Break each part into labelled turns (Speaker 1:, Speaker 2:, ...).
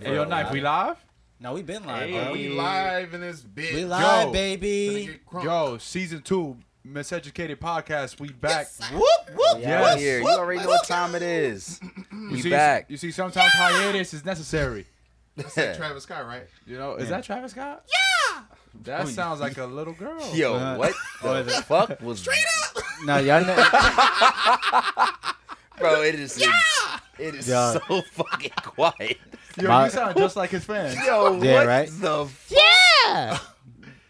Speaker 1: Hey, yo, Knife, we live?
Speaker 2: No, we been live.
Speaker 3: Hey.
Speaker 2: bro.
Speaker 3: We
Speaker 4: we live in this bitch.
Speaker 2: We live,
Speaker 1: Yo.
Speaker 2: baby.
Speaker 1: Yo, season two, Miseducated Podcast. We back.
Speaker 2: Whoop whoop.
Speaker 3: Yeah,
Speaker 1: Yes.
Speaker 3: I'm here. You already know what time it is.
Speaker 1: You
Speaker 3: We
Speaker 1: see,
Speaker 3: back.
Speaker 1: You see, sometimes hiatus is necessary.
Speaker 4: That's like Travis Scott, right?
Speaker 1: You know, is that Travis Scott? Yeah. That sounds like a little girl.
Speaker 3: Yo,
Speaker 2: Uh,
Speaker 3: what
Speaker 2: what is
Speaker 3: the fuck was Straight up.
Speaker 2: No, y'all know.
Speaker 3: Bro, it is it is
Speaker 2: Yeah.
Speaker 3: so fucking quiet.
Speaker 1: Yo,
Speaker 2: My-
Speaker 1: you sound just like his fan.
Speaker 3: Yo,
Speaker 2: Yeah,
Speaker 3: what
Speaker 2: right?
Speaker 3: the f-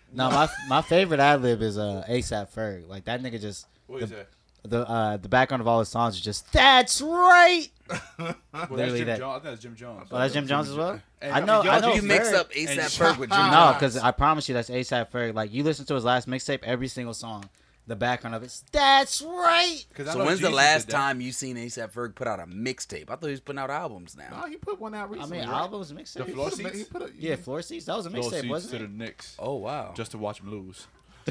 Speaker 2: no, my my favorite ad lib is uh ASAP Ferg. Like that nigga just
Speaker 1: What is that?
Speaker 2: the uh the background of all his songs is just that's right.
Speaker 1: Well, that's
Speaker 2: Literally
Speaker 1: Jim
Speaker 2: that-
Speaker 1: Jones. I think Oh, that's Jim Jones.
Speaker 2: Well, that's Jim Jones as well.
Speaker 1: Hey,
Speaker 2: I know. I
Speaker 1: y'all-
Speaker 2: know.
Speaker 3: you mix
Speaker 2: Ferg.
Speaker 3: up ASAP Ferg with Jim
Speaker 2: No,
Speaker 3: Jones.
Speaker 2: because I promise you, that's ASAP Ferg. Like you listen to his last mixtape, every single song, the background of it's that's right.
Speaker 1: 'Cause I
Speaker 3: So
Speaker 1: know
Speaker 3: when's the
Speaker 1: Jesus
Speaker 3: last
Speaker 1: did that.
Speaker 3: time you seen ASAP Ferg put out a mixtape? I thought he was putting out albums now.
Speaker 4: No, he put one out
Speaker 2: I
Speaker 4: recently.
Speaker 2: mean,
Speaker 4: right?
Speaker 2: albums mixtape.
Speaker 1: The
Speaker 4: He
Speaker 1: floor
Speaker 4: put a-
Speaker 1: seats?
Speaker 4: He put a,
Speaker 2: yeah, floor seats. That was a
Speaker 1: Little
Speaker 2: mixtape,
Speaker 1: seeds to
Speaker 2: wasn't
Speaker 1: the
Speaker 2: it?
Speaker 1: Knicks
Speaker 3: Oh wow.
Speaker 1: just to watch him lose?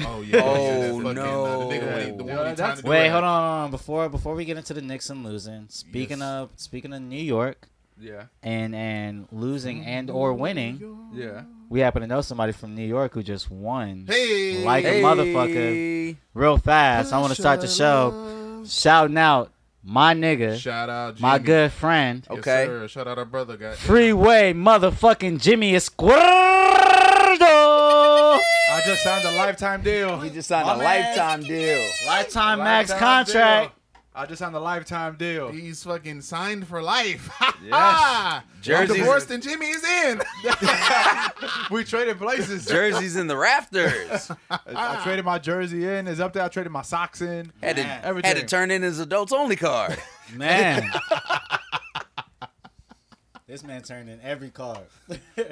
Speaker 4: Oh yeah. yeah, that
Speaker 3: Oh,
Speaker 4: fucking, uh,
Speaker 3: no.
Speaker 4: The
Speaker 1: Yeah,
Speaker 4: nigga when he- the one when he
Speaker 1: that's-
Speaker 4: tried to do
Speaker 2: Wait,
Speaker 4: that.
Speaker 2: hold on, hold on. Before before we get into the Knicks and losing, speaking
Speaker 4: Yes.
Speaker 2: of speaking of New York
Speaker 1: Yeah.
Speaker 2: and and losing and or winning,
Speaker 1: Yeah.
Speaker 2: we happen to know somebody from New York who just won
Speaker 4: Hey.
Speaker 2: Like a
Speaker 3: hey.
Speaker 2: motherfucker. real fast. I want to start the show shouting out my nigga,
Speaker 4: Shout out, Jimmy.
Speaker 2: my good friend,
Speaker 4: Yes,
Speaker 3: Okay.
Speaker 4: sir. Shout out our brother, guy.
Speaker 2: freeway motherfucking Jimmy Esquerdo,
Speaker 1: I just signed a lifetime deal.
Speaker 3: He just signed
Speaker 2: My
Speaker 3: a
Speaker 2: man.
Speaker 3: lifetime deal.
Speaker 2: lifetime max
Speaker 1: Lifetime
Speaker 2: contract.
Speaker 1: deal. I just signed a lifetime deal.
Speaker 4: He's fucking signed for life.
Speaker 1: Yes.
Speaker 3: Jersey's-
Speaker 4: I'm divorced and Jimmy is in.
Speaker 1: we traded places.
Speaker 3: Jerseys in the rafters.
Speaker 1: I I traded my jersey in. It's up there. I traded my socks in.
Speaker 3: Had to,
Speaker 1: Everything.
Speaker 3: had to turn in his adults only card.
Speaker 2: Man. this man turned in every card.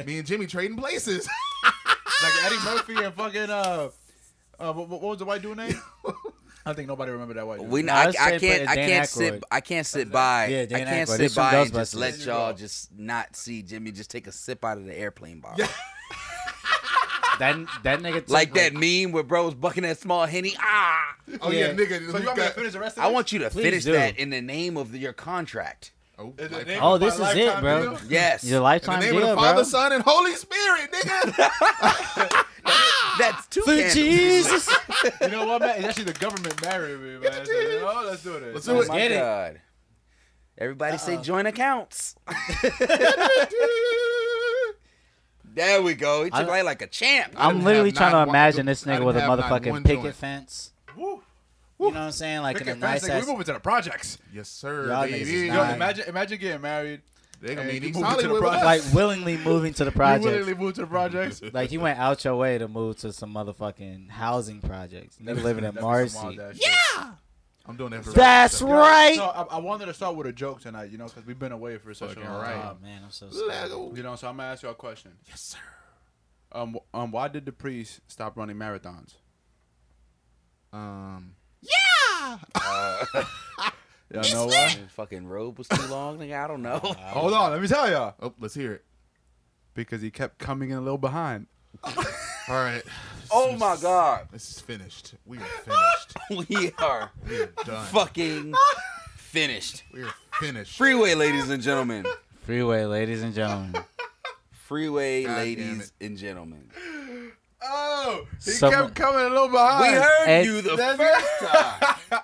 Speaker 4: Me and Jimmy trading places.
Speaker 1: like Eddie Murphy and fucking uh, uh what, what was the white dude name? I think nobody remember that white dude.
Speaker 3: We,
Speaker 2: Nah,
Speaker 3: I,
Speaker 2: let's
Speaker 3: I
Speaker 2: say
Speaker 3: can't,
Speaker 2: put
Speaker 3: I
Speaker 2: Dan
Speaker 3: can't
Speaker 2: Aykroyd.
Speaker 3: sit, I can't sit by,
Speaker 2: Yeah,
Speaker 3: I
Speaker 2: Dan
Speaker 3: can't
Speaker 2: Aykroyd. There's
Speaker 3: sit
Speaker 2: some
Speaker 3: by and just
Speaker 2: Ghostbusters.
Speaker 3: let
Speaker 1: There you
Speaker 3: y'all
Speaker 1: go.
Speaker 3: just not see Jimmy just take a sip out of the airplane bottle,
Speaker 2: that that nigga took
Speaker 3: like that meme where bro's bucking that small henny. Ah,
Speaker 4: Oh yeah,
Speaker 2: Yeah.
Speaker 4: nigga.
Speaker 1: so you want me to finish the rest of
Speaker 3: I
Speaker 1: this?
Speaker 3: want you to
Speaker 2: Please
Speaker 3: finish
Speaker 2: do.
Speaker 3: that in the name of your contract.
Speaker 4: Oh,
Speaker 1: Is it
Speaker 4: like-
Speaker 1: name
Speaker 2: Oh,
Speaker 1: of my
Speaker 2: this is
Speaker 1: lifetime
Speaker 2: it, bro.
Speaker 1: deal?
Speaker 3: Yes,
Speaker 2: Your
Speaker 4: in the
Speaker 2: lifetime
Speaker 4: name
Speaker 2: deal,
Speaker 4: of the Father,
Speaker 2: bro.
Speaker 4: Son, and Holy Spirit, nigga.
Speaker 3: that's two
Speaker 2: For
Speaker 3: candles.
Speaker 2: Jesus.
Speaker 1: You know what, man? It's actually the government married me, man. So, you know, let's do this.
Speaker 4: Let's do
Speaker 3: Oh
Speaker 4: it.
Speaker 3: my
Speaker 2: Get it.
Speaker 3: God. Everybody say join accounts. There we go. He took
Speaker 2: I-
Speaker 3: light like a champ.
Speaker 4: I
Speaker 2: I'm
Speaker 4: didn't
Speaker 2: literally
Speaker 4: have
Speaker 2: trying
Speaker 4: not
Speaker 2: to
Speaker 4: one-
Speaker 2: imagine this
Speaker 4: I
Speaker 2: nigga
Speaker 4: didn't
Speaker 2: with a
Speaker 4: have not one
Speaker 2: motherfucking picket
Speaker 4: joint.
Speaker 2: fence.
Speaker 1: Woo.
Speaker 2: You know what I'm saying? Like
Speaker 1: Pick
Speaker 2: in a
Speaker 1: a fence,
Speaker 2: nice
Speaker 1: like,
Speaker 2: ass.
Speaker 1: we moving to the projects.
Speaker 4: yes, sir.
Speaker 2: Y'all niggas
Speaker 4: baby.
Speaker 2: is
Speaker 1: Yo,
Speaker 2: Nah.
Speaker 1: imagine, imagine getting married.
Speaker 4: They
Speaker 1: and
Speaker 4: gonna be
Speaker 1: you
Speaker 4: in
Speaker 1: move
Speaker 4: East
Speaker 1: to the
Speaker 4: Hollywood with
Speaker 1: project.
Speaker 4: us.
Speaker 2: Like willingly moving to the
Speaker 1: You
Speaker 2: project.
Speaker 1: literally moved to the projects.
Speaker 2: Like you went out your way to move to some motherfucking housing projects. Nigga living
Speaker 1: That'd
Speaker 2: in
Speaker 1: be some wild
Speaker 2: Marcy.
Speaker 1: ass shit.
Speaker 4: I'm doing that for
Speaker 2: That's
Speaker 4: right.
Speaker 2: right.
Speaker 1: So I, I wanted to start with a joke tonight, you know, because we've been away for such a
Speaker 4: Fucking
Speaker 1: long
Speaker 4: right.
Speaker 1: time.
Speaker 2: Oh man, I'm so sorry.
Speaker 1: You know, so I'm gonna ask y'all a question.
Speaker 4: Yes, sir.
Speaker 1: Um, wh- um, why did the priest stop running marathons?
Speaker 4: Um,
Speaker 1: Y'all know why?
Speaker 3: His fucking robe was too long. Like, I don't know.
Speaker 1: Hold on, let me tell y'all.
Speaker 4: oh, let's hear it.
Speaker 1: Because he kept coming in a little behind.
Speaker 4: All right.
Speaker 3: Oh my God.
Speaker 4: This is finished. We are finished.
Speaker 3: We are
Speaker 4: We are done.
Speaker 3: fucking finished.
Speaker 4: We are finished.
Speaker 3: Freeway, ladies and gentlemen.
Speaker 2: Freeway, ladies and gentlemen.
Speaker 3: Freeway,
Speaker 4: God damn
Speaker 3: ladies and gentlemen.
Speaker 1: Oh, he
Speaker 2: Someone-
Speaker 1: kept coming a little behind.
Speaker 3: We heard
Speaker 2: and-
Speaker 3: you the
Speaker 1: That's-
Speaker 3: first time.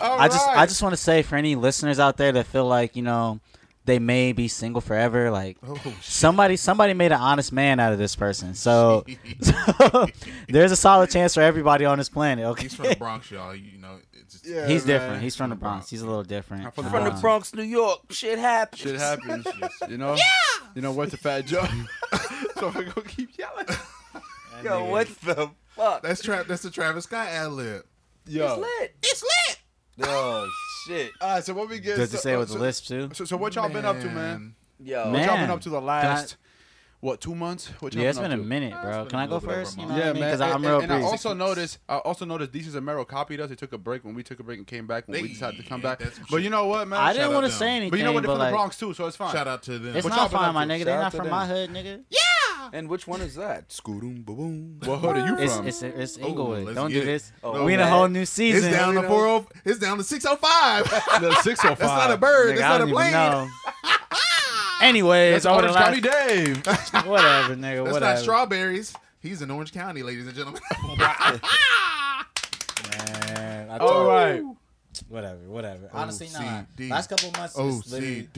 Speaker 1: All
Speaker 2: I just I
Speaker 1: right.
Speaker 2: just want to say for any listeners out there that feel like, you know, they may be single forever, like
Speaker 4: Oh, shit.
Speaker 2: somebody somebody made an honest man out of this person. So, so there's a solid chance for everybody on this planet, okay?
Speaker 4: He's from the Bronx, y'all. You know, it's just,
Speaker 1: Yeah.
Speaker 2: He's
Speaker 1: man.
Speaker 2: different. He's from the Bronx. He's a little different.
Speaker 1: I'm from the
Speaker 3: From the
Speaker 2: Um,
Speaker 3: Bronx, New York. Shit happens.
Speaker 1: Shit happens. you know? You know, what's a fat joke? so I'm gonna keep yelling.
Speaker 3: Yo, what the fuck?
Speaker 4: That's tra- That's the Travis Scott ad lib.
Speaker 1: Yo.
Speaker 3: lit. It's lit. Oh shit.
Speaker 1: All right, so what we get
Speaker 2: Does
Speaker 1: so,
Speaker 2: it say it with
Speaker 1: so,
Speaker 2: a lisp too?
Speaker 1: So, so what y'all been up to, man?
Speaker 3: Yo.
Speaker 1: What
Speaker 2: Man.
Speaker 1: y'all been up to the last, what, two months? What y'all
Speaker 2: Yeah, it's
Speaker 1: been
Speaker 2: been
Speaker 1: up
Speaker 2: a
Speaker 1: to?
Speaker 2: minute, bro.
Speaker 4: been
Speaker 2: Can
Speaker 4: a
Speaker 2: I go
Speaker 4: little bit over a
Speaker 2: first? You
Speaker 4: month.
Speaker 2: know what
Speaker 1: Yeah,
Speaker 2: I mean?
Speaker 1: man.
Speaker 2: Because
Speaker 1: And-
Speaker 2: I'm real
Speaker 1: and, and I
Speaker 2: breezy.
Speaker 1: also noticed, I also noticed Desus and Mero copied us. They took a break when we took a break and came back when we
Speaker 4: They-
Speaker 1: decided to come
Speaker 4: yeah,
Speaker 1: back.
Speaker 4: that's some
Speaker 1: But
Speaker 4: shit.
Speaker 1: you know what, man?
Speaker 2: I
Speaker 1: Shout
Speaker 2: didn't
Speaker 1: out
Speaker 2: want to
Speaker 4: them.
Speaker 2: say anything,
Speaker 1: But you know what? They're
Speaker 2: but
Speaker 1: from the
Speaker 2: like,
Speaker 1: Bronx too, so it's fine.
Speaker 4: Shout out to them.
Speaker 2: it's
Speaker 1: What y'all
Speaker 2: not
Speaker 1: been
Speaker 2: fine,
Speaker 1: up
Speaker 2: my
Speaker 1: to?
Speaker 2: nigga.
Speaker 3: Shout
Speaker 2: They're
Speaker 3: out
Speaker 2: not
Speaker 3: to
Speaker 2: from
Speaker 3: them.
Speaker 2: my hood, nigga.
Speaker 3: And which one is that? Scootum boom.
Speaker 1: What hood are you
Speaker 2: It's
Speaker 1: from?
Speaker 2: it's it's
Speaker 4: Oh,
Speaker 2: Inglewood.
Speaker 4: let's
Speaker 2: Don't
Speaker 4: get
Speaker 2: do
Speaker 4: it.
Speaker 2: this.
Speaker 3: Oh,
Speaker 2: we in a
Speaker 3: man.
Speaker 2: whole new
Speaker 4: It's
Speaker 2: season.
Speaker 4: down to
Speaker 2: Nigga,
Speaker 4: four oh. It's down to six oh five.
Speaker 1: the 605.
Speaker 4: That's not a bird.
Speaker 2: I
Speaker 4: That's not a
Speaker 2: don't even
Speaker 4: plane.
Speaker 2: know. Anyways,
Speaker 1: That's
Speaker 2: over the
Speaker 1: Orange County
Speaker 2: last,
Speaker 1: Dave.
Speaker 2: whatever, nigga,
Speaker 4: That's
Speaker 2: whatever.
Speaker 4: not strawberries. He's in Orange County, ladies and gentlemen.
Speaker 2: Man, I
Speaker 1: All
Speaker 2: told-
Speaker 1: right.
Speaker 2: Whatever, whatever. Honestly, nah.
Speaker 4: OCD.
Speaker 2: Last couple months, it's literally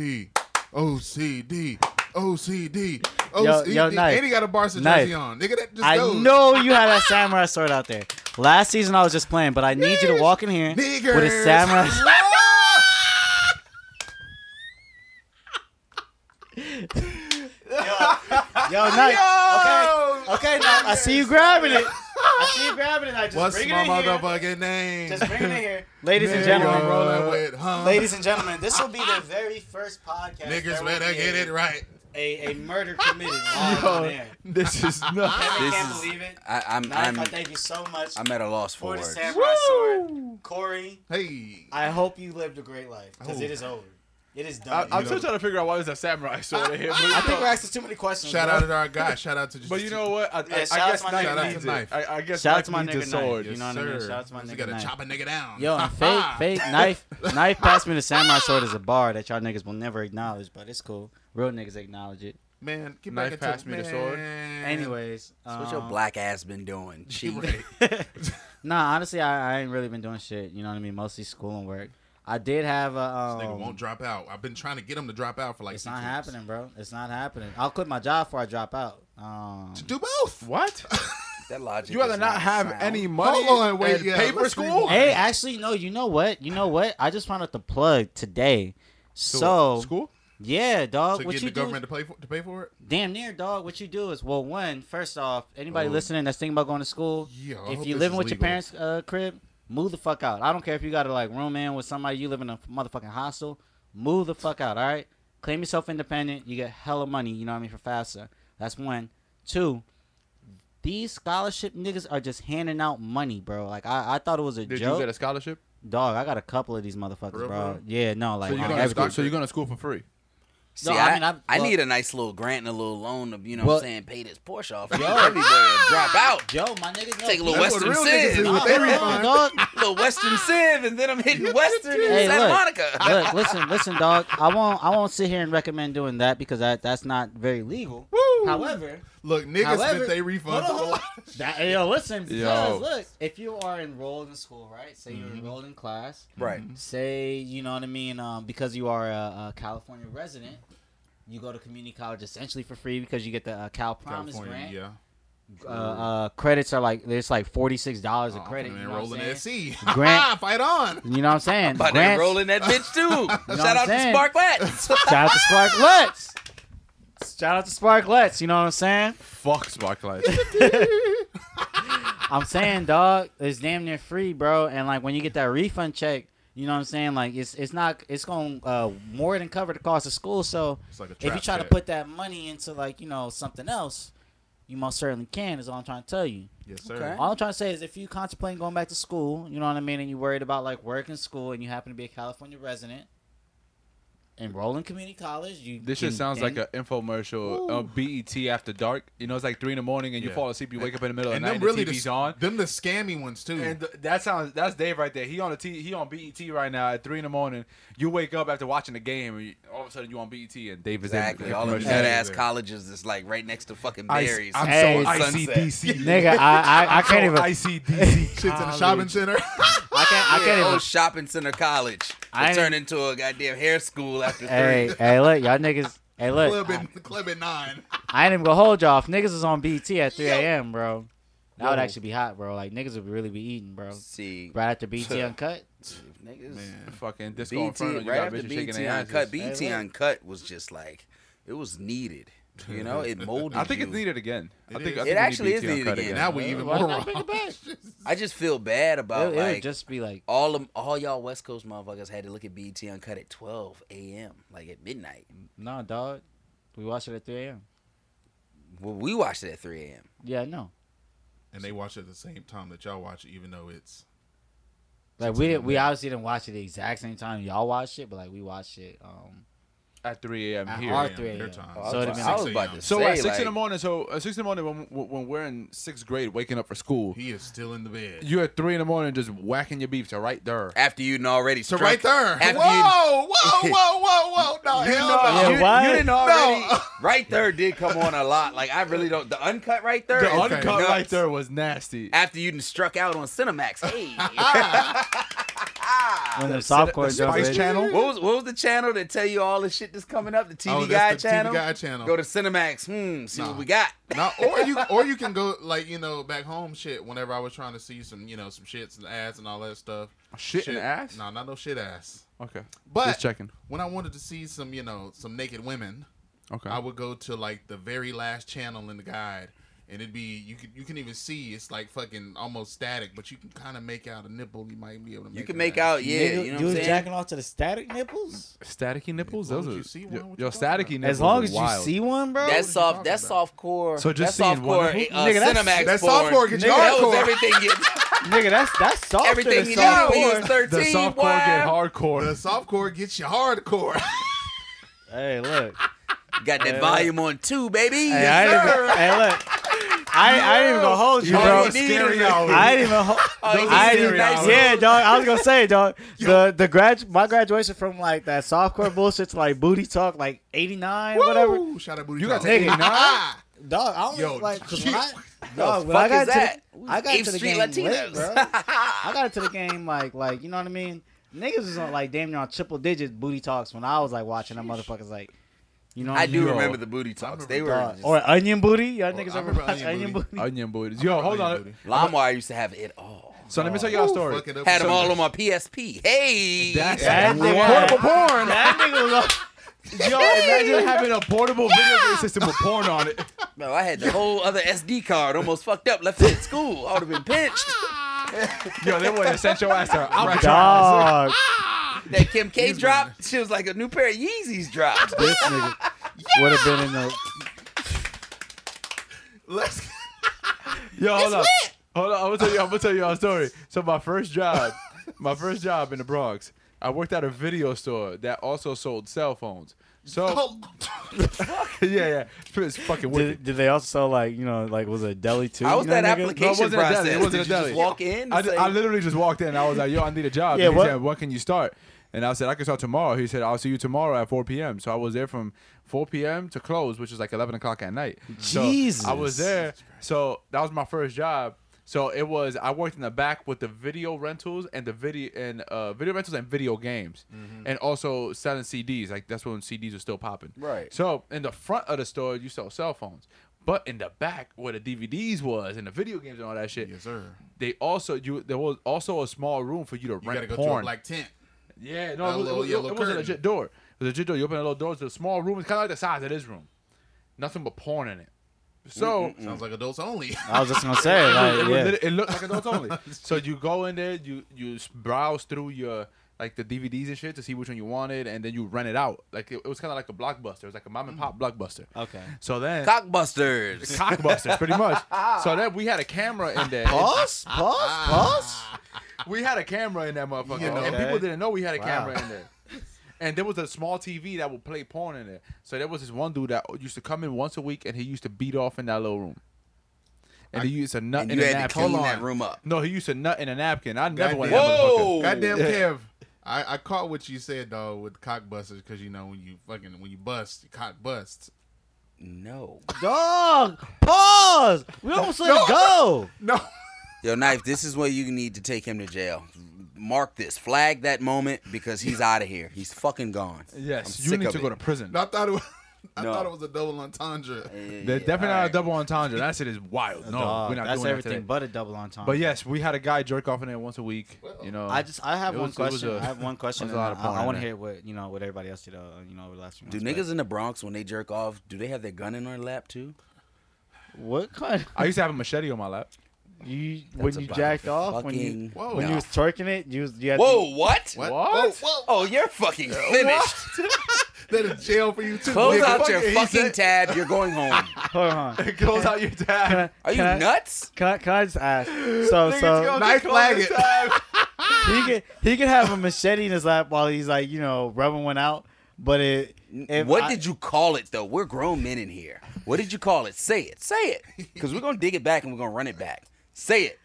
Speaker 4: OCD, OCD, OCD,
Speaker 2: Yo,
Speaker 4: OCD.
Speaker 2: yo, Knife.
Speaker 4: and he got a Barca
Speaker 2: Knife.
Speaker 4: jersey on. Nigga, that just
Speaker 2: I
Speaker 4: goes.
Speaker 2: know you had that samurai sword out there. Last season I was just playing, but I need you to
Speaker 4: Niggers.
Speaker 2: walk in here
Speaker 4: Niggers.
Speaker 2: with a samurai. Yo, nice.
Speaker 4: Yo.
Speaker 2: Okay, okay. Now, I see you grabbing it. I see you grabbing it. I just
Speaker 4: What's
Speaker 2: bring
Speaker 4: my
Speaker 2: it in here.
Speaker 4: motherfucking name?
Speaker 2: Just bring it in here, ladies and gentlemen.
Speaker 4: Nigga, with hum.
Speaker 2: Ladies and gentlemen, this will be the very first podcast.
Speaker 4: Niggas
Speaker 2: that
Speaker 4: better
Speaker 2: will be
Speaker 4: get it right.
Speaker 2: A, a murder committed live on
Speaker 1: Yo,
Speaker 2: air.
Speaker 1: this is
Speaker 2: I
Speaker 1: nuts.
Speaker 3: This
Speaker 2: can't
Speaker 3: is-
Speaker 2: believe it.
Speaker 3: I, I'm,
Speaker 2: Knife,
Speaker 3: I'm,
Speaker 2: I thank you so much
Speaker 3: I'm at a loss for
Speaker 2: for the
Speaker 3: words.
Speaker 2: samurai sword. Corey,
Speaker 4: Hey.
Speaker 2: I hope you lived a great life because
Speaker 4: Oh.
Speaker 2: it is over. It is
Speaker 1: I,
Speaker 2: done. I,
Speaker 1: I'm still trying to figure out why there's that samurai sword in here. But,
Speaker 2: think we're asking too many questions.
Speaker 4: Shout
Speaker 2: bro.
Speaker 4: out to our guy. Shout out to just.
Speaker 1: but you know what? I, I-
Speaker 2: Yeah,
Speaker 1: I,
Speaker 2: shout out
Speaker 1: guess
Speaker 2: to my
Speaker 1: Knife
Speaker 2: nigga Knife.
Speaker 1: needs it. I, I guess
Speaker 2: Shout out
Speaker 1: Knife
Speaker 2: to my
Speaker 1: needs
Speaker 2: nigga
Speaker 1: a sword.
Speaker 2: Knife.
Speaker 4: Yes,
Speaker 2: You know what I mean?
Speaker 4: sir.
Speaker 2: Shout out to my
Speaker 4: Just
Speaker 2: nigga
Speaker 4: gotta
Speaker 2: Knife.
Speaker 4: chop a nigga down.
Speaker 2: Yo, and fake, fake knife, knife passed me the samurai sword as a bar that y'all niggas will never acknowledge, but it's cool. Real niggas acknowledge it.
Speaker 4: Man, get
Speaker 1: Knife
Speaker 4: back into
Speaker 1: passed me the sword.
Speaker 4: Man.
Speaker 2: Anyways, um,
Speaker 3: What's your black ass been doing?
Speaker 4: You
Speaker 3: Chief?
Speaker 4: right.
Speaker 2: Nah, honestly, I, I ain't really been doing shit. You know what I mean? Mostly school and work. I did have a. Um,
Speaker 4: Nigga won't drop out. I've been trying to get him to drop out for like.
Speaker 2: it's
Speaker 4: six
Speaker 2: not
Speaker 4: years.
Speaker 2: happening, bro. It's not happening. I'll quit my job before I drop out. Um,
Speaker 4: Do both.
Speaker 1: What?
Speaker 3: That logic.
Speaker 1: You rather
Speaker 3: does
Speaker 1: not have
Speaker 3: sound-
Speaker 1: any money
Speaker 4: Hold on, wait,
Speaker 1: and
Speaker 4: yeah,
Speaker 1: pay for
Speaker 4: let's
Speaker 1: school?
Speaker 4: rewind.
Speaker 2: hey, actually, no. You know what? You know what? I just found out the plug today. So
Speaker 1: school?
Speaker 2: yeah, dog.
Speaker 4: To
Speaker 2: what
Speaker 4: get
Speaker 2: you
Speaker 4: the
Speaker 2: do?
Speaker 4: government to pay for to pay for it.
Speaker 2: Damn near, dog. What you do is well, one. First off, anybody
Speaker 4: Oh.
Speaker 2: listening that's thinking about going to school,
Speaker 4: Yeah, I
Speaker 2: if
Speaker 4: hope
Speaker 2: you
Speaker 4: this
Speaker 2: living
Speaker 4: is
Speaker 2: with your
Speaker 4: legal.
Speaker 2: parents' uh, crib, move the fuck out. I don't care if you got to like room in with somebody. You live in a motherfucking hostel. Move the fuck out. All right. Claim yourself independent. You get hella money. You know what I mean for FAFSA. That's one. Two. These scholarship niggas are just handing out money, bro. Like I, I thought it was a
Speaker 1: Did
Speaker 2: joke.
Speaker 1: you get a scholarship?
Speaker 2: Dog, I got a couple of these motherfuckers,
Speaker 4: Real,
Speaker 2: bro.
Speaker 4: bro?
Speaker 2: Yeah, no, like
Speaker 1: So you're
Speaker 2: on
Speaker 1: going to
Speaker 2: every-
Speaker 1: school, so you're going to school for free.
Speaker 3: See,
Speaker 2: No, I
Speaker 3: I,
Speaker 2: mean, I-
Speaker 3: I
Speaker 2: well-
Speaker 3: need a nice little grant and a little loan to, you know,
Speaker 2: Well-
Speaker 3: what I'm saying, pay this Porsche off.
Speaker 2: Yo.
Speaker 3: Everybody drop out,
Speaker 2: yo, my niggas, no,
Speaker 3: take a little
Speaker 4: That's what
Speaker 3: Western
Speaker 4: real niggas
Speaker 3: Civ,
Speaker 4: do.
Speaker 2: Nah,
Speaker 4: They
Speaker 2: hold on,
Speaker 4: refund.
Speaker 2: dog.
Speaker 3: little Western Civ, and then I'm hitting Western in
Speaker 2: Hey,
Speaker 3: Santa
Speaker 2: look.
Speaker 3: Monica.
Speaker 2: Look, listen, listen, dog. I won't, I won't sit here and recommend doing that because that, that's not very legal. However,
Speaker 4: Look, niggas
Speaker 2: however,
Speaker 4: spent they
Speaker 2: Hold
Speaker 4: refunds.
Speaker 2: on, hold on. That, hey, yo, Mm-hmm. listen, because
Speaker 1: Yo.
Speaker 2: look, if you are enrolled in school, right? Say you're enrolled in class.
Speaker 3: Right.
Speaker 2: Say you know what I mean. Um, because you are a, a California resident, you go to community college essentially for free because you get the uh, Cal Promise grant.
Speaker 4: yeah.
Speaker 2: Uh, uh, credits are like there's like forty six dollars a credit. You know, what Oh, I'm
Speaker 4: Rolling
Speaker 2: saying?
Speaker 4: SC.
Speaker 2: Grant-
Speaker 4: Fight on.
Speaker 2: you know what I'm saying?
Speaker 3: About to
Speaker 2: Grants-
Speaker 3: roll in that bitch too.
Speaker 2: what I'm
Speaker 3: Shout out to
Speaker 2: saying?
Speaker 3: Sparklets.
Speaker 2: Shout out to Sparklets. Shout out to Sparklets. You know what I'm saying?
Speaker 1: Fuck Sparklight.
Speaker 2: I'm saying, dog, it's damn near free, bro. And like when you get that refund check, you know what I'm saying? Like it's it's not it's going to uh, more than cover the cost of school. So
Speaker 4: It's like a
Speaker 2: if you
Speaker 4: trap
Speaker 2: try to
Speaker 4: check.
Speaker 2: put that money into like you know something else, you most certainly can. Is all I'm trying to tell you.
Speaker 4: Yes, sir.
Speaker 3: Okay.
Speaker 2: All I'm trying to say is if you contemplating going back to school, you know what I mean, and you worried about like work and school, and you happen to be a California resident. Enroll in community college. You
Speaker 1: This shit
Speaker 2: can
Speaker 1: sounds like
Speaker 2: then-
Speaker 1: an infomercial, uh, BET after dark. You know, it's like three in the morning and you
Speaker 4: Yeah.
Speaker 1: fall asleep. You wake up in the middle of
Speaker 4: And
Speaker 1: the night.
Speaker 4: them
Speaker 1: And
Speaker 4: really
Speaker 1: the TV's
Speaker 4: the,
Speaker 1: on.
Speaker 4: them the scammy ones too.
Speaker 1: And th- that sounds that's Dave right there. He on the T, he on BET right now at three in the morning. You wake up after watching the game, and you, all of a sudden you on BET and Dave is in the
Speaker 3: Exactly. All of
Speaker 1: infomercial.
Speaker 3: you dead ass
Speaker 4: Hey.
Speaker 3: colleges is like right next to fucking
Speaker 1: I-
Speaker 3: berries.
Speaker 1: I'm
Speaker 2: Hey,
Speaker 1: so
Speaker 3: sunset.
Speaker 1: ICDC.
Speaker 2: Nigga, I, I, I can't even. I
Speaker 1: ICDC.
Speaker 4: Shit's in the shopping center.
Speaker 2: can't. I
Speaker 3: Yeah,
Speaker 2: can't even.
Speaker 3: old shopping center college.
Speaker 2: I
Speaker 3: I
Speaker 2: ain't-
Speaker 3: turned into a goddamn hair school after
Speaker 2: hey,
Speaker 3: three.
Speaker 2: hey, look, y'all niggas. Hey, look,
Speaker 4: club
Speaker 2: I,
Speaker 4: at club at nine.
Speaker 2: I ain't even gonna hold y'all. If niggas was on BT at 3
Speaker 4: Yo.
Speaker 2: a.m., bro, that would
Speaker 1: Yo.
Speaker 2: actually be hot, bro. Like niggas would really be eating, bro.
Speaker 3: See,
Speaker 2: Right after BT uncut.
Speaker 3: niggas.
Speaker 1: Fucking disco
Speaker 3: BT,
Speaker 1: inferno. You
Speaker 3: right
Speaker 1: got
Speaker 3: after
Speaker 1: bitches shaking
Speaker 3: BT
Speaker 1: their asses.
Speaker 3: Uncut, BT
Speaker 2: Hey, look.
Speaker 3: Uncut was just like, it was needed. You know, it molded.
Speaker 1: I think
Speaker 3: you.
Speaker 1: it's needed again. I think,
Speaker 4: is.
Speaker 1: I think
Speaker 4: It
Speaker 1: we need E
Speaker 3: actually is
Speaker 1: BET
Speaker 3: needed
Speaker 1: Uncut
Speaker 3: again.
Speaker 4: Now we even
Speaker 2: Why
Speaker 4: more
Speaker 2: not
Speaker 4: wrong.
Speaker 2: bring it back?
Speaker 3: I just feel bad
Speaker 2: It,
Speaker 3: about
Speaker 2: it
Speaker 3: like
Speaker 2: would just be like,
Speaker 3: all of all y'all West Coast motherfuckers had to look at BT Uncut at 12 a.m. like at midnight.
Speaker 2: nah, dog. We watched it at 3 a.m.
Speaker 3: Well, we watched it at 3 a.m.
Speaker 2: Yeah, no.
Speaker 4: And they watch it at the same time that y'all watch it, even though it's
Speaker 2: Like we didn't, we obviously didn't watch it the exact same time y'all watched it, but like we watched it. Um,
Speaker 1: at 3 a.m.
Speaker 4: At
Speaker 1: here.
Speaker 2: Our
Speaker 4: 3
Speaker 2: 3
Speaker 4: a.m. their
Speaker 2: a.m.
Speaker 4: time.
Speaker 3: Oh,
Speaker 2: So it'd
Speaker 3: I, was,
Speaker 2: been
Speaker 3: I
Speaker 2: like
Speaker 3: was
Speaker 4: 6
Speaker 3: about
Speaker 4: a.m.
Speaker 3: to say,
Speaker 1: So at six in the
Speaker 3: like,
Speaker 1: morning, so at six in the morning when when we're in sixth grade, waking up for school,
Speaker 4: He is still in the bed.
Speaker 1: you at three in the morning just whacking your beef to right there.
Speaker 3: after you'd already
Speaker 4: so
Speaker 3: struck-
Speaker 4: right there.
Speaker 3: After you'd-
Speaker 1: Whoa, whoa, whoa, whoa, whoa! No,
Speaker 4: You
Speaker 1: hell
Speaker 4: know-
Speaker 1: no.
Speaker 2: Yeah,
Speaker 3: you,
Speaker 2: what?
Speaker 3: you didn't already.
Speaker 1: No.
Speaker 3: Right there did come on a lot. Like I really don't. The uncut right there.
Speaker 1: The
Speaker 3: is
Speaker 4: Okay.
Speaker 1: uncut
Speaker 3: nuts.
Speaker 1: right there was nasty.
Speaker 3: After you done struck out on Cinemax. Hey,
Speaker 2: When the
Speaker 1: Sit-
Speaker 2: soft core jump
Speaker 1: Spice
Speaker 2: in.
Speaker 1: Channel.
Speaker 3: what was what was the channel that tell you all the shit that's coming up? The TV
Speaker 4: Oh, that's
Speaker 3: Guy
Speaker 4: the TV
Speaker 3: channel.
Speaker 4: Guide channel.
Speaker 3: Go to Cinemax. Hmm. See
Speaker 4: Nah.
Speaker 3: what we got.
Speaker 4: Now, or you or you can go like you know back home shit. Whenever I was trying to see some you know some shits and ass and all that stuff.
Speaker 1: Shit and ass?
Speaker 4: No, not no shit ass.
Speaker 1: Okay,
Speaker 4: But
Speaker 1: just checking.
Speaker 4: When I wanted to see some you know some naked women,
Speaker 1: Okay,
Speaker 4: I would go to like the very last channel in the guide, and it'd be you could you can even see it's like fucking almost static, but you can kind of make out a nipple. You might be able to.
Speaker 3: You
Speaker 4: Make
Speaker 3: can
Speaker 4: it
Speaker 3: make
Speaker 4: out.
Speaker 3: out. Yeah.
Speaker 5: Nigga,
Speaker 3: you know
Speaker 5: you
Speaker 3: what
Speaker 5: was
Speaker 3: I'm saying.
Speaker 5: jacking off to the static nipples.
Speaker 1: staticky nipples.
Speaker 4: What
Speaker 1: Those
Speaker 4: would
Speaker 1: are
Speaker 4: you see one?
Speaker 1: yo,
Speaker 4: What
Speaker 1: yo,
Speaker 4: you talking
Speaker 1: staticky nipples.
Speaker 2: As long
Speaker 1: are
Speaker 2: as you
Speaker 1: wild.
Speaker 2: see one, bro.
Speaker 4: That-
Speaker 3: That's soft. That's
Speaker 4: about?
Speaker 3: soft core.
Speaker 1: So just
Speaker 3: that's soft
Speaker 1: seeing one
Speaker 3: core.
Speaker 1: of them?
Speaker 3: Uh,
Speaker 2: Nigga, that's-
Speaker 3: Cinemax.
Speaker 4: That's
Speaker 3: porn.
Speaker 4: softcore. Get
Speaker 2: Nigga,
Speaker 4: your
Speaker 3: That was
Speaker 4: hardcore.
Speaker 3: everything. You,
Speaker 2: nigga, that's that's soft.
Speaker 3: everything you
Speaker 2: you
Speaker 3: did when you was
Speaker 1: the
Speaker 3: thirteen.
Speaker 1: softcore
Speaker 3: boy.
Speaker 1: get
Speaker 4: The
Speaker 1: hardcore.
Speaker 4: softcore gets you hardcore.
Speaker 2: Hey, look.
Speaker 3: Got that
Speaker 2: Yeah.
Speaker 3: volume on two, baby.
Speaker 2: Hey, I
Speaker 3: Yes,
Speaker 2: didn't,
Speaker 3: sir.
Speaker 2: even- hey, look. I, I didn't even go hold you,
Speaker 3: All
Speaker 2: bro.
Speaker 3: you need is a-
Speaker 2: I didn't even. Ho-
Speaker 3: all Oh, you
Speaker 2: I
Speaker 3: need is a
Speaker 2: didn't.
Speaker 3: nice
Speaker 2: yeah,
Speaker 3: little-
Speaker 2: dog. I was gonna say, dog. The the grad my graduation from like that softcore bullshit to like booty talk, like '89, whatever.
Speaker 4: Woo! Shout out booty.
Speaker 1: You got
Speaker 4: Talk.
Speaker 1: to
Speaker 2: Nigga. Ah!
Speaker 1: nah.
Speaker 5: Dog, I
Speaker 4: Yo,
Speaker 5: don't like. 'cause
Speaker 4: shit.
Speaker 5: when I,
Speaker 3: The
Speaker 5: dog, when
Speaker 3: fuck
Speaker 5: I got
Speaker 3: is
Speaker 5: to
Speaker 3: that?
Speaker 5: The, I got
Speaker 3: Eighth
Speaker 5: to the
Speaker 3: Street
Speaker 5: game
Speaker 3: Latinos.
Speaker 5: late, bro. I got into the game like like you know what I mean. Niggas was on like damn near on triple digit booty talks when I was like watching them motherfuckers like, you know. What
Speaker 3: I
Speaker 2: mean?
Speaker 3: do
Speaker 1: Yo.
Speaker 3: remember the booty talks. They were
Speaker 2: Dog.
Speaker 3: just,
Speaker 2: Or Oh, onion booty. Y'all niggas ever
Speaker 4: I remember
Speaker 2: watch
Speaker 4: Onion
Speaker 2: onion,
Speaker 4: Booty.
Speaker 2: booty?
Speaker 1: Onion booties. Yo, hold
Speaker 4: Onion
Speaker 1: on.
Speaker 4: booty.
Speaker 3: LimeWire used to have it all.
Speaker 1: So let me tell y'all a
Speaker 4: Ooh,
Speaker 1: story.
Speaker 4: fuck it up.
Speaker 3: Had
Speaker 4: So-
Speaker 3: them all on my PSP. Hey,
Speaker 1: That's
Speaker 2: That nigga-
Speaker 1: portable porn.
Speaker 2: That nigga was. on-
Speaker 1: Yo, imagine having a portable video game system with porn on it.
Speaker 3: bro. I had the whole other SD card. Almost fucked up. Left it at school. I would have been pinched.
Speaker 1: Yo, they would have sent your ass to Alcatraz.
Speaker 2: Dog.
Speaker 3: That Kim K dropped. She was like a new pair of Yeezys dropped.
Speaker 2: This nigga would have been in the.
Speaker 4: Let's.
Speaker 1: Yo, hold on. Hold on. I'm gonna tell you. I'm gonna tell you all a story. So my first job, my first job in the Bronx, I worked at a video store that also sold cell phones. So
Speaker 3: Oh,
Speaker 4: Oh.
Speaker 1: yeah, yeah, it's fucking wicked.
Speaker 2: Did, did they also sell like you know like was it a deli too?
Speaker 3: How
Speaker 2: you
Speaker 3: was
Speaker 2: know,
Speaker 3: that
Speaker 2: nigga?
Speaker 3: application
Speaker 1: No, it wasn't a deli.
Speaker 3: process?
Speaker 1: It wasn't
Speaker 3: Did
Speaker 1: a
Speaker 3: you just
Speaker 1: deli.
Speaker 3: walk in.
Speaker 1: I,
Speaker 3: and
Speaker 1: ju-
Speaker 3: say-
Speaker 1: I literally just walked in. and I was like, "Yo, I need a job."
Speaker 2: Yeah,
Speaker 1: And he
Speaker 2: what-
Speaker 1: said, "When can you start?" And I said, "I can start tomorrow." He said, "I'll see you tomorrow at 4 p.m." So I was there from 4 p.m. to close, which is like 11 o'clock at night. So I was
Speaker 2: Jesus.
Speaker 1: there. So that was my first job. So it was I worked in the back with the video rentals and the video and uh, video rentals and video games,
Speaker 4: Mm-hmm.
Speaker 1: and also selling CDs. Like that's when CDs were still popping.
Speaker 3: Right.
Speaker 1: So in the front of the store, you sell cell phones. But in the back, where the DVDs was and the video games and all that shit,
Speaker 4: Yes, sir.
Speaker 1: they also you there was also a small room for you to
Speaker 4: You gotta
Speaker 1: rent
Speaker 4: go to a
Speaker 1: porn.
Speaker 4: black tent.
Speaker 1: yeah, no,
Speaker 4: a
Speaker 1: it, was, it,
Speaker 4: little
Speaker 1: was,
Speaker 4: yellow
Speaker 1: it was a
Speaker 4: curtain.
Speaker 1: legit door. It was a legit door. You open a little door. It's a small room. It's kind of like the size of this room. Nothing but porn in it. So
Speaker 4: Sounds like adults only.
Speaker 2: I was just gonna say
Speaker 1: it,
Speaker 2: like
Speaker 1: was
Speaker 2: yeah.
Speaker 1: lit- it looked like adults only. so you go in there, you you s- browse through your like the DVDs and shit to see which one you wanted, and then you rent it out. Like it, it was kind of like a blockbuster. It was like a mom and pop blockbuster.
Speaker 2: Okay.
Speaker 1: So then
Speaker 3: Cockbusters.
Speaker 1: cockbuster, pretty much. So then we had a camera in there. and-
Speaker 2: Pause. Pause. Pause.
Speaker 1: We had a camera in that motherfucker,
Speaker 4: You know.
Speaker 1: and
Speaker 2: Okay.
Speaker 1: people didn't know we had a
Speaker 2: Wow.
Speaker 1: camera in there. And there was a small TV that would play porn in there. So there was this one dude that used to come in once a week, and he used to beat off in that little room. And he used to nut
Speaker 3: And
Speaker 1: in
Speaker 3: you
Speaker 1: a
Speaker 3: had to
Speaker 1: napkin.
Speaker 3: clean that room up.
Speaker 1: No, he used to nut in a napkin. I never
Speaker 4: Goddamn.
Speaker 1: went. in that motherfucker.
Speaker 3: Whoa.
Speaker 4: Goddamn, Kev. I, I caught what you said dog with cockbusters because you know when you fucking when you bust, your cock busts.
Speaker 3: No.
Speaker 2: Dog. Pause. We almost let it go.
Speaker 4: No.
Speaker 3: Yo, Knife, this is where you need to take him to jail. Mark this. Flag that moment because he's out of here. He's fucking gone.
Speaker 1: Yes,
Speaker 3: I'm
Speaker 1: you
Speaker 3: sick
Speaker 1: need
Speaker 3: of
Speaker 1: to
Speaker 3: it.
Speaker 1: go to prison.
Speaker 4: I thought it was I
Speaker 3: No.
Speaker 4: thought it was a double entendre.
Speaker 1: There's definitely not a double entendre. That shit is wild. No,
Speaker 2: Dog,
Speaker 1: we're not
Speaker 2: that's
Speaker 1: doing
Speaker 2: everything
Speaker 1: That today.
Speaker 2: but a double entendre.
Speaker 1: But yes, we had a guy jerk off in there once a week. You know,
Speaker 2: I just I have
Speaker 1: It
Speaker 2: one
Speaker 1: was- it was
Speaker 2: question. I
Speaker 1: a-
Speaker 2: have one question.
Speaker 1: was a lot
Speaker 2: and
Speaker 1: of porn
Speaker 2: I, I
Speaker 1: in
Speaker 2: want to
Speaker 1: there.
Speaker 2: hear what you know what everybody else did. Uh, you know, over the last few
Speaker 3: Do
Speaker 2: months,
Speaker 3: niggas in the Bronx when they jerk off, do they have their gun in their lap too?
Speaker 2: but- What kind?
Speaker 1: I used to have a machete on my lap.
Speaker 2: You
Speaker 3: That's
Speaker 2: when you
Speaker 3: about
Speaker 2: jacked
Speaker 3: the
Speaker 2: off when
Speaker 3: fucking-
Speaker 2: you
Speaker 4: Whoa.
Speaker 2: when
Speaker 4: No.
Speaker 2: you was twerking it you was you had
Speaker 3: Whoa, what?
Speaker 4: What?
Speaker 1: What?
Speaker 4: Whoa, whoa.
Speaker 3: Oh, you're fucking finished.
Speaker 4: That is jail for you too.
Speaker 3: Close
Speaker 4: nigga.
Speaker 3: out
Speaker 4: Fuck
Speaker 3: your
Speaker 4: it, he
Speaker 3: fucking
Speaker 4: said-
Speaker 3: tab. You're going home.
Speaker 2: To, hold on. Can
Speaker 1: It goes out your
Speaker 2: I,
Speaker 1: tab.
Speaker 3: Are you
Speaker 2: can I,
Speaker 3: nuts?
Speaker 2: Can I, can I just ask? So so
Speaker 4: Knife flag it.
Speaker 2: he could he could have a machete in his lap while he's like you know rubbing one out. But it. If
Speaker 3: what
Speaker 2: I-
Speaker 3: did you call it though? We're grown men in here. What did you call it? Say it. Say it. Because we're gonna dig it back and we're gonna run it back. Say it.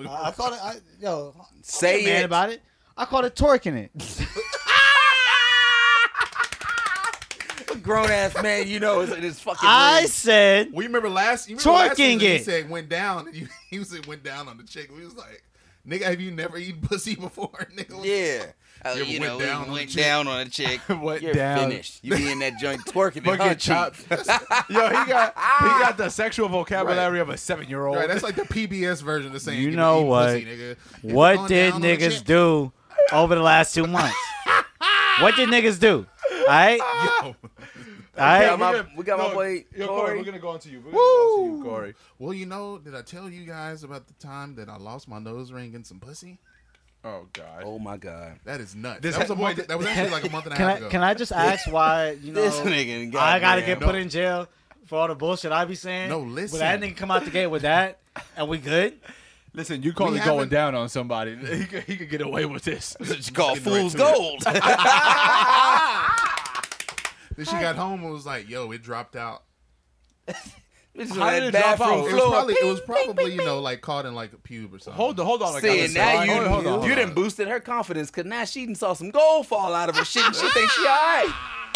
Speaker 2: I, I called it. I, yo, I'm
Speaker 3: Say
Speaker 2: mad
Speaker 3: it.
Speaker 2: about it. I called it torquing it.
Speaker 3: Grown ass man, you know is in his fucking.
Speaker 2: I
Speaker 3: room.
Speaker 2: said
Speaker 4: We remember last. You remember last
Speaker 2: Twerking
Speaker 4: season He
Speaker 2: it.
Speaker 4: said went down, and you, he said went down on the chick. We was like, "Nigga, have you never eaten pussy before?" Nigga, was-
Speaker 3: Yeah. Oh,
Speaker 4: You ever
Speaker 3: you
Speaker 4: went
Speaker 3: know,
Speaker 4: down on
Speaker 3: went,
Speaker 4: a chick?
Speaker 3: down on a chick.
Speaker 1: Went
Speaker 3: You're
Speaker 1: down.
Speaker 3: finished. You be in that joint twerking it,
Speaker 1: Fucking
Speaker 3: huh,
Speaker 1: chopped.
Speaker 3: chief?
Speaker 1: Yo, he got he got the sexual vocabulary of a seven year old.
Speaker 4: Right, that's like the PBS version of saying
Speaker 2: You
Speaker 4: you
Speaker 2: know
Speaker 4: know
Speaker 2: what?
Speaker 4: Pussy, nigga. You
Speaker 2: What
Speaker 4: gone
Speaker 2: did
Speaker 4: down on a
Speaker 2: niggas
Speaker 4: chick?
Speaker 2: do over the last two months? what did niggas do? All right,
Speaker 4: Yo.
Speaker 2: all right.
Speaker 3: Yeah, my- we got my boy,
Speaker 1: Yo,
Speaker 3: Corey.
Speaker 1: Corey, we're gonna go on to you. We're gonna go on to you,
Speaker 4: Woo!
Speaker 1: Corey.
Speaker 4: Well, you know, did I tell you guys about the time that I lost my nose ring and some pussy?
Speaker 1: Oh God.
Speaker 3: Oh my god.
Speaker 4: That is nuts.
Speaker 1: This
Speaker 4: that was a
Speaker 1: ha-
Speaker 4: month.
Speaker 1: wait,
Speaker 4: that was actually like a month and a
Speaker 2: Can
Speaker 4: half
Speaker 2: I
Speaker 4: ago.
Speaker 2: can I just ask why you know
Speaker 3: This nigga.
Speaker 2: I gotta
Speaker 3: goddamn.
Speaker 2: get put in jail for all the bullshit I be saying?
Speaker 4: No,
Speaker 2: Would that
Speaker 4: listen.
Speaker 2: nigga come out the gate with that? And we good?
Speaker 1: Listen, you call
Speaker 4: We
Speaker 1: it going
Speaker 4: haven't-
Speaker 1: down on somebody. He could, he could get away with this.
Speaker 3: It's called
Speaker 4: Getting right
Speaker 3: fool's
Speaker 4: to it.
Speaker 3: gold.
Speaker 4: Then she got home and was like, "Yo, it dropped out."
Speaker 3: This is
Speaker 1: How did
Speaker 3: that
Speaker 1: it drop
Speaker 3: bathroom
Speaker 1: out?
Speaker 4: It was
Speaker 3: floor.
Speaker 4: probably, it was probably you know, like caught in like a pube or something.
Speaker 1: Hold on, hold on. Like, I
Speaker 3: See,
Speaker 1: was
Speaker 3: now
Speaker 1: saying,
Speaker 3: you
Speaker 1: hold on, hold on,
Speaker 3: you
Speaker 1: hold
Speaker 3: done boosted her confidence because now she done saw some gold fall out of her shit and she thinks she all right.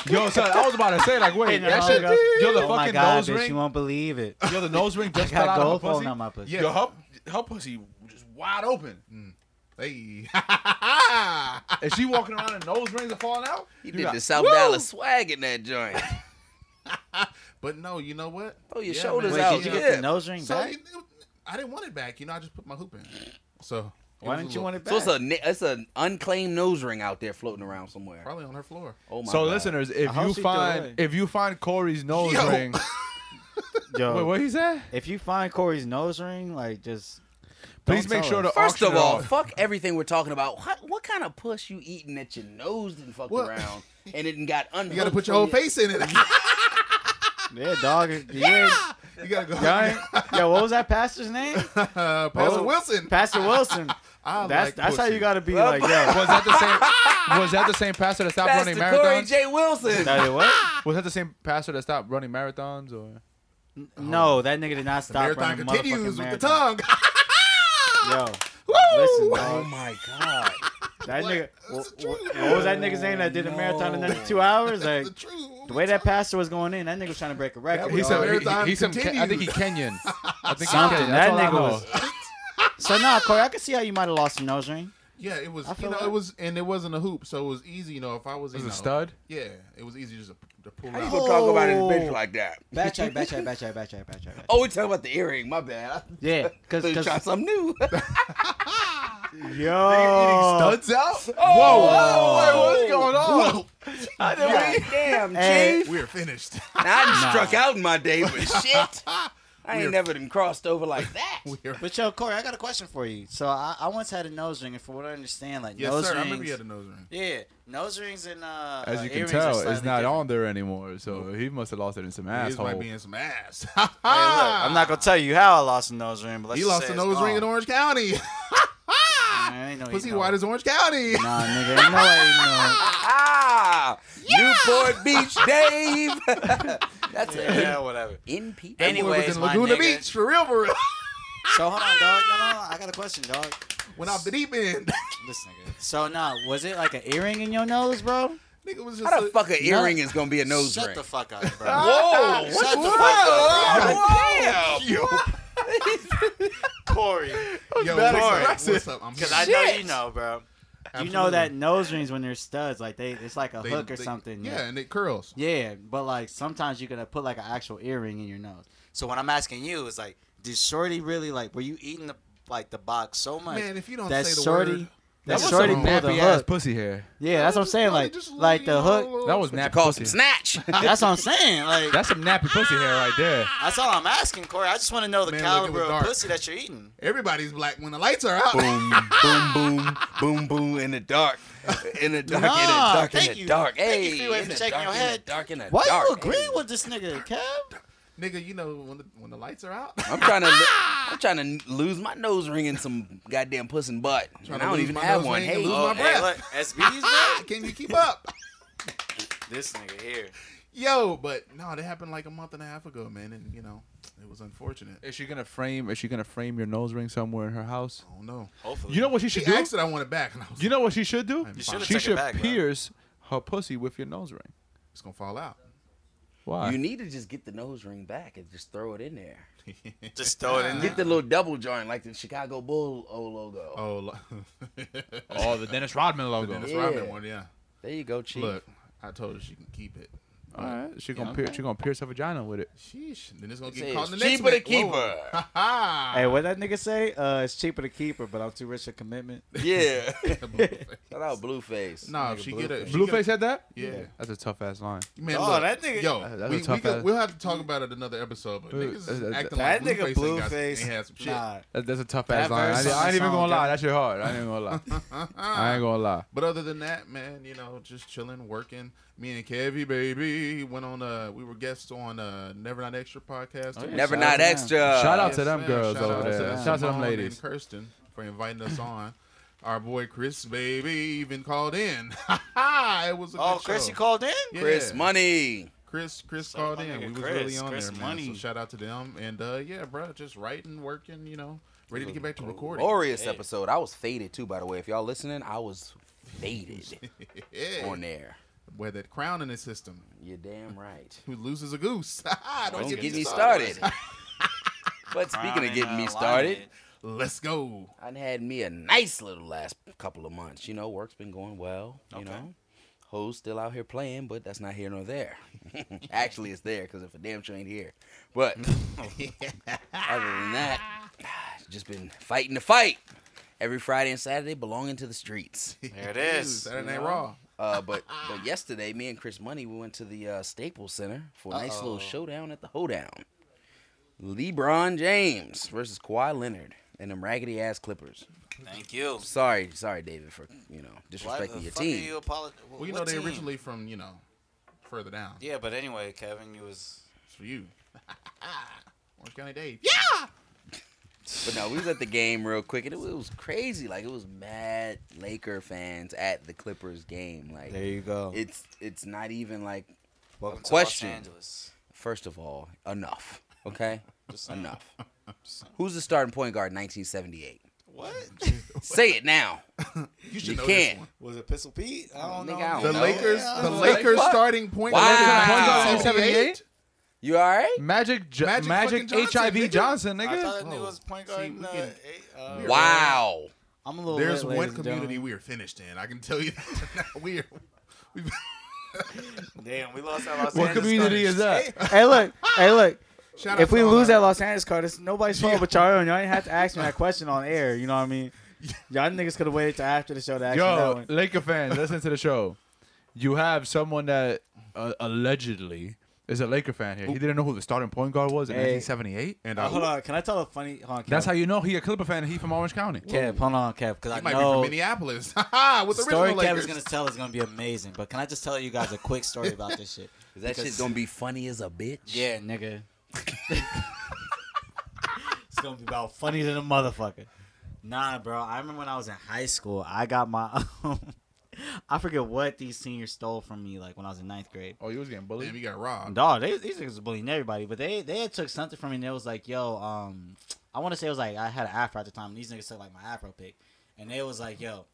Speaker 1: on. Yo, son, I was about to say like, wait,
Speaker 2: And the
Speaker 1: that
Speaker 2: homegirl
Speaker 1: shit.
Speaker 2: goes,
Speaker 1: Yo, the
Speaker 2: oh my
Speaker 1: fucking
Speaker 2: god,
Speaker 1: nose
Speaker 2: bitch,
Speaker 1: ring.
Speaker 2: you won't believe it.
Speaker 1: Yo, the nose ring just fell out
Speaker 2: Got
Speaker 1: of
Speaker 2: gold
Speaker 1: her
Speaker 2: phone
Speaker 1: pussy.
Speaker 2: on my pussy.
Speaker 4: Yeah.
Speaker 1: Yo, her, her pussy just wide open.
Speaker 4: Hey.
Speaker 1: Is she walking around and nose rings are falling out?
Speaker 3: You
Speaker 1: You
Speaker 3: did
Speaker 1: got-
Speaker 3: the South
Speaker 1: Woo!
Speaker 3: Dallas swag in that joint.
Speaker 4: but no, you know what?
Speaker 3: Throw your
Speaker 4: Yeah,
Speaker 3: shoulders
Speaker 4: man.
Speaker 3: out.
Speaker 2: Wait, did you get
Speaker 3: yeah.
Speaker 2: the nose ring
Speaker 4: So
Speaker 2: back?
Speaker 4: you, I didn't want it back. You know, I just put my hoop in. So it
Speaker 2: Why
Speaker 4: was
Speaker 2: didn't
Speaker 4: a
Speaker 2: you
Speaker 4: little-
Speaker 2: want it back?
Speaker 3: So it's a ni- it's an unclaimed nose ring out there floating around somewhere.
Speaker 4: Probably on her floor.
Speaker 3: Oh my
Speaker 1: So
Speaker 3: God.
Speaker 1: listeners, if
Speaker 2: hope
Speaker 1: you
Speaker 2: she threw it away.
Speaker 1: find if you find Corey's nose
Speaker 4: Yo.
Speaker 1: ring,
Speaker 2: Yo,
Speaker 1: wait, what he said?
Speaker 2: if you find Corey's nose ring, like just
Speaker 1: Please
Speaker 2: Don't
Speaker 1: make
Speaker 2: tell
Speaker 1: sure
Speaker 2: us.
Speaker 1: to
Speaker 3: First
Speaker 1: auction
Speaker 3: of
Speaker 1: it
Speaker 3: all,
Speaker 1: off.
Speaker 3: fuck everything we're talking about. What, what kind of puss you eating that your nose didn't fuck
Speaker 4: Well-
Speaker 3: around and it done got unhooked?
Speaker 4: You got to put your whole
Speaker 3: from
Speaker 4: face in it.
Speaker 2: yeah, dog. Yeah,
Speaker 4: you got to go.
Speaker 2: yo, what was that pastor's name?
Speaker 4: Uh, Pastor
Speaker 2: Oh.
Speaker 4: Wilson.
Speaker 2: Pastor Wilson.
Speaker 4: I
Speaker 2: That's
Speaker 4: like
Speaker 2: that's how
Speaker 4: pussy.
Speaker 2: you gotta be
Speaker 3: Well,
Speaker 2: like, yo.
Speaker 1: Was that the same? was that the same pastor that stopped
Speaker 3: Pastor
Speaker 1: running
Speaker 3: Corey
Speaker 1: marathons?
Speaker 3: J. Wilson.
Speaker 2: Tell you what?
Speaker 1: was that the same pastor that stopped running marathons? Or
Speaker 2: No, that nigga did not
Speaker 4: The
Speaker 2: stop
Speaker 4: marathon
Speaker 2: running
Speaker 4: continues with
Speaker 2: motherfucking
Speaker 4: the tongue.
Speaker 2: marathon. Yo, listen,
Speaker 4: Woo!
Speaker 2: dog.
Speaker 3: Oh my God.
Speaker 2: That
Speaker 4: Like,
Speaker 2: nigga.
Speaker 4: that's
Speaker 2: What,
Speaker 4: the truth.
Speaker 2: what was that nigga's name that did a marathon in
Speaker 3: no.
Speaker 2: under two hours? Like
Speaker 4: That's the truth.
Speaker 2: the way that pastor was going in, that nigga was trying to break a record.
Speaker 4: That was
Speaker 2: dog.
Speaker 4: a- marathon
Speaker 1: he's some. Ke- I think he
Speaker 4: continues.
Speaker 1: Kenyan. I think
Speaker 2: Something.
Speaker 1: He Kenyan. That's
Speaker 2: That
Speaker 1: all I
Speaker 2: nigga
Speaker 1: know.
Speaker 2: was- so nah, Corey, I can see how you might have lost your nose ring.
Speaker 4: Yeah, it was.
Speaker 2: I
Speaker 4: You
Speaker 2: feel
Speaker 4: know,
Speaker 2: that.
Speaker 4: it was, and it wasn't a hoop, so it was easy. You know, if I was,
Speaker 1: It was
Speaker 4: you
Speaker 1: a
Speaker 4: know,
Speaker 1: stud.
Speaker 4: Yeah, it was easy just to, to pull
Speaker 3: How you
Speaker 4: out.
Speaker 3: gonna talk about his
Speaker 1: Oh.
Speaker 3: bitch like that?
Speaker 2: Backtrack, backtrack, backtrack, backtrack, backtrack. backtrack.
Speaker 3: Oh, we talking about the earring. My bad.
Speaker 2: Yeah,
Speaker 3: Cause,
Speaker 2: because
Speaker 3: try something new.
Speaker 2: yo,
Speaker 1: Studs out.
Speaker 3: Oh,
Speaker 1: Whoa! Wait, what's going on?
Speaker 3: I didn't wait. Damn,
Speaker 2: Hey.
Speaker 3: chief.
Speaker 4: We're finished.
Speaker 3: Now, I done struck out in my day, but shit, I ain't never been crossed over like that.
Speaker 4: We're,
Speaker 2: but yo, Corey, I got a question for you. So I, I once had a nose ring, and from what I understand, like
Speaker 4: yes,
Speaker 2: nose
Speaker 4: sir. I
Speaker 2: rings,
Speaker 4: remember you had a nose ring.
Speaker 2: yeah, nose rings and uh,
Speaker 1: As
Speaker 2: uh,
Speaker 1: you can
Speaker 2: earrings are
Speaker 1: tell,
Speaker 2: slightly
Speaker 1: it's not
Speaker 2: different.
Speaker 1: on there anymore. So he must have lost it in some
Speaker 4: His
Speaker 1: asshole.
Speaker 4: might be in some ass.
Speaker 2: Hey, look, I'm not gonna tell you how I lost a nose ring, but let's
Speaker 4: He
Speaker 2: just
Speaker 4: lost
Speaker 2: say
Speaker 4: a
Speaker 2: it's
Speaker 4: nose ring
Speaker 2: gone.
Speaker 4: in Orange County.
Speaker 2: Man, ain't no
Speaker 4: Pussy
Speaker 2: eating
Speaker 4: white
Speaker 2: oh. no-
Speaker 4: as Orange County.
Speaker 2: Nah, nigga, ain't no eating no.
Speaker 3: Ah, Newport Beach, Dave. That's
Speaker 2: Yeah,
Speaker 3: it.
Speaker 2: whatever.
Speaker 3: NP.
Speaker 4: That boy was
Speaker 2: Anyways,
Speaker 4: in
Speaker 2: my
Speaker 4: Laguna
Speaker 2: nigga.
Speaker 4: Beach for real, for real.
Speaker 2: So hold on, dog. No, no, I got a question, dog.
Speaker 4: Went off the deep end.
Speaker 2: This nigga. So nah, was it like an earring in your nose, bro?
Speaker 4: Nigga was just.
Speaker 3: How the
Speaker 4: a-
Speaker 3: fuck an
Speaker 2: No.
Speaker 3: earring is gonna be a nose
Speaker 2: Shut
Speaker 3: ring?
Speaker 2: the fuck up, bro.
Speaker 3: Whoa!
Speaker 2: Shut
Speaker 3: What
Speaker 2: the
Speaker 3: the
Speaker 2: fuck
Speaker 3: fuck?
Speaker 2: up,
Speaker 3: God
Speaker 4: Yo,
Speaker 2: Corey,
Speaker 4: yo,
Speaker 2: Better
Speaker 4: what's
Speaker 2: aggressive.
Speaker 4: up? What's up? I'm
Speaker 2: because
Speaker 4: here.
Speaker 2: I know
Speaker 3: Shit.
Speaker 2: you know, bro. You
Speaker 4: Absolutely.
Speaker 2: know that nose rings when they're studs, like they, it's like a
Speaker 4: They-
Speaker 2: hook or
Speaker 4: they-
Speaker 2: something.
Speaker 4: Yeah, and it curls.
Speaker 2: Yeah, but like sometimes you could put like an actual earring in your nose. So when I'm asking you, it's like, did Shorty really like? Were you eating the like the box so much
Speaker 4: Man, if you don't
Speaker 2: that
Speaker 4: say the
Speaker 2: Shorty
Speaker 4: word,
Speaker 2: that,
Speaker 4: was
Speaker 2: Shorty
Speaker 4: some
Speaker 2: pulled the
Speaker 1: ass
Speaker 2: hook?
Speaker 1: pussy hair.
Speaker 2: Yeah, that's what I'm saying. Like like the hook.
Speaker 1: That was nappy
Speaker 3: Call some
Speaker 1: pussy.
Speaker 3: snatch.
Speaker 2: That's what I'm saying. Like
Speaker 1: That's some nappy pussy hair right there.
Speaker 2: that's all I'm asking, Corey. I just want to know the
Speaker 4: Man, look, it
Speaker 2: caliber
Speaker 4: was
Speaker 2: of
Speaker 4: dark.
Speaker 2: pussy that you're eating.
Speaker 4: Everybody's black when the lights are out.
Speaker 3: boom, boom, boom, boom, boom in the dark, in the dark, in the
Speaker 2: Nah,
Speaker 3: dark, in
Speaker 2: thank
Speaker 3: the
Speaker 2: you.
Speaker 3: dark.
Speaker 2: Thank you,
Speaker 3: Hey,
Speaker 2: Freeway,
Speaker 3: in
Speaker 2: for
Speaker 3: the
Speaker 2: shaking
Speaker 3: dark,
Speaker 2: your
Speaker 3: in the
Speaker 2: head.
Speaker 3: dark, in the
Speaker 2: Why
Speaker 3: dark.
Speaker 2: you agree
Speaker 3: Hey.
Speaker 2: with this nigga, Kev?
Speaker 4: Nigga, you know when the, when the lights are out.
Speaker 3: I'm trying to,
Speaker 2: Ah!
Speaker 3: I'm trying to lose my nose ring in some goddamn puss and butt,
Speaker 4: Trying
Speaker 3: and
Speaker 4: to
Speaker 3: I don't
Speaker 4: lose
Speaker 3: even
Speaker 4: my
Speaker 3: have
Speaker 4: nose
Speaker 3: one.
Speaker 4: ring and
Speaker 3: Hey,
Speaker 4: lose
Speaker 3: oh,
Speaker 4: my
Speaker 3: hey,
Speaker 4: breath.
Speaker 2: look, SB's bro.
Speaker 4: Can you keep up?
Speaker 6: This nigga here.
Speaker 4: Yo, but no, that happened like a month and a half ago, man, and you know it was unfortunate.
Speaker 1: Is she gonna frame? Is she gonna frame your nose ring somewhere in her house?
Speaker 4: I don't know.
Speaker 6: Hopefully.
Speaker 1: You know what she
Speaker 4: She
Speaker 1: should do?
Speaker 4: asked that I want it back, and I was
Speaker 1: You know what she should do?
Speaker 4: You
Speaker 6: should've
Speaker 1: she
Speaker 6: took it
Speaker 1: should
Speaker 6: back, bro.
Speaker 1: pierce her pussy with your nose ring.
Speaker 4: like, it's gonna fall out.
Speaker 1: Why?
Speaker 3: You need to just get the nose ring back and just throw it in there.
Speaker 6: Just throw it in
Speaker 3: Get
Speaker 6: there.
Speaker 3: the little double joint like the Chicago Bull oh, logo.
Speaker 4: Oh, lo-
Speaker 1: oh, the Dennis Rodman
Speaker 4: the
Speaker 1: logo.
Speaker 4: Dennis
Speaker 3: Yeah.
Speaker 4: Rodman one, yeah.
Speaker 3: There you go, chief.
Speaker 4: Look, I told her she can keep it.
Speaker 1: All right, she gonna pierce. She gonna pierce her vagina with it.
Speaker 4: Sheesh. Then it's gonna
Speaker 3: Say
Speaker 4: get caught in the
Speaker 3: it's
Speaker 4: next
Speaker 3: cheaper to
Speaker 4: week.
Speaker 3: keep
Speaker 4: Whoa.
Speaker 3: her.
Speaker 4: Ha ha.
Speaker 5: Hey, what that nigga say? Uh, it's cheaper to keep her, but I'm too rich for commitment.
Speaker 3: Yeah.
Speaker 4: no,
Speaker 3: Shout out Blueface.
Speaker 4: nah,
Speaker 3: Nigga
Speaker 4: if she get a
Speaker 3: Blueface.
Speaker 4: if she
Speaker 1: Blueface
Speaker 4: Get
Speaker 1: had that.
Speaker 4: a, yeah.
Speaker 1: That's a tough ass line.
Speaker 4: Man,
Speaker 6: Oh,
Speaker 4: look,
Speaker 6: that nigga-
Speaker 4: Yo,
Speaker 1: Uh, that's
Speaker 4: we,
Speaker 1: a
Speaker 4: we
Speaker 1: tough
Speaker 4: could-
Speaker 1: ass-
Speaker 4: we'll have to talk about it another episode. But
Speaker 1: Uh,
Speaker 4: niggas is
Speaker 1: uh, uh,
Speaker 4: acting
Speaker 5: That
Speaker 4: like
Speaker 5: nigga
Speaker 4: Blueface ain't got-
Speaker 5: Blueface.
Speaker 4: ain't had some shit.
Speaker 5: Nah.
Speaker 1: That, that's a tough
Speaker 5: That
Speaker 1: ass line. I,
Speaker 5: verse on
Speaker 1: ain't- I ain't
Speaker 5: that
Speaker 1: even
Speaker 5: song,
Speaker 1: gonna lie.
Speaker 5: Kevin.
Speaker 1: That shit hard. I ain't gonna lie. I ain't gonna lie.
Speaker 4: Uh-huh. But other than that, man, you know, just chilling, working. Me and Kevy, baby, went on. Uh, we were guests on uh, Never Not Extra podcast.
Speaker 5: Oh, yeah. Shout
Speaker 3: Never
Speaker 5: out
Speaker 3: not
Speaker 5: to them.
Speaker 3: extra.
Speaker 1: Shout out
Speaker 4: Yes,
Speaker 1: to them
Speaker 4: man.
Speaker 1: girls
Speaker 4: Shout
Speaker 1: over
Speaker 4: out
Speaker 1: there.
Speaker 4: To
Speaker 1: Shout out to them
Speaker 4: Simone
Speaker 1: ladies.
Speaker 4: And Kirsten for inviting us on. Our boy Chris, baby, even called in. it was a
Speaker 6: Oh,
Speaker 4: good
Speaker 6: Chris,
Speaker 4: show.
Speaker 6: you called in?
Speaker 4: Yeah.
Speaker 3: Chris Money.
Speaker 4: Chris, Chris
Speaker 6: So
Speaker 4: called
Speaker 6: my
Speaker 4: in.
Speaker 6: nigga
Speaker 4: We was
Speaker 6: Chris,
Speaker 4: really on
Speaker 6: Chris
Speaker 4: there, man. So
Speaker 6: Money.
Speaker 4: shout out to them. And uh, yeah, bro, just writing, working, you know, ready to get back to recording.
Speaker 3: Glorious episode. I was faded too, by the way. If y'all listening, I was faded
Speaker 4: yeah.
Speaker 3: on there.
Speaker 4: With that crown in his system,
Speaker 3: You're damn right.
Speaker 4: who loses a goose? Don't
Speaker 3: Don't
Speaker 4: get
Speaker 3: get
Speaker 4: me
Speaker 3: me started. but speaking
Speaker 6: Crying
Speaker 3: of getting me
Speaker 6: out
Speaker 3: started,
Speaker 6: loud.
Speaker 4: Let's go.
Speaker 3: I had me a nice little last couple of months. You know, work's been going well. You know, hoes still out here playing, but that's not here nor there. Actually, it's there because if a damn show ain't here. But other than that, just been fighting the fight every Friday and Saturday, belonging to the streets.
Speaker 6: There it is.
Speaker 4: Saturday Night Raw.
Speaker 3: Uh, but but yesterday, me and Chris Money, we went to the uh, Staples Center for a nice little showdown at the hoedown. LeBron James versus Kawhi Leonard and them raggedy ass Clippers.
Speaker 6: Thank you.
Speaker 3: Sorry, sorry, David, for you know
Speaker 6: Why the
Speaker 3: disrespecting your
Speaker 6: fuck are
Speaker 3: team.
Speaker 6: you apolog-
Speaker 4: Well, you
Speaker 6: what
Speaker 4: know they
Speaker 6: team?
Speaker 4: originally from you know further down.
Speaker 6: Yeah, but anyway, Kevin, you was.
Speaker 4: It's for you. Orange County Dave. Yeah.
Speaker 3: But no, we was at the game real quick, and it, was- it was crazy. Like it was mad Laker fans at the Clippers game. Like
Speaker 2: There you go.
Speaker 3: it's it's not even like
Speaker 6: Welcome
Speaker 3: question.
Speaker 6: to Los Angeles.
Speaker 3: first of all enough. Okay,
Speaker 6: Just saying.
Speaker 3: enough. Who's the starting point guard? in 1978.
Speaker 6: What?
Speaker 3: Say it now.
Speaker 4: You should
Speaker 3: You
Speaker 4: know
Speaker 3: can't.
Speaker 4: this
Speaker 2: Was it Pistol Pete? I don't
Speaker 3: Nigga,
Speaker 2: know.
Speaker 3: I
Speaker 4: one. The
Speaker 3: don't know.
Speaker 4: Lakers,
Speaker 3: Yeah.
Speaker 4: the
Speaker 3: Like,
Speaker 4: Lakers
Speaker 3: what?
Speaker 4: starting point.
Speaker 3: Wow.
Speaker 4: guard in
Speaker 3: Wow.
Speaker 4: 1978?
Speaker 3: You all right?
Speaker 1: Magic, jo-
Speaker 4: Magic
Speaker 1: Magic,
Speaker 4: fucking Johnson,
Speaker 1: HIV
Speaker 4: nigga.
Speaker 1: Johnson,
Speaker 6: I
Speaker 1: nigga.
Speaker 6: thought that nigga was point
Speaker 4: Oh, See,
Speaker 6: guard. in
Speaker 4: we
Speaker 6: uh,
Speaker 4: can-
Speaker 6: eight, uh,
Speaker 3: Wow.
Speaker 5: I'm a
Speaker 2: Oh,
Speaker 5: little.
Speaker 4: There's
Speaker 5: lit,
Speaker 4: one
Speaker 5: ladies and
Speaker 4: community
Speaker 5: gentlemen.
Speaker 4: we are finished in. I can tell you that. now. we are. We've,
Speaker 6: Damn, we lost our Los
Speaker 1: What
Speaker 6: Angeles
Speaker 1: community
Speaker 6: Clippers.
Speaker 1: is that?
Speaker 5: Hey, look. Hey, look.
Speaker 4: shout out
Speaker 5: if
Speaker 4: to
Speaker 5: we
Speaker 4: all
Speaker 5: lose that
Speaker 4: our-
Speaker 5: Los Angeles card, it's nobody's fault but y'all. And y'all didn't have to ask me that question on air. You know what I mean? Y'all niggas could have waited till after the show to ask me that
Speaker 1: Yo,
Speaker 5: one.
Speaker 1: Laker fans, listen to the show. You have someone that uh, allegedly is a Laker fan here. He didn't know who the starting point guard was in
Speaker 5: Hey.
Speaker 1: 1978.
Speaker 4: and
Speaker 5: Uh,
Speaker 4: uh,
Speaker 5: hold on. Can I tell a funny? Hold on. Kev.
Speaker 1: That's how you know he a Clipper fan. and He from Orange County.
Speaker 2: Kev,
Speaker 5: Kev, hold on, Kev, because I
Speaker 4: you might be
Speaker 2: No.
Speaker 4: from Minneapolis. Ha ha, With
Speaker 2: The
Speaker 4: the
Speaker 2: story
Speaker 4: original
Speaker 2: Kev
Speaker 4: Lakers.
Speaker 2: is gonna tell is gonna be amazing. But can I just tell you guys a quick story about this shit?
Speaker 3: Is that shit gonna be funny as a bitch?
Speaker 2: Yeah,
Speaker 5: nigga.
Speaker 2: It's gonna be about funny than a motherfucker. Nah, bro. I remember when I was in high school, I got my. I forget what these seniors stole from me, like when I was in ninth grade.
Speaker 1: Oh, you was getting
Speaker 4: Damn,
Speaker 1: bullied.
Speaker 4: you got robbed.
Speaker 2: Dog, they, these niggas was bullying everybody, but they they had took something from me. and They was like, yo, um, I want to say it was like I had an afro at the time. And these niggas took like my afro pick, and they was like, yo,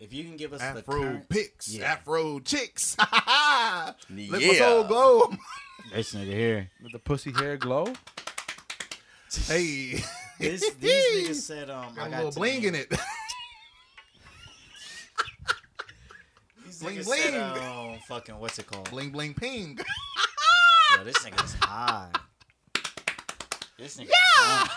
Speaker 2: if you can give us the
Speaker 4: Afro
Speaker 2: current,
Speaker 4: picks,
Speaker 2: Yeah.
Speaker 4: Afro chicks. Ha ha. ha. Let my
Speaker 3: Yeah.
Speaker 4: soul glow.
Speaker 2: this nigga here,
Speaker 1: With the pussy hair glow.
Speaker 4: Hey,
Speaker 2: this, these niggas said, um,
Speaker 4: got
Speaker 2: I
Speaker 4: a
Speaker 2: got
Speaker 4: little
Speaker 2: to-
Speaker 4: bling in it.
Speaker 2: These
Speaker 4: Bling,
Speaker 2: niggas said,
Speaker 4: bling.
Speaker 2: um, fucking what's it called?
Speaker 4: bling bling ping.
Speaker 2: Yo, this nigga is high. This nigga. is high.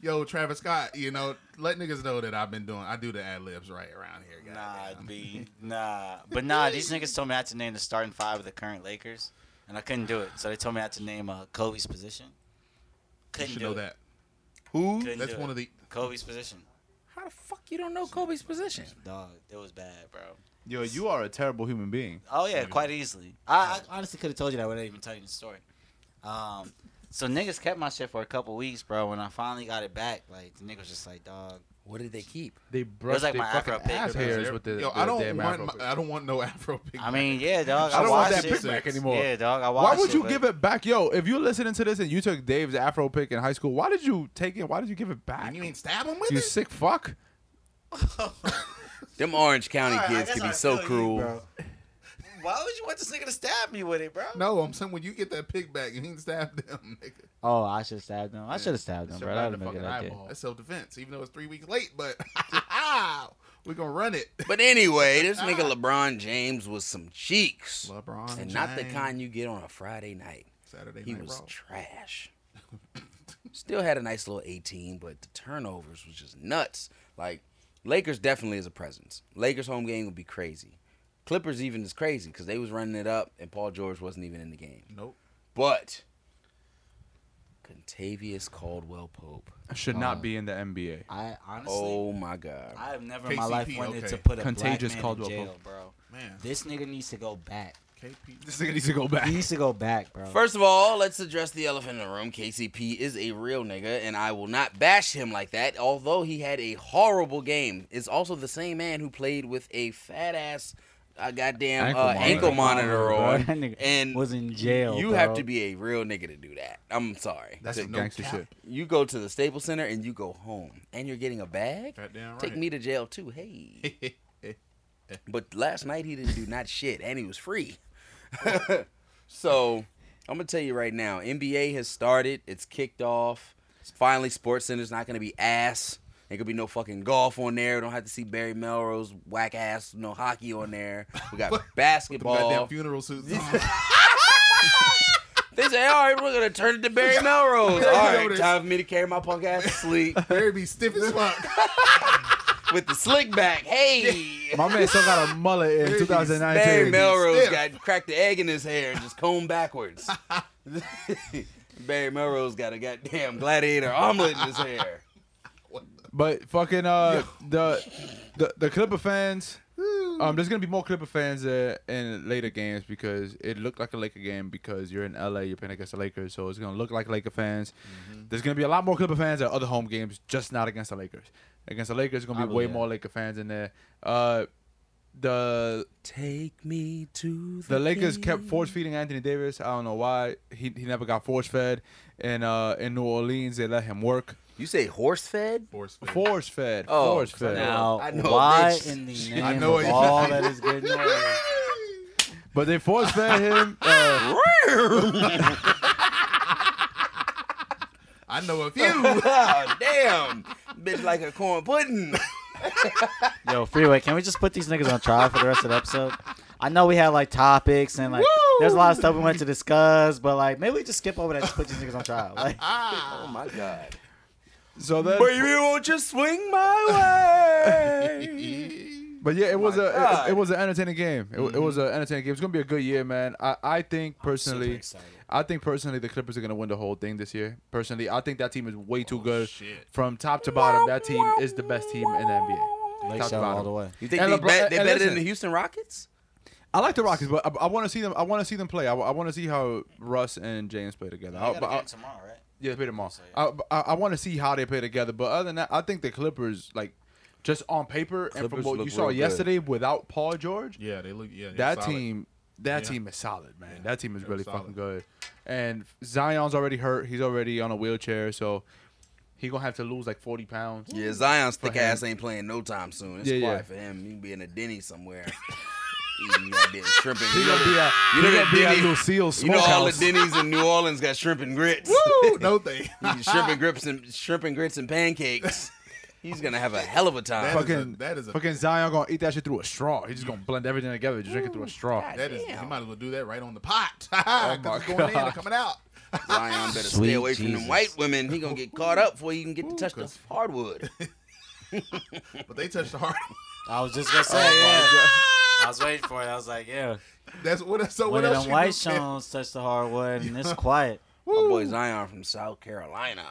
Speaker 4: Yo, Travis Scott, you know, let niggas know that I've been doing. I do the ad libs right around here, guys.
Speaker 2: Nah, B. Nah. But nah, these niggas told me I had to name the starting five of the current Lakers, and I couldn't do it. So they told me I had to name uh, Kobe's position.
Speaker 4: you
Speaker 2: Couldn't
Speaker 4: should
Speaker 2: do
Speaker 4: know
Speaker 2: it.
Speaker 4: that.
Speaker 3: Who?
Speaker 2: Couldn't
Speaker 4: That's
Speaker 2: do
Speaker 4: one
Speaker 2: it.
Speaker 4: of the.
Speaker 2: Kobe's position.
Speaker 3: How the fuck you don't know Kobe's position?
Speaker 2: Dog, it was bad, bro.
Speaker 1: Yo, you are a terrible human being.
Speaker 2: Oh yeah, quite easily. I, I honestly could have told you that without even telling you the story. Um, so niggas kept my shit for a couple weeks, bro. When I finally got it back, like the niggas just like, dog,
Speaker 3: What did they keep?
Speaker 1: They brush
Speaker 6: like
Speaker 1: their
Speaker 6: my
Speaker 1: fucking
Speaker 6: afro pick.
Speaker 1: ass hairs with the,
Speaker 4: Yo,
Speaker 1: the
Speaker 4: I don't
Speaker 1: damn
Speaker 4: want
Speaker 1: afro
Speaker 4: my,
Speaker 1: pick.
Speaker 4: I don't want no afro pick.
Speaker 6: I mean, yeah, dog.
Speaker 1: I don't want
Speaker 6: watched
Speaker 1: that
Speaker 6: it.
Speaker 1: pick back anymore.
Speaker 6: Yeah, dog. I
Speaker 1: Why
Speaker 6: watched
Speaker 1: would
Speaker 6: it,
Speaker 1: you
Speaker 6: but-
Speaker 1: give it back? Yo, if you're listening to this and you took Dave's afro pick in high school, why did you take it? Why did you give it back?
Speaker 4: and you ain't stab him with
Speaker 1: You
Speaker 4: it.
Speaker 1: sick fuck.
Speaker 3: Them Orange County
Speaker 6: All right, I
Speaker 3: kids
Speaker 6: guess
Speaker 3: can be
Speaker 6: I
Speaker 3: so
Speaker 6: feel you,
Speaker 3: cruel.
Speaker 6: bro. Why would you want this nigga to stab me with it, bro?
Speaker 4: no, I'm saying when you get that pick back, you ain't stab them. Nigga.
Speaker 5: Oh, I should have stabbed him. I should have stabbed him,
Speaker 4: It's
Speaker 5: bro.
Speaker 4: right
Speaker 5: That
Speaker 4: in
Speaker 5: would
Speaker 4: the
Speaker 5: have been a
Speaker 4: fucking
Speaker 5: good idea.
Speaker 4: eyeball. That's self-defense, even though it's three weeks late. But we're gonna run it.
Speaker 3: But anyway, this nigga LeBron James was some cheeks.
Speaker 4: LeBron
Speaker 3: and not the
Speaker 4: James.
Speaker 3: kind you get on a Friday night.
Speaker 4: Saturday
Speaker 3: He
Speaker 4: Night
Speaker 3: was
Speaker 4: Raw.
Speaker 3: trash. Still had a nice little 18, but the turnovers was just nuts. Like Lakers definitely is a presence. Lakers home game would be crazy. Clippers even is crazy because they was running it up and Paul George wasn't even in the game.
Speaker 4: Nope.
Speaker 3: But Contavious Caldwell Pope.
Speaker 1: Should not be in the NBA.
Speaker 2: I honestly,
Speaker 3: Oh my God.
Speaker 2: I have never in my
Speaker 4: KCP,
Speaker 2: life wanted
Speaker 4: okay.
Speaker 2: to put a
Speaker 1: Contagious
Speaker 2: black man
Speaker 1: Caldwell
Speaker 2: in jail,
Speaker 1: Pope.
Speaker 2: bro.
Speaker 4: Man,
Speaker 2: This nigga needs to go back.
Speaker 4: KP.
Speaker 1: This nigga needs to go back.
Speaker 2: He needs to go back, bro.
Speaker 3: First of all, let's address the elephant in the room. KCP is a real nigga, and I will not bash him like that, although he had a horrible game. It's also the same man who played with a fat ass uh, goddamn
Speaker 1: Ankle
Speaker 3: ankle, uh,
Speaker 1: monitor.
Speaker 3: ankle monitor on.
Speaker 5: That nigga
Speaker 3: And
Speaker 5: was in jail.
Speaker 3: you
Speaker 5: bro.
Speaker 3: have to be a real nigga to do that. I'm sorry.
Speaker 4: That's
Speaker 1: That's
Speaker 4: no
Speaker 1: gangster
Speaker 4: cap.
Speaker 1: shit.
Speaker 3: You go to the Staples Center and you go home, and you're getting a bag?
Speaker 4: Goddamn right.
Speaker 3: Take me to jail too. Hey. But last night he didn't do not shit, and he was free. so I'm gonna tell you right now, NBA has started. It's kicked off. Finally, Sports Center's not gonna be ass. Ain't gonna be no fucking golf on there. Don't have to see Barry Melrose whack ass. No hockey on there. We got
Speaker 4: With them goddamn
Speaker 3: basketball.
Speaker 4: funeral suits.
Speaker 3: They say, all right, we're gonna turn it to Barry Melrose. All right, time for me to carry my punk ass to sleep
Speaker 4: Barry be stiff as fuck.
Speaker 3: with the slick back. Hey.
Speaker 1: My man still got a mullet in
Speaker 4: Barry
Speaker 1: 2019.
Speaker 3: Barry Melrose
Speaker 4: Stiff.
Speaker 3: got cracked the egg in his hair and just combed backwards. Barry Melrose got a goddamn gladiator omelet in his hair.
Speaker 1: But fucking uh, the the the Clipper fans. Um, there's gonna be more Clipper fans there in later games because it looked like a Laker game because you're in LA, you're playing against the Lakers, so it's gonna look like Laker fans. There's gonna be a lot more Clipper fans at other home games, just not against the Lakers. Against the Lakers, gonna be way more Laker fans in there. Uh, the
Speaker 3: Take me to the
Speaker 1: the Lakers kept
Speaker 3: game.
Speaker 1: force feeding Anthony Davis. I don't know why he he never got force fed, and uh, in New Orleans they let him work.
Speaker 3: You say horse fed?
Speaker 4: Force fit.
Speaker 1: Force fed,
Speaker 3: Oh,
Speaker 1: force
Speaker 3: so
Speaker 1: fed.
Speaker 2: Now,
Speaker 3: I know a
Speaker 2: why
Speaker 3: bitch.
Speaker 2: in the
Speaker 4: Shit,
Speaker 2: name
Speaker 4: I know
Speaker 2: of
Speaker 4: it.
Speaker 2: all that is good news?
Speaker 1: But they force fed him. Uh,
Speaker 3: Oh,
Speaker 4: I know a few.
Speaker 3: oh, damn. Bitch like a corn pudding.
Speaker 2: Yo, Freeway, can we just put these niggas on trial for the rest of the episode? I know we had like topics and like there's a lot of stuff we went to discuss, but like maybe we just skip over that and just put these niggas on trial. Like,
Speaker 3: Oh my god.
Speaker 1: so then,
Speaker 3: Baby, won't you swing my way?
Speaker 1: but yeah, it was
Speaker 3: my
Speaker 1: a
Speaker 3: God.
Speaker 1: it, it was an entertaining game. It, w- it was an entertaining game. It's gonna be a good year, man. I, I think personally,
Speaker 3: excited.
Speaker 1: I think personally the Clippers are gonna win the whole thing this year. Personally, I think that team is way too good.
Speaker 4: shit.
Speaker 1: From top to bottom, that team is the best team in the NBA.
Speaker 2: Lake
Speaker 1: Top to
Speaker 2: Show all
Speaker 1: bottom.
Speaker 2: the way.
Speaker 3: You think
Speaker 1: And
Speaker 3: they,
Speaker 1: LeBron-
Speaker 3: bet, they
Speaker 1: and
Speaker 3: better than
Speaker 1: listen.
Speaker 3: the Houston Rockets?
Speaker 1: I like the Rockets, but I, want to see them. I want to see them play. I, want to see how Russ and James play together. I, but I,
Speaker 6: tomorrow, right?
Speaker 1: yeah, they play tomorrow.
Speaker 6: So,
Speaker 1: I, I, want to see how they play together. But other than that, I think the Clippers, like, just on paper and from
Speaker 3: Clippers
Speaker 1: what
Speaker 3: look
Speaker 1: you saw
Speaker 3: real good.
Speaker 1: yesterday without Paul George,
Speaker 4: yeah, they look. Yeah, they're
Speaker 1: that
Speaker 4: solid.
Speaker 1: team, that
Speaker 4: Yeah.
Speaker 1: team is solid, man. That team is
Speaker 4: They're
Speaker 1: really
Speaker 4: solid.
Speaker 1: fucking good. And Zion's already hurt. He's already on a wheelchair, so he gonna have to lose like forty pounds.
Speaker 3: Yeah, Zion's thick
Speaker 1: him.
Speaker 3: ass ain't playing no time soon. It's
Speaker 1: Yeah,
Speaker 3: quiet
Speaker 1: yeah.
Speaker 3: for him. He can be in a Denny somewhere. eating goddamn shrimp and
Speaker 1: He
Speaker 3: grits.
Speaker 1: gonna be at,
Speaker 3: You
Speaker 1: he
Speaker 3: know
Speaker 1: gonna
Speaker 3: that
Speaker 1: be at
Speaker 3: Denny-
Speaker 1: Lucille's
Speaker 3: You know
Speaker 1: smokehouse.
Speaker 3: all the Denny's in New Orleans got shrimp and grits.
Speaker 4: Woo, no they.
Speaker 3: Eating shrimp and grits and shrimp and grits and pancakes. He's gonna have a hell of a time.
Speaker 4: That is a-
Speaker 1: fucking
Speaker 4: that is a-
Speaker 1: fucking Zion gonna eat that shit through a straw. He's just gonna blend everything together, just drink it through a straw.
Speaker 4: That is.
Speaker 3: Damn.
Speaker 4: You might as well do that right on the pot. oh
Speaker 1: my
Speaker 4: it's going in
Speaker 1: God.
Speaker 4: and coming out.
Speaker 3: Zion better stay
Speaker 2: Sweet
Speaker 3: away from them
Speaker 2: Jesus.
Speaker 3: white women. He gonna get caught up before he can get to touch the hardwood.
Speaker 4: But they touched the heart.
Speaker 2: I was just gonna
Speaker 3: Oh,
Speaker 2: say, yeah.
Speaker 6: I was waiting for it. I was like, yeah.
Speaker 4: That's what. So
Speaker 2: One
Speaker 4: what
Speaker 2: of
Speaker 4: else?
Speaker 2: them
Speaker 4: you
Speaker 2: white
Speaker 4: do?
Speaker 2: shones touched the hardwood and it's quiet.
Speaker 3: My boy Zion from South Carolina.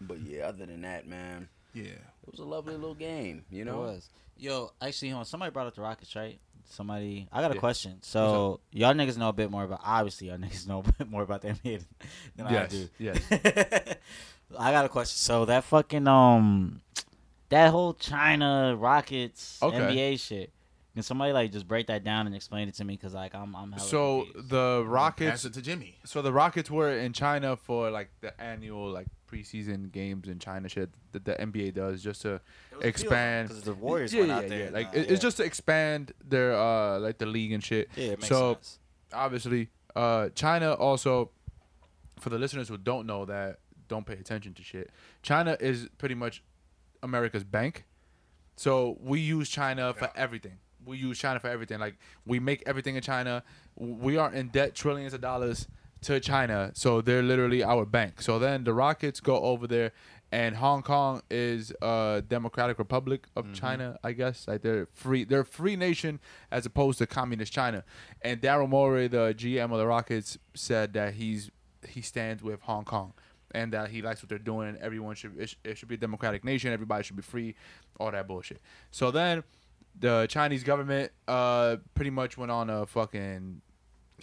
Speaker 3: But yeah, other than that, man,
Speaker 4: Yeah.
Speaker 3: it was a lovely little game. You
Speaker 2: It
Speaker 3: know,
Speaker 2: was. Yo, actually, hold on. Somebody brought up the Rockets, right? Somebody, I got a
Speaker 1: Yeah.
Speaker 2: question. So y'all niggas know a bit more about. Obviously, y'all niggas know a bit more about the NBA than than
Speaker 1: Yes,
Speaker 2: I do.
Speaker 1: yes.
Speaker 2: I got a question. So that fucking um, that whole China Rockets
Speaker 1: Okay.
Speaker 2: NBA shit. Can somebody like just break that down and explain it to me? Cause like I'm I'm hella
Speaker 1: So
Speaker 2: confused.
Speaker 1: the
Speaker 4: Pass
Speaker 1: Rockets,
Speaker 4: it to Jimmy.
Speaker 1: so the Rockets were in China for like the annual like preseason games in China shit that the NBA does just to expand.
Speaker 7: because the Warriors
Speaker 1: yeah,
Speaker 7: went
Speaker 1: yeah,
Speaker 7: out there.
Speaker 1: yeah. Like
Speaker 7: uh,
Speaker 1: it- it's just to expand their uh like the league and shit.
Speaker 7: yeah, it makes
Speaker 1: so
Speaker 7: sense.
Speaker 1: obviously, uh, China also, for the listeners who don't know that, don't pay attention to shit. China is pretty much America's bank. So we use China for everything. We use China for everything. Like we make everything in China. We are in debt trillions of dollars to China. So they're literally our bank. So then the Rockets go over there and Hong Kong is a democratic republic of China, I guess. Like they're free they're a free nation as opposed to communist China. And Daryl Morey, the GM of the Rockets, said that he's he stands with Hong Kong and that he likes what they're doing. And everyone should it, sh- it should be a democratic nation. Everybody should be free. All that bullshit. So then, the Chinese government uh pretty much went on a fucking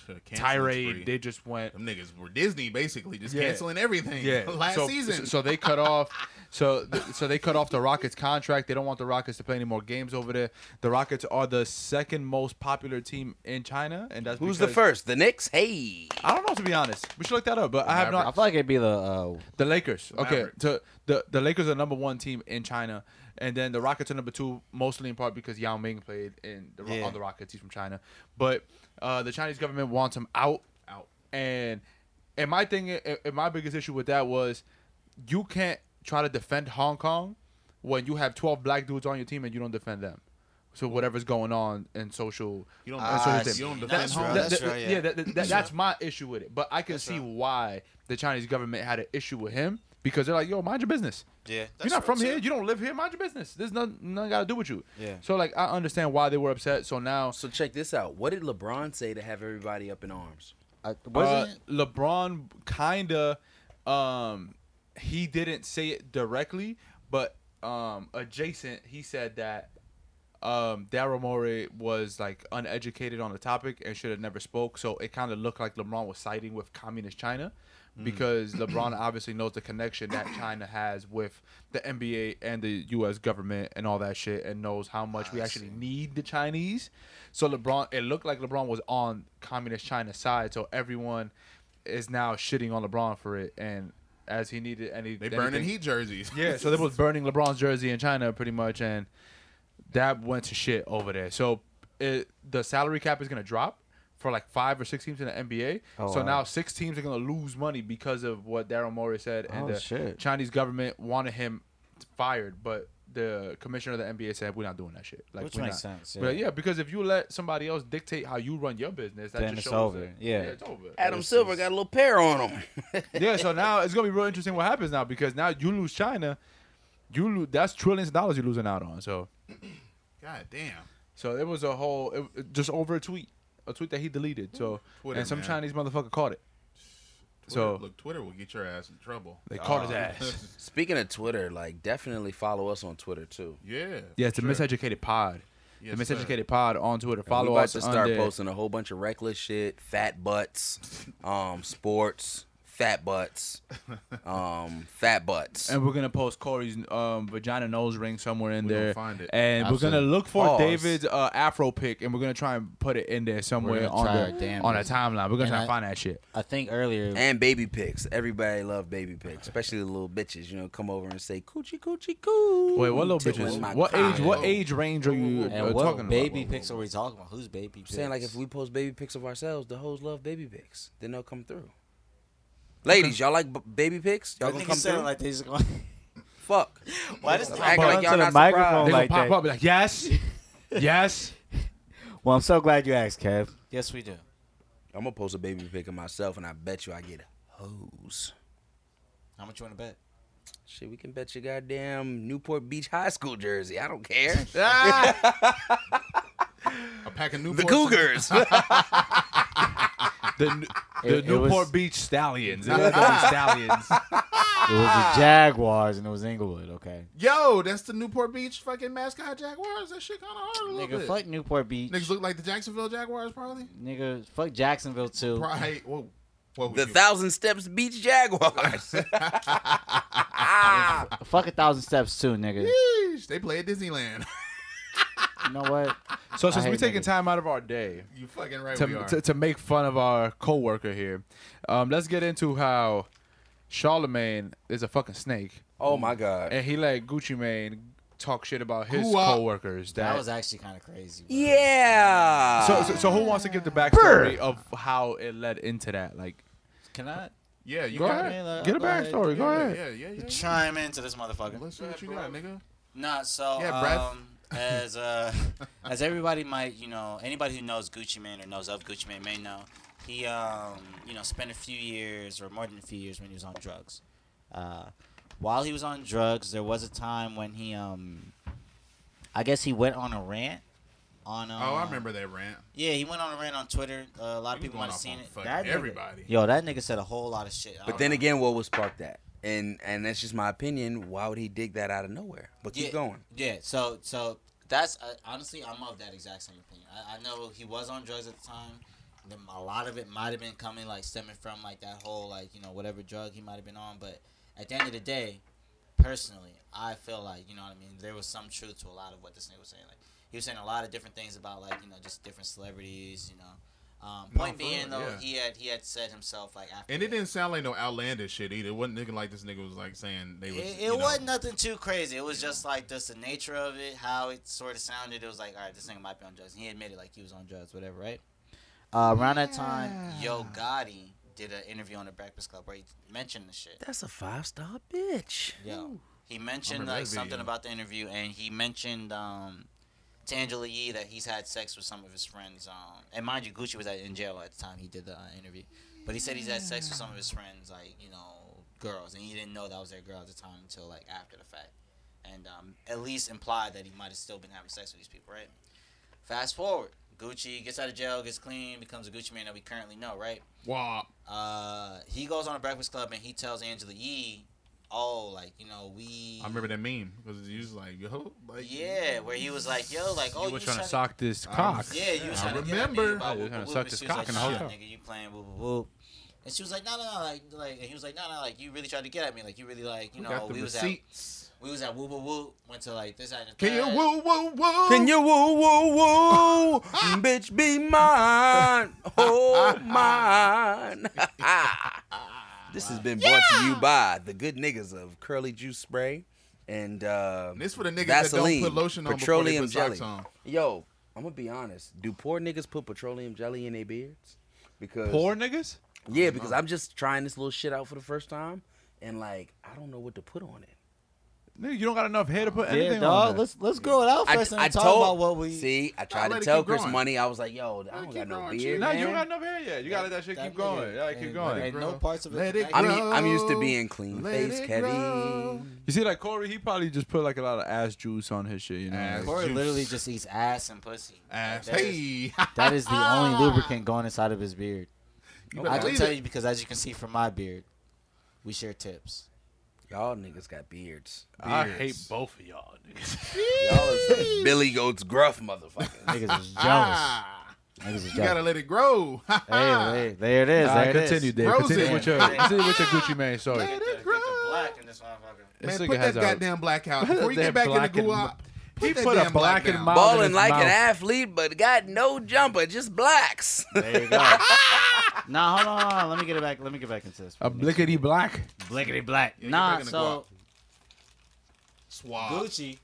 Speaker 4: Canceling spree.
Speaker 1: tirade. They just went
Speaker 4: Them niggas were Disney basically just
Speaker 1: Yeah.
Speaker 4: canceling everything.
Speaker 1: yeah
Speaker 4: last
Speaker 1: so,
Speaker 4: season.
Speaker 1: So they cut off. So th- so they cut off the Rockets contract. They don't want the Rockets to play any more games over there. The Rockets are the second most popular team in China, and that's
Speaker 3: Who's the
Speaker 1: because-
Speaker 3: first? The Knicks? Hey.
Speaker 1: I don't know to be honest. We should look that up, but I have
Speaker 2: I
Speaker 1: not.
Speaker 2: feel like it'd be the uh,
Speaker 1: The Lakers. Okay.
Speaker 4: Mavericks.
Speaker 1: So the the Lakers are number one team in China, and then the Rockets are number two, mostly in part because Yao Ming played in the,
Speaker 7: Yeah.
Speaker 1: on the Rockets. He's from China, but uh, the Chinese government wants him out.
Speaker 4: Out.
Speaker 1: And and my thing, and and my biggest issue with that was, you can't try to defend Hong Kong when you have twelve black dudes on your team and you don't defend them. So whatever's going on in social,
Speaker 4: you don't,
Speaker 1: Ah,
Speaker 4: defend-
Speaker 1: I see.
Speaker 4: you don't defend
Speaker 7: That's
Speaker 4: home.
Speaker 7: right.
Speaker 1: that- that-
Speaker 7: right, yeah.
Speaker 1: that- that- that- that's my issue with it. But I can see why the Chinese government had an issue with him because they're like, "Yo, mind your business.
Speaker 7: Yeah,
Speaker 1: You're not from here. You don't live here. Mind your business. There's nothing, nothing got to do with you."
Speaker 7: Yeah.
Speaker 1: So like, I understand why they were upset. So now,
Speaker 3: So check this out. What did LeBron say to have everybody up in arms?
Speaker 2: I-
Speaker 1: uh,
Speaker 2: wasn't it?
Speaker 1: LeBron kinda, um, he didn't say it directly, but um, adjacent, he said that. Um, Daryl Morey was like uneducated on the topic and should have never spoke. So it kind of looked like LeBron was siding with communist China
Speaker 4: Mm.
Speaker 1: because LeBron obviously knows the connection that China has with the NBA and the U.S. government and all that shit, and knows how much we actually need the Chinese. So LeBron, it looked like LeBron was on communist China's side. So everyone is now shitting on LeBron for it, and as he needed any,
Speaker 4: They burning
Speaker 1: anything-
Speaker 4: heat jerseys.
Speaker 1: yeah, so they was burning LeBron's jersey in China pretty much, and that went to shit over there. So it, the salary cap is gonna drop for like five or six teams in the NBA.
Speaker 2: Oh,
Speaker 1: so now six teams are gonna lose money because of what Daryl Morey said, and
Speaker 2: Oh,
Speaker 1: the
Speaker 2: shit.
Speaker 1: Chinese government wanted him fired, but the commissioner of the NBA said we're not doing that shit. Like,
Speaker 2: Which
Speaker 1: we're
Speaker 2: makes
Speaker 1: not."
Speaker 2: sense,
Speaker 1: But
Speaker 2: yeah.
Speaker 1: yeah, because if you let somebody else dictate how you run your business, that
Speaker 2: Then
Speaker 1: just
Speaker 2: it's
Speaker 1: shows
Speaker 2: over,
Speaker 1: that-
Speaker 2: yeah.
Speaker 1: it's over.
Speaker 3: Adam Silver got a little pair on him.
Speaker 1: yeah, so now it's gonna be real interesting what happens now because now you lose China, you lose that's trillions of dollars you're losing out on. So
Speaker 4: God damn.
Speaker 1: so it was a whole it, it- just over a tweet, a tweet that he deleted. So
Speaker 4: Twitter,
Speaker 1: and some
Speaker 4: man.
Speaker 1: Chinese motherfucker caught it. So-
Speaker 4: Twitter- look, Twitter will get your ass in trouble.
Speaker 1: They caught his ass.
Speaker 3: Speaking of Twitter, like definitely follow us on Twitter too.
Speaker 4: yeah.
Speaker 1: Yeah, it's
Speaker 4: sure.
Speaker 1: the Miseducated Pod.
Speaker 4: Yes,
Speaker 1: the
Speaker 4: sir.
Speaker 1: Miseducated Pod on Twitter.
Speaker 3: we
Speaker 1: Follow
Speaker 3: about
Speaker 1: us
Speaker 3: to start
Speaker 1: under-
Speaker 3: posting a whole bunch of reckless shit, fat butts, um, sports, fat butts, um, fat butts.
Speaker 1: And we're gonna post Corey's um, vagina nose ring somewhere in
Speaker 4: We gonna
Speaker 1: there.
Speaker 4: find it.
Speaker 1: And we're gonna look for
Speaker 3: Pause.
Speaker 1: David's uh, Afro pick, and we're gonna try and put it in there somewhere
Speaker 2: gonna
Speaker 1: on
Speaker 2: try our
Speaker 1: the
Speaker 2: damnedest.
Speaker 1: on a timeline. We're gonna
Speaker 2: And
Speaker 1: try
Speaker 2: I-
Speaker 1: and find that shit.
Speaker 2: I think earlier.
Speaker 3: And baby pics. Everybody love baby pics, especially the little bitches. You know, come over and say coochie coochie coo.
Speaker 1: Wait, what little
Speaker 3: Tickling my
Speaker 1: bitches? What
Speaker 3: cock.
Speaker 1: age? What
Speaker 4: Whoa.
Speaker 1: age range are you
Speaker 2: and
Speaker 1: uh,
Speaker 2: what
Speaker 1: talking
Speaker 2: baby
Speaker 1: about?
Speaker 2: pics are we talking about? Who's baby pics?
Speaker 3: I'm saying like if we post baby pics of ourselves, the hoes love baby pics. Then they'll come through. Ladies, y'all like b- baby pics? Y'all
Speaker 7: That
Speaker 3: gonna
Speaker 7: nigga
Speaker 3: come
Speaker 7: sound
Speaker 3: through?
Speaker 7: like they just going.
Speaker 3: Fuck.
Speaker 7: Why does
Speaker 3: Act
Speaker 7: the
Speaker 3: like
Speaker 2: Bump
Speaker 3: y'all
Speaker 2: to the
Speaker 3: not surprised.
Speaker 2: microphone
Speaker 1: They
Speaker 2: like
Speaker 1: gonna pop
Speaker 2: that.
Speaker 1: up be like yes, yes.
Speaker 2: Well, I'm so glad you asked, Kev.
Speaker 7: Yes, we do.
Speaker 3: I'm gonna post a baby pic of myself, and I bet you I get hoes.
Speaker 7: How much you want to bet?
Speaker 3: Shit, we can bet your goddamn Newport Beach High School jersey. I don't care.
Speaker 4: A pack of
Speaker 3: the
Speaker 4: Newports.
Speaker 3: Cougars.
Speaker 1: The,
Speaker 2: It-
Speaker 1: the
Speaker 2: it
Speaker 1: Newport
Speaker 2: was-
Speaker 1: Beach Stallions. They're gonna call them Stallions.
Speaker 2: It was the Jaguars and it was Inglewood. Okay.
Speaker 4: Yo, that's the Newport Beach fucking mascot Jaguars. That shit kind of hard a little
Speaker 2: Nigga,
Speaker 4: bit.
Speaker 2: fuck Newport Beach.
Speaker 4: Niggas look like the Jacksonville Jaguars, probably.
Speaker 2: Nigga, fuck Jacksonville too.
Speaker 4: Right. Whoa. What would
Speaker 3: The
Speaker 4: you-
Speaker 3: Thousand Steps Beach Jaguars.
Speaker 8: Fuck a thousand steps too, nigga.
Speaker 4: Yeesh, they play at Disneyland.
Speaker 8: You know what?
Speaker 1: So
Speaker 8: I
Speaker 1: since
Speaker 8: hate
Speaker 1: we're taking
Speaker 8: niggas.
Speaker 1: time out of our day
Speaker 4: you fucking right we
Speaker 1: to,
Speaker 4: are.
Speaker 1: to, to make fun of our coworker here, um, let's get into how Charlemagne is a fucking snake,
Speaker 3: oh my God.
Speaker 1: and he let Gucci Mane talk shit about his
Speaker 4: Who, uh,
Speaker 1: coworkers. That,
Speaker 2: That was actually kind of crazy. bro.
Speaker 3: Yeah.
Speaker 1: so, so. So who wants to give the backstory of how it led into that? Like,
Speaker 2: Can I
Speaker 4: yeah, you
Speaker 1: go
Speaker 4: got
Speaker 1: ahead,
Speaker 2: man, uh,
Speaker 1: get a
Speaker 2: go ahead,
Speaker 1: backstory.
Speaker 4: it.
Speaker 1: Go
Speaker 4: Yeah,
Speaker 1: ahead.
Speaker 4: yeah, yeah, yeah.
Speaker 2: chime into this motherfucker?
Speaker 4: Let's see what you got, nigga.
Speaker 2: Nah, so
Speaker 4: Yeah, breath.
Speaker 2: um, as uh, as everybody might, you know, anybody who knows Gucci Mane or knows of Gucci Mane may know, he um, you know, spent a few years or more than a few years when he was on drugs. Uh, while he was on drugs, there was a time when he um, I guess he went on a rant. On um,
Speaker 4: Oh, I remember that rant.
Speaker 2: Yeah, he went on a rant on Twitter. Uh, a lot of
Speaker 4: You
Speaker 2: people
Speaker 4: going
Speaker 2: might have
Speaker 4: off
Speaker 2: seen
Speaker 4: on
Speaker 2: it.
Speaker 4: fucking
Speaker 9: That nigga.
Speaker 4: everybody.
Speaker 2: Yo, that nigga said a whole lot of shit. I
Speaker 3: But
Speaker 2: don't
Speaker 3: then
Speaker 2: know.
Speaker 3: again, what would spark that? And and that's just my opinion. Why would he dig that out of nowhere? But keep
Speaker 2: yeah,
Speaker 3: going.
Speaker 2: Yeah, so so that's uh, honestly, I'm of that exact same opinion. I, I know he was on drugs at the time. and Then a lot of it might have been coming like stemming from like that whole like you know whatever drug he might have been on. But at the end of the day, personally, I feel like you know what I mean. There was some truth to a lot of what this nigga was saying. Like he was saying a lot of different things about like you know just different celebrities. You know, um,
Speaker 4: No,
Speaker 2: point
Speaker 4: for
Speaker 2: being though,
Speaker 4: real, yeah.
Speaker 2: he had he had said himself like after
Speaker 4: And it
Speaker 2: that-
Speaker 4: didn't sound like no outlandish shit either. It wasn't nigga like this nigga was like saying they was.
Speaker 2: It,
Speaker 4: you know,
Speaker 2: it wasn't nothing too crazy. It was just like just the nature of it, how it sort of sounded. It was like, all right, this nigga might be on drugs. And he admitted like he was on drugs, whatever, right? Uh, around that time, Yo Gotti did an interview on the Breakfast Club where he mentioned the shit.
Speaker 3: That's a five star bitch.
Speaker 2: Yo, he mentioned
Speaker 4: remember
Speaker 2: like
Speaker 4: that
Speaker 2: something
Speaker 4: video.
Speaker 2: about the interview, and he mentioned um, to Angela Yee that he's had sex with some of his friends. Um, and mind you, Gucci was at, in jail at the time he did the uh, interview, but he said he's had sex with some of his friends, like you know, girls, and he didn't know that was their girl at the time until like after the fact, and um, at least implied that he might have still been having sex with these people, right? Fast forward, Gucci gets out of jail, gets clean, becomes a Gucci man that we currently know, right?
Speaker 4: Wah.
Speaker 2: Uh, he goes on a Breakfast Club and he tells Angela Yee, "Oh, like you know, we."
Speaker 4: I remember that meme because it's usually like yo, like
Speaker 2: Yeah, where he was like, "Yo, like, oh,
Speaker 1: You
Speaker 2: you
Speaker 1: was trying to
Speaker 2: tryna-
Speaker 1: sock this
Speaker 4: I
Speaker 1: cock.
Speaker 4: was-
Speaker 2: Yeah, you was
Speaker 4: I
Speaker 2: trying to
Speaker 4: remember.
Speaker 1: Yeah,
Speaker 2: About
Speaker 1: you
Speaker 2: whoop,
Speaker 1: was tryna
Speaker 2: whoop,
Speaker 1: suck
Speaker 2: and
Speaker 1: his
Speaker 2: she was
Speaker 1: cock
Speaker 2: like,
Speaker 1: in the
Speaker 2: "Shit,
Speaker 1: hotel."
Speaker 2: Nigga, you playing whoop whoop whoop. And she was like, "No, no, no, like, like." And he was like, "No, no, like, you really tried to get at me, like, you really like, you
Speaker 4: we
Speaker 2: know,
Speaker 4: got the
Speaker 2: we was at
Speaker 4: receipts.
Speaker 2: we was at whoop whoop whoop, went to like this that, and the
Speaker 4: Can
Speaker 2: third.
Speaker 4: you woo woo woo?
Speaker 3: Can you woo woo woo? bitch be mine. Oh mine. this has been brought to you by the good niggas of Curly Juice Spray and uh
Speaker 4: This for the niggas
Speaker 3: Vaseline,
Speaker 4: that don't put lotion on
Speaker 3: petroleum
Speaker 4: before they put
Speaker 3: jelly.
Speaker 4: socks on.
Speaker 3: Yo, I'm gonna be honest. Do poor niggas put petroleum jelly in their beards? Because
Speaker 1: Poor niggas.
Speaker 3: Yeah, because
Speaker 4: Uh-huh.
Speaker 3: I'm just trying this little shit out for the first time, and like I don't know what to put on it.
Speaker 1: Nigga, you don't got enough hair to put anything
Speaker 9: Yeah,
Speaker 1: on.
Speaker 9: dog.
Speaker 1: there.
Speaker 9: Let's let's grow it out
Speaker 3: I,
Speaker 9: first and
Speaker 3: I
Speaker 9: talk
Speaker 3: told
Speaker 9: about what we.
Speaker 3: see. I
Speaker 4: let
Speaker 3: tried to
Speaker 4: it
Speaker 3: tell
Speaker 4: keep
Speaker 3: Chris
Speaker 4: growing.
Speaker 3: Money. I was like, yo, I don't
Speaker 4: it
Speaker 3: got
Speaker 4: keep
Speaker 3: no
Speaker 4: growing, chill.
Speaker 3: beard.
Speaker 1: No, you don't
Speaker 3: man.
Speaker 1: got enough hair yet. You gotta let that shit keep
Speaker 2: nigga-
Speaker 1: going. Yeah,
Speaker 2: hey,
Speaker 1: keep
Speaker 2: hey,
Speaker 1: going.
Speaker 2: no
Speaker 4: grow.
Speaker 2: parts of it.
Speaker 4: Let it
Speaker 2: I
Speaker 3: I'm,
Speaker 2: mean,
Speaker 4: grow.
Speaker 3: I'm used to being clean
Speaker 4: Let
Speaker 3: face,
Speaker 4: it
Speaker 3: Kevin.
Speaker 4: grow.
Speaker 1: You see, like Corey, he probably just put like a lot of ass juice on his shit. You know,
Speaker 4: Ass.
Speaker 1: Like,
Speaker 2: Corey
Speaker 4: Juice.
Speaker 2: literally just eats ass and pussy.
Speaker 4: Ass.
Speaker 2: That is-
Speaker 4: Hey,
Speaker 8: That is the only lubricant going inside of his beard.
Speaker 4: you
Speaker 2: I
Speaker 4: better
Speaker 2: can
Speaker 4: leave
Speaker 2: tell
Speaker 4: it.
Speaker 2: you because as you can see from my beard, we share tips.
Speaker 3: Y'all niggas got beards.
Speaker 1: I
Speaker 4: Beards.
Speaker 1: hate both of y'all. Niggas.
Speaker 3: Y'all is some Billy Goat's gruff motherfuckers.
Speaker 8: Niggas is jealous.
Speaker 4: Ah,
Speaker 8: Niggas is
Speaker 4: you gotta
Speaker 8: jealous.
Speaker 4: let it grow.
Speaker 8: Hey, hey, there it is.
Speaker 1: All
Speaker 8: There
Speaker 1: right,
Speaker 8: it is.
Speaker 1: continue, Dave.
Speaker 4: Roses.
Speaker 1: Continue with your, continue with your Gucci man. Sorry,
Speaker 4: Let it grow.
Speaker 2: black in this motherfucker.
Speaker 1: This
Speaker 4: Man,
Speaker 1: nigga
Speaker 4: put that
Speaker 1: has a-
Speaker 4: goddamn black out
Speaker 1: Put
Speaker 4: before you
Speaker 1: that
Speaker 4: get back in the
Speaker 1: black and
Speaker 4: guap.
Speaker 1: He
Speaker 4: that
Speaker 1: put a
Speaker 4: damn
Speaker 1: black and
Speaker 4: down.
Speaker 1: mild- Mouth in
Speaker 3: Balling
Speaker 1: his
Speaker 3: like
Speaker 1: mouth.
Speaker 3: an athlete, but got no jumper, just blacks.
Speaker 8: There you go. nah, hold on, hold on. Let me get it back. Let me get back into this.
Speaker 1: a blickety black.
Speaker 8: Blickety black.
Speaker 4: Yeah, get
Speaker 8: nah,
Speaker 4: back in the
Speaker 8: so
Speaker 4: Suave.
Speaker 2: Gucci.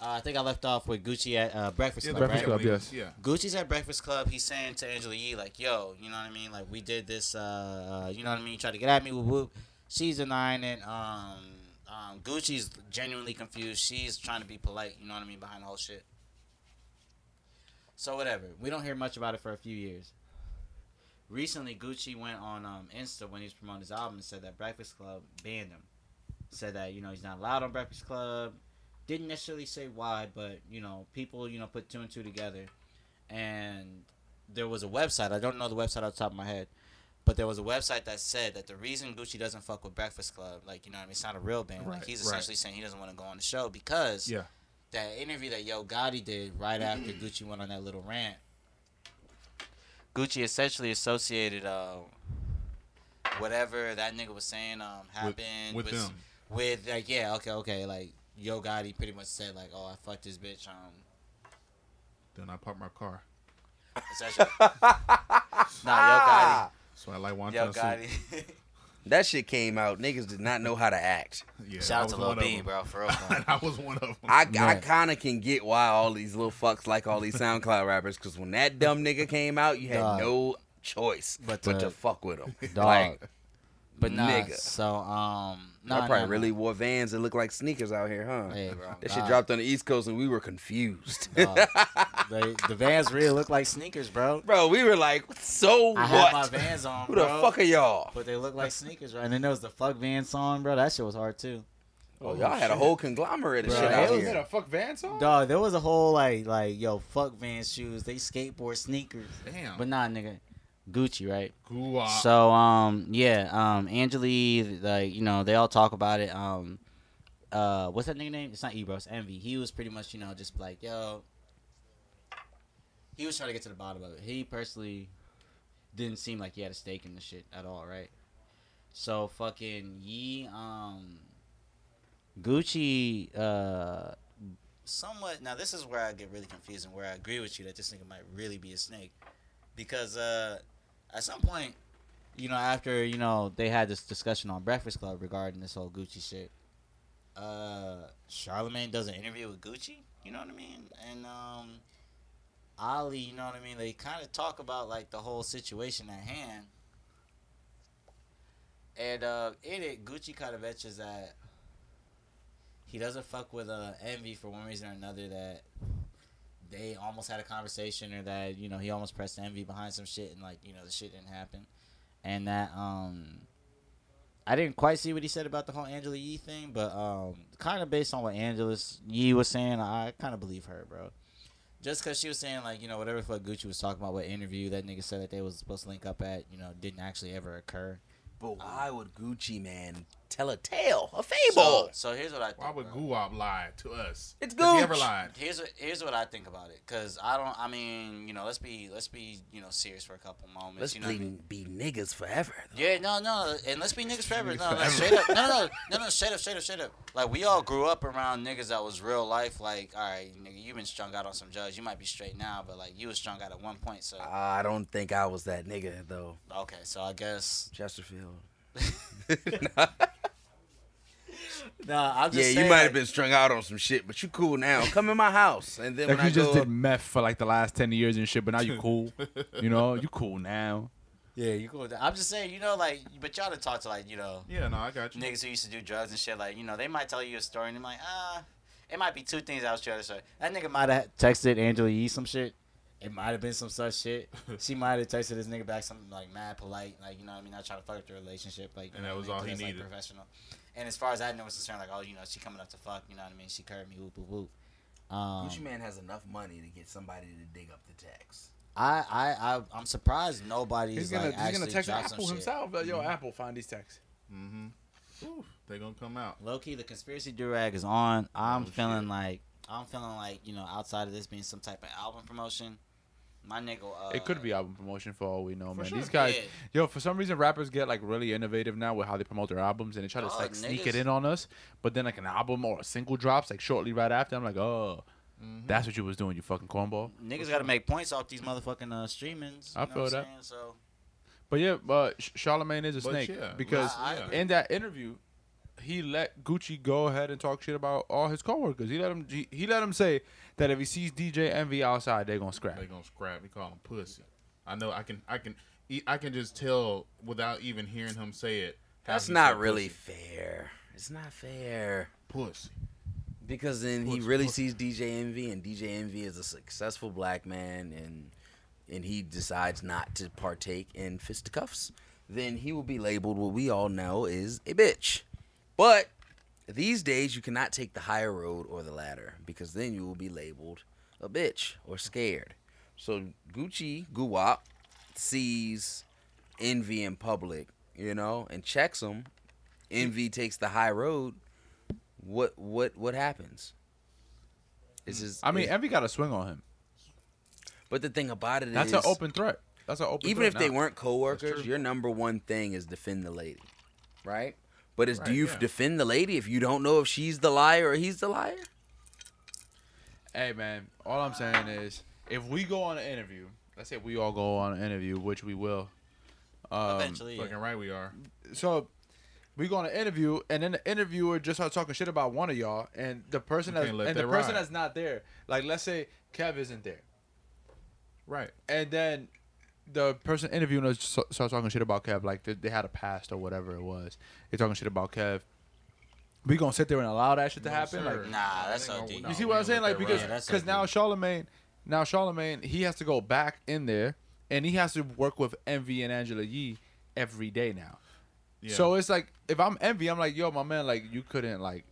Speaker 2: Uh, I think I left off with Gucci at uh, Breakfast
Speaker 4: Yeah,
Speaker 2: Club.
Speaker 4: the
Speaker 1: Breakfast
Speaker 2: right?
Speaker 1: Club,
Speaker 4: family.
Speaker 1: yes.
Speaker 4: Yeah.
Speaker 2: Gucci's at Breakfast Club. He's saying to Angela Yee, like, "Yo, you know what I mean? Like, we did this. Uh, uh, you know what I mean? You tried to get at me. Whoop whoop." She's denying it. Um, um, Gucci's genuinely confused. She's trying to be polite. You know what I mean? Behind the whole shit. So whatever. We don't hear much about it for a few years. Recently, Gucci went on um, Insta when he was promoting his album and said that Breakfast Club banned him. Said that you know he's not allowed on Breakfast Club. Didn't necessarily say why, but you know people you know put two and two together and there was a website. I don't know the website off the top of my head, but there was a website that said that the reason Gucci doesn't fuck with Breakfast Club, like you know, what I mean, it's not a real band. like
Speaker 4: Right,
Speaker 2: he's
Speaker 4: right.
Speaker 2: essentially saying he doesn't want to go on the show because
Speaker 4: Yeah.
Speaker 2: that interview that Yo Gotti did right after Gucci went on that little rant. Gucci essentially associated uh, whatever that nigga was saying um happened
Speaker 4: with
Speaker 2: s-
Speaker 4: them.
Speaker 2: with like yeah okay okay like Yo Gotti pretty much said like oh I fucked this bitch um
Speaker 4: Then I parked my car.
Speaker 2: essentially. nah
Speaker 4: So I like wonton
Speaker 2: Yo Gotti Yo
Speaker 4: soup.
Speaker 2: Gotti
Speaker 3: That shit came out. Niggas did not know how to act.
Speaker 4: Yeah, I
Speaker 2: shout out
Speaker 4: was
Speaker 2: to Lil
Speaker 4: one of
Speaker 2: B
Speaker 4: them.
Speaker 2: bro for real. for real.
Speaker 4: I was one of them.
Speaker 3: I, I kind of can get why all these little fucks like all these SoundCloud rappers because when that dumb nigga came out, you had
Speaker 10: Dog.
Speaker 3: no choice but
Speaker 10: But,
Speaker 3: to,
Speaker 10: uh,
Speaker 3: fuck with him.
Speaker 10: Dog.
Speaker 3: Like,
Speaker 2: but nah
Speaker 3: nigga.
Speaker 2: so um
Speaker 3: I
Speaker 2: nah,
Speaker 3: probably
Speaker 2: nah, nah.
Speaker 3: really wore Vans that look like sneakers out here, huh?
Speaker 2: Hey, bro.
Speaker 3: that shit
Speaker 2: Nah.
Speaker 3: dropped on the East Coast and we were confused.
Speaker 2: They, the Vans really look like sneakers, bro.
Speaker 3: Bro, we were like, so
Speaker 2: I had my
Speaker 3: what?
Speaker 2: Vans on,
Speaker 3: Who the
Speaker 2: bro.
Speaker 3: fuck are y'all?
Speaker 2: But they look like sneakers, right? And then there was the fuck Van song, bro. That shit was hard too.
Speaker 3: Oh, y'all had a whole conglomerate of
Speaker 2: Bro,
Speaker 3: shit out
Speaker 2: it
Speaker 1: Is
Speaker 2: was-
Speaker 1: that
Speaker 3: here.
Speaker 1: a fuck Vance song?
Speaker 2: Dog, there was a whole like like yo fuck Van shoes. They skateboard sneakers,
Speaker 4: Damn.
Speaker 2: but nah, nigga, Gucci, right?
Speaker 4: Goo-ah.
Speaker 2: So um yeah um Angeli like you know they all talk about it um uh what's that nigga name? It's not Ebro, it's Envy. He was pretty much you know just like yo. He was trying to get to the bottom of it. He personally didn't seem like he had a stake in the shit at all, right? So fucking ye um Gucci uh somewhat now this is where I get really confused and where I agree with you that this nigga might really be a snake. Because uh at some point, you know, after, you know, they had this discussion on Breakfast Club regarding this whole Gucci shit, uh Charlemagne does an interview with Gucci, you know what I mean? And um Ali, you know what I mean? They kind of talk about like the whole situation at hand. And uh, in it, Gucci kind of mentions that he doesn't fuck with uh, Envy for one reason or another. That they almost had a conversation, or that you know he almost pressed Envy behind some shit, and like you know the shit didn't happen. And that um, I didn't quite see what he said about the whole Angela Yee thing, but um, kind of based on what Angela Yee was saying, I kind of believe her, bro. Just because she was saying like you know whatever the fuck Gucci was talking about, what interview that nigga said that they was supposed to link up at, you know, didn't actually ever occur.
Speaker 3: But why would Gucci man tell a tale,
Speaker 2: So,
Speaker 3: a fable?
Speaker 2: so here's what I think.
Speaker 4: Why would
Speaker 2: bro.
Speaker 4: Guwop lie to us?
Speaker 3: It's
Speaker 4: Has he ever
Speaker 3: Gooch.
Speaker 4: lied?
Speaker 2: Here's what here's what I think about it, cause I don't. I mean, you know, let's be let's be you know serious for a couple moments.
Speaker 3: Let's
Speaker 2: you know what I mean?
Speaker 3: be, be niggas forever.
Speaker 2: Yeah, no, no, and let's be niggas forever. No, no, straight up. No, no, no, no, straight up, straight up, straight up. Like we all grew up around niggas that was real life. Like, all right, nigga, you been strung out on some drugs. You might be straight now, but like you was strung out at one point. So
Speaker 3: I don't think I was that nigga though,
Speaker 2: okay, so I guess.
Speaker 3: Chesterfield.
Speaker 2: Nah, I'm
Speaker 3: Yeah, you might have been strung out on some shit, but you cool now. Come in my house, and then
Speaker 1: Like
Speaker 3: when I
Speaker 1: you just
Speaker 3: go,
Speaker 1: did meth for like the last ten years and shit, but now you cool. you know, you cool now.
Speaker 2: Yeah, you cool. with that. I'm just saying, you know, like, but y'all to talk to like you know.
Speaker 4: Yeah, no, I got you.
Speaker 2: niggas who used to do drugs and shit, like, you know, they might tell you a story and I'm like, ah, it might be two things I was trying to say. That nigga might have texted Angela Yee some shit. It might have been some such shit. she might have texted this nigga back something like mad polite, like, you know what I mean? Not trying to fuck up the relationship. Like, you
Speaker 4: And
Speaker 2: know
Speaker 4: that
Speaker 2: what
Speaker 4: was
Speaker 2: I mean?
Speaker 4: all he
Speaker 2: 'Cause that's,
Speaker 4: needed.
Speaker 2: Like, professional. And as far as I know, it's concerned, like, oh, you know, she coming up to fuck, you know what I mean? She curved me, whoop, whoop, whoop. Um,
Speaker 3: Gucci man has enough money to get somebody to dig up the text.
Speaker 2: I, I, I, I'm surprised nobody's
Speaker 1: He's gonna
Speaker 2: like,
Speaker 1: he's gonna
Speaker 2: actually
Speaker 1: text
Speaker 2: dropped some
Speaker 1: Apple
Speaker 2: shit.
Speaker 1: himself. Like, Yo, Apple, find these texts.
Speaker 4: Mm-hmm. They gonna come out.
Speaker 2: Low key, the conspiracy durag is on. I'm
Speaker 4: Oh,
Speaker 2: feeling
Speaker 4: shit.
Speaker 2: like I'm feeling like you know, outside of this being some type of album promotion, my nigga. Uh,
Speaker 1: It could be album promotion for all we know, man.
Speaker 4: sure.
Speaker 1: These guys,
Speaker 2: Yeah.
Speaker 1: yo, for some reason, rappers get like really innovative now with how they promote their albums, and they try to
Speaker 2: Dog,
Speaker 1: like sneak it
Speaker 2: niggas-
Speaker 1: in on us. But then like an album or a single drops like shortly right after, I'm like, oh,
Speaker 4: Mm-hmm.
Speaker 1: that's what you was doing, you fucking cornball.
Speaker 2: Niggas got to make points off these motherfucking uh, streamings.
Speaker 1: I
Speaker 2: you know what
Speaker 1: feel
Speaker 2: I'm
Speaker 1: that.
Speaker 2: saying? So
Speaker 1: But yeah, but Sh- Charlemagne is a
Speaker 4: But
Speaker 1: snake
Speaker 4: yeah,
Speaker 1: because
Speaker 2: I- I
Speaker 1: in that interview, he let Gucci go ahead and talk shit about all his coworkers. He let him he, he let him say that if he sees DJ Envy outside, they're gonna scrap.
Speaker 4: They gonna scrap. We call him pussy. I know. I can. I can. e- I can just tell without even hearing him say it. how
Speaker 3: That's
Speaker 4: he
Speaker 3: not
Speaker 4: said
Speaker 3: really fair. It's not fair
Speaker 4: pussy.
Speaker 3: because then he
Speaker 4: Puss,
Speaker 3: really
Speaker 4: puss.
Speaker 3: sees DJ Envy, and DJ Envy is a successful black man, and and he decides not to partake in fisticuffs. Then he will be labeled what we all know is a bitch. But these days, you cannot take the higher road or the ladder because then you will be labeled a bitch or scared. So Gucci Guwap sees envy in public, you know, and checks him. Envy takes the high road. What what what happens? This is
Speaker 1: I mean,
Speaker 3: is-
Speaker 1: Envy got a swing on him.
Speaker 3: but the thing about it is
Speaker 1: That's an open threat. That's an open
Speaker 3: even
Speaker 1: door
Speaker 3: if they
Speaker 1: now.
Speaker 3: weren't
Speaker 1: true.
Speaker 3: coworkers, your number one thing is defend the lady, right? But is do you
Speaker 4: yeah.
Speaker 3: defend the lady if you don't know if she's the liar or he's the liar?
Speaker 1: Hey man, all I'm saying is if we go on an interview, let's say we all go on an interview, which we will. Um,
Speaker 7: Eventually,
Speaker 4: Fucking right, we are.
Speaker 1: So we go on an interview, and then the interviewer just starts talking shit about one of y'all, and the person
Speaker 4: We
Speaker 1: that's
Speaker 4: can't
Speaker 1: and
Speaker 4: let
Speaker 1: the
Speaker 4: that
Speaker 1: person
Speaker 4: ride.
Speaker 1: that's not there. Like let's say Kev isn't there,
Speaker 4: Right.
Speaker 1: and then the person interviewing us s- starts talking shit about Kev, like they, they had a past or whatever it was. They talking shit about Kev. We gonna sit there and allow that shit to happen?
Speaker 4: sir.
Speaker 1: Like
Speaker 7: Nah, that's
Speaker 4: Ain't
Speaker 7: OD.
Speaker 4: gonna-
Speaker 7: You
Speaker 4: nah,
Speaker 1: you see
Speaker 4: we
Speaker 1: what I'm
Speaker 4: ain't
Speaker 1: saying?
Speaker 4: let
Speaker 1: Like
Speaker 4: Oh, that
Speaker 1: because
Speaker 4: ride.
Speaker 7: Yeah, that's
Speaker 1: because
Speaker 7: okay.
Speaker 1: now Charlemagne, now Charlemagne, he has to go back in there and he has to work with Envy and Angela Yee every day now.
Speaker 4: Yeah.
Speaker 1: So it's like if I'm Envy, I'm like, yo, my man, like you couldn't like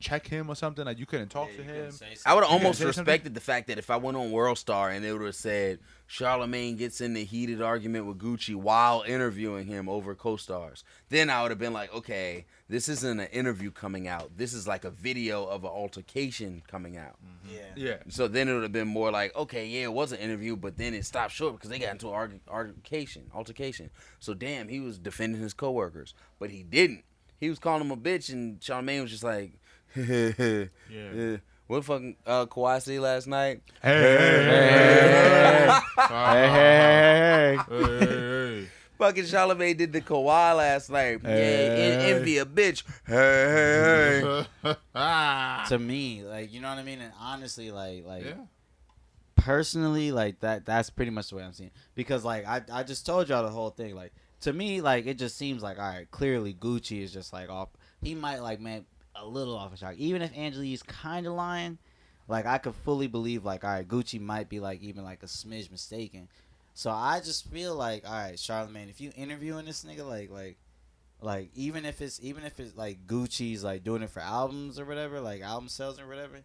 Speaker 1: check him or something, like you couldn't talk to him.
Speaker 3: I would have almost
Speaker 1: say something.
Speaker 3: respected the fact that if I went on World Star and they would have said Charlemagne gets in the heated argument with Gucci while interviewing him over co-stars, then I would have been like, okay, this isn't an interview coming out. This is like a video of an altercation coming out.
Speaker 1: Mm.
Speaker 7: Yeah.
Speaker 1: Yeah.
Speaker 3: So then it would have been more like, okay, yeah, it was an interview, but then it stopped short because they got into an arg- altercation, altercation. So damn, he was defending his coworkers, but he didn't. He was calling him a bitch, and Charlamagne was just like, yeah. What fucking uh, Kawhi see last night?
Speaker 4: hey, hey, hey, hey, hey, hey.
Speaker 3: Fucking Charlamagne did the Kawhi last night. Yeah, en- envy a bitch. Hey, hey, hey.
Speaker 4: Ah.
Speaker 2: to me, like you know what I mean, and honestly, like like
Speaker 4: Yeah.
Speaker 2: personally, like that that's pretty much the way I'm seeing. It. Because like I I just told y'all the whole thing. Like to me, like it just seems like all right. Clearly, Gucci is just like off. He might like man a little off a shock. Even if Angelique's kind of lying, like I could fully believe like all right, Gucci might be like even like a smidge mistaken. So I just feel like all right, Charlemagne, if you interviewing this nigga, like like like even if it's even if it's like Gucci's like doing it for albums or whatever, like album sales or whatever,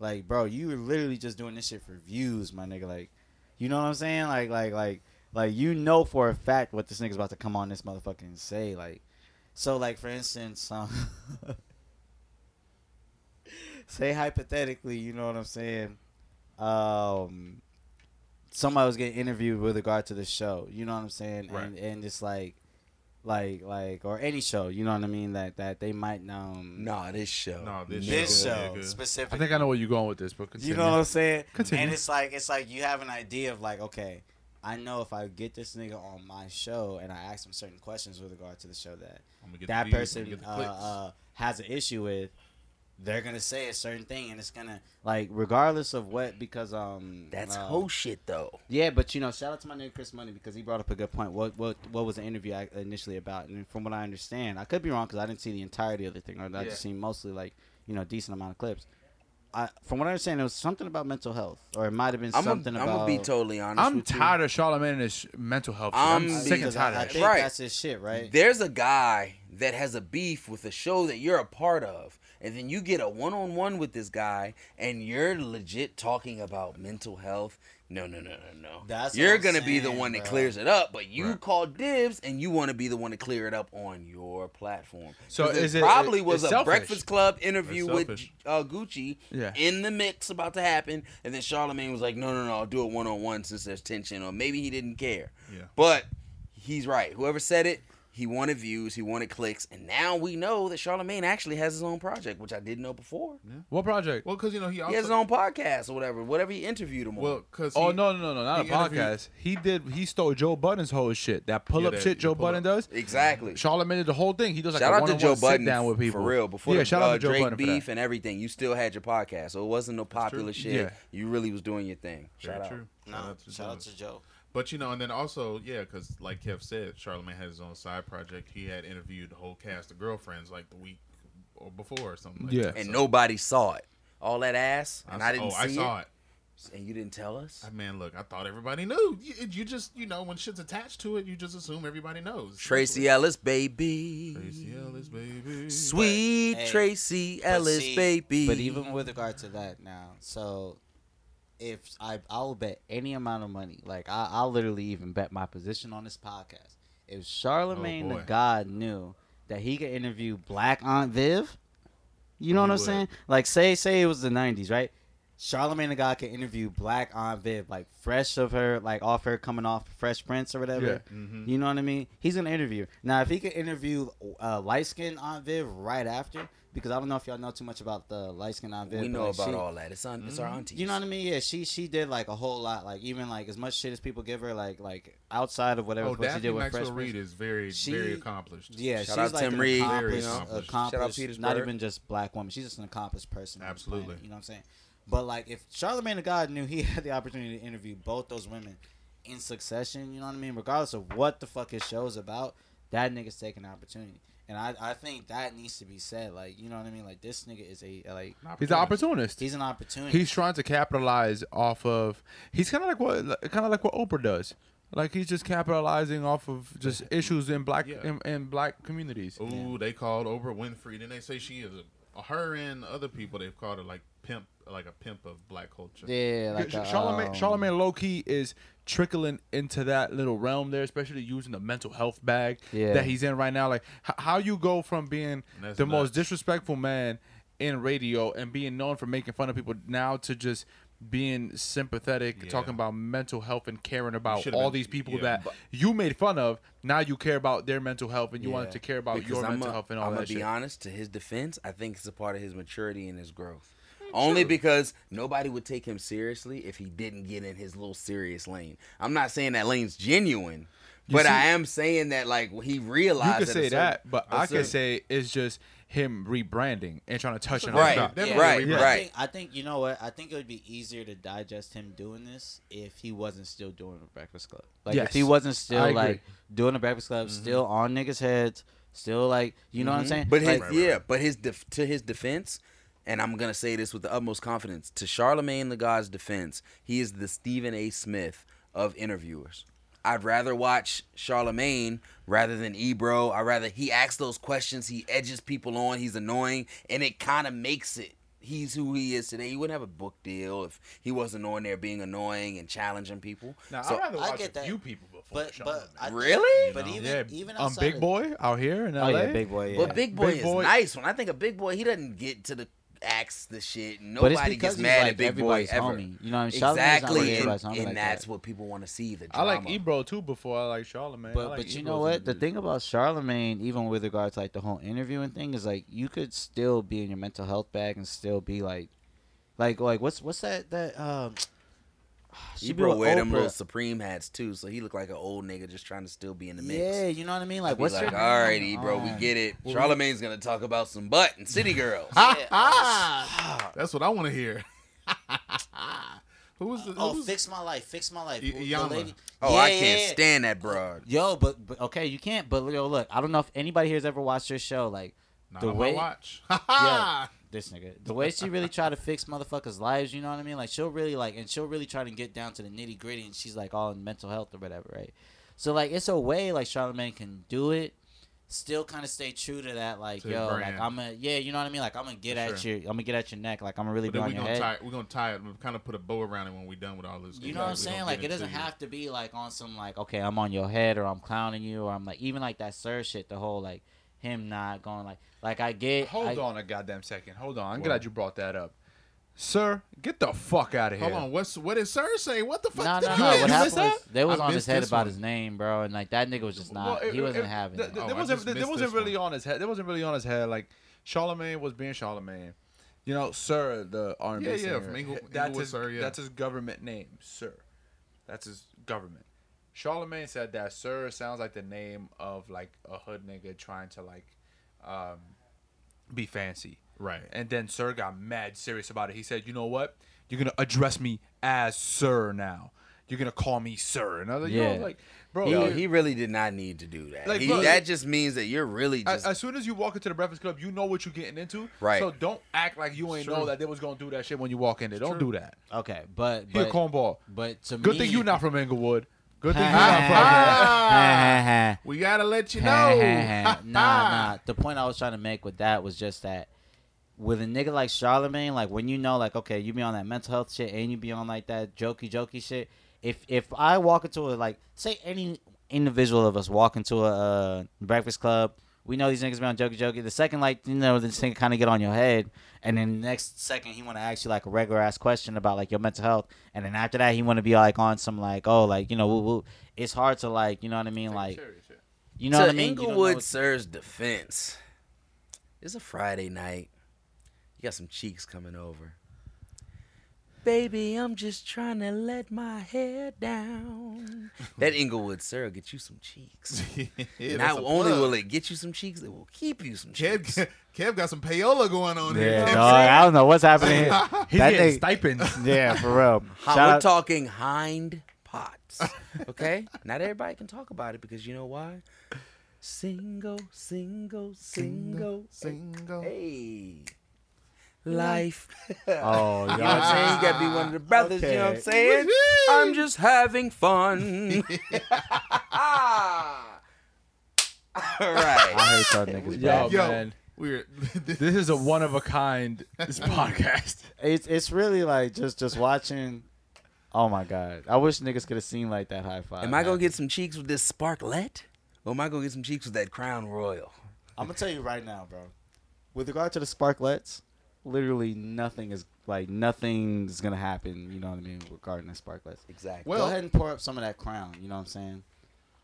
Speaker 2: like bro, you were literally just doing this shit for views, my nigga. Like, you know what I'm saying? Like like like like you know for a fact what this nigga's about to come on this motherfucking and say. Like, so like for instance, um, say hypothetically, you know what I'm saying? Um, somebody was getting interviewed with regard to the show. You know what I'm saying?
Speaker 4: Right.
Speaker 2: And and it's like like like or any show you know what i mean that that they might um
Speaker 3: Nah, this show.
Speaker 4: No, this,
Speaker 7: This
Speaker 4: shit,
Speaker 7: show
Speaker 4: nigga.
Speaker 1: I
Speaker 7: specifically.
Speaker 1: think I know where you're going with this, but continue.
Speaker 2: you know what i'm saying
Speaker 1: Continue.
Speaker 2: and it's like it's like you have an idea of like okay i know if i get this nigga on my show and i ask him certain questions with regard to the show that
Speaker 4: I'm gonna get
Speaker 2: that
Speaker 4: the views, I'm
Speaker 2: person
Speaker 4: gonna get the
Speaker 2: uh,
Speaker 4: clicks.
Speaker 2: uh, has an issue with they're gonna say a certain thing and it's gonna like regardless of what because um
Speaker 3: That's
Speaker 2: uh,
Speaker 3: whole shit though.
Speaker 2: Yeah, but you know, shout out to my nigga Chris Money because he brought up a good point. What what what was the interview I- initially about? And from what I understand, I could be wrong because I didn't see the entirety of the thing, or I just seen mostly like you know a decent amount of clips. I, from what I understand, it was something about mental health, or it might have been
Speaker 3: I'm gonna
Speaker 2: something about.
Speaker 3: be totally honest.
Speaker 1: I'm
Speaker 3: with you.
Speaker 1: tired of Charlemagne and his mental health. Shit. I'm,
Speaker 3: I'm
Speaker 1: sick and
Speaker 2: because
Speaker 1: tired
Speaker 2: I, I
Speaker 1: of that. shit.
Speaker 2: think
Speaker 3: Right.
Speaker 2: that's his shit, right?
Speaker 3: There's a guy that has a beef with a show that you're a part of, and then you get a one on one with this guy, and you're legit talking about mental health. No, no, no, no, no.
Speaker 2: That's what
Speaker 3: you're
Speaker 2: I'm
Speaker 3: gonna be the
Speaker 2: saying,
Speaker 3: one that
Speaker 2: bro.
Speaker 3: clears it up, but you call dibs, and you want to be the one to clear it up on your platform.
Speaker 1: So
Speaker 3: 'Cause
Speaker 1: is
Speaker 3: it
Speaker 1: it-
Speaker 3: probably
Speaker 1: it-
Speaker 3: was
Speaker 1: it's
Speaker 3: a
Speaker 1: selfish.
Speaker 3: Breakfast Club interview
Speaker 4: It's
Speaker 3: with
Speaker 4: selfish.
Speaker 3: uh, Gucci
Speaker 1: Yeah.
Speaker 3: in the mix about to happen, and then Charlemagne was like, "No, no, no, I'll do it one on one since there's tension," or maybe he didn't care.
Speaker 4: Yeah.
Speaker 3: But he's right. Whoever said it, he wanted views, he wanted clicks, and now we know that Charlemagne actually has his own project, which I didn't know before.
Speaker 1: What project?
Speaker 4: well, because you know he also.
Speaker 3: He has his own podcast or whatever, whatever he interviewed him
Speaker 4: well,
Speaker 3: on.
Speaker 4: because
Speaker 1: Oh no no no no! Not a
Speaker 4: he interviewed-
Speaker 1: podcast. He did. He stole Joe Budden's whole shit. That pull up
Speaker 4: that-
Speaker 1: shit
Speaker 4: the
Speaker 1: Joe
Speaker 4: pull-up.
Speaker 1: Budden does.
Speaker 3: Exactly.
Speaker 1: Charlemagne did the whole thing. He does like
Speaker 3: shout
Speaker 1: a
Speaker 3: out to
Speaker 1: one-on-one
Speaker 3: Joe Budden
Speaker 1: sit down with
Speaker 3: f-
Speaker 1: people
Speaker 3: for real. Before
Speaker 1: yeah,
Speaker 3: the
Speaker 1: shout out
Speaker 3: uh,
Speaker 1: to Joe
Speaker 3: Drake
Speaker 1: Budden for
Speaker 3: beef
Speaker 1: that.
Speaker 3: and everything, you still had your podcast, so it wasn't no
Speaker 4: true.
Speaker 3: popular shit.
Speaker 1: Yeah.
Speaker 3: You really was doing your thing.
Speaker 4: Very
Speaker 3: Shout out.
Speaker 4: true. Shout
Speaker 7: No,
Speaker 4: out to
Speaker 7: shout out
Speaker 4: Jonas.
Speaker 7: to Joe.
Speaker 4: But you know, and then also, yeah, because like Kev said, Charlemagne had his own side project. He had interviewed the whole cast of girlfriends like the week or before or something. Like
Speaker 1: Yeah.
Speaker 4: that.
Speaker 3: And
Speaker 4: So
Speaker 3: nobody saw it. All that ass, and I,
Speaker 4: s-
Speaker 3: didn't
Speaker 4: Oh,
Speaker 3: see
Speaker 4: I saw it.
Speaker 3: And you didn't tell us.
Speaker 4: I Man, look, I thought everybody knew. You, you just, you know, when shit's attached to it, you just assume everybody knows.
Speaker 3: Tracy Ellis, baby.
Speaker 4: Tracy Ellis, baby.
Speaker 3: Sweet
Speaker 7: But, hey,
Speaker 3: Tracy Ellis,
Speaker 7: see-
Speaker 3: baby.
Speaker 2: But even with regard to that now, so if I I will bet any amount of money, like I I'll literally even bet my position on this podcast. If Charlemagne the
Speaker 4: Oh, boy.
Speaker 2: God knew that he could interview Black Aunt Viv, you know what
Speaker 4: Oh, He
Speaker 2: I'm
Speaker 4: would.
Speaker 2: saying? Like say say it was the '90s, right? Charlamagne the God can interview Black Aunt Viv, like fresh of her, like off her coming off Fresh Prince or whatever.
Speaker 3: Mm-hmm.
Speaker 2: You know what I mean? He's gonna interview. her. Now, if he could interview uh, light skinned Aunt Viv right after, because I don't know if y'all know too much about the light skinned Aunt Viv.
Speaker 3: we
Speaker 2: but,
Speaker 3: know
Speaker 2: like,
Speaker 3: about
Speaker 2: she-
Speaker 3: all that. It's on. It's our aunties.
Speaker 2: You know what I mean? Yeah, she she did like a whole lot, like even like as much shit as people give her, like like outside of whatever
Speaker 4: Oh,
Speaker 2: fuck she
Speaker 4: Daphne
Speaker 2: did with Fresh
Speaker 4: Maxwell
Speaker 2: Prince.
Speaker 4: Reed is very,
Speaker 2: She-
Speaker 4: very accomplished.
Speaker 2: Yeah,
Speaker 3: Shout
Speaker 2: she's
Speaker 3: out
Speaker 2: like
Speaker 3: Tim
Speaker 2: an
Speaker 3: Reed.
Speaker 4: Very
Speaker 2: accomplished,
Speaker 4: accomplished.
Speaker 2: accomplished,
Speaker 3: Shout out Petersburg.
Speaker 2: not even just black woman. She's just an accomplished person. on the
Speaker 4: Absolutely.
Speaker 2: planet, you know what I'm saying? But like, if Charlemagne the God knew he had the opportunity to interview both those women in succession, you know what I mean? Regardless of what the fuck his show's about, that nigga's taking the opportunity, and I I think that needs to be said. Like, you know what I mean? Like, this nigga is a like
Speaker 1: He's an opportunist.
Speaker 2: he's an opportunity.
Speaker 1: he's trying to capitalize off of he's kind of like what kind of like what Oprah does. Like he's just capitalizing off of just issues in black
Speaker 4: Yeah.
Speaker 1: in, in black communities.
Speaker 4: Ooh, they called Oprah Winfrey. Then they say she is a, her and other people. They've called her like pimp, like a pimp of black culture.
Speaker 2: yeah, like a,
Speaker 1: Charlemagne,
Speaker 2: um,
Speaker 1: Charlemagne low key is trickling into that little realm there, especially using the mental health bag
Speaker 2: Yeah.
Speaker 1: that he's in right now. Like h- how you go from being
Speaker 4: That's
Speaker 1: the most
Speaker 4: nuts.
Speaker 1: disrespectful man in radio and being known for making fun of people now to just being sympathetic,
Speaker 4: Yeah.
Speaker 1: talking about mental health and caring about
Speaker 4: should've
Speaker 1: all
Speaker 4: been-
Speaker 1: these people
Speaker 4: yeah.
Speaker 1: that you made fun of. Now you care about their mental health and you
Speaker 2: Yeah.
Speaker 1: wanted to care about
Speaker 3: because
Speaker 1: your
Speaker 3: I'm
Speaker 1: mental
Speaker 3: gonna
Speaker 1: health and all that
Speaker 3: be
Speaker 1: shit.
Speaker 3: honest. To his defense, I think it's a part of his maturity and his growth.
Speaker 2: Mm,
Speaker 3: Only because nobody would take him seriously if he didn't get in his little serious lane. I'm not saying that lane's genuine, but
Speaker 1: see-
Speaker 3: I am saying that like he
Speaker 1: You
Speaker 3: realized.
Speaker 1: could
Speaker 3: at a
Speaker 1: say
Speaker 3: certain-
Speaker 1: that, but
Speaker 4: a
Speaker 1: I could
Speaker 4: certain-
Speaker 1: say it's just him rebranding and trying to touch it
Speaker 3: Right,
Speaker 1: on
Speaker 4: They're
Speaker 3: yeah,
Speaker 4: gonna
Speaker 3: right,
Speaker 4: rebrand.
Speaker 2: I
Speaker 3: right.
Speaker 2: think, I think you know what? I think it would be easier to digest him doing this if he wasn't still doing the Breakfast Club. Like
Speaker 1: Yes.
Speaker 2: if he wasn't
Speaker 1: I
Speaker 2: still
Speaker 1: agree.
Speaker 2: like doing the Breakfast Club,
Speaker 3: Mm-hmm.
Speaker 2: still on niggas' heads, still like you know what I'm saying.
Speaker 3: But his,
Speaker 2: like,
Speaker 3: yeah, but his def- to his defense, and I'm gonna say this with the utmost confidence. To Charlemagne the God's defense, he is the Stephen A. Smith of interviewers. I'd rather watch Charlemagne rather than Ebro. I rather he asks those questions. He edges people on. He's annoying, and it kind of makes it. He's who he is today. He wouldn't have a book deal if he wasn't on there being annoying and challenging people. So-
Speaker 1: rather
Speaker 7: I watch get a that. few
Speaker 1: people before
Speaker 7: But but I,
Speaker 3: Really?
Speaker 7: But even
Speaker 1: yeah,
Speaker 7: even
Speaker 1: um,
Speaker 7: outside
Speaker 1: big
Speaker 7: of-
Speaker 1: boy out here in LA.
Speaker 2: oh yeah, big boy. Yeah.
Speaker 3: But Big Boy
Speaker 1: Big
Speaker 3: is
Speaker 1: Boy-
Speaker 3: nice. When I think of Big Boy, he doesn't get to the axe the shit.
Speaker 2: But it's
Speaker 3: Nobody
Speaker 2: because
Speaker 3: gets
Speaker 2: he's,
Speaker 3: mad
Speaker 2: like,
Speaker 3: at Big Boy
Speaker 2: everybody's
Speaker 3: ever.
Speaker 2: homie. You know what I mean? Charlamagne's not really
Speaker 3: Exactly, and,
Speaker 2: everybody's homie
Speaker 3: and
Speaker 2: like
Speaker 3: that's
Speaker 2: that.
Speaker 3: what people want to see. The
Speaker 1: I
Speaker 3: drama.
Speaker 1: like Ebro too before I like Charlemagne. I
Speaker 2: But
Speaker 1: like
Speaker 2: but you
Speaker 1: Ebro's
Speaker 2: know what? The
Speaker 1: interviews.
Speaker 2: thing about Charlemagne, even with regards to like the whole interviewing thing, is like you could still be in your mental health bag and still be like, like like what's what's that that um. she be
Speaker 3: Ebro
Speaker 2: with
Speaker 3: wear them
Speaker 2: Oprah.
Speaker 3: little Supreme hats too, so he looked like an old nigga just trying to still be in the mix.
Speaker 2: Yeah, you know what I mean. Like,
Speaker 3: Be
Speaker 2: what's
Speaker 3: like,
Speaker 2: your
Speaker 3: all right,
Speaker 2: name?
Speaker 3: Ebro, we
Speaker 2: Um,
Speaker 3: get it. Charlemagne's gonna talk about some butt and city girls.
Speaker 2: Oh,
Speaker 4: That's what I want to hear. Who was the?
Speaker 7: Oh,
Speaker 4: who was-
Speaker 7: fix my life, fix my life.
Speaker 4: Y-
Speaker 7: The
Speaker 4: Yama.
Speaker 7: lady-
Speaker 3: oh,
Speaker 7: Yeah,
Speaker 3: I
Speaker 7: yeah,
Speaker 3: can't
Speaker 7: yeah.
Speaker 3: stand that broad.
Speaker 2: Yo, but, but okay, you can't. But yo, look, I don't know if anybody here's ever watched your show. Like,
Speaker 4: Nah,
Speaker 2: the
Speaker 4: I wanna
Speaker 2: way-
Speaker 4: watch.
Speaker 2: yeah, this nigga, the way she really try to fix motherfuckers' lives, you know what I mean? Like, she'll really like, and she'll really try to get down to the nitty gritty, and she's like all in mental health or whatever, right? So like, it's a way like Charlamagne can do it. Still, kind of stay true to that, like
Speaker 4: To his
Speaker 2: yo, like
Speaker 4: brand.
Speaker 2: I'm a yeah, you know what I mean. Like I'm gonna get at
Speaker 4: sure.
Speaker 2: your, I'm gonna get at your neck, like I'm gonna really
Speaker 4: But
Speaker 2: be
Speaker 4: then
Speaker 2: on
Speaker 4: we're
Speaker 2: your
Speaker 4: gonna
Speaker 2: head.
Speaker 4: tie. We're gonna tie it. We kind of put a bow around it when we're done with all this.
Speaker 2: You know what I'm saying? Like it doesn't have to be like on some like okay, I'm on your head or I'm clowning you or I'm like even like that sir shit. The whole like him not going like like I get.
Speaker 1: Hold
Speaker 2: I-
Speaker 1: on a goddamn second. Hold on. I'm
Speaker 4: What?
Speaker 1: glad you brought that up, sir. Get the fuck out of here.
Speaker 4: Hold on. What's what did Sir say? What the fuck?
Speaker 2: No,
Speaker 4: did
Speaker 2: no,
Speaker 4: you-
Speaker 2: no.
Speaker 1: you
Speaker 2: What
Speaker 1: missed
Speaker 2: happened was
Speaker 1: that?
Speaker 2: they was
Speaker 4: I
Speaker 2: on his
Speaker 4: missed
Speaker 2: head
Speaker 4: this
Speaker 2: about
Speaker 4: one.
Speaker 2: his name, bro, and like that nigga was just not.
Speaker 1: Well, it-
Speaker 2: he wasn't
Speaker 1: it-
Speaker 2: having
Speaker 1: th-
Speaker 2: it.
Speaker 1: th-
Speaker 4: Oh,
Speaker 1: There
Speaker 4: I
Speaker 1: wasn't.
Speaker 4: just
Speaker 1: There
Speaker 4: missed
Speaker 1: wasn't
Speaker 4: this
Speaker 1: really on his head. There wasn't really on his head. Like Charlemagne was being Charlemagne. You know, sir, the R&B
Speaker 4: Yeah, yeah,
Speaker 1: singer.
Speaker 4: from Ingle-
Speaker 1: that's
Speaker 4: Inglewood,
Speaker 1: his,
Speaker 4: sir, yeah.
Speaker 1: That's his government name, sir. That's his government. Charlemagne said that sir sounds like the name of like a hood nigga trying to like um, be fancy.
Speaker 4: Right.
Speaker 1: And then Sir got mad serious about it. He said, "You know what? You're gonna address me as Sir now. You're gonna call me Sir." And I was like, "Yo,
Speaker 2: Yeah.
Speaker 1: like, bro,
Speaker 3: Yo,
Speaker 1: you-
Speaker 3: he really did not need to do that.
Speaker 1: Like,
Speaker 3: He-
Speaker 1: bro-
Speaker 3: that just means that you're really
Speaker 1: as,
Speaker 3: just
Speaker 1: as soon as you walk into the Breakfast Club, you know what you're getting into.
Speaker 3: Right.
Speaker 1: So don't act like you ain't
Speaker 4: True.
Speaker 1: know that they was gonna do that shit when you walk in there. Don't do that.
Speaker 2: Okay, but
Speaker 1: He a
Speaker 2: but,
Speaker 1: cornball.
Speaker 2: but to
Speaker 1: Good
Speaker 2: me,
Speaker 1: thing you not from Englewood. Good
Speaker 2: Ha,
Speaker 1: thing you
Speaker 2: ha,
Speaker 1: not from.
Speaker 2: ha, ha, ha,
Speaker 4: We gotta let you know.
Speaker 2: ha, ha, ha. Nah, nah. The point I was trying to make with that was just that with a nigga like Charlemagne, like when you know, like okay, you be on that mental health shit and you be on like that jokey jokey shit. If if I walk into a like, say any individual of us walk into a uh, Breakfast Club We know these niggas been on jokey jokey. The second, like, you know, this thing kind of get on your head, and then the next second he want to ask you like a regular ass question about like your mental health, and then after that he want to be like on some like, oh, like you know, woo woo. It's hard to like, you know what I mean? Like, you know
Speaker 3: to
Speaker 2: what I mean? You don't know
Speaker 3: Inglewood
Speaker 2: what's-
Speaker 3: Sir's defense, it's a Friday night. You got some cheeks coming over. Baby, I'm just trying to let my hair down. That Inglewood Sir will get you some cheeks.
Speaker 4: Yeah, that's
Speaker 3: Not
Speaker 4: a
Speaker 3: only
Speaker 4: plug.
Speaker 3: will it get you some cheeks, it will keep you some cheeks.
Speaker 4: Kev, Kev got some payola going on
Speaker 2: yeah,
Speaker 4: here.
Speaker 2: dog. I don't know what's happening here.
Speaker 1: He's
Speaker 2: That
Speaker 1: getting
Speaker 2: nigga-
Speaker 1: stipends.
Speaker 2: Yeah, for real.
Speaker 3: Hi-
Speaker 2: Shout
Speaker 3: We're
Speaker 2: out,
Speaker 3: talking hind pots. Okay? Not everybody can talk about it because you know why? Single, single, single,
Speaker 4: Single.
Speaker 3: Hey. Life.
Speaker 2: oh,
Speaker 3: You know what
Speaker 2: y'all,
Speaker 3: I'm saying? You gotta be one of the brothers, you know what I'm saying? I'm just having fun. All right.
Speaker 2: I hate y'all niggas.
Speaker 1: Yo,
Speaker 2: bro.
Speaker 4: Yo.
Speaker 1: man.
Speaker 4: Weird.
Speaker 1: This is a one of a kind this podcast.
Speaker 2: It's it's really like just just watching. Oh my god, I wish niggas could have seen like that high five.
Speaker 3: Am I gonna get some cheeks with this sparklet? Or am I gonna get some cheeks with that crown royal?
Speaker 2: I'm gonna tell you right now, bro. With regard to the sparklets, literally nothing is like nothing's gonna happen. You know what I mean regarding the sparklets.
Speaker 3: Exactly.
Speaker 2: Go
Speaker 4: well,
Speaker 2: ahead and pour up some of that crown. You know what I'm saying?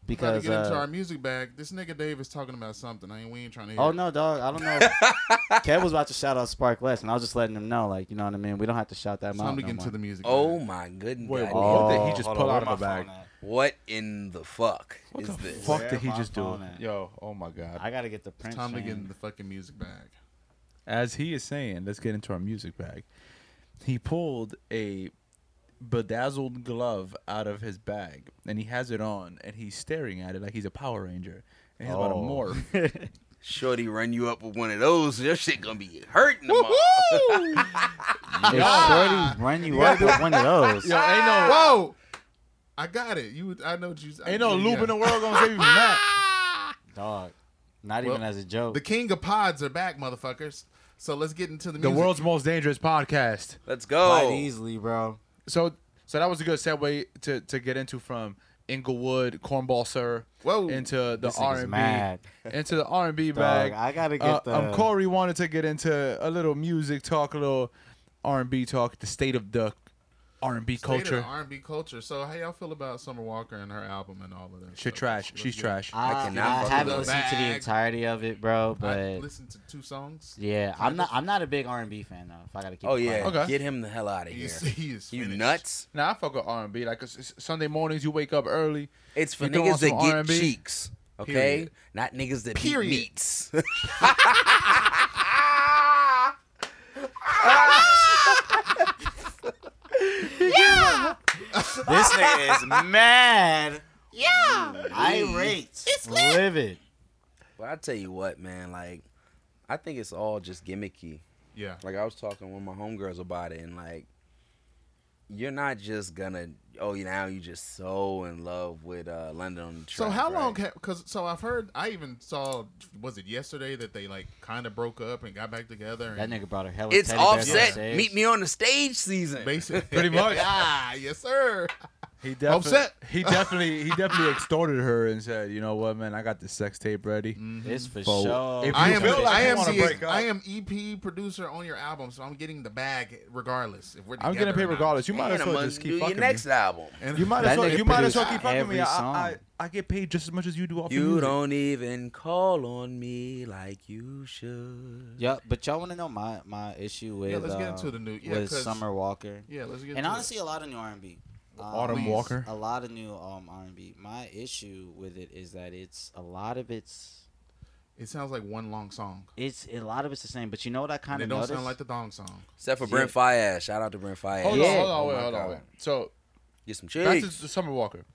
Speaker 4: trying to
Speaker 2: Because
Speaker 4: get into our
Speaker 2: uh,
Speaker 4: music bag. This nigga Dave is talking about something. I ain't. We ain't trying to hear.
Speaker 2: oh
Speaker 4: it.
Speaker 2: no, dog. I don't know. If, Kev was about to shout out sparklets, and I was just letting him know, like you know what I mean. We don't have to shout that
Speaker 4: It's
Speaker 2: out.
Speaker 4: time to
Speaker 2: no
Speaker 4: get
Speaker 2: more.
Speaker 4: into the music.
Speaker 3: Oh
Speaker 4: bag.
Speaker 3: my goodness.
Speaker 1: Wait, what
Speaker 2: Oh,
Speaker 1: did he just
Speaker 2: hold
Speaker 1: pull
Speaker 2: on,
Speaker 1: out
Speaker 2: where
Speaker 1: of a
Speaker 2: my
Speaker 1: bag?
Speaker 2: phone at?
Speaker 3: What in the fuck
Speaker 1: What
Speaker 3: is
Speaker 1: the
Speaker 3: this?
Speaker 1: fuck
Speaker 2: Where
Speaker 1: did he
Speaker 2: my
Speaker 1: just do?
Speaker 2: phone at?
Speaker 1: Yo, oh my god.
Speaker 2: I gotta get the print.
Speaker 4: It's time to get
Speaker 2: man.
Speaker 4: in the fucking music bag.
Speaker 1: As he is saying, let's get into our music bag. He pulled a bedazzled glove out of his bag and he has it on and he's staring at it like he's a Power Ranger. And he's about to
Speaker 2: Oh.
Speaker 1: morph.
Speaker 3: Shorty run you up with one of those, your shit gonna be hurting tomorrow.
Speaker 2: If Shorty run you up with one of those,
Speaker 1: Yo, ain't no
Speaker 4: Whoa! I got it. You. I know what you. I-
Speaker 1: ain't no
Speaker 4: you
Speaker 1: loop
Speaker 4: got
Speaker 1: in the
Speaker 4: it.
Speaker 1: world gonna save you from that.
Speaker 2: dog, not even as a joke.
Speaker 4: The king of pods are back, motherfuckers. So let's get into the
Speaker 1: The
Speaker 4: music.
Speaker 1: world's most dangerous podcast.
Speaker 3: Let's
Speaker 2: Quite
Speaker 3: go.
Speaker 2: easily, bro.
Speaker 1: So so that was a good segue to, to get into from Inglewood, Cornball Sir,
Speaker 4: Whoa.
Speaker 1: into the
Speaker 2: This
Speaker 1: R
Speaker 2: nigga's
Speaker 1: and
Speaker 2: mad.
Speaker 1: B, into the R and B
Speaker 2: Dog,
Speaker 1: bag.
Speaker 2: I gotta get
Speaker 1: Uh,
Speaker 2: the.
Speaker 1: um, Corey wanted to get into a little music talk, a little R and B talk, the state of the R and B culture.
Speaker 4: R and B culture. So how y'all feel about Summer Walker and her album and all of that?
Speaker 1: She
Speaker 4: stuff?
Speaker 1: trash.
Speaker 4: Let's
Speaker 1: She's
Speaker 4: get-
Speaker 1: trash.
Speaker 2: I,
Speaker 3: I cannot
Speaker 2: I
Speaker 3: fuck
Speaker 2: haven't
Speaker 4: with
Speaker 2: listened
Speaker 4: that.
Speaker 2: to the entirety of it, bro.
Speaker 4: I
Speaker 2: But
Speaker 4: listened to two songs.
Speaker 2: yeah, I'm not. I'm not a big R and B fan though. If I gotta keep.
Speaker 3: Oh
Speaker 2: it
Speaker 3: yeah,
Speaker 2: quiet.
Speaker 1: Okay.
Speaker 3: get him the hell out of here.
Speaker 4: He's, he is
Speaker 3: You
Speaker 4: finished.
Speaker 3: nuts?
Speaker 1: Now I fuck with R and B. Like it's- it's Sunday mornings, you wake up early.
Speaker 3: It's for
Speaker 1: You doing
Speaker 3: niggas that
Speaker 1: some
Speaker 3: get
Speaker 1: R&B?
Speaker 3: cheeks, okay?
Speaker 1: Period.
Speaker 3: Not niggas that
Speaker 4: Period.
Speaker 3: Period. meats.
Speaker 2: This nigga is mad. Yeah, irate. It's livid.
Speaker 3: but I tell you what, man, like I think it's all just gimmicky.
Speaker 4: Yeah.
Speaker 3: Like I was talking with my homegirls about it, and like, you're not just gonna. Oh, you now you just so in love with uh, London on the track.
Speaker 4: So how
Speaker 3: right?
Speaker 4: long? Because so I've heard. I even saw. Was it yesterday that they like kind of broke up and got back together?
Speaker 2: That
Speaker 4: And
Speaker 2: nigga brought her hella.
Speaker 3: It's
Speaker 2: teddy bears on
Speaker 3: offset.
Speaker 2: stage.
Speaker 3: Meet me on the stage season.
Speaker 4: basically,
Speaker 1: Pretty much.
Speaker 4: Ah, yes, sir.
Speaker 1: He definitely,
Speaker 4: Upset.
Speaker 1: he definitely, he definitely extorted her and said, "You know what, man? I got the sex tape ready."
Speaker 4: Mm,
Speaker 2: It's for
Speaker 1: Fo-
Speaker 2: sure.
Speaker 1: If Mm-hmm.
Speaker 4: I
Speaker 1: you
Speaker 4: am.
Speaker 1: feel like
Speaker 4: I
Speaker 1: you
Speaker 4: am.
Speaker 1: wanna
Speaker 4: the-
Speaker 1: break up.
Speaker 4: I am EP producer on your album, so I'm getting the bag regardless. If we're
Speaker 1: I'm
Speaker 4: together
Speaker 1: getting paid
Speaker 4: or not.
Speaker 1: regardless. You might
Speaker 3: Man,
Speaker 1: as
Speaker 3: I'm
Speaker 1: well
Speaker 3: gonna
Speaker 1: just
Speaker 3: do
Speaker 1: keep
Speaker 3: your
Speaker 1: fucking
Speaker 3: next
Speaker 1: me.
Speaker 3: album.
Speaker 4: And
Speaker 1: You might as
Speaker 2: That
Speaker 1: well.
Speaker 2: nigga
Speaker 1: You might as well
Speaker 2: produced
Speaker 1: keep fucking me.
Speaker 2: every
Speaker 1: I, I,
Speaker 2: song.
Speaker 1: I get paid just as much as you do off your
Speaker 3: You
Speaker 1: music.
Speaker 3: don't even call on me like you should.
Speaker 2: Yeah, but y'all want to know my my issue with
Speaker 4: Yeah, let's get
Speaker 2: uh,
Speaker 4: into the new- yeah,
Speaker 2: with
Speaker 4: 'cause-
Speaker 2: Summer Walker
Speaker 4: Yeah, let's get.
Speaker 2: and
Speaker 4: to it.
Speaker 2: honestly uh, a lot of new R and B. Um,
Speaker 1: Autumn
Speaker 4: Please.
Speaker 1: Walker.
Speaker 2: a lot of new um R&B. My issue with it is that it's a lot of it's
Speaker 4: it sounds like one long song.
Speaker 2: it's a lot of it's the same. But you know what I
Speaker 4: And
Speaker 2: kind
Speaker 4: it
Speaker 2: of
Speaker 4: don't
Speaker 2: noticed?
Speaker 4: sound like the thong song.
Speaker 3: Except for
Speaker 2: Yeah.
Speaker 3: Brent Fias. Shout out to Brent Fias.
Speaker 1: Hold on,
Speaker 2: Yeah.
Speaker 1: hold on,
Speaker 3: Oh
Speaker 1: wait,
Speaker 3: my
Speaker 1: hold on,
Speaker 3: God.
Speaker 1: wait. So
Speaker 3: Get some
Speaker 1: back
Speaker 3: cheeks.
Speaker 1: to Summer Walker.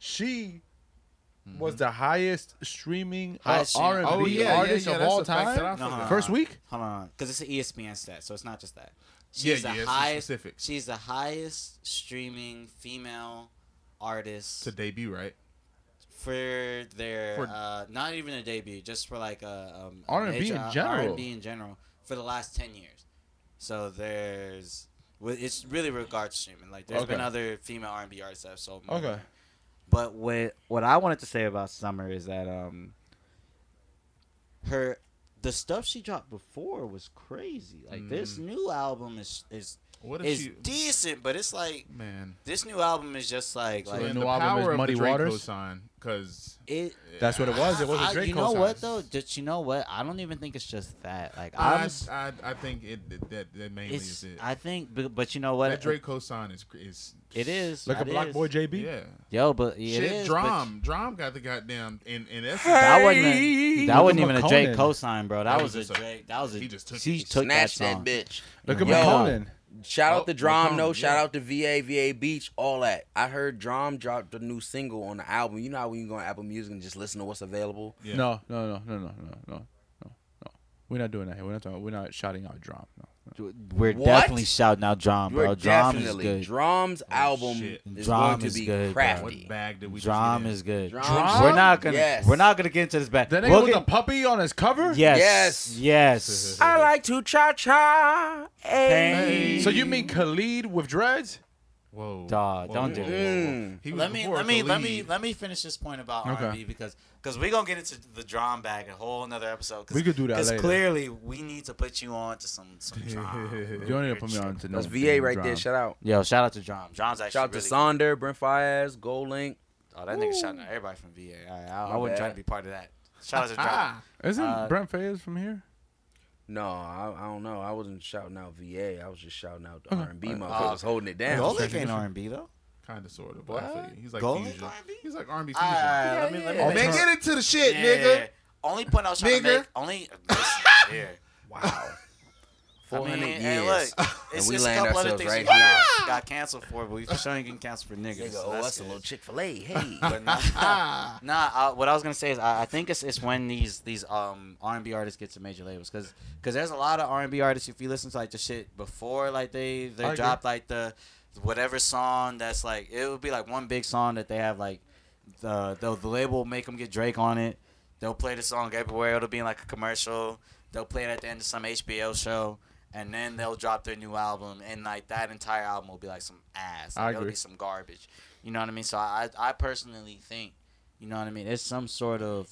Speaker 1: She was the highest streaming uh,
Speaker 2: Highest
Speaker 1: R and
Speaker 2: streaming.
Speaker 4: Mm-hmm. Oh,
Speaker 1: B
Speaker 4: yeah, yeah,
Speaker 1: artist
Speaker 4: yeah,
Speaker 1: of
Speaker 4: that's
Speaker 1: all
Speaker 4: a fact that I
Speaker 1: time.
Speaker 4: forgot.
Speaker 2: Uh-huh.
Speaker 1: First week.
Speaker 2: Hold on, because it's an E ESPN stat, so it's not just that.
Speaker 4: Yeah,
Speaker 2: She's
Speaker 4: yeah,
Speaker 2: the
Speaker 4: it's
Speaker 2: highest.
Speaker 4: specific.
Speaker 2: She's the highest streaming female artist
Speaker 4: It's a debut, right?
Speaker 2: for their
Speaker 4: For-
Speaker 2: uh, not even a debut, just for like a um, a
Speaker 1: R&B
Speaker 2: major-
Speaker 1: in
Speaker 2: uh,
Speaker 1: general.
Speaker 2: R&B in general for the last ten years. So there's, well, it's really regards streaming. Like there's been
Speaker 1: Okay.
Speaker 2: other female R&B artists that have sold more.
Speaker 1: Okay.
Speaker 2: But what what I wanted to say about Summer is that um, her the stuff she dropped before was crazy. Like
Speaker 1: Mm.
Speaker 2: this new album is is
Speaker 4: What if
Speaker 2: is
Speaker 4: she?
Speaker 7: decent, but it's like
Speaker 4: Man,
Speaker 7: this new album is just like
Speaker 4: so
Speaker 7: like
Speaker 1: the
Speaker 4: then
Speaker 1: new
Speaker 4: the
Speaker 1: album
Speaker 4: power
Speaker 1: is
Speaker 4: of
Speaker 1: Muddy
Speaker 4: the Drake
Speaker 1: Waters?
Speaker 4: cosign, because
Speaker 2: it.
Speaker 1: That's what it was. It
Speaker 2: I-
Speaker 1: wasn't Drake.
Speaker 2: you know
Speaker 1: cosign.
Speaker 2: what though? Did you know what? I don't even think it's just that. Like I'm,
Speaker 4: I,
Speaker 2: s-
Speaker 4: I, I think it that- that that mainly
Speaker 2: it's.
Speaker 4: is it.
Speaker 2: I think, but, but you know what?
Speaker 4: that Drake cosign is is
Speaker 2: It is.
Speaker 1: Like a
Speaker 2: it
Speaker 1: Block
Speaker 2: is.
Speaker 1: Boy JB.
Speaker 4: yeah.
Speaker 2: Yo, but it
Speaker 4: Shit,
Speaker 2: is, but
Speaker 4: Drum, Drum got the goddamn in in essence.
Speaker 2: That wasn't. A, that
Speaker 1: Look
Speaker 2: wasn't
Speaker 1: at
Speaker 2: even a Drake
Speaker 1: Conan.
Speaker 2: cosign, bro. That,
Speaker 4: That
Speaker 2: was, a
Speaker 4: was just a-
Speaker 2: Drake. That was a.
Speaker 4: he just took
Speaker 2: she
Speaker 4: it.
Speaker 2: took that
Speaker 3: Snatch that
Speaker 2: song.
Speaker 3: bitch.
Speaker 1: Look at
Speaker 3: Yo.
Speaker 1: McConan.
Speaker 3: Shout out
Speaker 4: Oh,
Speaker 3: to Drum,
Speaker 4: Macomb,
Speaker 3: no.
Speaker 4: yeah.
Speaker 3: Shout out to VA, VA Beach, all that. I heard Drum dropped a new single on the album. You know how when you go on Apple Music and just listen to what's available.
Speaker 4: Yeah.
Speaker 1: No, no, no, no, no, no, no, no, no. We're not doing that here. We're not talking. We're not shouting out Drum. No, no.
Speaker 2: We're
Speaker 3: What?
Speaker 2: definitely shouting out Drum,
Speaker 3: You're
Speaker 2: bro. Drum is
Speaker 3: definitely
Speaker 2: good.
Speaker 3: Drum's album
Speaker 4: shit.
Speaker 3: is
Speaker 2: Drum
Speaker 3: going to
Speaker 2: is
Speaker 3: be
Speaker 2: good, bro.
Speaker 4: What
Speaker 3: crafty.
Speaker 4: bag did we? just
Speaker 2: Drum
Speaker 4: get in?
Speaker 2: is good.
Speaker 3: Drum?
Speaker 2: We're not gonna.
Speaker 3: Yes.
Speaker 2: We're not gonna get into this back.
Speaker 1: That nigga
Speaker 2: We'll
Speaker 1: with
Speaker 2: get-
Speaker 1: the puppy on his cover.
Speaker 2: Yes.
Speaker 3: Yes.
Speaker 2: Yes.
Speaker 3: I like to cha cha.
Speaker 2: Hey.
Speaker 1: So you mean Khalid with dreads?
Speaker 4: Whoa,
Speaker 2: Dog,
Speaker 4: Whoa,
Speaker 2: don't
Speaker 4: whoa,
Speaker 2: do Mm.
Speaker 4: whoa,
Speaker 3: that.
Speaker 4: whoa. He was
Speaker 7: let me
Speaker 4: before
Speaker 7: let me let me
Speaker 4: Khalid.
Speaker 7: let me finish this point about
Speaker 1: Okay.
Speaker 7: R&B because because we're gonna get into the drum bag a whole another episode. Cause,
Speaker 1: We could do that
Speaker 7: 'cause
Speaker 1: later.
Speaker 7: clearly we need to put you on to some some drum.
Speaker 1: You don't need to put me on to no.
Speaker 3: That's VA right
Speaker 1: Drum.
Speaker 3: there. Shout out.
Speaker 2: Yo, shout out to Drum.
Speaker 7: Drum's actually
Speaker 3: Shout out to
Speaker 7: really
Speaker 3: Sonder, Brent Fires, Gold Link.
Speaker 7: Oh, that nigga shouting out everybody from VA. I, I, I
Speaker 3: My
Speaker 7: wasn't
Speaker 3: bad.
Speaker 7: trying to be part of that. Shout out to Drum.
Speaker 4: Ah,
Speaker 1: Isn't
Speaker 7: Uh,
Speaker 1: Brent Fayez from here?
Speaker 3: No, I, I don't know. I wasn't shouting out VA. I was just shouting out the
Speaker 1: Okay.
Speaker 3: R and B motherfuckers holding it down.
Speaker 2: Golik ain't R&B though.
Speaker 4: kind of sort of. But I feel you. he's like
Speaker 2: Gold?
Speaker 4: fusion.
Speaker 7: R&B?
Speaker 4: He's like R&B fusion.
Speaker 7: All
Speaker 2: Ah.
Speaker 7: right, let me let me
Speaker 4: Man,
Speaker 7: make-
Speaker 4: get into the shit,
Speaker 7: Yeah, yeah, yeah.
Speaker 4: nigga.
Speaker 7: Only point I was trying to
Speaker 4: Nigga.
Speaker 7: make. Only listen, yeah.
Speaker 3: Wow.
Speaker 7: I
Speaker 3: Four
Speaker 7: mean,
Speaker 3: hundred years.
Speaker 7: hey, look, it's
Speaker 3: we
Speaker 7: just a
Speaker 3: land
Speaker 7: couple other
Speaker 3: ourselves
Speaker 7: things
Speaker 3: right
Speaker 7: we
Speaker 3: here.
Speaker 7: got- got canceled for, but we for sure ain't getting canceled for niggas.
Speaker 3: Nigga,
Speaker 7: so
Speaker 3: oh,
Speaker 7: that's
Speaker 3: that's a
Speaker 7: good.
Speaker 3: little Chick Fil A. Hey,
Speaker 7: But
Speaker 4: Ah.
Speaker 7: nah, nah uh, what I was gonna say is I, I think it's, it's when these these um R and B artists get to major labels because there's a lot of R and B artists if you listen to like the shit before like
Speaker 1: I
Speaker 7: they they
Speaker 1: agree.
Speaker 7: dropped like the whatever song that's like it would be like one big song that they have like the the, the label will make them get Drake on it they'll play the song everywhere it'll be in like a commercial they'll play it at the end of some HBO show. And then they'll drop their new album, and like that entire album will be like some ass.
Speaker 1: I
Speaker 7: Like, It'll
Speaker 1: agree.
Speaker 7: be some garbage. You know what I mean? So I, I personally think, you know what I mean? It's some sort of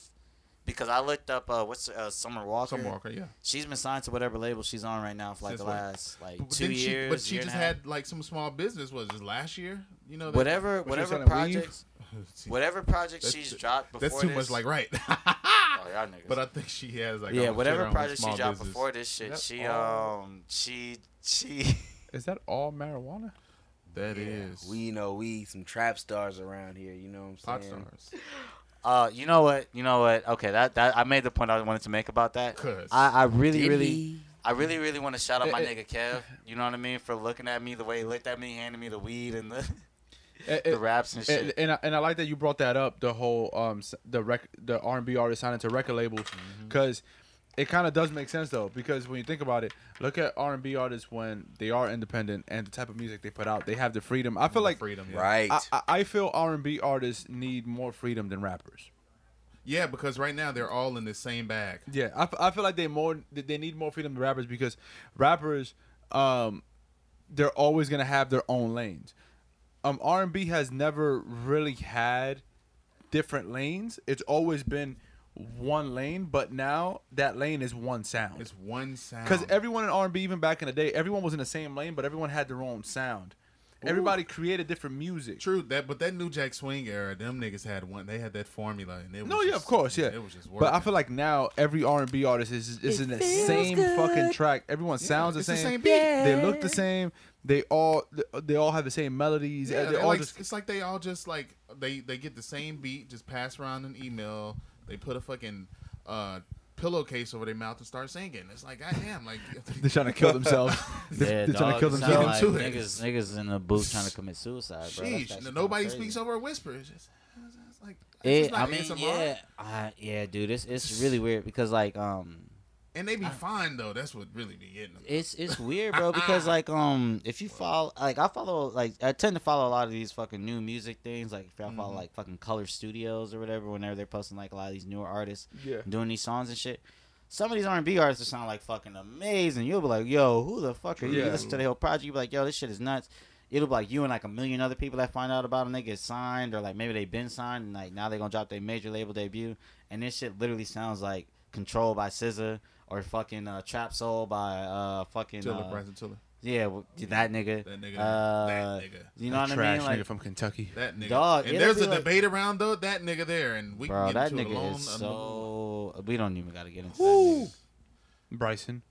Speaker 7: because I looked up uh what's uh, Summer Walker.
Speaker 4: Some Walker, yeah.
Speaker 7: She's been signed to whatever label she's on right now for like
Speaker 4: Since,
Speaker 7: the
Speaker 4: like-
Speaker 7: last like
Speaker 4: But
Speaker 7: two
Speaker 4: then she-
Speaker 7: years.
Speaker 4: But she
Speaker 7: year
Speaker 4: just
Speaker 7: and a half.
Speaker 4: had like some small business. Was it last year? You know, that-
Speaker 7: whatever
Speaker 1: you're
Speaker 7: whatever
Speaker 1: saying, Weave?
Speaker 7: projects whatever projects
Speaker 4: That's
Speaker 7: she's
Speaker 4: too-
Speaker 7: dropped before
Speaker 4: That's too
Speaker 7: this.
Speaker 4: much like right.
Speaker 7: oh, y'all niggas.
Speaker 4: but I think she has like
Speaker 7: yeah,
Speaker 4: almost her
Speaker 7: whatever
Speaker 4: own
Speaker 7: project she
Speaker 4: small
Speaker 7: dropped
Speaker 4: business. Oh.
Speaker 7: before this shit,
Speaker 1: That's
Speaker 7: she
Speaker 1: all.
Speaker 7: um she she
Speaker 1: Is that all marijuana?
Speaker 4: That is
Speaker 3: we you know we some trap stars around here. You know what I'm
Speaker 4: pop
Speaker 3: saying?
Speaker 4: stars.
Speaker 7: uh you know what you know what okay that that I made the point I wanted to make about that.
Speaker 4: Cause
Speaker 7: I, I really
Speaker 3: Did
Speaker 7: really.
Speaker 3: he?
Speaker 7: I really, really want to shout out my
Speaker 1: Eh, eh.
Speaker 7: nigga Kev. You know what I mean for looking at me the way he looked at me, handing me the weed and the,
Speaker 1: Eh, eh,
Speaker 7: the raps and
Speaker 1: and,
Speaker 7: shit.
Speaker 1: and I, and I like that you brought that up the whole um s- the rec the R&B artist signing to record labels because it kind of does make sense though because when you think about it look at R&B artists when they are independent and the type of music they put out they have the freedom I feel like
Speaker 4: freedom, yeah.
Speaker 3: Right.
Speaker 1: I, I- I feel R&B artists need more freedom than rappers
Speaker 4: Yeah, because right now they're all in the same bag.
Speaker 1: yeah I, f- I feel like they more that they need more freedom than rappers because rappers um they're always gonna have their own lanes um R&B has never really had different lanes. It's always been one lane, but now that lane is one sound.
Speaker 4: It's one sound.
Speaker 1: Because everyone in R&B, even back in the day, everyone was in the same lane, but everyone had their own sound. Everybody created different music.
Speaker 4: True that, but that New Jack Swing era, them niggas had one. They had that formula, and it was
Speaker 1: No, yeah,
Speaker 4: just-
Speaker 1: of course, yeah.
Speaker 4: It was just working.
Speaker 1: But I feel like now every R and B artist is is in the same fucking track. Everyone sounds the
Speaker 4: it's the
Speaker 1: same.
Speaker 4: same beat.
Speaker 1: They look the same. They all they all have the same melodies.
Speaker 4: Yeah,
Speaker 1: they
Speaker 4: they're
Speaker 1: all
Speaker 4: like,
Speaker 1: just,
Speaker 4: it's like they all just like they they get the same beat, just pass around an email. They put a fucking uh, pillowcase over their mouth and start singing. It's like, goddamn, like
Speaker 1: they're trying to kill themselves. they're
Speaker 2: Yeah,
Speaker 1: they're trying to
Speaker 2: dog,
Speaker 1: kill
Speaker 2: it sound
Speaker 1: themselves.
Speaker 2: like
Speaker 4: Get into it.
Speaker 2: niggas, niggas in the booth trying to commit suicide, bro. That's
Speaker 4: sheesh.
Speaker 2: actually
Speaker 4: and nobody
Speaker 2: kinda crazy.
Speaker 4: speaks over a whisper. It's just, it's just like it's
Speaker 2: It,
Speaker 4: just
Speaker 2: I
Speaker 4: not
Speaker 2: mean,
Speaker 4: ASMR.
Speaker 2: yeah, I, yeah, dude, it's it's really weird because like um,
Speaker 4: and they be fine though. That's what really be getting them.
Speaker 2: it's it's weird, bro, because like um, if you follow like I follow like I tend to follow a lot of these fucking new music things. Like if y'all follow
Speaker 4: Mm-hmm.
Speaker 2: like fucking Color Studios or whatever, whenever they're posting like a lot of these newer artists
Speaker 1: Yeah.
Speaker 2: doing these songs and shit. Some of these R and B artists sound like fucking amazing. You'll be like, yo, who the fuck are you? You
Speaker 1: Yeah.
Speaker 2: listen to the whole project, you'll be like, yo, this shit is nuts. It'll be like you and like a million other people that find out about them. They get signed or like maybe they've been signed and like now they're gonna drop their major label debut. And this shit literally sounds like Control by Scissor or fucking uh, Trap Soul by uh fucking
Speaker 4: Tiller,
Speaker 2: uh,
Speaker 4: Bryson Tiller.
Speaker 2: yeah w- that nigga.
Speaker 4: That nigga.
Speaker 2: Uh,
Speaker 4: that nigga.
Speaker 2: You know what I
Speaker 1: trash
Speaker 2: mean? Like,
Speaker 1: nigga from Kentucky.
Speaker 4: That nigga.
Speaker 2: dog,
Speaker 4: and
Speaker 2: it'll
Speaker 4: there's
Speaker 2: be
Speaker 4: a
Speaker 2: like-
Speaker 4: debate around though that nigga there, and we
Speaker 2: bro,
Speaker 4: can get
Speaker 2: that
Speaker 4: into it alone.
Speaker 2: nigga is so. We don't even gotta get into that. Nigga.
Speaker 1: Bryson.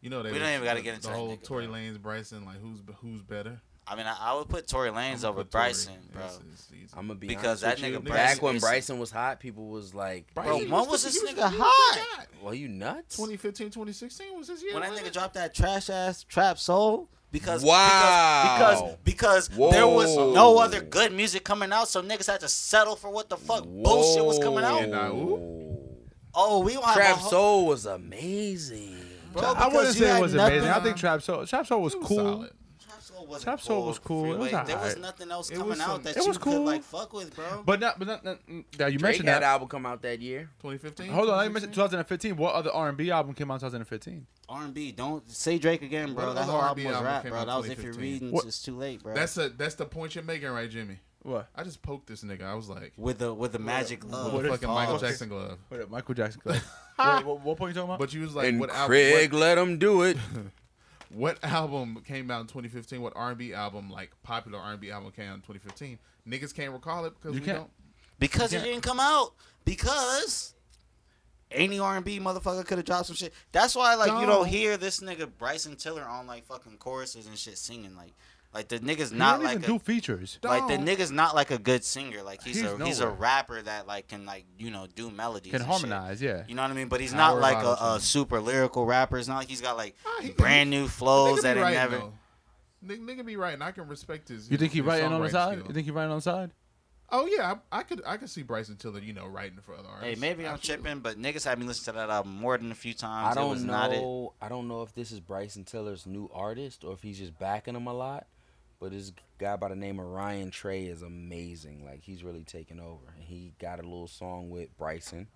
Speaker 4: you know, they
Speaker 7: We don't
Speaker 4: was-
Speaker 7: even gotta get into
Speaker 4: the
Speaker 7: that
Speaker 4: whole
Speaker 7: nigga,
Speaker 4: Tory
Speaker 7: bro.
Speaker 4: Lanez, Bryson. Like who's who's better?
Speaker 7: I mean, I, I would put Tory Lanez
Speaker 4: I'ma
Speaker 7: over
Speaker 4: put Tory.
Speaker 7: Bryson, bro.
Speaker 4: It's- it's easy.
Speaker 3: I'm gonna be
Speaker 7: Because
Speaker 3: honest
Speaker 7: that
Speaker 3: with
Speaker 7: nigga
Speaker 3: you.
Speaker 4: Bryson
Speaker 3: back when
Speaker 7: is-
Speaker 3: Bryson was hot, people was like,
Speaker 7: Bro,
Speaker 4: Bryson
Speaker 7: when was
Speaker 4: fucking-
Speaker 7: this
Speaker 4: he
Speaker 7: nigga
Speaker 4: he
Speaker 7: hot?
Speaker 4: fucking
Speaker 3: "Well, you nuts."
Speaker 4: 2015, 2016 was his year.
Speaker 7: When that
Speaker 4: wasn't
Speaker 7: nigga
Speaker 4: it?
Speaker 7: dropped that trash ass Trap Soul, because because
Speaker 3: Wow.
Speaker 7: because, because there was
Speaker 3: Whoa.
Speaker 7: no other good music coming out, so niggas had to settle for what the fuck bullshit was coming out.
Speaker 4: And I-
Speaker 7: Oh, we don't have
Speaker 3: Trap
Speaker 7: a whole-
Speaker 3: Soul was amazing.
Speaker 7: Bro,
Speaker 2: Oh,
Speaker 1: I
Speaker 7: because
Speaker 1: wouldn't
Speaker 7: you
Speaker 1: say it
Speaker 7: had
Speaker 1: was amazing. I
Speaker 7: nothing-
Speaker 1: think Trap Soul. Trap Soul was,
Speaker 4: It was
Speaker 1: cool.
Speaker 4: solid.
Speaker 7: Trap Soul wasn't
Speaker 1: Trap Soul
Speaker 7: cool
Speaker 1: was cool. It was
Speaker 7: Freeway. there was
Speaker 1: alright.
Speaker 7: nothing else
Speaker 4: It
Speaker 7: coming
Speaker 4: was
Speaker 7: out
Speaker 4: some-
Speaker 1: it
Speaker 7: that you
Speaker 1: was
Speaker 7: could
Speaker 1: cool.
Speaker 7: like fuck with, bro.
Speaker 1: But not, but not, not now you
Speaker 3: Drake
Speaker 1: mentioned that.
Speaker 3: had album come out that year.
Speaker 4: 2015.
Speaker 1: Hold on, I mentioned 2015. What other R&B album came out in 2015?
Speaker 7: R and B, don't say Drake again, bro.
Speaker 4: What
Speaker 7: That
Speaker 4: other
Speaker 7: whole
Speaker 4: R&B
Speaker 7: album was
Speaker 4: album
Speaker 7: rap,
Speaker 4: came
Speaker 7: bro.
Speaker 4: out
Speaker 7: That was if you're
Speaker 4: 2015?
Speaker 7: reading,
Speaker 1: What-
Speaker 7: it's too late, bro.
Speaker 4: That's a that's the point you're making, right, Jimmy?
Speaker 1: What?
Speaker 4: I just poked this nigga. I was like,
Speaker 7: with the with the magic love.
Speaker 1: What
Speaker 4: what
Speaker 1: a
Speaker 4: a fucking Michael
Speaker 1: fuck.
Speaker 4: Jackson glove.
Speaker 1: Wait up, Michael Jackson. Wait, what, what point you talking about?
Speaker 4: But you was like,
Speaker 3: and
Speaker 4: what, al-
Speaker 3: Craig
Speaker 4: what,
Speaker 3: let him do it.
Speaker 4: what album came out in 2015? What R&B album, like popular R&B album, came out in 2015? Niggas can't recall it because
Speaker 1: You
Speaker 4: we
Speaker 1: can't.
Speaker 4: don't.
Speaker 7: Because it didn't come out. Because any R and B motherfucker could have dropped some shit. That's why like you
Speaker 4: Dog.
Speaker 7: don't hear this nigga Bryson Tiller on like fucking choruses and shit singing like like the nigga's not
Speaker 1: he don't
Speaker 7: like
Speaker 1: even do
Speaker 7: a,
Speaker 1: features.
Speaker 7: like the
Speaker 4: Dog.
Speaker 7: nigga's not like a good singer. Like he's,
Speaker 1: He's
Speaker 7: a he's a
Speaker 1: nowhere.
Speaker 7: rapper that like can like you know do melodies
Speaker 1: Can
Speaker 7: and shit.
Speaker 1: harmonize, yeah.
Speaker 7: You know what I mean? But he's
Speaker 4: Power
Speaker 7: not like
Speaker 4: bottom
Speaker 7: a, a
Speaker 4: song.
Speaker 7: super lyrical rapper. It's not like he's got like
Speaker 4: Ah, he-
Speaker 7: brand new flows
Speaker 4: Nigga
Speaker 7: that
Speaker 4: be
Speaker 7: ain't
Speaker 4: writing,
Speaker 7: never.
Speaker 4: though. Nigga, nigga be right, and I can respect his.
Speaker 1: You think he
Speaker 4: his
Speaker 1: writing on the
Speaker 4: songwriting
Speaker 1: side?
Speaker 4: skill.
Speaker 1: You think he writing on the side?
Speaker 4: oh yeah, I, I could I could see Bryson Tiller, you know, writing for other
Speaker 7: Hey,
Speaker 4: artists.
Speaker 7: maybe I'm
Speaker 4: Absolutely.
Speaker 7: tripping, but niggas had me listen to that album more than a few times.
Speaker 3: I
Speaker 7: it was
Speaker 3: don't
Speaker 7: Not it.
Speaker 3: know. I don't know if this is Bryson Tiller's new artist or if he's just backing him a lot. But this guy by the name of Ryan Trey is amazing. Like he's really taken over. And he got a little song with Bryson,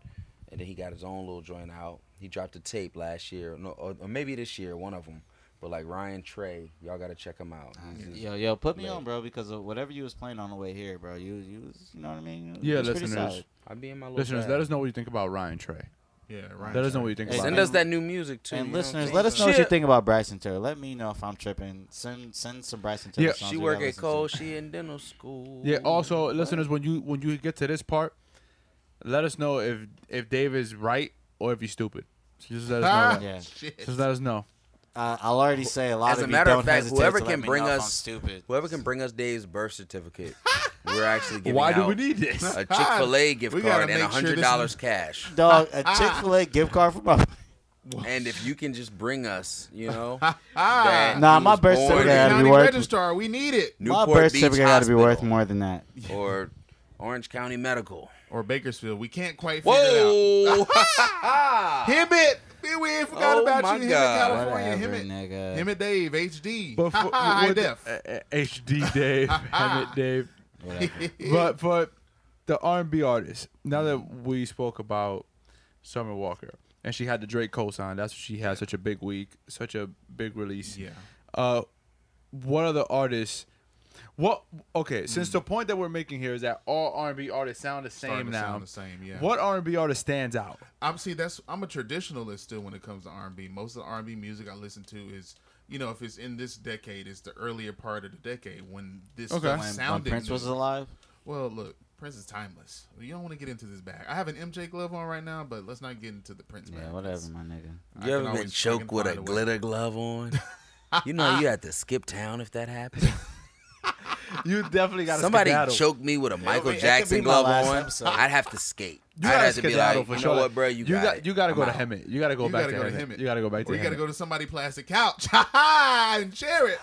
Speaker 3: and then he got his own little joint out. He dropped a tape last year, no, or, or maybe this year, one of them. But like Ryan Trey, y'all gotta check him out.
Speaker 2: Uh,
Speaker 3: He's just-
Speaker 2: Yo, yo, put me
Speaker 3: Lit.
Speaker 2: on, bro, because of whatever you was playing on the way here, bro. You, you, was, you know what I mean? You-
Speaker 1: Yeah,
Speaker 2: it's pretty
Speaker 1: listeners.
Speaker 2: solid.
Speaker 3: I be in my little.
Speaker 1: Listeners,
Speaker 3: bag.
Speaker 1: let us know what you think about Ryan Trey.
Speaker 4: Yeah, right.
Speaker 1: Let us know what you think
Speaker 2: Hey,
Speaker 1: about
Speaker 3: Send
Speaker 1: him.
Speaker 3: us that new music too.
Speaker 2: And
Speaker 3: you know what I'm
Speaker 2: listeners,
Speaker 3: saying?
Speaker 2: let us know what you
Speaker 3: Shit.
Speaker 2: think about Bryson Tiller. Let me know if I'm tripping. Send, send some Bryson Tiller.
Speaker 1: Yeah.
Speaker 2: songs
Speaker 3: She
Speaker 2: we
Speaker 3: work
Speaker 2: gotta
Speaker 3: at
Speaker 2: listen to.
Speaker 3: Cole. She in dental school.
Speaker 1: Yeah. Also, listeners, when you when you get to this part, let us know if if Dave is right or if he's stupid. Just let us know. that.
Speaker 2: Yeah.
Speaker 4: Ah, Shit.
Speaker 1: Just let us know.
Speaker 2: Uh, I'll already say a lot
Speaker 3: As
Speaker 2: of
Speaker 3: a
Speaker 2: you
Speaker 3: matter of
Speaker 2: don't
Speaker 3: fact,
Speaker 2: hesitate
Speaker 3: whoever
Speaker 2: to let
Speaker 3: can
Speaker 2: me
Speaker 3: bring
Speaker 2: know if I'm
Speaker 3: us-
Speaker 2: stupid.
Speaker 3: Whoever can bring us Dave's birth certificate, we're actually giving
Speaker 1: Why do
Speaker 3: out
Speaker 1: we need this?
Speaker 3: a Chick Fil A gift
Speaker 4: We gotta
Speaker 3: card and
Speaker 4: make sure
Speaker 3: hundred
Speaker 4: this-
Speaker 3: dollars cash.
Speaker 2: Dog, a Chick Fil A gift card for my.
Speaker 3: And if you can just bring us, you know,
Speaker 4: Ah,
Speaker 3: that
Speaker 2: Nah,
Speaker 3: he
Speaker 2: my
Speaker 3: was
Speaker 2: birth
Speaker 3: born
Speaker 4: Orange
Speaker 2: certificate
Speaker 3: in
Speaker 2: gotta be
Speaker 4: County
Speaker 2: worth-
Speaker 4: Registrar, we need it.
Speaker 2: My
Speaker 3: Newport
Speaker 2: birth
Speaker 3: Beach
Speaker 2: certificate gotta be worth
Speaker 3: Hospital
Speaker 2: more than that.
Speaker 3: Or Orange County Medical.
Speaker 4: Or Bakersfield, we can't quite figure it
Speaker 3: Whoa!
Speaker 4: out. Hibbit, we ain't forgot
Speaker 3: Oh my
Speaker 4: about you, Hibbit,
Speaker 3: God.
Speaker 4: California,
Speaker 2: Whatever,
Speaker 4: Hibbit.
Speaker 2: nigga.
Speaker 4: Him and Dave, HD.
Speaker 1: But for,
Speaker 4: High
Speaker 1: with the-
Speaker 4: def.
Speaker 1: uh, uh, HD Dave, Hammett Dave. But for the R&B artist, now that we spoke about Summer Walker and she had the Drake co-sign, that's why she had such a big week, such a big release.
Speaker 4: Yeah.
Speaker 1: Uh, what other artists? What? Okay, since the point that we're making here is that all R&B artists sound the
Speaker 4: Starting
Speaker 1: same
Speaker 4: to
Speaker 1: now.
Speaker 4: sound the same, yeah.
Speaker 1: What R&B artist stands out?
Speaker 4: I'm see that's I'm a traditionalist still when it comes to R&B. Most of the R&B music I listen to is you know if it's in this decade, it's the earlier part of the decade when this
Speaker 1: Okay.
Speaker 4: stuff
Speaker 1: When- when
Speaker 4: sounded.
Speaker 2: Prince
Speaker 4: new.
Speaker 2: was alive.
Speaker 4: well, look, Prince is timeless. You don't want to get into this bag. I have an MJ glove on right now, but let's not get into the Prince.
Speaker 2: Yeah,
Speaker 4: madness.
Speaker 2: whatever, my nigga.
Speaker 4: I
Speaker 3: You
Speaker 4: can
Speaker 3: ever been
Speaker 4: always
Speaker 3: choked
Speaker 4: fucking
Speaker 3: with a
Speaker 4: find way.
Speaker 3: glitter glove on? You know you had to skip town if that happened.
Speaker 1: You definitely got
Speaker 3: Somebody
Speaker 1: skedaddle.
Speaker 3: choked me with a Michael
Speaker 6: be- that could
Speaker 3: Jackson
Speaker 6: be my
Speaker 3: glove
Speaker 6: last
Speaker 3: on.
Speaker 6: episode.
Speaker 3: I'd have to skate.
Speaker 1: You
Speaker 3: I'd
Speaker 1: gotta
Speaker 3: have to be
Speaker 1: skedaddle
Speaker 3: like,
Speaker 1: for
Speaker 3: you
Speaker 1: sure.
Speaker 3: know what, bro? You, got, it.
Speaker 1: you gotta go
Speaker 3: I'm
Speaker 1: to
Speaker 3: out."
Speaker 1: Hemet. You gotta go
Speaker 4: You
Speaker 1: back to
Speaker 4: gotta go to
Speaker 1: Hemet.
Speaker 4: Hemet.
Speaker 1: You gotta go back to
Speaker 4: Or you got to
Speaker 1: Hemet.
Speaker 4: go to somebody plastic couch and share it.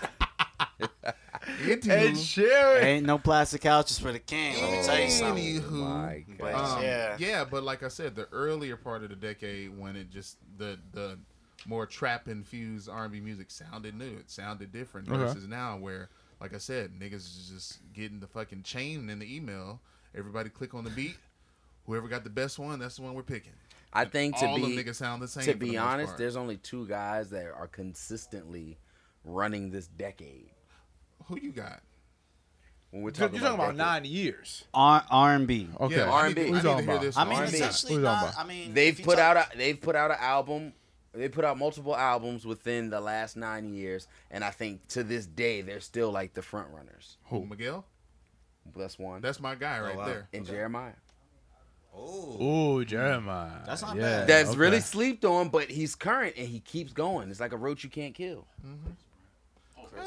Speaker 4: Into
Speaker 1: Ed Sheeran.
Speaker 2: Ain't no plastic couches for the king.
Speaker 7: Let me tell you something.
Speaker 4: Anywho,
Speaker 3: my
Speaker 7: But,
Speaker 3: God.
Speaker 4: Um, yeah.
Speaker 7: yeah.
Speaker 4: but like I said, the earlier part of the decade when it just the the more trap infused R and B music sounded new, it sounded different
Speaker 1: Okay.
Speaker 4: versus now where, like I said, niggas is just getting the fucking chain in the email. Everybody click on the beat. Whoever got the best one, that's the one we're picking.
Speaker 3: I think to
Speaker 4: All them
Speaker 3: be
Speaker 4: niggas sound the same.
Speaker 3: to
Speaker 4: for the
Speaker 3: be
Speaker 4: most
Speaker 3: honest,
Speaker 4: part.
Speaker 3: there's only two guys that are consistently running this decade.
Speaker 4: who you got?
Speaker 3: when we're
Speaker 1: You're
Speaker 3: talking
Speaker 1: talking about
Speaker 3: decades.
Speaker 1: nine years.
Speaker 2: R and B.
Speaker 1: Okay.
Speaker 4: Yeah, I need to-
Speaker 3: R&B.
Speaker 4: I
Speaker 1: Who's
Speaker 4: need to
Speaker 1: on
Speaker 4: hear
Speaker 1: by?
Speaker 4: this
Speaker 7: I mean,
Speaker 3: R&B.
Speaker 7: essentially,
Speaker 1: Who's on
Speaker 7: not,
Speaker 1: by?
Speaker 7: I mean,
Speaker 3: They've
Speaker 7: if you
Speaker 3: put
Speaker 7: talk-
Speaker 3: out a, they've put out an album. They put out multiple albums within the last nine years, and I think to this day they're still like the front runners.
Speaker 4: Who? Miguel?
Speaker 3: That's one.
Speaker 4: That's my
Speaker 3: Oh,
Speaker 4: guy right there.
Speaker 3: and Jeremiah.
Speaker 7: Ooh,
Speaker 1: Ooh, Jeremiah.
Speaker 7: That's not
Speaker 1: yeah,
Speaker 7: bad.
Speaker 3: That's
Speaker 1: okay.
Speaker 3: really slept on, but he's current and he keeps going. It's like a road you can't kill.
Speaker 4: Yeah,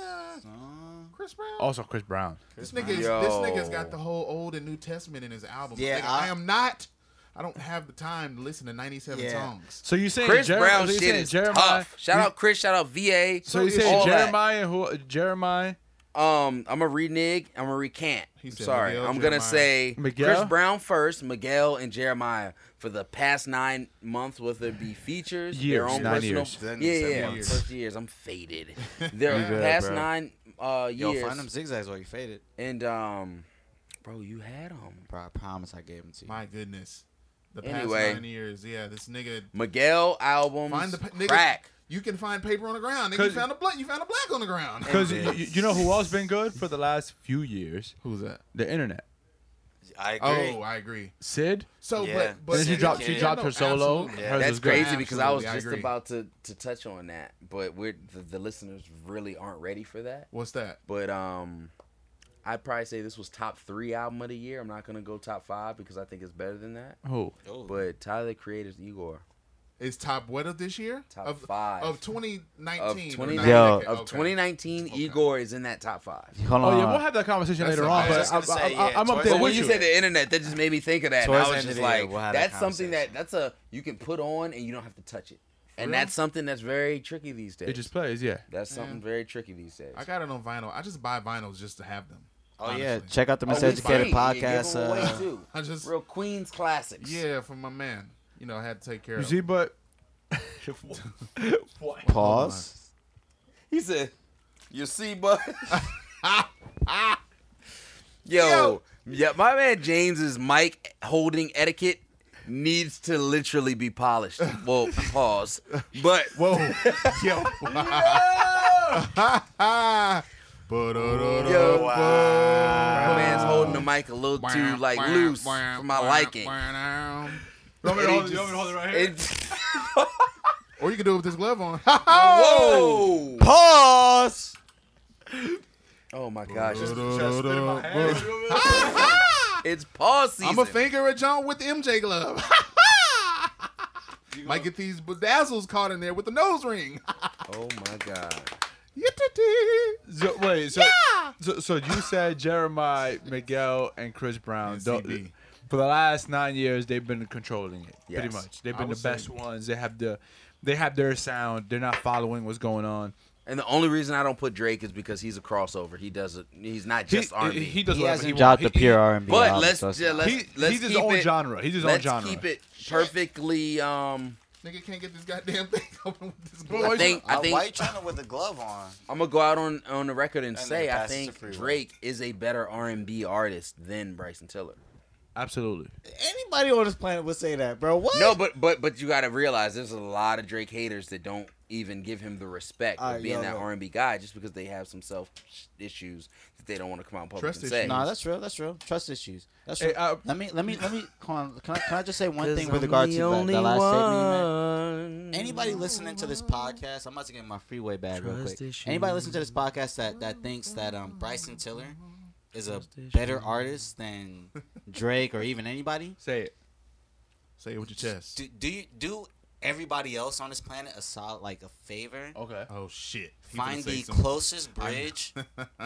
Speaker 4: Ah, Chris Brown.
Speaker 1: Also, Chris Brown.
Speaker 4: This nigga, is, this
Speaker 3: Yo.
Speaker 4: nigga's got the whole Old and New Testament in his album.
Speaker 7: Yeah,
Speaker 4: Nigga, I,
Speaker 7: I-
Speaker 4: am not. I don't have the time to listen to 97
Speaker 7: Yeah.
Speaker 4: songs.
Speaker 1: So you saying
Speaker 3: Chris
Speaker 1: Jer-
Speaker 3: Brown
Speaker 1: so you
Speaker 3: shit
Speaker 1: saying
Speaker 3: is
Speaker 1: Jeremiah,
Speaker 3: tough. Shout
Speaker 1: you-
Speaker 3: out Chris. Shout out VA.
Speaker 1: So you
Speaker 3: all
Speaker 1: saying
Speaker 3: that.
Speaker 1: Jeremiah? Who? Jeremiah?
Speaker 3: Um, I'm gonna renege. I'm gonna recant.
Speaker 4: He
Speaker 3: I'm
Speaker 4: said
Speaker 3: sorry.
Speaker 4: Miguel,
Speaker 3: I'm
Speaker 4: Jeremiah.
Speaker 3: gonna say
Speaker 1: Miguel?
Speaker 3: Chris Brown first, Miguel and Jeremiah for the past nine months, whether it be features, their
Speaker 1: Years,
Speaker 3: own
Speaker 1: nine
Speaker 3: personal,
Speaker 1: years.
Speaker 3: yeah,
Speaker 6: Then
Speaker 3: yeah,
Speaker 6: seven
Speaker 3: yeah,
Speaker 4: years.
Speaker 3: first years. I'm faded. Their
Speaker 4: Yeah,
Speaker 3: past
Speaker 6: bro.
Speaker 3: nine uh,
Speaker 2: Yo,
Speaker 3: years,
Speaker 2: find them zigzags while you faded.
Speaker 3: and um, bro, you had them.
Speaker 2: Bro, I promise I gave them to you.
Speaker 4: My goodness. The past
Speaker 3: Anyway.
Speaker 4: nine years. Yeah, this nigga.
Speaker 3: Miguel albums,
Speaker 4: Find the pa- nigga,
Speaker 3: crack.
Speaker 4: You can find paper on the ground. Nigga, you
Speaker 1: Cause-
Speaker 4: found a black. You found a black on the ground.
Speaker 1: Because you, you know who else been good for the last few years?
Speaker 4: Who's that?
Speaker 1: The internet.
Speaker 6: I agree.
Speaker 4: Oh, I agree.
Speaker 1: Sid.
Speaker 4: So,
Speaker 6: Yeah.
Speaker 4: but but
Speaker 1: and then she
Speaker 6: Sid
Speaker 1: dropped.
Speaker 6: the
Speaker 1: She
Speaker 6: Kid.
Speaker 1: dropped her
Speaker 4: No,
Speaker 1: solo.
Speaker 4: absolutely.
Speaker 1: Hers
Speaker 3: That's
Speaker 1: was good.
Speaker 3: crazy because I was
Speaker 4: Absolutely, I
Speaker 3: just
Speaker 4: agree.
Speaker 3: about to, to touch on that, but we're the, the listeners really aren't ready for that.
Speaker 4: What's that?
Speaker 3: But um, I'd probably say this was top three album of the year. I'm not gonna go top five because I think it's better than that.
Speaker 1: Who?
Speaker 3: But Tyler the Creator's Igor
Speaker 4: Is top what of this year?
Speaker 3: Top
Speaker 4: of,
Speaker 3: five.
Speaker 4: of 2019.
Speaker 3: of
Speaker 4: or
Speaker 3: 20
Speaker 4: not?
Speaker 2: Yo.
Speaker 4: Okay,
Speaker 3: of
Speaker 4: okay.
Speaker 3: 2019. Igor is in that top five.
Speaker 2: Hold
Speaker 1: Oh yeah, we'll have that conversation
Speaker 4: That's
Speaker 1: later
Speaker 4: a-
Speaker 1: on.
Speaker 4: I was
Speaker 1: But
Speaker 4: just
Speaker 1: I,
Speaker 6: gonna say,
Speaker 1: I,
Speaker 6: yeah,
Speaker 1: am up
Speaker 6: towards
Speaker 1: there
Speaker 3: But when
Speaker 1: with
Speaker 3: you
Speaker 1: you.
Speaker 3: said the internet, that just made me think of that. And
Speaker 2: Towards
Speaker 3: I
Speaker 2: the
Speaker 3: was
Speaker 2: end of
Speaker 3: just
Speaker 2: the year,
Speaker 3: like,
Speaker 2: we'll have that
Speaker 3: that's something that
Speaker 2: conversation.
Speaker 3: that's a you can put on and you don't have to touch it. And
Speaker 4: Really?
Speaker 3: that's something that's very tricky these days.
Speaker 1: it just plays. Yeah.
Speaker 3: that's something very tricky these days.
Speaker 4: I got it on vinyl. I just buy vinyls just to have them.
Speaker 2: Oh yeah,
Speaker 4: honestly.
Speaker 2: check out the
Speaker 3: Oh, it's
Speaker 2: Miseducated
Speaker 3: free. You give
Speaker 2: podcast.
Speaker 3: them away,
Speaker 2: Uh,
Speaker 3: too.
Speaker 4: I just
Speaker 3: Real Queens classics.
Speaker 4: yeah, from my man. You know, I had to take care
Speaker 1: You
Speaker 4: of.
Speaker 1: see, but
Speaker 2: pause.
Speaker 3: He said, "You see, bud." Yo,
Speaker 4: Yo.
Speaker 3: yeah, my man James's mic holding etiquette needs to literally be polished. Well, pause. But
Speaker 4: Whoa, yo.
Speaker 3: Yo.
Speaker 4: Yo,
Speaker 3: my man's holding the mic a little too uh, like loose for my liking.
Speaker 1: want me to
Speaker 3: And he
Speaker 1: hold it- you want me to hold it right here?
Speaker 3: It-
Speaker 4: Or you can do it with this glove on.
Speaker 3: Whoa!
Speaker 2: Pause.
Speaker 3: Oh my gosh, it's, it's pause season.
Speaker 4: I'm a finger a John with the MJ glove. Might get these bedazzles caught in there with the nose ring.
Speaker 3: Oh my god.
Speaker 4: Yippee-dee.
Speaker 1: so, wait. So, so, so you said Jeremiah, Miguel, and Chris Brown.
Speaker 4: And
Speaker 1: don't-
Speaker 4: CB.
Speaker 1: for the last nine years, they've been controlling it
Speaker 3: Yes.
Speaker 1: pretty much. They've
Speaker 4: I
Speaker 1: been the
Speaker 4: would
Speaker 1: best
Speaker 4: say-
Speaker 1: ones. They have the, they have their sound. They're not following what's going on.
Speaker 3: And the only reason I don't put Drake is because he's a crossover. He doesn't. He's not just
Speaker 1: he,
Speaker 3: R&B.
Speaker 1: He, he does whatever
Speaker 2: He
Speaker 1: he
Speaker 2: hasn't
Speaker 1: wants.
Speaker 2: dropped
Speaker 1: He,
Speaker 2: the pure
Speaker 1: he-
Speaker 2: R and B.
Speaker 3: but let's, yeah, let's
Speaker 1: he-
Speaker 3: let's
Speaker 1: he's his
Speaker 3: keep
Speaker 1: own
Speaker 3: it,
Speaker 1: genre. He's his own
Speaker 3: let's
Speaker 1: genre.
Speaker 3: keep it perfectly. Um,
Speaker 4: Nigga can't get this goddamn thing open with this
Speaker 3: I
Speaker 4: glove.
Speaker 3: think I
Speaker 7: Uh, why you
Speaker 3: think
Speaker 7: trying to with a glove on?
Speaker 3: I'm gonna go out on on the record and
Speaker 7: That nigga
Speaker 3: say I
Speaker 7: passes
Speaker 3: think
Speaker 7: the freeway.
Speaker 3: Drake is a better R&B artist than Bryson Tiller.
Speaker 1: Absolutely.
Speaker 5: Anybody on this planet would say that, bro. What?
Speaker 3: No, but but but you got to realize there's a lot of Drake haters that don't even give him the respect
Speaker 5: All
Speaker 3: of
Speaker 5: right,
Speaker 3: being
Speaker 5: yo,
Speaker 3: that
Speaker 5: look.
Speaker 3: R&B guy just because they have some self issues that they don't want to come out in public
Speaker 4: Trust
Speaker 3: and
Speaker 4: issues.
Speaker 3: say.
Speaker 2: Nah, that's real. That's real. Trust issues. That's real.
Speaker 1: Hey, uh,
Speaker 2: let me, let me, let me. Hold on. Can I, can I just say one thing with regard to that, that last statement you made? Anybody listening to this podcast, I'm about to get my freeway bag real
Speaker 3: Trust
Speaker 2: quick.
Speaker 3: issues.
Speaker 2: Anybody listening to this podcast that, that thinks that um, Bryson Tiller is a better artist than Drake or even anybody,
Speaker 1: Say it.
Speaker 4: Say it with your chest.
Speaker 2: do, do you do everybody else on this planet a solid like a favor?
Speaker 1: Okay.
Speaker 4: Oh shit. He
Speaker 2: Find
Speaker 4: finna say
Speaker 2: the
Speaker 4: something.
Speaker 2: closest bridge.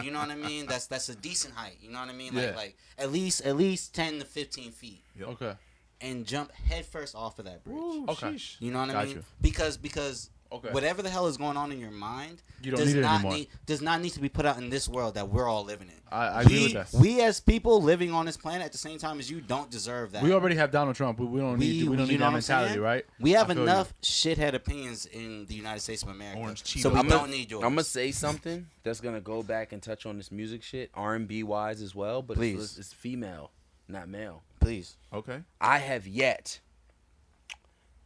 Speaker 2: you know what I mean? That's that's a decent height. You know what I mean? Like
Speaker 1: Yeah.
Speaker 2: like at least at least ten to fifteen feet,
Speaker 1: Okay.
Speaker 2: and jump headfirst off of that bridge.
Speaker 4: Ooh,
Speaker 1: Okay.
Speaker 4: sheesh.
Speaker 2: You know what I
Speaker 1: Got
Speaker 2: mean?
Speaker 1: you.
Speaker 2: Because because
Speaker 1: Okay.
Speaker 2: whatever the hell is going on in your mind
Speaker 1: You don't
Speaker 2: does
Speaker 1: need it
Speaker 2: not
Speaker 1: anymore.
Speaker 2: need does not need to be put out in this world that we're all living in.
Speaker 1: I, I
Speaker 2: we,
Speaker 1: agree with that.
Speaker 2: we as people living on this planet at the same time as you don't deserve that.
Speaker 1: We already have Donald Trump. We, we don't need we, don't
Speaker 2: you
Speaker 1: need that
Speaker 2: know what I'm
Speaker 1: mentality,
Speaker 2: saying?
Speaker 1: right?
Speaker 2: We have
Speaker 1: I feel you.
Speaker 2: enough shithead opinions in the United States of America,
Speaker 4: Orange Cheetos.
Speaker 2: so we
Speaker 4: I'm
Speaker 2: don't
Speaker 3: gonna,
Speaker 2: need yours.
Speaker 3: I'm gonna say something that's gonna go back and touch on this music shit, R and B wise as well, but It's,
Speaker 2: Please.
Speaker 3: it's female, not male.
Speaker 2: Please,
Speaker 4: Okay.
Speaker 3: I have yet,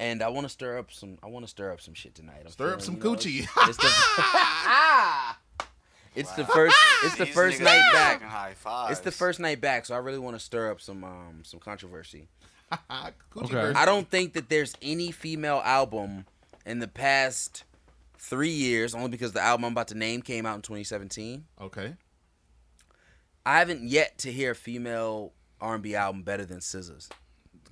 Speaker 3: and I want to stir up some. I want to stir up some shit tonight. I'm
Speaker 4: Stir up
Speaker 3: feeling,
Speaker 4: some
Speaker 3: you know,
Speaker 4: Gucci.
Speaker 3: it's- it's the- It's the first. It's the
Speaker 7: These
Speaker 3: first
Speaker 7: niggas
Speaker 3: night
Speaker 7: be
Speaker 3: back.
Speaker 7: fucking High fives.
Speaker 3: It's the first night back, so I really want to stir up some um some controversy.
Speaker 4: Coochie
Speaker 1: Okay.
Speaker 4: verse.
Speaker 3: I don't think that there's any female album in the past three years, only because the album I'm about to name came out in 2017.
Speaker 4: Okay.
Speaker 3: I haven't yet to hear a female R&B album better than SZA's.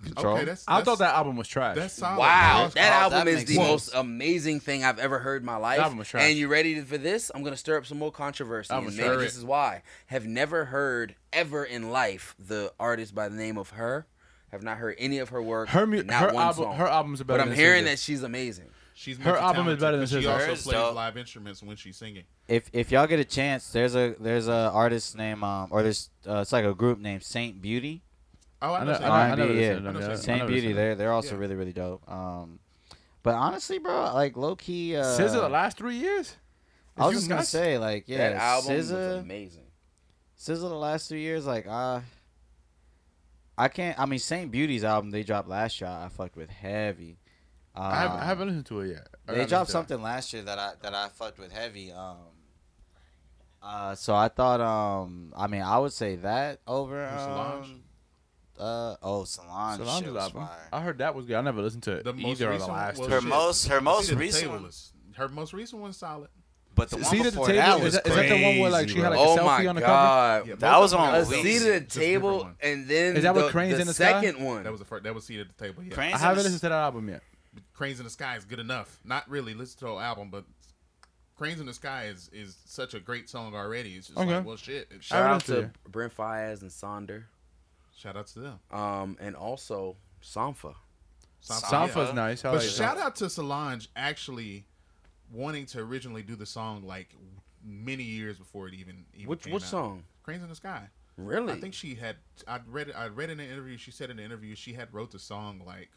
Speaker 1: Control.
Speaker 4: Okay, that's-
Speaker 1: I thought
Speaker 4: that's-
Speaker 1: that album was trash.
Speaker 4: That's solid.
Speaker 3: Wow,
Speaker 4: man.
Speaker 3: that
Speaker 7: Oh,
Speaker 3: album
Speaker 7: that
Speaker 3: is
Speaker 7: makes
Speaker 3: the
Speaker 7: sense.
Speaker 3: most amazing thing I've ever heard in my life.
Speaker 1: album was trash.
Speaker 3: And you ready for this? I'm gonna stir up some more controversy.
Speaker 1: Album
Speaker 3: And
Speaker 1: was
Speaker 3: maybe
Speaker 1: trash.
Speaker 3: this is why. Have never heard ever in life the artist by the name of her. Have not heard any of her work.
Speaker 1: her mu- her
Speaker 3: not one
Speaker 1: album
Speaker 3: song.
Speaker 1: her albums are better.
Speaker 3: but I'm
Speaker 1: than
Speaker 3: hearing
Speaker 1: SZA.
Speaker 3: that she's amazing.
Speaker 4: She's
Speaker 1: Her album is better than
Speaker 4: multi-talented, but She
Speaker 1: SZA.
Speaker 4: also
Speaker 7: Hers
Speaker 4: plays
Speaker 7: dope.
Speaker 4: live instruments when she's singing.
Speaker 2: If if y'all get a chance, there's a there's a artist named um or there's uh, it's like a group named Saint Beauty.
Speaker 4: Oh, I
Speaker 1: I
Speaker 4: know.
Speaker 1: know,
Speaker 4: Saint
Speaker 1: I know, I
Speaker 4: Beauty.
Speaker 1: know
Speaker 2: R&B,
Speaker 1: this,
Speaker 2: yeah.
Speaker 1: I know
Speaker 4: I know
Speaker 1: this, I know
Speaker 4: Saint
Speaker 1: this,
Speaker 2: Saint
Speaker 1: I know
Speaker 2: Beauty,
Speaker 1: this.
Speaker 2: they're they're also
Speaker 4: Yeah.
Speaker 2: really really dope. Um, but honestly, bro, like low key, uh,
Speaker 1: SZA the last three years.
Speaker 2: I was
Speaker 1: you
Speaker 2: just gonna
Speaker 1: nuts?
Speaker 2: say like yeah,
Speaker 3: that album was
Speaker 2: SZA,
Speaker 3: amazing.
Speaker 2: SZA the last three years, like uh I can't. I mean, Saint Beauty's album they dropped last year, I fucked with heavy. Um,
Speaker 1: I haven't, I haven't listened to it yet. I
Speaker 2: They
Speaker 1: gotta
Speaker 2: dropped
Speaker 1: listen to
Speaker 2: something last year that I that I fucked with heavy. Um, uh, so I thought, um, I mean, I would say that over
Speaker 4: Or Solange.
Speaker 2: um, uh, oh, Solange,
Speaker 1: Solange's
Speaker 2: shit was
Speaker 1: album.
Speaker 2: fire.
Speaker 1: I heard that was good. I never listened to it
Speaker 4: The most
Speaker 1: either of the
Speaker 4: recent
Speaker 1: last.
Speaker 4: was-
Speaker 1: two.
Speaker 7: Her
Speaker 4: shit.
Speaker 7: most, her most
Speaker 4: Seat at the
Speaker 7: recent,
Speaker 4: Table
Speaker 7: one,
Speaker 4: is- Her most recent one's solid.
Speaker 7: but the
Speaker 1: See
Speaker 7: one
Speaker 1: to the
Speaker 7: before that
Speaker 1: table.
Speaker 7: was
Speaker 1: Is that, is that the one where like she had like a
Speaker 3: oh
Speaker 1: selfie
Speaker 3: my
Speaker 1: on the cover?
Speaker 3: god,
Speaker 4: Yeah, both
Speaker 7: That was
Speaker 4: of them
Speaker 7: on
Speaker 4: are
Speaker 3: a
Speaker 7: Weezy.
Speaker 4: solid.
Speaker 3: seat at the
Speaker 4: Just different
Speaker 3: table,
Speaker 4: one.
Speaker 3: and then
Speaker 1: Is that
Speaker 3: the,
Speaker 1: with Cranes
Speaker 3: the
Speaker 1: in the Sky?
Speaker 3: second one.
Speaker 4: That was the first. That was seat at the table. Yeah.
Speaker 7: Cranes
Speaker 1: I
Speaker 7: in
Speaker 1: haven't
Speaker 7: the-
Speaker 1: listened to that album yet.
Speaker 4: Cranes in the Sky is good enough. Not really listen to the whole album, but Cranes in the Sky is is such a great song already. It's just
Speaker 1: Okay.
Speaker 4: like, well, shit. It's-
Speaker 1: I
Speaker 3: Shout out
Speaker 1: listened to
Speaker 3: to Brent Fias and Sonder,
Speaker 4: Shout out to them.
Speaker 3: um, and also Sampha.
Speaker 4: yeah.
Speaker 1: Sampha's nice. I
Speaker 4: But
Speaker 1: like that.
Speaker 4: shout out to Solange actually wanting to originally do the song like many years before it even even
Speaker 3: Which
Speaker 4: came
Speaker 3: which
Speaker 4: out.
Speaker 3: song?
Speaker 4: Cranes in the Sky.
Speaker 3: Really?
Speaker 4: I think she had. I read. I read in an interview. She said in an interview she had wrote the song like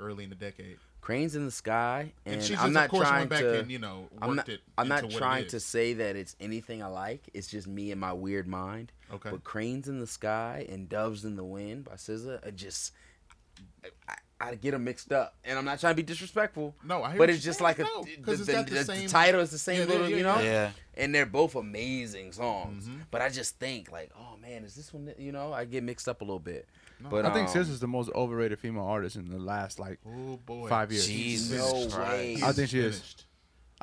Speaker 4: early in the decade.
Speaker 3: Cranes in the Sky, and,
Speaker 4: she
Speaker 3: I'm not trying
Speaker 4: went back
Speaker 3: to.
Speaker 4: and you know worked
Speaker 3: I'm not.
Speaker 4: it.
Speaker 3: I'm
Speaker 4: into
Speaker 3: not
Speaker 4: what it
Speaker 3: trying
Speaker 4: is.
Speaker 3: to say that it's anything I like. It's just me and my weird mind.
Speaker 4: Okay.
Speaker 3: But Cranes in the Sky and Doves in the Wind by SZA, I just. I, I get them mixed up, and I'm not trying to be disrespectful.
Speaker 4: No, I hear
Speaker 3: but
Speaker 4: what
Speaker 3: it's
Speaker 4: you're
Speaker 3: just
Speaker 4: saying.
Speaker 3: like a
Speaker 4: No, 'cause
Speaker 3: the,
Speaker 4: it's
Speaker 3: the-
Speaker 4: got the
Speaker 3: the- the
Speaker 4: same-
Speaker 3: title is the same
Speaker 4: Yeah,
Speaker 3: little,
Speaker 4: yeah,
Speaker 3: you
Speaker 4: yeah, Mm-hmm.
Speaker 3: know,
Speaker 7: yeah.
Speaker 3: and they're both amazing songs. But I just think like, oh man, is this one? that- You know, I get mixed up a little bit. But
Speaker 1: I think
Speaker 3: um,
Speaker 1: SZA's the most overrated female artist in the last like.
Speaker 4: Oh boy.
Speaker 1: Five years.
Speaker 7: Jesus
Speaker 3: No way.
Speaker 7: Christ.
Speaker 1: I think she is.
Speaker 4: Finished.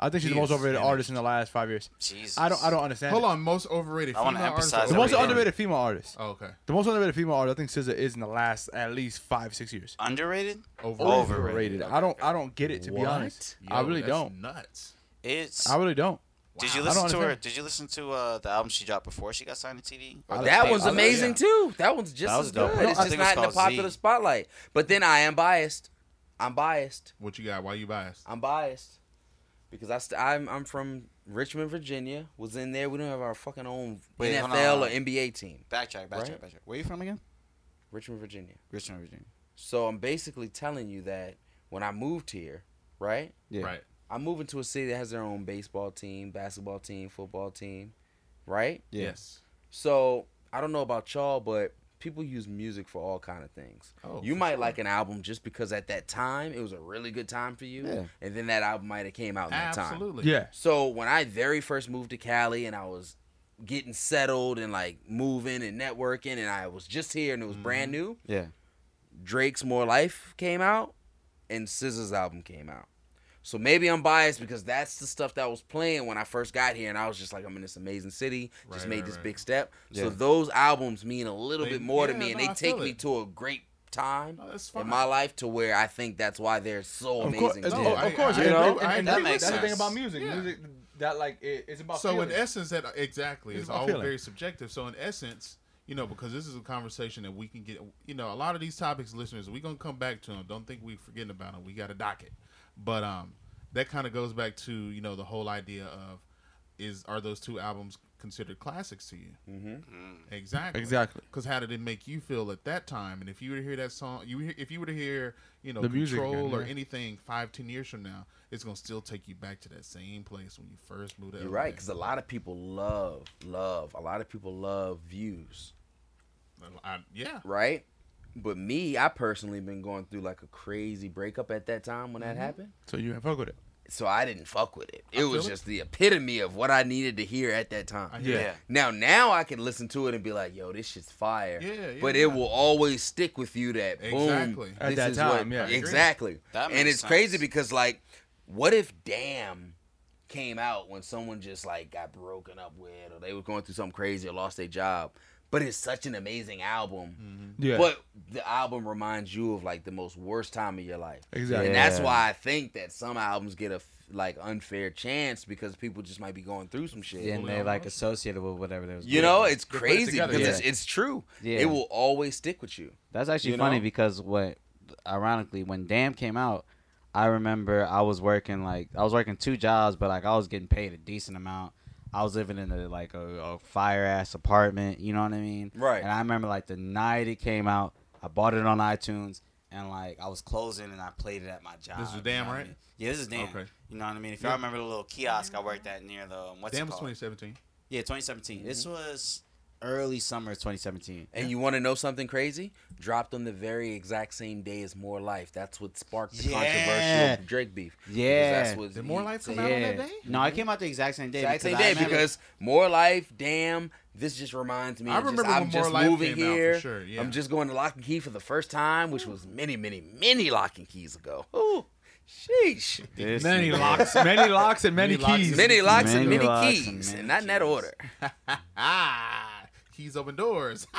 Speaker 1: I think she's the
Speaker 4: She
Speaker 1: most
Speaker 4: is
Speaker 1: overrated
Speaker 4: finished.
Speaker 1: artist in the last five years.
Speaker 7: Jesus.
Speaker 1: I don't. I don't understand.
Speaker 4: Hold
Speaker 1: it.
Speaker 4: on, most overrated.
Speaker 7: I wanna
Speaker 4: female artist or
Speaker 7: emphasize
Speaker 1: The
Speaker 7: that
Speaker 1: most
Speaker 4: overrated?
Speaker 7: we don't-
Speaker 1: underrated female artist.
Speaker 4: Oh, okay.
Speaker 1: The most underrated female artist. I think SZA is in the last at least five six years.
Speaker 7: Underrated?
Speaker 4: Overrated.
Speaker 1: Overrated. I don't. I don't get it to be
Speaker 3: What?
Speaker 1: honest.
Speaker 4: Yo,
Speaker 1: I really
Speaker 4: that's
Speaker 1: don't.
Speaker 4: Nuts.
Speaker 7: It's.
Speaker 1: I really don't.
Speaker 7: Did you
Speaker 1: Wow. I don't
Speaker 7: listen to her?
Speaker 1: understand.
Speaker 7: Did you listen to uh, the album she dropped before she got signed to TD?
Speaker 1: I-
Speaker 3: That
Speaker 1: I-
Speaker 3: one's
Speaker 1: I- yeah.
Speaker 3: amazing too. That one's just
Speaker 7: That was
Speaker 3: as
Speaker 7: dope.
Speaker 3: good.
Speaker 7: No,
Speaker 3: it's
Speaker 7: I
Speaker 3: just
Speaker 7: think
Speaker 3: not
Speaker 7: it's
Speaker 3: in the
Speaker 7: called Z.
Speaker 3: popular spotlight. But then I am biased. I'm biased.
Speaker 4: What you got? Why you biased?
Speaker 3: I'm biased because I st- I'm I'm from Richmond, Virginia. Was in there. We don't have our fucking own
Speaker 2: Wait, hold
Speaker 3: NFL
Speaker 2: on.
Speaker 3: or NBA team.
Speaker 7: Backtrack, backtrack,
Speaker 3: Right?
Speaker 7: backtrack.
Speaker 2: Where you from again?
Speaker 3: Richmond, Virginia.
Speaker 2: Richmond, Virginia.
Speaker 3: So I'm basically telling you that when I moved here, right?
Speaker 2: Yeah.
Speaker 4: Right.
Speaker 3: I'm moving to a city that has their own baseball team, basketball team, football team, right?
Speaker 2: Yeah.
Speaker 4: Yes.
Speaker 3: So I don't know about y'all, but people use music for all kind of things.
Speaker 4: Oh,
Speaker 3: you
Speaker 4: for
Speaker 3: might like an album just because at that time it was a really good time for you,
Speaker 2: Yeah.
Speaker 3: and then that album might have came out in that time.
Speaker 4: Absolutely.
Speaker 1: Yeah.
Speaker 3: So when I very first moved to Cali and I was getting settled and like moving and networking and I was just here and it was
Speaker 4: Mm-hmm.
Speaker 3: brand new,
Speaker 2: Yeah.
Speaker 3: Drake's More Life came out and SZA's album came out. So maybe I'm biased because that's the stuff that was playing when I first got here and I was just like I'm in this amazing city, just
Speaker 4: Right,
Speaker 3: made
Speaker 4: right,
Speaker 3: this
Speaker 4: right.
Speaker 3: big step.
Speaker 2: Yeah.
Speaker 3: So those albums mean a little
Speaker 4: They-
Speaker 3: bit more to
Speaker 4: yeah,
Speaker 3: me and
Speaker 4: no,
Speaker 3: they
Speaker 4: I
Speaker 3: take
Speaker 4: feel
Speaker 3: me
Speaker 4: it.
Speaker 3: to a great time
Speaker 4: No, that's
Speaker 3: in
Speaker 4: fine.
Speaker 3: my life to where I think that's why they're so
Speaker 1: Of course,
Speaker 3: amazing.
Speaker 1: of
Speaker 4: No,
Speaker 3: to me.
Speaker 1: course,
Speaker 4: I-
Speaker 1: of course. and-
Speaker 4: I agree
Speaker 1: and-
Speaker 4: with
Speaker 1: and-
Speaker 4: that.
Speaker 1: and
Speaker 7: That
Speaker 1: that's-
Speaker 7: makes
Speaker 1: That's the thing
Speaker 7: sense.
Speaker 1: about music.
Speaker 4: Yeah.
Speaker 1: Music that like it, it's about.
Speaker 4: so in
Speaker 1: feeling.
Speaker 4: essence that exactly
Speaker 1: It's
Speaker 4: it's,
Speaker 1: about
Speaker 4: all
Speaker 1: feeling.
Speaker 4: very subjective so in essence you know because this is a conversation that we can get you know a lot of these topics listeners we're gonna come back to them don't think we're forgetting about them we gotta dock it but um that kind of goes back to you know the whole idea of is are those two albums considered classics to you mm-hmm. exactly
Speaker 1: Exactly.
Speaker 4: because how did it make you feel at that time and if you were to hear that song you were- if you were to hear you know
Speaker 1: The music
Speaker 4: control
Speaker 1: again,
Speaker 4: or
Speaker 1: yeah.
Speaker 4: anything five ten years from now it's gonna still take you back to that same place when you first moved to
Speaker 3: You're
Speaker 4: LA.
Speaker 3: right, because a lot of people love, love. A lot of people love views,
Speaker 4: I, yeah
Speaker 3: right? But me, I personally been going through like a crazy breakup at that time when that happened.
Speaker 1: So you ain't fuck with it.
Speaker 3: so I didn't fuck with it. It was
Speaker 4: Mm-hmm. feel it.
Speaker 3: just the epitome of what I needed to hear at that time.
Speaker 4: I hear
Speaker 1: Yeah.
Speaker 3: Now, now I can listen to it and be like, "Yo, this shit's fire."
Speaker 4: Yeah, yeah,
Speaker 3: But
Speaker 4: yeah.
Speaker 3: it will always stick with you that boom.
Speaker 4: Exactly.
Speaker 1: At
Speaker 3: this
Speaker 1: that
Speaker 3: is
Speaker 1: time,
Speaker 3: what,
Speaker 1: yeah. I agree.
Speaker 3: exactly.
Speaker 7: That
Speaker 3: and
Speaker 7: makes
Speaker 3: it's crazy
Speaker 7: sense.
Speaker 3: because like, what if damn came out when someone just like got broken up with, or they were going through something crazy, or lost their job? But it's such an amazing album.
Speaker 1: Yeah.
Speaker 3: But the album reminds you of like the most worst time of your life.
Speaker 1: Exactly.
Speaker 3: And that's
Speaker 1: Yeah.
Speaker 3: why I think that some albums get a f- like unfair chance because people just might be going through some shit.
Speaker 2: and they like associated with whatever they was.
Speaker 3: You
Speaker 2: doing.
Speaker 3: know, it's
Speaker 4: put it
Speaker 3: crazy
Speaker 4: together,
Speaker 3: because
Speaker 2: yeah.
Speaker 3: it's, it's true.
Speaker 2: Yeah.
Speaker 3: It will always stick with you.
Speaker 2: That's actually
Speaker 3: You
Speaker 2: funny
Speaker 3: know?
Speaker 2: because what, ironically, when Damn came out, I remember I was working like I was working two jobs, but like I was getting paid a decent amount. I was living in a like a, a fire ass apartment. You know what I mean?
Speaker 3: Right.
Speaker 2: And I remember like the night it came out, I bought it on iTunes, and like I was closing and I played it at my job.
Speaker 4: This is
Speaker 2: you
Speaker 4: Damn,
Speaker 2: know what I
Speaker 4: right?
Speaker 2: mean? Yeah, this is Damn.
Speaker 4: Okay.
Speaker 2: You know what I mean? If y'all remember the little kiosk I worked at near the um, what's
Speaker 4: Damn,
Speaker 2: it
Speaker 4: it's
Speaker 2: called?
Speaker 4: 2017.
Speaker 2: yeah, 2017. This
Speaker 4: Mm-hmm.
Speaker 2: was early summer of 2017.
Speaker 3: And you want to know something crazy? Dropped on the very exact same day as More Life. That's what sparked the
Speaker 2: Yeah.
Speaker 3: controversial Drake beef. Because
Speaker 2: Yeah.
Speaker 3: That's what
Speaker 4: Did
Speaker 3: he
Speaker 4: More Life come
Speaker 3: said.
Speaker 4: out on that day?
Speaker 2: No, I came out the exact same day.
Speaker 3: Exact same
Speaker 2: because I
Speaker 3: day
Speaker 2: remember-
Speaker 3: because More Life, damn, this just reminds me.
Speaker 4: I
Speaker 3: of just-
Speaker 4: remember when
Speaker 3: I'm
Speaker 4: More
Speaker 3: just
Speaker 4: Life
Speaker 3: moving
Speaker 4: came out, for
Speaker 3: here.
Speaker 4: sure, yeah.
Speaker 3: I'm just going to Lock and Key for the first time, which was many, many, many Lock and Keys ago. Ooh, sheesh.
Speaker 1: many locks, many locks, and many,
Speaker 4: Many locks.
Speaker 1: keys.
Speaker 3: Many locks and
Speaker 2: Many
Speaker 3: many
Speaker 2: locks
Speaker 3: keys,
Speaker 2: and many
Speaker 3: and not in that
Speaker 2: keys.
Speaker 3: order.
Speaker 4: Ah, keys open doors.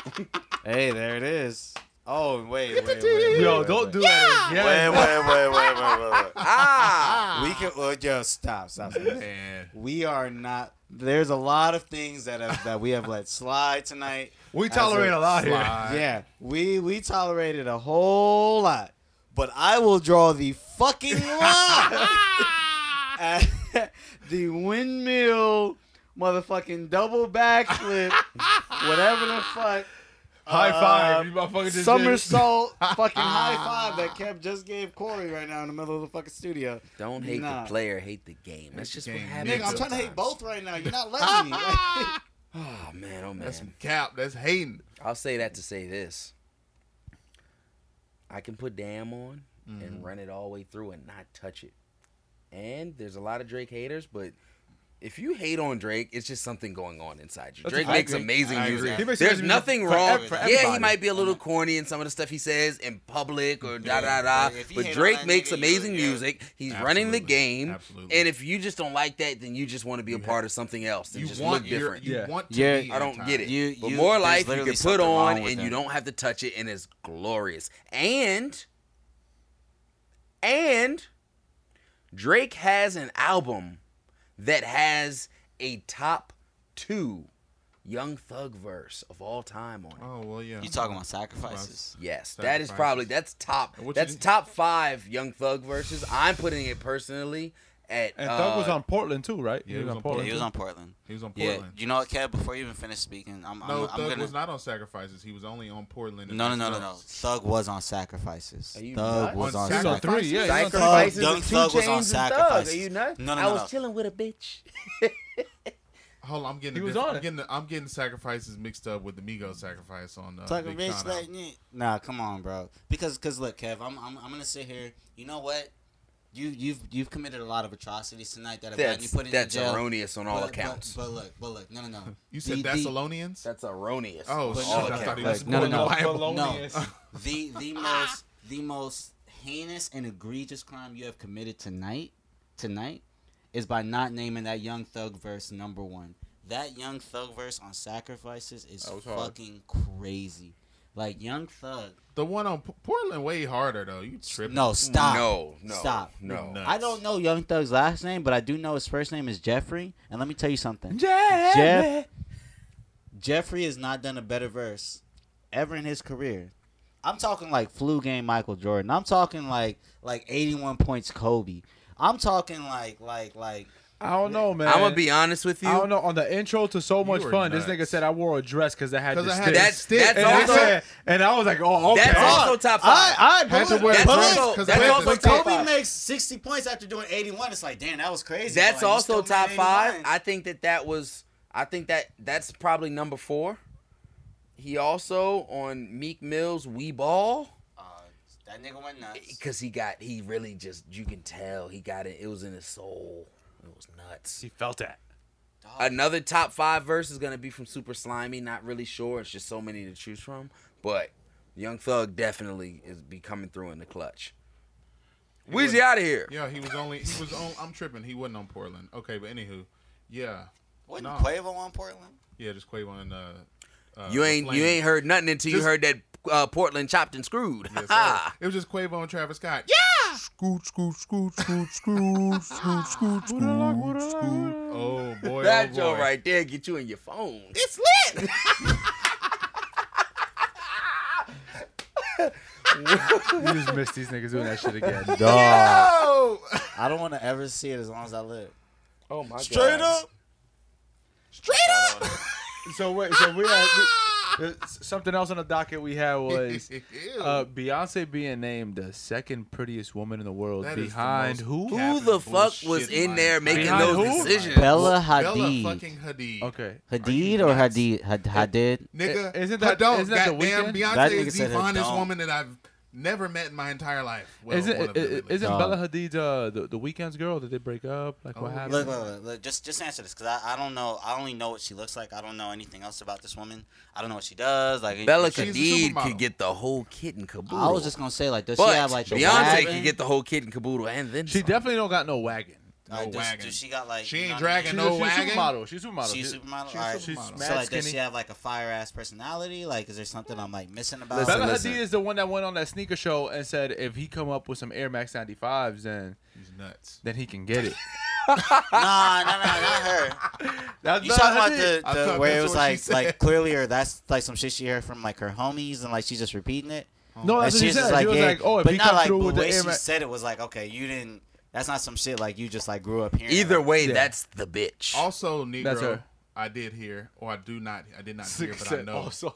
Speaker 2: Hey, there it is. Oh wait, wait, wait,
Speaker 1: Yo, don't do that. again.
Speaker 7: Wait, wait, wait, wait, wait, wait, wait.
Speaker 3: Ah,
Speaker 2: We can. Well, yo, stop, stop. stop.
Speaker 4: Man,
Speaker 2: we are not. There's a lot of things that have, that we have let slide tonight.
Speaker 1: We tolerate
Speaker 2: As
Speaker 1: a lot here.
Speaker 4: slide.
Speaker 2: Yeah, we we tolerated a whole lot, but I will draw the fucking line at the windmill, motherfucking double backflip, whatever the fuck.
Speaker 1: High
Speaker 2: Uh,
Speaker 1: five. You motherfucker just did.
Speaker 2: somersault fucking high five that Kev just gave Corey right now in the middle of the fucking studio.
Speaker 3: don't hate
Speaker 2: Nah.
Speaker 3: the player, hate the game. That's just what
Speaker 4: game.
Speaker 3: happens.
Speaker 2: Nigga, I'm trying to hate both right now. You're not letting me.
Speaker 3: Oh man, oh man.
Speaker 4: that's some cap. That's hating.
Speaker 3: I'll say that to say this. I can put damn on and run it all the way through and not touch it. And there's a lot of Drake haters, but if you hate on Drake, it's just something going on inside you.
Speaker 1: That's
Speaker 3: Drake
Speaker 1: a- I
Speaker 3: makes
Speaker 1: agree.
Speaker 3: amazing
Speaker 4: I
Speaker 3: music.
Speaker 4: agree.
Speaker 1: He makes
Speaker 3: There's
Speaker 1: amazing
Speaker 3: nothing
Speaker 1: music for
Speaker 3: wrong.
Speaker 1: ev- for
Speaker 3: yeah, he
Speaker 1: everybody.
Speaker 3: might be a little corny in some of the stuff he says in public or da da da.
Speaker 7: Like, if you
Speaker 3: But
Speaker 7: hate on
Speaker 3: Drake
Speaker 7: that
Speaker 3: makes
Speaker 7: nigga, you-
Speaker 3: amazing
Speaker 7: yeah.
Speaker 3: music. He's running the
Speaker 4: Absolutely.
Speaker 3: game.
Speaker 4: Absolutely.
Speaker 3: And if you just don't like that, then you just want to be a part of something else and
Speaker 4: You
Speaker 3: just
Speaker 4: want
Speaker 3: look
Speaker 4: your,
Speaker 3: different.
Speaker 4: you
Speaker 1: Yeah.
Speaker 4: want to
Speaker 2: Yeah.
Speaker 4: be
Speaker 3: I don't
Speaker 4: that
Speaker 3: get
Speaker 4: time.
Speaker 3: it.
Speaker 2: You-
Speaker 3: but
Speaker 2: you-
Speaker 3: more
Speaker 2: there's
Speaker 3: life you
Speaker 2: literally
Speaker 3: can put
Speaker 2: something wrong
Speaker 3: on
Speaker 2: with
Speaker 3: and
Speaker 2: that.
Speaker 3: you don't have to touch it and it's glorious. And and Drake has an album that has a top 2 Young Thug verse of all time on it.
Speaker 4: Oh well, yeah.
Speaker 7: You talking about sacrifices?
Speaker 3: Yes, that is
Speaker 4: Sacrifices.
Speaker 3: probably that's top.
Speaker 4: And what you
Speaker 3: That's
Speaker 4: did-
Speaker 3: top 5 Young Thug verses. I'm putting it personally at
Speaker 1: And Thug was
Speaker 3: uh,
Speaker 1: on Portland too, right?
Speaker 4: yeah, he was on Portland.
Speaker 7: Yeah, he was on Portland.
Speaker 4: He was on
Speaker 7: Yeah,
Speaker 4: Portland.
Speaker 7: you know what, Kev? Before you even finish speaking, I'm,
Speaker 4: no,
Speaker 7: I'm, I'm
Speaker 4: Thug
Speaker 7: gonna.
Speaker 4: was not on Sacrifices. He was only on Portland. and
Speaker 7: no, no,
Speaker 4: that's
Speaker 7: no,
Speaker 4: it.
Speaker 7: no, no. Thug was on sacrifices.
Speaker 3: Are you
Speaker 2: Thug
Speaker 3: nuts?
Speaker 2: was
Speaker 4: On
Speaker 2: on
Speaker 1: He was on
Speaker 2: sacrifice.
Speaker 1: three. Yeah, he was on
Speaker 7: Sacrifice.
Speaker 1: three.
Speaker 3: Sacrifices
Speaker 7: Young
Speaker 3: and
Speaker 7: Thug
Speaker 3: two
Speaker 7: was on
Speaker 3: chains and thug. Are
Speaker 7: Sacrifices.
Speaker 3: you nuts?
Speaker 7: No, no,
Speaker 3: I
Speaker 7: no,
Speaker 3: was
Speaker 7: no.
Speaker 3: chilling with a bitch.
Speaker 4: Hold on, I'm getting.
Speaker 1: He
Speaker 4: the
Speaker 1: was
Speaker 4: diff-
Speaker 1: on
Speaker 4: I'm
Speaker 1: it.
Speaker 4: getting, the, I'm getting Sacrifices mixed up with the Migos Sacrifice on uh,
Speaker 2: Tucker
Speaker 4: Big
Speaker 2: Rich
Speaker 4: Sean
Speaker 2: like
Speaker 4: album.
Speaker 2: yeah. Nah, come on, bro. Because cause look, Kev, I'm, I'm I'm gonna sit here. You know what? You you've you've committed a lot of atrocities tonight that have gotten you
Speaker 3: That's,
Speaker 2: put in
Speaker 3: that's
Speaker 2: jail.
Speaker 3: erroneous on all
Speaker 2: but,
Speaker 3: accounts.
Speaker 2: But, but look, but look, no, no, no.
Speaker 4: You said
Speaker 2: The-
Speaker 4: that's
Speaker 2: the-
Speaker 4: Alonians.
Speaker 3: that's erroneous.
Speaker 4: Oh,
Speaker 3: on
Speaker 4: shit.
Speaker 3: all
Speaker 4: I thought he
Speaker 3: accounts.
Speaker 2: Like,
Speaker 4: was
Speaker 2: no, no, no.
Speaker 4: Portland.
Speaker 2: No,
Speaker 1: Polonius.
Speaker 2: the the most the most heinous and egregious crime you have committed tonight tonight is by not naming that Young Thug verse number one. That Young Thug verse on sacrifices is
Speaker 1: That was hard.
Speaker 2: fucking crazy. Like Young Thug.
Speaker 4: The one on P- Portland way harder though. You tripping?
Speaker 2: No, stop.
Speaker 3: No, no,
Speaker 2: Stop.
Speaker 3: no.
Speaker 4: No.
Speaker 2: I don't know Young Thug's last name, but I do know his first name is Jeffrey. And let me tell you something.
Speaker 1: Yeah.
Speaker 2: Jeff. Jeffrey has not done a better verse ever in his career. I'm talking like flu game Michael Jordan. I'm talking like like 81 points Kobe. I'm talking like like like
Speaker 1: I don't know, man.
Speaker 3: I'm gonna be honest with
Speaker 1: I don't
Speaker 3: you.
Speaker 1: know. On the intro to so much
Speaker 4: are
Speaker 1: fun, this
Speaker 4: nuts.
Speaker 1: nigga said I wore a dress because I had to
Speaker 4: 'Cause I had
Speaker 1: stick.
Speaker 4: to
Speaker 3: That's
Speaker 4: stick.
Speaker 1: and,
Speaker 3: that's
Speaker 1: I
Speaker 3: also
Speaker 1: said, and I was like, oh, okay.
Speaker 3: that's also top five.
Speaker 2: I
Speaker 4: Had to wear
Speaker 3: That's
Speaker 4: a dress
Speaker 3: also-
Speaker 4: 'cause
Speaker 3: that's
Speaker 4: I had
Speaker 3: also
Speaker 4: to
Speaker 3: top
Speaker 4: stick.
Speaker 2: Kobe
Speaker 3: five.
Speaker 2: makes 60 points after doing 81. It's like, damn, that was crazy.
Speaker 3: That's
Speaker 2: Like, you
Speaker 3: also
Speaker 2: still
Speaker 3: top
Speaker 2: made
Speaker 3: five.
Speaker 2: 81.
Speaker 3: I think that that was. I think that that's probably number four. He also on Meek Mill's We Ball.
Speaker 2: Uh, That nigga went nuts.
Speaker 3: because he got he really just you can tell he got it. It was in his soul. It was nuts.
Speaker 1: He felt that.
Speaker 3: Another top five verse is gonna be from Super Slimy. Not really sure. It's just so many to choose from. But Young Thug definitely is be coming through in the clutch. Weezy out of here.
Speaker 4: Yeah, he was only he was on. I'm tripping. He wasn't on Portland. Okay, but anywho, yeah,
Speaker 2: Wasn't
Speaker 4: No.
Speaker 2: Quavo on Portland?
Speaker 4: yeah, just Quavo and uh, uh
Speaker 3: You ain't you
Speaker 4: Flame.
Speaker 3: ain't heard nothing until you
Speaker 4: Just-
Speaker 3: heard that uh, Portland chopped and screwed.
Speaker 4: Yes, sir. it was just Quavo and Travis Scott.
Speaker 3: Yeah.
Speaker 4: Scoot, scoot, scoot, scoot, scoot, scoot, scoot, scoot, scoot. Oh boy,
Speaker 3: That
Speaker 4: oh
Speaker 3: joint
Speaker 4: boy.
Speaker 3: right there get you in your phone. It's
Speaker 1: You just missed these niggas doing that shit again.
Speaker 2: I don't want to ever see it as long as I live.
Speaker 3: oh my
Speaker 2: Straight up.
Speaker 1: So wait, so we had we, uh, s- something else on the docket. We had was
Speaker 4: Ew.
Speaker 1: uh, Beyonce being named the second prettiest woman in the world
Speaker 4: That is the
Speaker 1: behind
Speaker 4: most
Speaker 1: who?
Speaker 4: cap-
Speaker 3: Who the fuck
Speaker 4: Bullshit
Speaker 3: was in
Speaker 4: line.
Speaker 3: there making
Speaker 1: Behind
Speaker 3: those
Speaker 1: who?
Speaker 3: decisions?
Speaker 11: Bella
Speaker 4: Bella
Speaker 11: Hadid.
Speaker 4: fucking Hadid.
Speaker 1: Okay.
Speaker 11: Hadid or Hadid? Had, Hadid?
Speaker 4: Nigga,
Speaker 1: I- isn't that-
Speaker 4: Hadid,
Speaker 1: isn't that The
Speaker 4: goddamn,
Speaker 1: Weeknd?
Speaker 4: Beyonce
Speaker 11: That nigga
Speaker 4: is the
Speaker 11: said
Speaker 4: finest
Speaker 11: Hadid.
Speaker 4: woman that I've never met in my entire life. Well,
Speaker 1: isn't
Speaker 4: one of them,
Speaker 1: i- i-
Speaker 4: at least.
Speaker 1: isn't
Speaker 11: Um,
Speaker 1: Bella Hadid uh, the the weekend's girl? Did they break up? Like what
Speaker 4: Oh,
Speaker 1: happened?
Speaker 2: Look, look, look, look, just just answer this because I, I don't know. I only know what she looks like. I don't know anything else about this woman. I don't know what she does. Like
Speaker 3: Bella
Speaker 2: she,
Speaker 4: She's a
Speaker 3: Hadid
Speaker 4: supermodel.
Speaker 3: could get the whole kit and caboodle.
Speaker 11: I was just gonna say like, does
Speaker 3: but
Speaker 11: she have like the
Speaker 3: Beyonce
Speaker 11: wagon?
Speaker 3: could get the whole kit and caboodle and then
Speaker 1: she
Speaker 3: some.
Speaker 1: definitely don't got no wagon.
Speaker 4: no
Speaker 2: does,
Speaker 4: wagon.
Speaker 2: does she got like
Speaker 4: She
Speaker 2: you
Speaker 4: ain't
Speaker 2: know what I
Speaker 4: dragging
Speaker 1: She's,
Speaker 4: no
Speaker 1: a, she's
Speaker 4: wagon?
Speaker 1: a supermodel. She's a supermodel.
Speaker 2: mean? She's a supermodel.
Speaker 4: She's a
Speaker 2: All right.
Speaker 1: She's
Speaker 4: supermodel.
Speaker 1: mad
Speaker 2: so like, does she
Speaker 1: skinny.
Speaker 2: have like a fire ass personality? Like, is there something I'm like missing about?
Speaker 3: Listen,
Speaker 1: Bella
Speaker 2: her?
Speaker 3: listen.
Speaker 1: Hadid is the one that went on that sneaker show and said if he come up with some Air Max 95s, then
Speaker 4: She's nuts.
Speaker 1: then he can get it.
Speaker 2: Nah, nah, nah, not her.
Speaker 1: That's
Speaker 2: You
Speaker 1: Bella
Speaker 2: talking about
Speaker 1: Hadid.
Speaker 4: I
Speaker 2: the, the
Speaker 4: thought
Speaker 2: where it
Speaker 4: that's
Speaker 2: was
Speaker 4: what
Speaker 2: like
Speaker 4: she
Speaker 2: like
Speaker 4: said.
Speaker 2: clearly or that's like some shit she heard from like her homies and like she's just repeating it.
Speaker 1: No, that's what
Speaker 2: And
Speaker 1: she
Speaker 2: she's just
Speaker 1: said. she was
Speaker 2: yeah,
Speaker 1: like, "Oh, if
Speaker 2: but
Speaker 1: he
Speaker 2: not
Speaker 1: come
Speaker 2: like
Speaker 1: through
Speaker 2: the
Speaker 1: with the
Speaker 2: way
Speaker 1: Air
Speaker 2: she
Speaker 1: Max."
Speaker 2: said it was like okay, you didn't. That's not some shit like you just like grew up hearing.
Speaker 3: Either
Speaker 2: Like,
Speaker 3: way,
Speaker 1: Yeah.
Speaker 3: that's the bitch.
Speaker 4: Also,
Speaker 1: That's
Speaker 4: Negro,
Speaker 1: her.
Speaker 4: I did hear, or I do not, I did not hear,
Speaker 1: Six
Speaker 4: but I
Speaker 1: said
Speaker 4: know.
Speaker 1: also.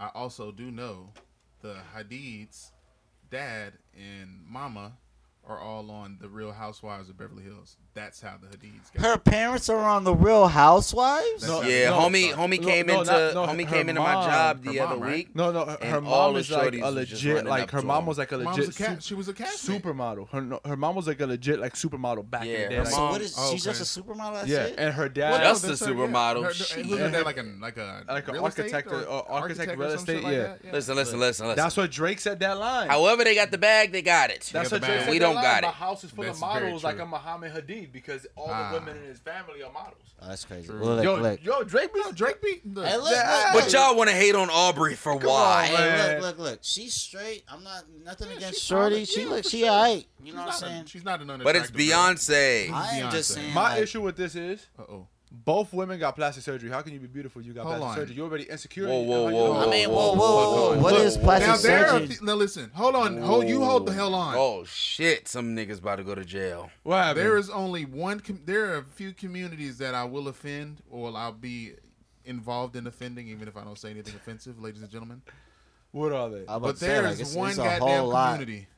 Speaker 4: I also do know the Hadid's dad and mama are all on the Real Housewives of Beverly Hills. That's how the Hadid's got.
Speaker 2: her parents are on the Real Housewives.
Speaker 4: No,
Speaker 3: yeah,
Speaker 1: no,
Speaker 3: homie,
Speaker 4: sorry.
Speaker 3: homie
Speaker 1: No,
Speaker 3: came
Speaker 1: no,
Speaker 3: into
Speaker 1: not- no,
Speaker 3: homie
Speaker 1: her
Speaker 3: came into my
Speaker 1: mom-
Speaker 3: job
Speaker 4: her
Speaker 3: the other
Speaker 4: mom, right?
Speaker 3: week.
Speaker 1: No, no, her, her
Speaker 3: And all
Speaker 1: mom
Speaker 3: the
Speaker 1: is like
Speaker 3: shorties
Speaker 1: a
Speaker 3: was just
Speaker 1: legit,
Speaker 3: running
Speaker 1: like
Speaker 3: up
Speaker 1: her
Speaker 3: to
Speaker 1: mom
Speaker 3: him.
Speaker 1: was like a
Speaker 4: Mom's
Speaker 1: legit
Speaker 4: a cat.
Speaker 1: sup-
Speaker 4: She was a cat.
Speaker 1: supermodel. Her no- her mom was like a legit like supermodel back
Speaker 3: Yeah,
Speaker 1: in the day.
Speaker 3: her
Speaker 1: like-
Speaker 2: So
Speaker 3: mom-
Speaker 2: what is?
Speaker 4: Oh,
Speaker 2: she's
Speaker 4: okay.
Speaker 2: just a supermodel. That's
Speaker 1: yeah,
Speaker 2: it?
Speaker 1: and her
Speaker 4: Well,
Speaker 1: dad,
Speaker 4: no,
Speaker 3: Just
Speaker 4: that's
Speaker 3: a
Speaker 4: her,
Speaker 3: supermodel.
Speaker 4: Her, her, wasn't that like a like a
Speaker 1: Like a
Speaker 4: real estate
Speaker 1: architect or- or architect, real
Speaker 4: some
Speaker 1: estate,
Speaker 4: shit like
Speaker 1: yeah.
Speaker 4: that?
Speaker 3: Listen, listen, listen, listen.
Speaker 1: that's what Drake said that line.
Speaker 3: However they got the bag, they got it.
Speaker 1: that's
Speaker 4: Yeah,
Speaker 1: what
Speaker 4: the
Speaker 1: Drake
Speaker 4: man.
Speaker 1: said.
Speaker 3: We
Speaker 1: that
Speaker 3: don't
Speaker 1: line.
Speaker 3: got
Speaker 1: My
Speaker 3: it.
Speaker 1: house is full
Speaker 4: That's
Speaker 1: of
Speaker 4: very
Speaker 1: models, like
Speaker 4: true.
Speaker 1: a Muhammad Hadid, because all
Speaker 4: Ah.
Speaker 1: the women in his family are models.
Speaker 2: Oh, that's crazy.
Speaker 4: True.
Speaker 2: Well, look,
Speaker 1: yo,
Speaker 2: look.
Speaker 1: yo, Drake be
Speaker 4: No, Drake beat. Look,
Speaker 2: Hey, look,
Speaker 1: Yeah.
Speaker 2: look,
Speaker 3: But
Speaker 2: look.
Speaker 3: y'all want to hate on Aubrey for
Speaker 2: Hey,
Speaker 3: why?
Speaker 1: man.
Speaker 2: look, look, look. She's straight. I'm not nothing
Speaker 4: Yeah,
Speaker 2: against
Speaker 4: she's
Speaker 2: Shorty.
Speaker 4: solid.
Speaker 2: she
Speaker 4: Yeah,
Speaker 2: look,
Speaker 4: for
Speaker 2: she
Speaker 4: sure.
Speaker 2: alright. You
Speaker 4: she's
Speaker 2: know what I'm
Speaker 4: not a-
Speaker 2: saying?
Speaker 4: She's not an unattractive.
Speaker 3: But it's Beyonce.
Speaker 2: I am just
Speaker 4: Beyonce.
Speaker 2: saying.
Speaker 1: My
Speaker 2: like,
Speaker 1: issue with this is
Speaker 4: Uh oh.
Speaker 1: both women got plastic surgery. How can you be beautiful? if You got
Speaker 4: Hold
Speaker 1: plastic
Speaker 4: on.
Speaker 1: surgery. You're already insecure.
Speaker 3: Whoa,
Speaker 1: You
Speaker 3: whoa,
Speaker 1: know how you
Speaker 3: whoa,
Speaker 1: look.
Speaker 2: I mean, whoa, whoa,
Speaker 3: whoa,
Speaker 2: whoa.
Speaker 3: whoa.
Speaker 2: What is plastic
Speaker 4: Now there are.
Speaker 2: surgery?
Speaker 4: fe- Now listen. Hold on. Hold you. Hold the hell on.
Speaker 3: Oh shit! Some niggas about to go to jail.
Speaker 1: What happened?
Speaker 4: There is only one. Com- there are a few communities that I will offend, or I'll be involved in offending, even if I don't say anything offensive, ladies and gentlemen.
Speaker 1: what are they?
Speaker 2: I'm about
Speaker 4: But
Speaker 2: to say,
Speaker 4: there
Speaker 2: like,
Speaker 4: is
Speaker 2: it's-
Speaker 4: one
Speaker 2: it's a
Speaker 4: goddamn
Speaker 2: whole lot.
Speaker 4: community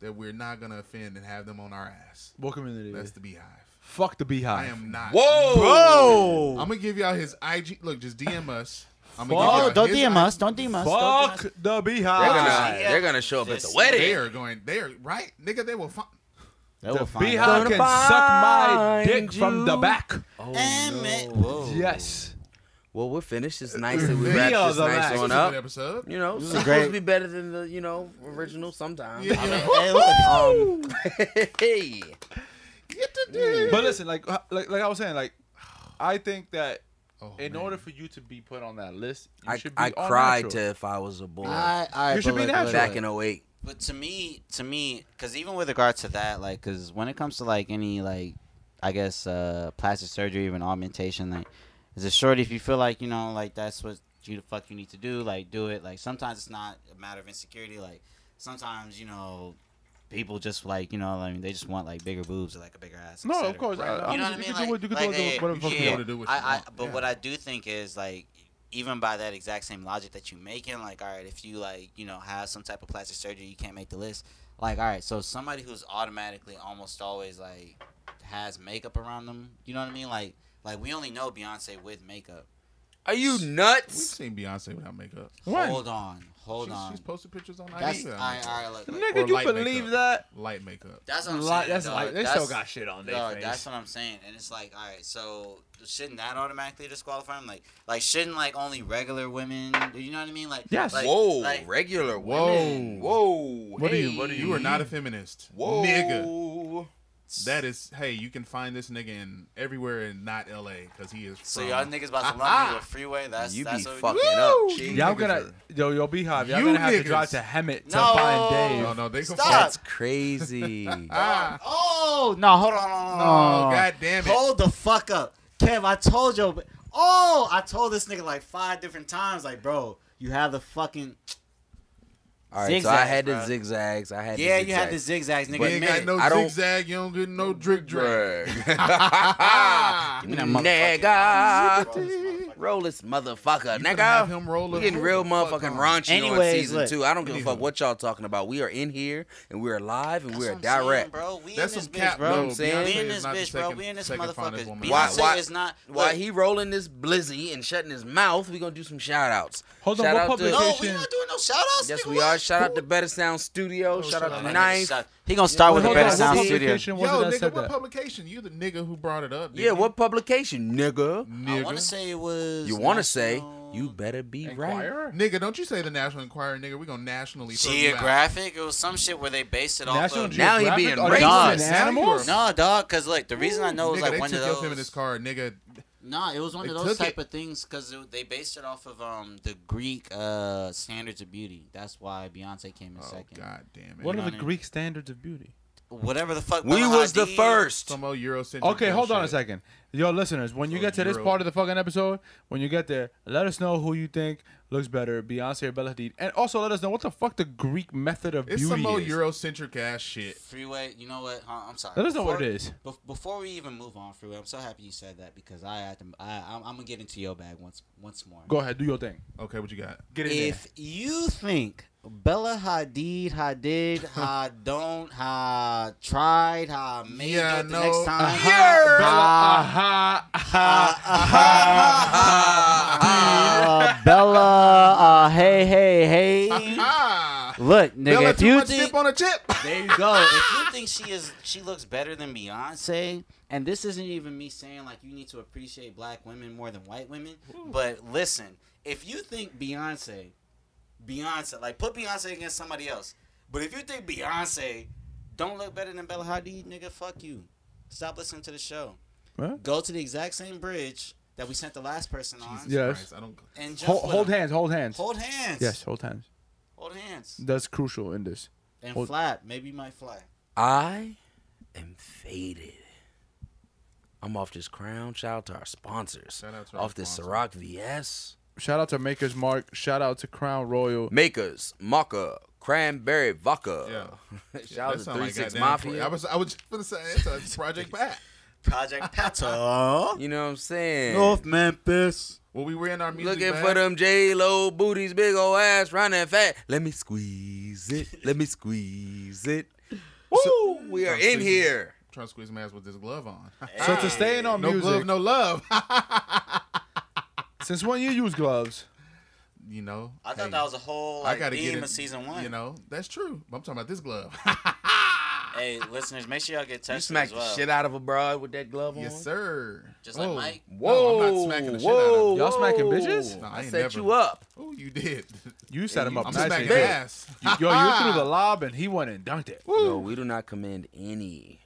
Speaker 4: that we're not gonna offend and have them on our ass.
Speaker 1: What community?
Speaker 4: That's the Beehive.
Speaker 1: Fuck the Beehive.
Speaker 4: I am not.
Speaker 3: Whoa,
Speaker 4: I'm
Speaker 2: Bro.
Speaker 4: gonna give y'all his IG. Look, just DM us. I'm
Speaker 1: Fuck.
Speaker 4: y'all
Speaker 1: Oh,
Speaker 11: Oh, don't
Speaker 4: his
Speaker 11: DM
Speaker 4: I-
Speaker 11: us. Don't DM us.
Speaker 1: Fuck the Beehive.
Speaker 3: They're
Speaker 2: Ah,
Speaker 3: gonna,
Speaker 2: yeah.
Speaker 3: they're gonna show up at the
Speaker 2: Just
Speaker 3: wedding.
Speaker 4: They are going. They are right, nigga. They will. Fi-
Speaker 2: That will
Speaker 1: The
Speaker 2: find out.
Speaker 1: Beehive
Speaker 3: Gonna
Speaker 1: can suck my
Speaker 3: find
Speaker 1: dick from the
Speaker 3: you.
Speaker 1: back.
Speaker 2: Emmett. Whoa.
Speaker 1: Yes.
Speaker 3: Well, we'll finish this nice and we
Speaker 1: We
Speaker 3: wrap
Speaker 1: are
Speaker 3: this
Speaker 1: the
Speaker 3: nice
Speaker 1: last.
Speaker 3: on
Speaker 4: this is a good
Speaker 3: up.
Speaker 4: episode.
Speaker 3: You know,
Speaker 2: is
Speaker 3: supposed
Speaker 2: great.
Speaker 3: to be better than the you know original sometimes.
Speaker 4: Yeah, yeah.
Speaker 2: Hey, look.
Speaker 3: Um, hey,
Speaker 1: But listen, like, uh, like like I was saying, like I think that
Speaker 4: Oh,
Speaker 1: in
Speaker 4: man.
Speaker 1: order for you to be put on that list, you
Speaker 3: I,
Speaker 1: should be
Speaker 3: I
Speaker 1: all
Speaker 3: cried
Speaker 1: natural.
Speaker 3: to if I was a boy
Speaker 2: I, I,
Speaker 1: You should
Speaker 2: but
Speaker 1: be
Speaker 2: look, look,
Speaker 1: natural.
Speaker 3: back in 08.
Speaker 2: But to me, to me, because even with regards to that, like, because when it comes to like any like, I guess uh plastic surgery, even augmentation, like, is a short. If you feel like you know, like that's what you the fuck you need to do, like, do it. Like sometimes it's not a matter of insecurity. Like sometimes you know, people just like you know, I mean, they just want like bigger boobs or like a bigger ass. et
Speaker 1: No, of
Speaker 2: cetera.
Speaker 1: course. I,
Speaker 2: You know what I
Speaker 1: I'm-
Speaker 2: mean?
Speaker 1: You
Speaker 2: Like-
Speaker 1: can do what you can
Speaker 2: like,
Speaker 1: do
Speaker 2: yeah,
Speaker 1: whatever the fuck you
Speaker 2: yeah.
Speaker 1: want.
Speaker 4: to do what you
Speaker 2: I, I,
Speaker 4: want.
Speaker 2: but
Speaker 4: Yeah.
Speaker 2: what I do think is like, even by that exact same logic that you're making, like, all right, if you like, you know, have some type of plastic surgery, you can't make the list. Like, all right, so somebody who's automatically almost always like has makeup around them, you know what I mean? Like, like we only know Beyonce with makeup.
Speaker 3: Are you
Speaker 4: We've
Speaker 3: nuts?
Speaker 4: seen Beyonce without makeup.
Speaker 1: What?
Speaker 2: Hold on, hold
Speaker 4: She's,
Speaker 2: on.
Speaker 4: she's posted pictures on
Speaker 2: that's
Speaker 4: IG.
Speaker 2: all
Speaker 4: without
Speaker 2: right,
Speaker 4: makeup.
Speaker 2: all right, look, look.
Speaker 4: Or
Speaker 1: Nigga, you
Speaker 4: light makeup.
Speaker 1: believe that?
Speaker 4: Light makeup.
Speaker 2: That's what I'm
Speaker 1: Like,
Speaker 2: saying.
Speaker 1: that's
Speaker 2: dog.
Speaker 1: like they
Speaker 2: That's-
Speaker 1: still got shit on their
Speaker 2: dog,
Speaker 1: face.
Speaker 2: that's what I'm saying, and it's like, all right, so shouldn't that automatically disqualify him? Like, like shouldn't like only regular women? You know what I mean? Like,
Speaker 1: Yes.
Speaker 2: like,
Speaker 3: whoa,
Speaker 2: like-
Speaker 3: regular
Speaker 4: Whoa.
Speaker 3: women. Whoa.
Speaker 1: What are you-
Speaker 3: hey.
Speaker 1: what are
Speaker 4: You are not a feminist.
Speaker 3: Whoa.
Speaker 4: Nigga. That is, hey, you can find this nigga in everywhere and not LA because he is.
Speaker 2: So
Speaker 4: from-
Speaker 2: y'all niggas about to
Speaker 4: Ah-ha.
Speaker 2: lump me with freeway? That's
Speaker 3: you
Speaker 2: that's
Speaker 3: be
Speaker 2: what we-
Speaker 3: fucking up. G.
Speaker 1: Y'all gonna yo yo Beehive. Y'all
Speaker 4: You
Speaker 1: gonna have
Speaker 4: niggas.
Speaker 1: to drive to Hemet to
Speaker 2: No.
Speaker 4: No,
Speaker 1: find Dave.
Speaker 4: no, they can
Speaker 2: Stop.
Speaker 4: find-
Speaker 3: That's crazy.
Speaker 4: Ah,
Speaker 12: Oh no! Hold on, hold on, hold
Speaker 4: oh,
Speaker 12: on.
Speaker 4: god damn it.
Speaker 12: Hold the fuck up, Kev. I told you. but- Oh, I told this nigga like five different times. Like, bro, you have the fucking
Speaker 3: All right, so I
Speaker 12: Zigzags,
Speaker 3: had the
Speaker 12: bruh.
Speaker 3: zigzags. I had
Speaker 12: yeah.
Speaker 3: the
Speaker 12: You have the
Speaker 3: zigzags.
Speaker 12: zigzags,
Speaker 4: you
Speaker 12: nigga.
Speaker 4: ain't
Speaker 12: Admit
Speaker 4: got
Speaker 12: it.
Speaker 4: no
Speaker 3: I don't-
Speaker 4: zigzag. You don't get no drink drag.
Speaker 3: Drag.
Speaker 12: me that
Speaker 3: nigga. Roll this motherfucker,
Speaker 4: You could have
Speaker 3: nigga.
Speaker 4: him roll
Speaker 3: We
Speaker 4: it.
Speaker 3: getting real motherfucking raunchy on
Speaker 12: Anyways,
Speaker 3: season
Speaker 12: look.
Speaker 3: two. I don't give a
Speaker 4: Anywho.
Speaker 3: fuck what y'all talking about. We are in here and we are live and we are
Speaker 2: That's what I'm saying,
Speaker 3: direct.
Speaker 2: bro. We
Speaker 4: That's
Speaker 2: in
Speaker 4: some
Speaker 2: this
Speaker 4: cap,
Speaker 2: bitch, bro.
Speaker 4: bro.
Speaker 3: I'm saying?
Speaker 2: We
Speaker 4: Beyonce
Speaker 2: in
Speaker 4: is
Speaker 2: this
Speaker 4: not the
Speaker 2: bitch, bro.
Speaker 4: second-
Speaker 2: We in this
Speaker 4: second
Speaker 2: motherfucker.
Speaker 4: finest woman.
Speaker 2: Beyonce
Speaker 3: Why- why-
Speaker 2: is not.
Speaker 3: While
Speaker 2: look,
Speaker 3: he rolling this blizzy and shutting his mouth, we gonna do some shout outs.
Speaker 1: Hold on,
Speaker 3: shout
Speaker 1: what
Speaker 3: out to-
Speaker 1: publication-
Speaker 2: no, Oh, we not doing no shout outs.
Speaker 3: Yes, we are. Shout out to Better Sound Studio. shout out
Speaker 4: Oh, shout
Speaker 3: to
Speaker 4: out.
Speaker 3: Knife.
Speaker 2: He gonna start
Speaker 1: Hold
Speaker 2: with
Speaker 1: on,
Speaker 2: the
Speaker 1: what
Speaker 2: better sound studio.
Speaker 1: publication was
Speaker 4: Yo,
Speaker 1: it that
Speaker 4: nigga,
Speaker 1: said
Speaker 4: what
Speaker 1: that?
Speaker 4: publication? You the nigga who brought it up?
Speaker 3: Yeah,
Speaker 4: didn't
Speaker 3: what publication, nigga?
Speaker 4: you?
Speaker 2: I
Speaker 4: Nigga.
Speaker 2: want to say it was.
Speaker 3: You want to say
Speaker 2: National
Speaker 3: you better be right.
Speaker 1: Inquirer?
Speaker 4: Nigga, don't you say the National Enquirer, nigga. We gonna nationally throw you out.
Speaker 2: Geographic? It was some shit where they based it off
Speaker 1: National
Speaker 2: of.
Speaker 3: Now he
Speaker 1: Geographic?
Speaker 3: being
Speaker 1: Are you
Speaker 2: racist.
Speaker 1: an
Speaker 4: Now
Speaker 1: animal?
Speaker 4: you're-
Speaker 2: No, dog. Cause like the reason I know
Speaker 4: Nigga,
Speaker 2: was like
Speaker 4: they
Speaker 2: one
Speaker 4: took
Speaker 2: of
Speaker 4: your
Speaker 2: those.
Speaker 4: feminist card, nigga.
Speaker 2: Nah, it was one
Speaker 4: They
Speaker 2: of those
Speaker 4: took
Speaker 2: type
Speaker 4: it.
Speaker 2: of things because they based it off of um the Greek uh standards of beauty. That's why Beyonce came in
Speaker 4: Oh
Speaker 2: second.
Speaker 4: god damn it!
Speaker 1: What
Speaker 2: No,
Speaker 1: are the
Speaker 2: nigga.
Speaker 1: Greek standards of beauty?
Speaker 2: Whatever the fuck.
Speaker 3: We
Speaker 2: Bella
Speaker 3: was the
Speaker 2: Hadid-
Speaker 3: first.
Speaker 4: Some old Eurocentric.
Speaker 1: Okay, hold on a
Speaker 4: bullshit.
Speaker 1: second. Yo, listeners, when you
Speaker 4: So
Speaker 1: get to this
Speaker 4: Euro-
Speaker 1: part of the fucking episode, when you get there, let us know who you think looks better, Beyonce or Bella Hadid, and also let us know what the fuck the Greek method of
Speaker 4: It's
Speaker 1: beauty
Speaker 4: some old
Speaker 1: is.
Speaker 4: Eurocentric ass shit.
Speaker 2: Freeway, you know what? Huh, I'm sorry.
Speaker 1: let us know what
Speaker 2: Before-
Speaker 1: it is.
Speaker 2: Bef- before we even move on, Freeway, I'm so happy you said that because I had to. I, I'm, I'm gonna get into your bag once once more.
Speaker 1: Go ahead, do your thing.
Speaker 4: Okay, what you got?
Speaker 1: Get in
Speaker 12: If you think Bella Hadid, Hadid,
Speaker 2: I don't. I tried. I made
Speaker 4: Yeah,
Speaker 2: it the
Speaker 4: no.
Speaker 2: next time.
Speaker 1: there. Bella,
Speaker 4: uh-huh.
Speaker 1: aha,
Speaker 12: Uh-huh.
Speaker 4: Uh-huh.
Speaker 12: uh, Bella, uh, hey, hey, hey.
Speaker 4: Ah,
Speaker 12: Look, nigga,
Speaker 4: Bella,
Speaker 12: if
Speaker 4: too
Speaker 12: you
Speaker 4: much
Speaker 12: think
Speaker 4: dip on a chip.
Speaker 2: There you go. if you think she is, she looks better than Beyonce, and this isn't even me saying like you need to appreciate black women more than white women, but listen, if you think Beyonce, Beyonce, like put Beyonce against somebody else, but if you think Beyonce don't look better than Bella Hadid, nigga, fuck you. Stop listening to the show.
Speaker 1: What?
Speaker 2: Go to the exact same bridge that we sent the last person on,
Speaker 4: Jesus
Speaker 1: Yes.
Speaker 4: Christ, I don't.
Speaker 2: and just
Speaker 1: Hold,
Speaker 2: with
Speaker 1: hold
Speaker 2: them.
Speaker 1: hands, hold hands.
Speaker 2: Hold hands.
Speaker 1: Yes, hold hands.
Speaker 2: Hold hands.
Speaker 1: That's crucial in this.
Speaker 2: And
Speaker 1: Hold-
Speaker 2: flap. Maybe you might fly.
Speaker 3: I am faded. I'm off this crown. Shout out to our sponsors.
Speaker 4: Shout out to our
Speaker 3: off this
Speaker 4: sponsors.
Speaker 3: Ciroc VS.
Speaker 1: Shout out to Maker's Mark. Shout out to Crown Royal.
Speaker 3: Makers, Maca, Cranberry Vodka. Shout
Speaker 4: That
Speaker 3: out to
Speaker 4: sound
Speaker 3: 3
Speaker 4: like
Speaker 3: 6
Speaker 4: goddamn
Speaker 3: Mafia.
Speaker 4: I was, I was just gonna say it's a Project Pat.
Speaker 2: Project Pato.
Speaker 3: you know what I'm saying?
Speaker 12: Memphis.
Speaker 4: Well, we were in our music.
Speaker 3: Looking
Speaker 4: bag.
Speaker 3: for them J Lo booties, big ol' ass, running fat. Let me squeeze it. Let me squeeze it. Woo! We are in here.
Speaker 4: Trying to squeeze my ass with this glove on.
Speaker 1: So to stay in on
Speaker 4: no
Speaker 1: music,
Speaker 4: glove, no love.
Speaker 1: since when you use gloves,
Speaker 4: you know.
Speaker 2: I thought
Speaker 4: hey,
Speaker 2: that was a whole
Speaker 4: I
Speaker 2: like,
Speaker 4: gotta
Speaker 2: theme
Speaker 4: get it,
Speaker 2: of season one.
Speaker 4: You know, that's true. But I'm talking about this glove.
Speaker 2: Hey, listeners, make sure y'all get tested
Speaker 3: You smacked
Speaker 2: as well.
Speaker 3: the shit out of a broad with that glove on.
Speaker 4: yes, sir.
Speaker 2: Just like
Speaker 4: Whoa.
Speaker 2: Mike.
Speaker 3: Whoa!
Speaker 4: No, I'm not smacking the shit out of
Speaker 3: whoa,
Speaker 4: him.
Speaker 1: Y'all smacking bitches?
Speaker 4: Nah, I
Speaker 3: I,
Speaker 4: ain't
Speaker 3: set
Speaker 4: never.
Speaker 3: you up.
Speaker 4: Oh, you did.
Speaker 1: you set him
Speaker 3: you-
Speaker 1: up
Speaker 4: I'm
Speaker 1: nice.
Speaker 4: smacking
Speaker 1: and
Speaker 3: big.
Speaker 1: good.
Speaker 4: ass.
Speaker 1: Yo, you threw the lob and he went and dunked it.
Speaker 3: No, we do not commend any.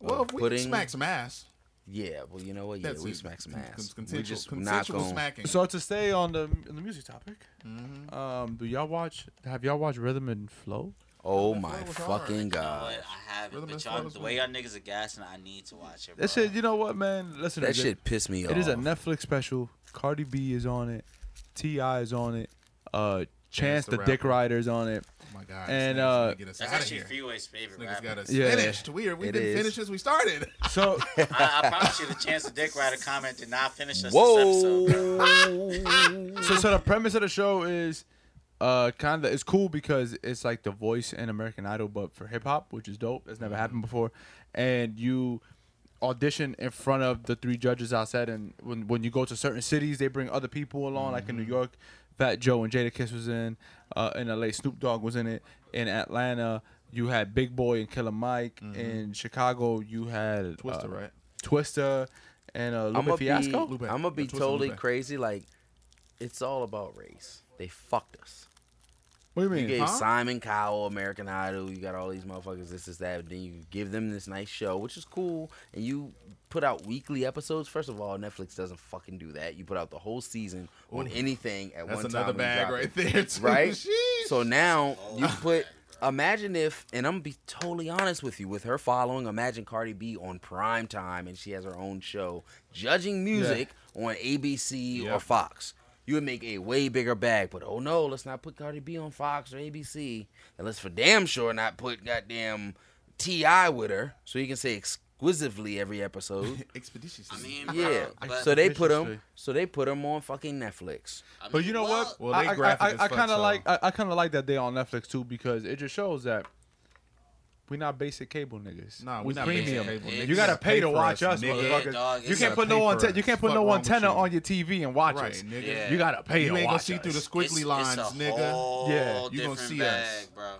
Speaker 4: Well,
Speaker 3: of
Speaker 4: if we
Speaker 3: putting,
Speaker 4: smack some ass.
Speaker 3: Yeah, well, you know what? Yeah,
Speaker 4: That's
Speaker 3: we
Speaker 4: it.
Speaker 3: smack some
Speaker 4: Con-
Speaker 3: ass.
Speaker 4: con-
Speaker 3: we
Speaker 4: Consensual,
Speaker 3: just not
Speaker 4: consensual
Speaker 3: going.
Speaker 4: smacking.
Speaker 1: So to stay on the on the music topic, um, do y'all watch? Have y'all watched Rhythm and Flow?
Speaker 3: Oh
Speaker 4: That
Speaker 3: my
Speaker 4: was hard.
Speaker 3: fucking
Speaker 2: You know what?
Speaker 3: god!
Speaker 2: I have it,
Speaker 4: Rhythm
Speaker 2: but
Speaker 4: is
Speaker 2: y'all,
Speaker 4: flawless
Speaker 2: the way y'all niggas are gassing, I need to watch it. Bro.
Speaker 1: That shit, you know what, man? Listen,
Speaker 3: That
Speaker 1: to
Speaker 3: shit pissed me
Speaker 1: It
Speaker 3: off.
Speaker 1: is a Netflix special. Cardi B is on it. Ti is on it. Uh, Chance
Speaker 4: the
Speaker 1: the, Dick
Speaker 4: rapper.
Speaker 1: Rider is on it.
Speaker 4: Oh my god!
Speaker 1: And,
Speaker 4: this nigga's
Speaker 1: uh,
Speaker 4: gonna get us
Speaker 2: That's
Speaker 4: out of
Speaker 2: actually
Speaker 4: here.
Speaker 2: Freeway's favorite
Speaker 4: Niggas
Speaker 2: rapper.
Speaker 4: got us
Speaker 1: Yeah.
Speaker 4: finished. We are, we
Speaker 3: It
Speaker 4: didn't
Speaker 3: is.
Speaker 4: finish since we started.
Speaker 1: So
Speaker 2: I, I promise you, the chance of Dick Rider comment did not finish us this episode.
Speaker 3: Whoa!
Speaker 1: so so the premise of the show is uh kind of it's cool because it's like the voice in American Idol but for hip hop, which is dope. That's never happened before. And you audition in front of the three judges outside, and when when you go to certain cities, they bring other people along. Like in New York, Fat Joe and Jada Kiss was in. Uh, in L.A., Snoop Dogg was in it. In Atlanta, you had Big Boy and Killer Mike. In Chicago, you had
Speaker 4: Twister,
Speaker 1: uh,
Speaker 4: right?
Speaker 1: Twister and uh,
Speaker 3: I'm
Speaker 1: Lupe
Speaker 3: gonna
Speaker 1: Fiasco.
Speaker 3: be,
Speaker 4: Lupe.
Speaker 3: I'm gonna be
Speaker 4: That's what's
Speaker 3: totally
Speaker 4: Lupe.
Speaker 3: crazy. Like, it's all about race. They fucked us.
Speaker 1: what do
Speaker 3: You
Speaker 1: you mean?
Speaker 3: gave
Speaker 4: huh?
Speaker 3: Simon Cowell American Idol. You got all these motherfuckers. This is that. Then you give them this nice show, which is cool. And you put out weekly episodes. First of all, Netflix doesn't fucking do that. You put out the whole season on
Speaker 4: Ooh.
Speaker 3: anything at
Speaker 4: That's
Speaker 3: one time.
Speaker 4: another
Speaker 3: and you
Speaker 4: bag
Speaker 3: drop
Speaker 4: right
Speaker 3: it.
Speaker 4: there. Too.
Speaker 3: Right?
Speaker 4: Sheesh.
Speaker 3: So now you put. Imagine if, and I'm gonna be totally honest with you, with her following, imagine Cardi B on prime time and she has her own show judging music on ABC
Speaker 4: Yeah.
Speaker 3: or Fox. You would make a way bigger bag, but oh no, let's not put Cardi B on Fox or ABC, and let's for damn sure not put goddamn Ti with her, so you can say exquisitely every episode.
Speaker 4: expeditiously.
Speaker 7: I mean,
Speaker 3: yeah.
Speaker 7: bro, but,
Speaker 3: So they put him.
Speaker 1: Viciously.
Speaker 3: So they put him on fucking Netflix.
Speaker 7: I
Speaker 1: But
Speaker 7: mean,
Speaker 1: you know
Speaker 7: well,
Speaker 1: what?
Speaker 4: Well,
Speaker 1: I-
Speaker 4: they
Speaker 1: I-
Speaker 4: graphic
Speaker 1: I,
Speaker 4: as
Speaker 1: I,
Speaker 4: fuck,
Speaker 1: kind
Speaker 4: so-
Speaker 1: of like I, I kind of like that they on Netflix too because it just shows that we not basic cable niggas.
Speaker 4: Nah, we
Speaker 1: we
Speaker 4: not
Speaker 1: premium.
Speaker 4: basic cable
Speaker 1: You
Speaker 4: niggas.
Speaker 1: gotta
Speaker 4: Gotta
Speaker 1: pay
Speaker 4: pay
Speaker 1: to
Speaker 4: for
Speaker 1: watch
Speaker 4: us,
Speaker 1: us,
Speaker 4: nigga.
Speaker 1: motherfuckers.
Speaker 7: Yeah, dog,
Speaker 1: you
Speaker 7: you
Speaker 1: can't
Speaker 4: gotta
Speaker 1: put
Speaker 4: pay
Speaker 1: no
Speaker 4: for
Speaker 1: antenna.
Speaker 4: us.
Speaker 1: You can't put
Speaker 4: Fuck
Speaker 1: no
Speaker 4: wrong with
Speaker 1: antenna
Speaker 4: you.
Speaker 1: on your TV and watch
Speaker 4: Right,
Speaker 1: us.
Speaker 4: nigga.
Speaker 7: Yeah.
Speaker 1: You gotta pay
Speaker 4: You
Speaker 1: to
Speaker 4: ain't gonna
Speaker 1: watch
Speaker 4: see
Speaker 1: us.
Speaker 4: through the
Speaker 7: it's-
Speaker 4: squiggly
Speaker 7: it's
Speaker 4: lines,
Speaker 7: a
Speaker 4: nigga.
Speaker 7: Whole
Speaker 1: Yeah.
Speaker 4: You gonna
Speaker 7: different
Speaker 4: see
Speaker 7: bag,
Speaker 4: us.
Speaker 7: bro.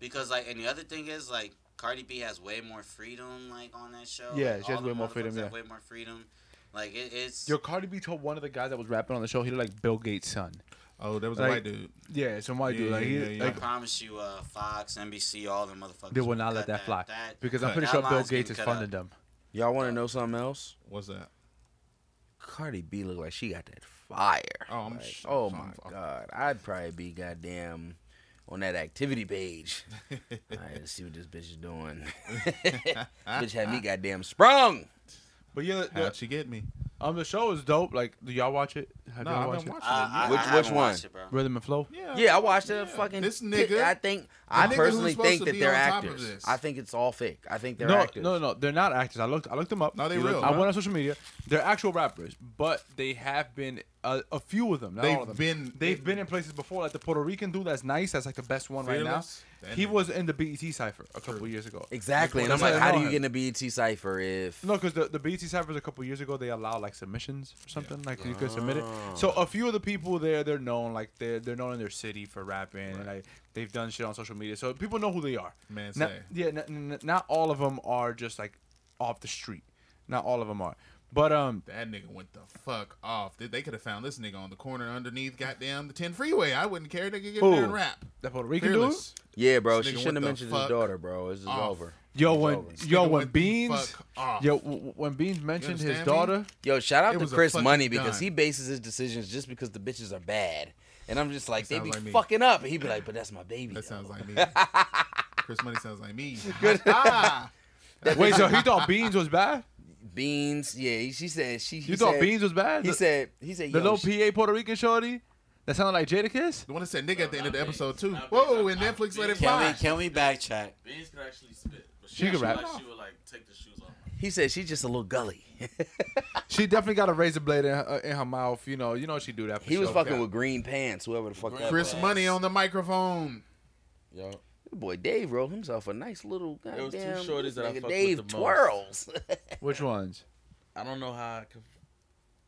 Speaker 7: Because like, and the other thing is like, Cardi B has way more freedom, like on that show.
Speaker 1: Yeah,
Speaker 7: Like,
Speaker 1: she has
Speaker 7: all the
Speaker 1: way more freedom,
Speaker 7: motherfuckers have
Speaker 1: yeah.
Speaker 7: way more freedom. Like it, it's
Speaker 1: Yo, Cardi B told one of the guys that was rapping on the show he looked like Bill Gates' son.
Speaker 4: Oh, there was
Speaker 1: Like-
Speaker 4: a white dude.
Speaker 1: Yeah, some white dude.
Speaker 4: Yeah,
Speaker 1: Like, he,
Speaker 4: yeah, yeah,
Speaker 7: I
Speaker 1: like
Speaker 7: promise you, uh, Fox, NBC, all the motherfuckers.
Speaker 1: they will not
Speaker 7: cut
Speaker 1: let that fly because I'm
Speaker 4: cut.
Speaker 1: pretty
Speaker 7: That
Speaker 1: sure Bill
Speaker 7: line's
Speaker 1: Gates
Speaker 7: getting
Speaker 1: is
Speaker 7: cut out.
Speaker 1: funding them.
Speaker 3: Y'all want to know something else?
Speaker 4: What's that?
Speaker 3: Cardi B look like she got that fire.
Speaker 4: Oh, I'm
Speaker 3: Like,
Speaker 4: sh-
Speaker 3: oh
Speaker 4: I'm-
Speaker 3: my
Speaker 4: I'm-
Speaker 3: god, I'd probably be goddamn on that activity page. All right, let's see what this bitch is doing. bitch had me goddamn sprung.
Speaker 1: But yeah, the,
Speaker 4: How'd she get me?
Speaker 1: um, the show is dope. Like, do y'all watch it? Have
Speaker 4: No,
Speaker 1: y'all
Speaker 4: I've
Speaker 1: watched
Speaker 4: been
Speaker 1: it?
Speaker 4: watching
Speaker 7: I, I,
Speaker 3: Which-
Speaker 7: I
Speaker 3: which
Speaker 7: haven't
Speaker 3: one?
Speaker 7: watched it, bro.
Speaker 1: Rhythm and flow.
Speaker 4: it. Yeah.
Speaker 3: Yeah, I watched the
Speaker 4: Yeah,
Speaker 3: fucking.
Speaker 4: this
Speaker 3: pic-
Speaker 4: nigga-
Speaker 3: I think
Speaker 4: nigga
Speaker 3: I
Speaker 4: who's
Speaker 3: personally
Speaker 4: supposed
Speaker 3: think
Speaker 4: to
Speaker 3: that
Speaker 4: be
Speaker 3: they're
Speaker 4: on top of
Speaker 3: actors.
Speaker 4: this.
Speaker 3: I think it's all fake. I think they're
Speaker 1: no,
Speaker 3: actors.
Speaker 1: No, no, they're not actors. I looked, I looked them up.
Speaker 4: No, they
Speaker 1: You
Speaker 4: real,
Speaker 1: looked- I
Speaker 4: bro.
Speaker 1: went on social media. They're actual rappers, but they have been a, a few of them. Not all
Speaker 4: They've
Speaker 1: of them.
Speaker 4: been-
Speaker 1: they've been in places before. Like the Puerto Rican dude, that's nice. That's like the best one
Speaker 4: Fearless?
Speaker 1: right now.
Speaker 4: That
Speaker 1: He
Speaker 4: nigga.
Speaker 1: was in the BET cipher a couple years ago.
Speaker 3: Exactly, and I'm
Speaker 1: That's
Speaker 3: like,
Speaker 1: how I
Speaker 3: how do
Speaker 1: know
Speaker 3: you
Speaker 1: him.
Speaker 3: get in a BET cipher if?
Speaker 1: No, because the, the BET ciphers a couple years ago they allowed like submissions or something like you could submit it.
Speaker 3: Oh.
Speaker 1: So a few of the people there they're known like they're they're known in their city for rapping and like they've done shit on social media, so people know who they are.
Speaker 4: Man
Speaker 1: not,
Speaker 4: say.
Speaker 1: yeah, n- n- not all of them are just like off the street. Not all of them are, but um,
Speaker 4: That nigga went the fuck off. They, they could have found this nigga on the corner underneath goddamn the 10 freeway. I wouldn't care. They could get in there and
Speaker 1: Who?
Speaker 4: rap.
Speaker 1: that Puerto Rican
Speaker 4: Fearless.
Speaker 3: Yeah, bro,
Speaker 4: This
Speaker 3: she
Speaker 4: nigga
Speaker 3: shouldn't have
Speaker 4: went the
Speaker 3: mentioned his
Speaker 4: fuck Oh,
Speaker 3: daughter, bro. It's just
Speaker 4: off.
Speaker 3: over.
Speaker 1: dude. Yo, when
Speaker 3: over.
Speaker 1: yo
Speaker 4: Nigga
Speaker 1: when
Speaker 4: went the
Speaker 1: Beans,
Speaker 4: fuck off.
Speaker 1: yo w- w- when Beans mentioned his
Speaker 4: understand me?
Speaker 1: daughter,
Speaker 3: Yo, shout out
Speaker 4: It
Speaker 3: to
Speaker 4: was a
Speaker 3: Chris
Speaker 4: fucking
Speaker 3: Money because
Speaker 4: dime.
Speaker 3: he bases his decisions just because the bitches are bad. And I'm just like, they
Speaker 4: sounds
Speaker 3: be
Speaker 4: like me.
Speaker 3: fucking up. And he be like, but that's my baby.
Speaker 4: That
Speaker 3: though.
Speaker 4: sounds like me. Chris Money sounds like me. Ah,
Speaker 1: wait, so he thought Beans was bad?
Speaker 3: Beans, yeah, he- she said she. he
Speaker 1: You thought
Speaker 3: said-
Speaker 1: Beans was bad?
Speaker 3: He
Speaker 1: The-
Speaker 3: said, he said,
Speaker 1: the
Speaker 3: yo,
Speaker 1: little
Speaker 3: she-
Speaker 1: PA Puerto Rican shorty that sounded like Jadakiss.
Speaker 4: the one that said nigga at the end of the
Speaker 9: Not
Speaker 4: episode,
Speaker 9: big.
Speaker 4: too.
Speaker 9: Not big.
Speaker 4: Whoa,
Speaker 9: Not-
Speaker 4: and
Speaker 9: not
Speaker 4: Netflix
Speaker 9: big.
Speaker 4: let it
Speaker 7: Can we
Speaker 4: fly.
Speaker 7: can we backtrack?
Speaker 9: Beans could actually spit. But she,
Speaker 1: She could rap.
Speaker 9: actually, Like, she would like take the shoes off.
Speaker 3: he said she's just a little gully.
Speaker 1: She definitely got a razor blade in her, in her mouth. You know, you know she do that. For
Speaker 3: he was
Speaker 1: sure.
Speaker 3: fucking with green pants, whoever the fuck that
Speaker 4: Chris
Speaker 3: was.
Speaker 4: Money on the microphone.
Speaker 9: Yo,
Speaker 3: That Boy, Dave wrote himself a nice little goddamn.
Speaker 9: It was two shorties that I
Speaker 3: nigga
Speaker 9: fucked with
Speaker 3: Dave
Speaker 9: the most.
Speaker 3: twirls.
Speaker 1: Which ones?
Speaker 9: I don't know how I could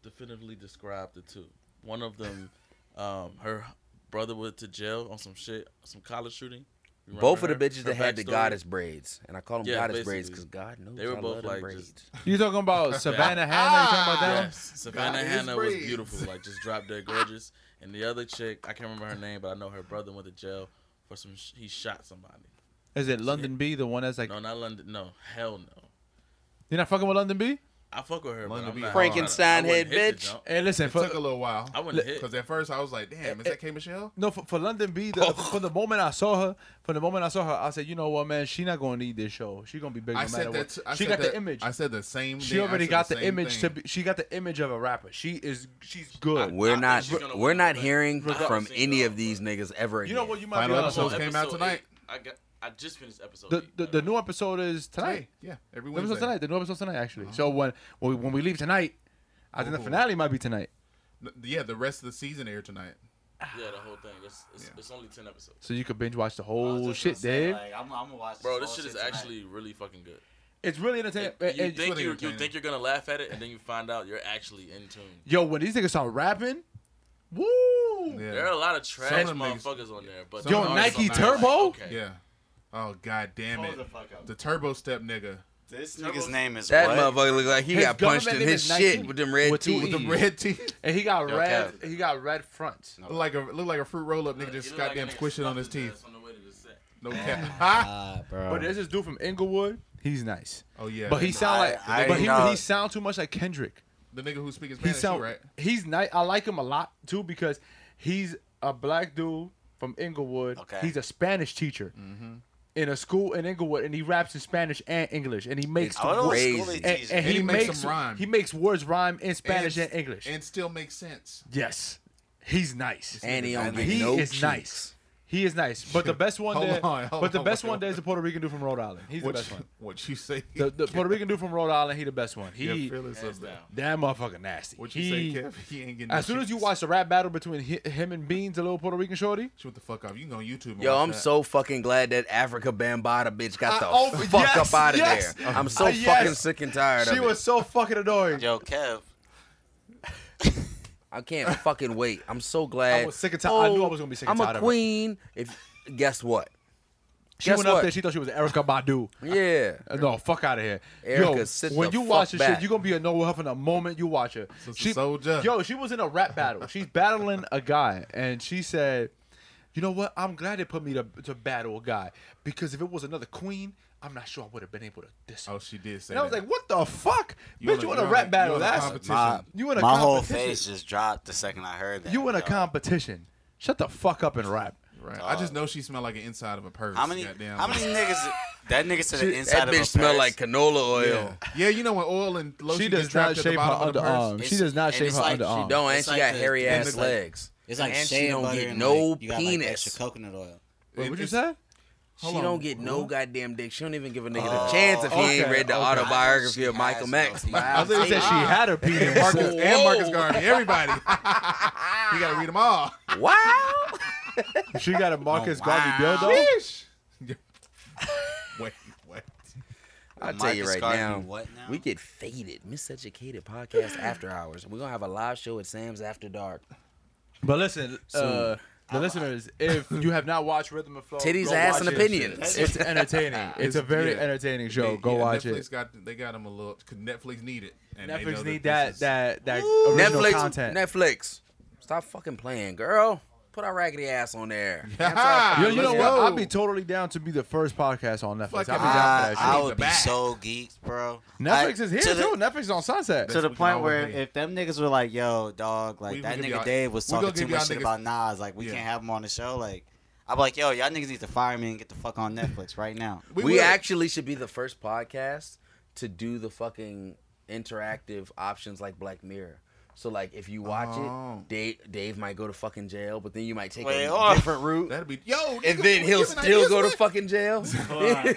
Speaker 9: definitively describe the two. One of them, um, her brother went to jail on some shit, some college shooting. You remember
Speaker 3: both of the
Speaker 9: her-
Speaker 3: bitches
Speaker 9: her
Speaker 3: that had the
Speaker 9: backstory?
Speaker 3: goddess braids, and I call them
Speaker 9: Yeah,
Speaker 3: goddess braids because
Speaker 9: basically.
Speaker 3: God knows
Speaker 9: They were
Speaker 3: I
Speaker 9: both
Speaker 3: love them
Speaker 9: like
Speaker 3: braids.
Speaker 9: just
Speaker 1: You talking about Savannah Hannah? You talking about that?
Speaker 9: Yes, Savannah
Speaker 4: Goddess
Speaker 9: Hannah was
Speaker 4: braids.
Speaker 9: beautiful, like just drop dead gorgeous. And the other chick, I can't remember her name, but I know her brother went to jail for some. Sh- he shot somebody.
Speaker 4: Ah!
Speaker 1: One? Is it London B? The one that's like
Speaker 9: No, not London. No, hell no.
Speaker 1: you're not fucking with London B?
Speaker 9: I fuck with her. but
Speaker 4: London
Speaker 9: I'm
Speaker 4: B.
Speaker 9: not-
Speaker 3: Frankenstein
Speaker 9: I wouldn't
Speaker 3: head
Speaker 9: hit the
Speaker 3: bitch.
Speaker 9: jump.
Speaker 1: Hey, listen,
Speaker 4: It
Speaker 1: for,
Speaker 4: took a little while.
Speaker 9: I wouldn't hit.
Speaker 4: Because at first I was like, damn, is
Speaker 1: Eh,
Speaker 4: that K Michelle?
Speaker 1: no for, for London B.
Speaker 4: Oh.
Speaker 1: The, From the moment I saw her, from the moment I saw her, I said, you know what, man, she not gonna need this show. She gonna be big no
Speaker 4: I
Speaker 1: matter
Speaker 4: said
Speaker 1: what.
Speaker 4: that. I
Speaker 1: she
Speaker 4: said
Speaker 1: got
Speaker 4: that-
Speaker 1: the image.
Speaker 4: I said the same.
Speaker 1: she
Speaker 4: thing. I
Speaker 1: already
Speaker 4: said
Speaker 1: got the,
Speaker 4: same
Speaker 1: image
Speaker 4: thing.
Speaker 1: to. Be, she got the image of a rapper. She is. She's good.
Speaker 3: We're
Speaker 9: think
Speaker 3: not
Speaker 9: she's gonna
Speaker 3: we're
Speaker 9: win
Speaker 3: not
Speaker 9: that.
Speaker 3: hearing from
Speaker 9: Regardless.
Speaker 3: any of these niggas ever
Speaker 1: you
Speaker 3: again.
Speaker 1: know what? You might
Speaker 4: Final
Speaker 1: be
Speaker 4: episode
Speaker 1: on
Speaker 4: came out
Speaker 9: Episode
Speaker 4: tonight.
Speaker 9: eight. I got. I just finished episode.
Speaker 1: the,
Speaker 9: eight,
Speaker 1: the
Speaker 9: by
Speaker 1: the
Speaker 9: way.
Speaker 1: new episode is tonight.
Speaker 4: Hey, yeah, every
Speaker 1: The
Speaker 4: Wednesday.
Speaker 1: episode tonight. The new episode tonight, actually. So when when we, when we leave tonight, I think the
Speaker 4: Ooh.
Speaker 1: finale might be tonight.
Speaker 4: N- Yeah, the rest of the season aired tonight.
Speaker 9: Yeah, the whole thing. It's it's,
Speaker 4: Yeah.
Speaker 9: it's only ten episodes.
Speaker 1: So you could binge watch the
Speaker 7: I was
Speaker 1: whole
Speaker 7: just gonna
Speaker 1: Oh, shit,
Speaker 7: say,
Speaker 1: Dave.
Speaker 7: Like, I'm, I'm gonna watch
Speaker 9: Bro,
Speaker 7: this
Speaker 9: this
Speaker 7: whole
Speaker 9: shit is
Speaker 7: tonight.
Speaker 9: actually really fucking good.
Speaker 1: It's really entertaining.
Speaker 9: You
Speaker 1: And-
Speaker 9: think
Speaker 4: really
Speaker 9: you, you
Speaker 4: entertaining.
Speaker 9: think you're gonna laugh at it, and then you find out you're actually in tune.
Speaker 1: yo, when these niggas start rapping, woo!
Speaker 4: Yeah.
Speaker 9: There are a lot of trash
Speaker 4: Some of them niggas-
Speaker 9: motherfuckers on there, but
Speaker 4: Some
Speaker 1: Yo,
Speaker 4: of them
Speaker 1: Nike
Speaker 4: niggas are nice.
Speaker 1: Turbo.
Speaker 9: Okay.
Speaker 4: Yeah. Oh god damn it.
Speaker 7: the fuck up.
Speaker 4: The turbo step nigga.
Speaker 7: This nigga's name is
Speaker 3: That
Speaker 7: what?
Speaker 3: motherfucker look like he
Speaker 1: His
Speaker 3: got punched in
Speaker 1: government
Speaker 3: his
Speaker 1: name is
Speaker 3: shit
Speaker 1: Nike.
Speaker 3: with them red
Speaker 1: With two-
Speaker 3: teeth.
Speaker 4: With the red teeth.
Speaker 1: And he got
Speaker 3: Yo,
Speaker 1: red. He got red fronts.
Speaker 4: Look like a look like a fruit roll up nigga
Speaker 9: You
Speaker 4: just
Speaker 9: look like
Speaker 4: goddamn
Speaker 9: a nigga
Speaker 4: squishing on his
Speaker 9: stuffed
Speaker 4: teeth.
Speaker 9: ass on the way to the set.
Speaker 4: No cap. Ha!
Speaker 5: Ah, bro.
Speaker 1: But there's this dude from Inglewood. He's nice,
Speaker 4: Oh yeah.
Speaker 1: but he sound like,
Speaker 7: I- I
Speaker 1: but he,
Speaker 7: know.
Speaker 1: he sound too much like Kendrick.
Speaker 4: the nigga who speaks
Speaker 1: He
Speaker 4: Spanish too,
Speaker 1: sound
Speaker 4: right?
Speaker 1: He's nice. I like him a lot too because he's a black dude from Inglewood.
Speaker 7: Okay.
Speaker 1: He's a Spanish teacher
Speaker 4: Mm-hmm.
Speaker 1: in a school in Inglewood, and he raps in Spanish and English, and he makes
Speaker 3: It's
Speaker 7: I wonder what
Speaker 1: words,
Speaker 3: crazy.
Speaker 7: school they
Speaker 1: and,
Speaker 7: teach.
Speaker 1: and
Speaker 4: And
Speaker 1: he
Speaker 4: he
Speaker 1: makes,
Speaker 4: makes them rhyme.
Speaker 1: He makes words rhyme in Spanish and, English.
Speaker 4: And still makes sense.
Speaker 1: yes, he's nice.
Speaker 3: And he don't
Speaker 1: And
Speaker 3: get
Speaker 1: he
Speaker 3: no
Speaker 1: is
Speaker 3: cheeks.
Speaker 1: nice. He is nice, but the best one
Speaker 4: Hold
Speaker 1: there,
Speaker 4: on, hold
Speaker 1: but the
Speaker 4: on,
Speaker 1: best
Speaker 4: wait,
Speaker 1: one there is the Puerto Rican dude from Rhode Island. He's
Speaker 4: What
Speaker 1: the best
Speaker 4: you,
Speaker 1: one.
Speaker 4: What you say?
Speaker 1: The, the Puerto Rican dude from Rhode Island, he the best one.
Speaker 4: Yeah,
Speaker 1: He
Speaker 4: fearless
Speaker 9: Hands
Speaker 4: of that.
Speaker 9: down.
Speaker 1: that motherfucker nasty.
Speaker 4: What you
Speaker 1: He-
Speaker 4: say, Kev? He ain't getting. no
Speaker 1: As soon as you
Speaker 4: cheeks.
Speaker 1: watch the rap battle between hi- him and Beans, the little Puerto Rican shorty,
Speaker 4: shut the fuck up. You can go on YouTube. and
Speaker 3: Yo,
Speaker 4: watch
Speaker 3: I'm
Speaker 4: that.
Speaker 3: so fucking glad that Africa Bambata bitch got
Speaker 1: I-
Speaker 3: the
Speaker 1: oh,
Speaker 3: fuck
Speaker 1: yes,
Speaker 3: up out of
Speaker 1: yes.
Speaker 3: there. I'm so
Speaker 1: Uh, yes.
Speaker 3: fucking sick and tired
Speaker 1: she
Speaker 3: of
Speaker 1: was so fucking annoying.
Speaker 7: Yo, Kev.
Speaker 3: it. I can't fucking wait. I'm so glad.
Speaker 1: I was sick and tired. I knew I
Speaker 3: Oh,
Speaker 1: was gonna be sick and
Speaker 3: I'm
Speaker 1: tired
Speaker 3: a
Speaker 1: of her.
Speaker 3: queen. If guess what?
Speaker 1: She
Speaker 3: Guess
Speaker 1: went up
Speaker 3: what?
Speaker 1: there. She thought she was Erica Badu.
Speaker 3: Yeah.
Speaker 1: Uh, No, fuck out of here. yo,
Speaker 3: Erica, sit
Speaker 1: when
Speaker 3: the
Speaker 1: you watch
Speaker 3: fuck
Speaker 1: this shit,
Speaker 3: back.
Speaker 1: you're gonna be annoyed with her from the moment you watch her.
Speaker 4: Sister Soulja.
Speaker 1: Yo, she was in a rap battle. She's battling a guy, and she said, "You know what? I'm glad they put me to, to battle a guy because if it was another queen, I'm not sure I would have been able to diss her."
Speaker 4: Oh, she did say.
Speaker 1: and I was
Speaker 4: that.
Speaker 1: like, "What the fuck,
Speaker 4: You
Speaker 1: bitch?
Speaker 4: wanna-
Speaker 1: You in a
Speaker 4: you
Speaker 1: rap
Speaker 4: wanna-
Speaker 1: battle?
Speaker 4: you wanna
Speaker 1: That's
Speaker 4: competition. My-
Speaker 1: you in a
Speaker 7: My whole
Speaker 1: competition.
Speaker 7: face just dropped the second I heard that.
Speaker 1: You in a
Speaker 7: yo.
Speaker 1: competition? Shut the fuck up and rap."
Speaker 4: right. I just know she smelled like an inside of a purse.
Speaker 7: How many?
Speaker 4: Goddamn.
Speaker 7: How many niggas? That nigga said the inside
Speaker 3: That
Speaker 7: of a
Speaker 3: bitch smell
Speaker 7: purse.
Speaker 3: like canola
Speaker 4: Yeah.
Speaker 3: oil.
Speaker 4: yeah, you know when oil and lotion
Speaker 1: She
Speaker 4: get
Speaker 1: does
Speaker 4: trapped
Speaker 1: not
Speaker 4: at the
Speaker 1: shave her
Speaker 4: bottom of the purse?
Speaker 1: underarm. She
Speaker 7: It's-
Speaker 1: does not
Speaker 7: and
Speaker 1: shave
Speaker 7: it's
Speaker 1: her
Speaker 7: like she
Speaker 1: underarm.
Speaker 3: Don't, and
Speaker 7: It's
Speaker 3: she
Speaker 7: like
Speaker 3: got
Speaker 7: the-
Speaker 3: hairy
Speaker 7: and
Speaker 3: ass
Speaker 7: it's like-
Speaker 3: legs.
Speaker 7: It's like
Speaker 3: and
Speaker 7: shea
Speaker 3: she don't
Speaker 7: butter
Speaker 3: get
Speaker 7: and,
Speaker 3: no
Speaker 7: like, you got, Like extra
Speaker 3: penis.
Speaker 7: coconut oil.
Speaker 1: Wait,
Speaker 4: It-
Speaker 1: what you
Speaker 4: it's-
Speaker 1: say?
Speaker 3: She
Speaker 4: Hold on.
Speaker 3: don't get no goddamn dick. She don't even give a nigga the
Speaker 7: Oh,
Speaker 3: chance if he ain't
Speaker 1: okay,
Speaker 3: read the
Speaker 1: okay.
Speaker 3: autobiography of
Speaker 7: She
Speaker 3: Michael
Speaker 7: has
Speaker 3: Max.
Speaker 7: no
Speaker 1: I was gonna say she had her penis.
Speaker 4: Marcus
Speaker 3: Whoa.
Speaker 4: and Marcus Garvey, everybody. you gotta read them all.
Speaker 3: wow.
Speaker 1: She got a Marcus Garvey
Speaker 7: wow.
Speaker 1: dildo.
Speaker 4: Wait, wait.
Speaker 3: I'll tell you
Speaker 7: Marcus
Speaker 3: right
Speaker 7: Garvey,
Speaker 3: now,
Speaker 7: what now?
Speaker 3: we get faded, miseducated podcast after hours. We're gonna have a live show at Sam's after dark.
Speaker 1: Oh, But listen, uh, the listeners, if you have not watched Rhythm and Flow,
Speaker 3: Titties,
Speaker 1: go
Speaker 3: ass,
Speaker 1: watch
Speaker 3: and
Speaker 1: it.
Speaker 3: opinions.
Speaker 1: It's entertaining. It's a very
Speaker 4: yeah.
Speaker 1: entertaining show.
Speaker 4: Yeah,
Speaker 1: go
Speaker 4: yeah,
Speaker 1: watch
Speaker 4: Netflix
Speaker 1: it.
Speaker 4: Got, they got them a little. Cause Netflix need it. And they know
Speaker 1: Netflix need
Speaker 4: that.
Speaker 1: that that
Speaker 4: this
Speaker 1: that original
Speaker 3: Netflix,
Speaker 1: content.
Speaker 3: Netflix, stop fucking playing, girl. Put our raggedy ass on there. That's what I
Speaker 4: Ha!
Speaker 1: Yo, you
Speaker 3: fucking
Speaker 4: Let's
Speaker 1: know
Speaker 3: listen
Speaker 1: what?
Speaker 4: go.
Speaker 1: I'd be totally down to be the first podcast on Netflix. I'd be down
Speaker 4: Fuck
Speaker 1: for
Speaker 7: I,
Speaker 1: that shit.
Speaker 7: I
Speaker 4: shit.
Speaker 7: would be
Speaker 4: Back.
Speaker 7: so geeked, bro. Like,
Speaker 1: Netflix is here
Speaker 7: to the-
Speaker 1: too. Netflix is on Sunset.
Speaker 4: That's
Speaker 5: to the
Speaker 4: what we
Speaker 5: point
Speaker 4: all
Speaker 5: where
Speaker 4: hate.
Speaker 5: if them niggas were like, "Yo, dog, like
Speaker 4: We- we
Speaker 5: that
Speaker 4: give
Speaker 5: nigga
Speaker 4: y'all-
Speaker 5: Dave was
Speaker 4: we gonna
Speaker 5: talking too
Speaker 4: give y'all
Speaker 5: much shit
Speaker 4: niggas-
Speaker 5: about Nas, like we
Speaker 4: Yeah.
Speaker 5: can't have him on the show." Like, I'm like, "Yo, y'all niggas need to fire me and get the fuck on Netflix right now."
Speaker 3: We,
Speaker 4: would.
Speaker 3: actually should be the first podcast to do the fucking interactive options like Black Mirror. So like, if you watch
Speaker 4: Oh.
Speaker 3: it, Dave Dave might go to fucking jail, but then you might take
Speaker 7: Wait,
Speaker 3: a
Speaker 7: hold on.
Speaker 3: different route,
Speaker 4: That'd be yo.
Speaker 3: and
Speaker 4: nigga,
Speaker 3: then
Speaker 4: we
Speaker 3: he'll
Speaker 4: giving
Speaker 3: still
Speaker 4: ideas,
Speaker 3: go to
Speaker 4: what?
Speaker 3: fucking jail.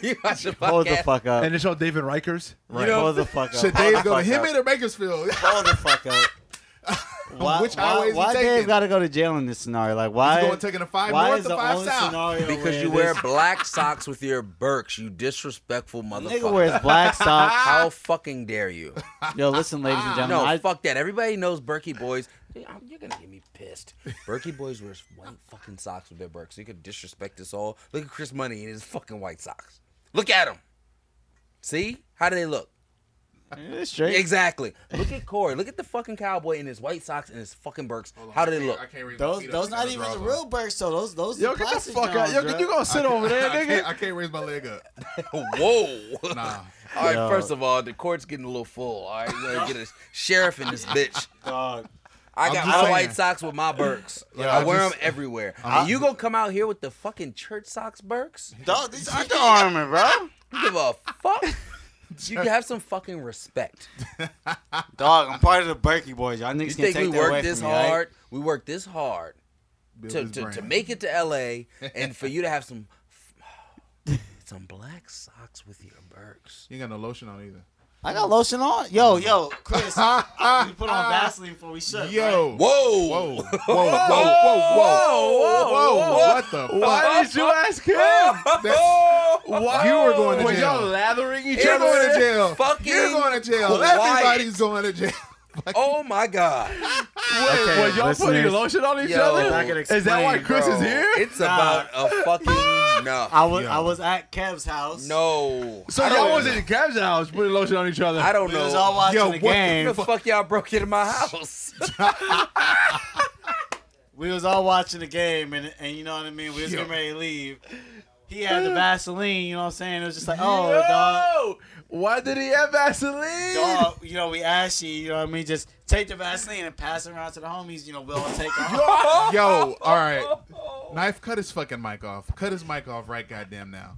Speaker 3: you watch the
Speaker 5: Hold the
Speaker 3: podcast.
Speaker 5: fuck up.
Speaker 1: And it's on David Rikers.
Speaker 5: Right. Hold the fuck up.
Speaker 4: Should
Speaker 5: Hold
Speaker 4: Dave
Speaker 5: the
Speaker 4: go
Speaker 5: fuck
Speaker 4: to him
Speaker 5: up.
Speaker 4: in or Bakersfield?
Speaker 5: Hold the fuck up. Why,
Speaker 4: Which
Speaker 5: why,
Speaker 4: highway is he
Speaker 5: why
Speaker 4: taking?
Speaker 5: Dave gotta go to jail in this scenario? Like, why?
Speaker 4: going taking a five
Speaker 5: why
Speaker 4: north
Speaker 5: is
Speaker 4: or
Speaker 5: the
Speaker 4: five
Speaker 5: only
Speaker 4: south?
Speaker 5: scenario
Speaker 3: Because
Speaker 5: where
Speaker 3: you wear
Speaker 5: this
Speaker 3: black socks with your Birks, you disrespectful
Speaker 5: nigga
Speaker 3: motherfucker.
Speaker 5: wears black socks?
Speaker 3: How fucking dare you?
Speaker 5: Yo, listen, ladies and gentlemen,
Speaker 3: No,
Speaker 5: I,
Speaker 3: fuck that. Everybody knows Berkey Boys. Dude, I'm- You're gonna get me pissed. Berkey Boys wears white fucking socks with their Birks. You could disrespect us all. Look at Chris Money in his fucking white socks. Look at him. See? How do they look?
Speaker 5: it's straight.
Speaker 3: Exactly. Look at Corey. Look at the fucking cowboy in his white socks and his fucking Birks. How do they look?
Speaker 4: I can't read my
Speaker 7: Those,
Speaker 4: feet up.
Speaker 7: those
Speaker 4: I
Speaker 7: not
Speaker 4: got
Speaker 7: even the
Speaker 4: drawers
Speaker 7: real
Speaker 4: on.
Speaker 7: Burks though. Those, those.
Speaker 1: Yo,
Speaker 7: the
Speaker 1: get the
Speaker 7: plastic
Speaker 1: fuck out.
Speaker 7: Johns,
Speaker 1: Yo,
Speaker 7: bro.
Speaker 1: you gonna sit over there,
Speaker 4: I
Speaker 1: nigga?
Speaker 4: can't, I can't raise my leg up.
Speaker 3: Whoa.
Speaker 4: Nah.
Speaker 3: All right,
Speaker 5: Yo.
Speaker 3: first of all, the court's getting a little full. All right, you gotta get a sheriff in this bitch.
Speaker 7: Dog.
Speaker 3: I
Speaker 4: I'm
Speaker 3: got
Speaker 4: just
Speaker 3: my
Speaker 4: saying.
Speaker 3: white socks with my Birks.
Speaker 4: Yeah,
Speaker 3: I
Speaker 4: I'm
Speaker 3: wear
Speaker 4: just-
Speaker 3: them everywhere. and you gonna come out here with the fucking church socks Birks?
Speaker 7: Dog, these Under Armour, bro.
Speaker 3: You give a fuck? You can have some fucking respect.
Speaker 5: Dog, I'm part of the Berkey boys. Y'all niggas
Speaker 3: You
Speaker 5: can take
Speaker 3: think we
Speaker 5: that away
Speaker 3: work this
Speaker 5: from me, right?
Speaker 3: hard? We work this hard
Speaker 4: Build
Speaker 3: to,
Speaker 4: his
Speaker 3: to, to
Speaker 4: brand.
Speaker 3: make it to LA and for you to have some some black socks with your Birks.
Speaker 4: You ain't got no lotion on either.
Speaker 13: I got
Speaker 2: lotion on? Yo, yo, Chris, we put on Vaseline before we shook. right?
Speaker 4: Yo.
Speaker 3: Whoa.
Speaker 4: Whoa. Whoa. Whoa. Whoa. Whoa. Whoa. What the fuck?
Speaker 1: Why did you ask him?
Speaker 4: That's- You were going to
Speaker 1: When y'all
Speaker 4: jail.
Speaker 1: lathering each
Speaker 4: You're
Speaker 1: other.
Speaker 4: going to jail.
Speaker 3: fucking
Speaker 4: You're going to jail.
Speaker 3: Hawaii.
Speaker 4: Everybody's going to jail.
Speaker 3: Oh my god.
Speaker 1: Wait,
Speaker 13: Okay,
Speaker 1: when y'all putting
Speaker 13: listeners.
Speaker 1: lotion on each
Speaker 3: Yo. I
Speaker 1: other?
Speaker 3: can
Speaker 1: Is that why Chris is
Speaker 3: Bro,
Speaker 1: here?
Speaker 3: It's about a fucking no.
Speaker 2: I was
Speaker 4: Yo.
Speaker 2: I was at Kev's house.
Speaker 3: No.
Speaker 1: so
Speaker 3: I
Speaker 1: y'all
Speaker 3: don't-
Speaker 1: was in the cab's house putting lotion on each other.
Speaker 3: I don't
Speaker 2: we was
Speaker 3: know.
Speaker 2: all watching
Speaker 4: Yo,
Speaker 2: the
Speaker 4: what the
Speaker 2: game.
Speaker 3: What the fuck y'all broke into my house?
Speaker 2: we was all watching the game, and and you know what I mean. We was
Speaker 4: Yo.
Speaker 2: getting ready to leave. He had the Vaseline, you know what I'm saying? It was just like, oh, dog.
Speaker 1: Why did he have Vaseline?
Speaker 2: dog, you know, we asked you, you know what I mean? Just take the Vaseline and pass it around to the homies, you know, we'll all take off.
Speaker 4: Yo, all right. Knife, cut his fucking mic off. Cut his mic off right goddamn now.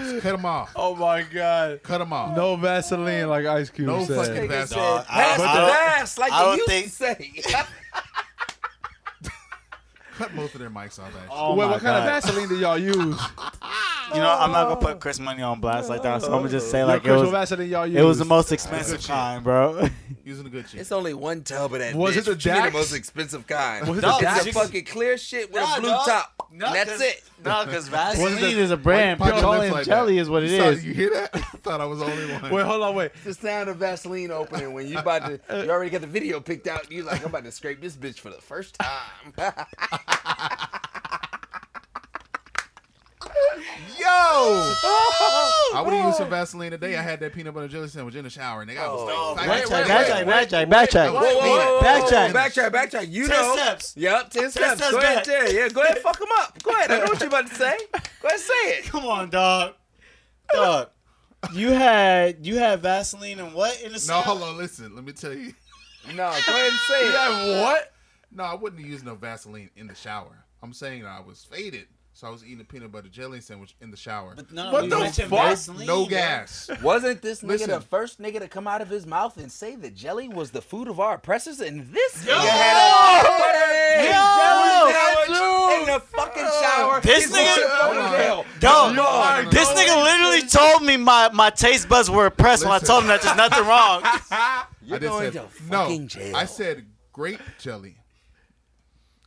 Speaker 4: Just cut him off.
Speaker 1: Oh my god.
Speaker 4: Cut him off.
Speaker 1: No Vaseline like Ice Cube
Speaker 4: No
Speaker 1: said.
Speaker 4: fucking
Speaker 3: Nigga
Speaker 4: Vaseline.
Speaker 3: said,
Speaker 2: Dog, I-
Speaker 3: Pass the
Speaker 2: I don't-
Speaker 3: ass like
Speaker 2: I
Speaker 3: you
Speaker 2: don't
Speaker 3: used
Speaker 2: think-
Speaker 3: to say.
Speaker 4: Cut both of their mics off, actually.
Speaker 2: Oh
Speaker 1: Wait,
Speaker 2: my
Speaker 1: what kind of
Speaker 2: God.
Speaker 1: Vaseline did y'all use?
Speaker 2: You know, I'm not gonna put Chris Money on blast like that, so I'm gonna just say
Speaker 1: Yo,
Speaker 2: like it
Speaker 1: Chris, what
Speaker 2: was,
Speaker 1: Vaseline y'all used?
Speaker 2: it was the most expensive
Speaker 4: shit.
Speaker 2: kind, bro.
Speaker 4: Using the good shit.
Speaker 3: It's only one tub of that.
Speaker 1: Was
Speaker 3: bitch.
Speaker 1: it the
Speaker 3: What you mean
Speaker 1: Dax?
Speaker 3: most expensive kind?
Speaker 1: Was it
Speaker 2: Dog,
Speaker 1: the
Speaker 3: it's
Speaker 1: Dax?
Speaker 3: a fucking clear shit with
Speaker 2: Nah,
Speaker 3: a blue
Speaker 2: dog.
Speaker 3: top.
Speaker 2: Nah,
Speaker 3: That's
Speaker 2: 'cause-
Speaker 3: it.
Speaker 2: No, because
Speaker 1: What is
Speaker 2: Vaseline
Speaker 1: the-
Speaker 2: is a brand.
Speaker 4: Why you pop your lips
Speaker 2: Petroleum
Speaker 4: like that?
Speaker 2: jelly is what it
Speaker 4: You saw-
Speaker 2: is.
Speaker 4: You hear that? I thought I was the only one.
Speaker 1: Wait, hold on, wait.
Speaker 3: It's the sound of Vaseline opening when you about to. You already got the video picked out. You like I'm about to scrape this bitch for the first time.
Speaker 4: Yo! I would have used some Vaseline today. I had that peanut butter jelly sandwich in the shower, nigga. I was
Speaker 3: Oh,
Speaker 4: like,
Speaker 2: Backtrack,
Speaker 4: I-
Speaker 3: wait,
Speaker 2: backtrack, backtrack, backtrack.
Speaker 4: wait, wait, wait,
Speaker 2: Backtrack.
Speaker 3: Backtrack. Backtrack. You
Speaker 2: Ten
Speaker 3: know.
Speaker 2: steps.
Speaker 3: Yep. Ten, steps.
Speaker 2: steps
Speaker 3: Go ahead.
Speaker 2: back.
Speaker 3: Terry. Yeah. Go ahead. Fuck him up. Go ahead. I know what you about to say. Go ahead. Say it.
Speaker 2: Come on, dog. Dog. You had you had Vaseline and what in the
Speaker 4: No,
Speaker 2: salad?
Speaker 4: hold on. Listen, let me tell you.
Speaker 3: No. Go ahead and say it.
Speaker 1: What?
Speaker 4: No, I wouldn't use no Vaseline in the shower. I'm saying that I was faded, so I was eating a peanut butter jelly sandwich in the shower.
Speaker 2: No,
Speaker 1: What
Speaker 2: we
Speaker 1: the
Speaker 2: mentioned
Speaker 1: fuck?
Speaker 2: Vaseline,
Speaker 4: no
Speaker 2: bro.
Speaker 4: gas.
Speaker 3: Wasn't this nigga
Speaker 4: Listen.
Speaker 3: the first nigga to come out of his mouth and say that jelly was the food of our oppressors? And this nigga had a butter jelly sandwich in the fucking shower.
Speaker 2: This
Speaker 3: He's
Speaker 2: nigga-
Speaker 3: going to fucking
Speaker 4: Hold on.
Speaker 3: jail.
Speaker 2: Yo,
Speaker 4: No, no,
Speaker 2: this
Speaker 4: no.
Speaker 2: nigga literally told me my, my taste buds were oppressed when I
Speaker 4: Listen.
Speaker 2: told him that there's nothing wrong.
Speaker 3: You're
Speaker 4: I just said,
Speaker 3: going to
Speaker 4: no,
Speaker 3: fucking jail.
Speaker 4: I said grape jelly.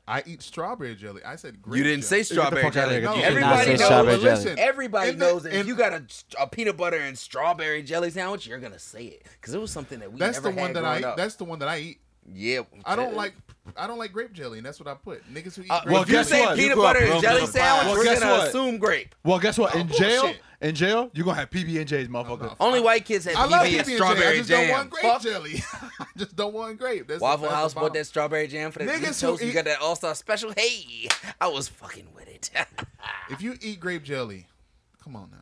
Speaker 4: I eat strawberry jelly. I said grape
Speaker 3: You didn't say
Speaker 4: jelly.
Speaker 3: strawberry
Speaker 1: fuck outta here.
Speaker 3: jelly.
Speaker 4: No,
Speaker 1: You
Speaker 13: did not
Speaker 3: Everybody
Speaker 13: say
Speaker 3: knows.
Speaker 13: strawberry
Speaker 4: but
Speaker 13: jelly.
Speaker 4: listen,
Speaker 3: Everybody
Speaker 4: in the-
Speaker 3: knows if
Speaker 4: in-
Speaker 3: you got a, a peanut butter and strawberry jelly sandwich, you're gonna say it because it was something that we
Speaker 4: That's
Speaker 3: never
Speaker 4: the one
Speaker 3: had
Speaker 4: that I
Speaker 3: growing
Speaker 4: eat.
Speaker 3: up.
Speaker 4: That's the one that I eat.
Speaker 3: yeah,
Speaker 4: I don't like I don't like grape jelly, and that's what I put. Niggas who eat
Speaker 3: Uh,
Speaker 1: well,
Speaker 4: grape
Speaker 3: well, if you
Speaker 1: guess
Speaker 4: jelly.
Speaker 3: say
Speaker 1: what?
Speaker 3: peanut
Speaker 1: You grew up
Speaker 3: butter and
Speaker 1: broke
Speaker 3: jelly
Speaker 1: up.
Speaker 3: sandwich,
Speaker 1: Well,
Speaker 3: we're
Speaker 1: guess
Speaker 3: gonna
Speaker 1: what?
Speaker 3: assume grape.
Speaker 1: Well, guess what? In jail,
Speaker 4: bullshit.
Speaker 1: in jail, you're gonna have PB and J's, motherfucker.
Speaker 3: Only white kids have
Speaker 4: I love
Speaker 3: PB and
Speaker 4: PB&J, I
Speaker 3: strawberry
Speaker 4: just don't
Speaker 3: jam.
Speaker 4: want grape
Speaker 3: Fuck
Speaker 4: jelly. I just don't want grape. That's
Speaker 3: Waffle
Speaker 4: that's
Speaker 3: House
Speaker 4: problem.
Speaker 3: bought that strawberry jam for the
Speaker 4: Niggas
Speaker 3: Niggas
Speaker 4: who
Speaker 3: You
Speaker 4: eat-
Speaker 3: got that All Star special. Hey, I was fucking with it.
Speaker 4: If you eat grape jelly, come on now.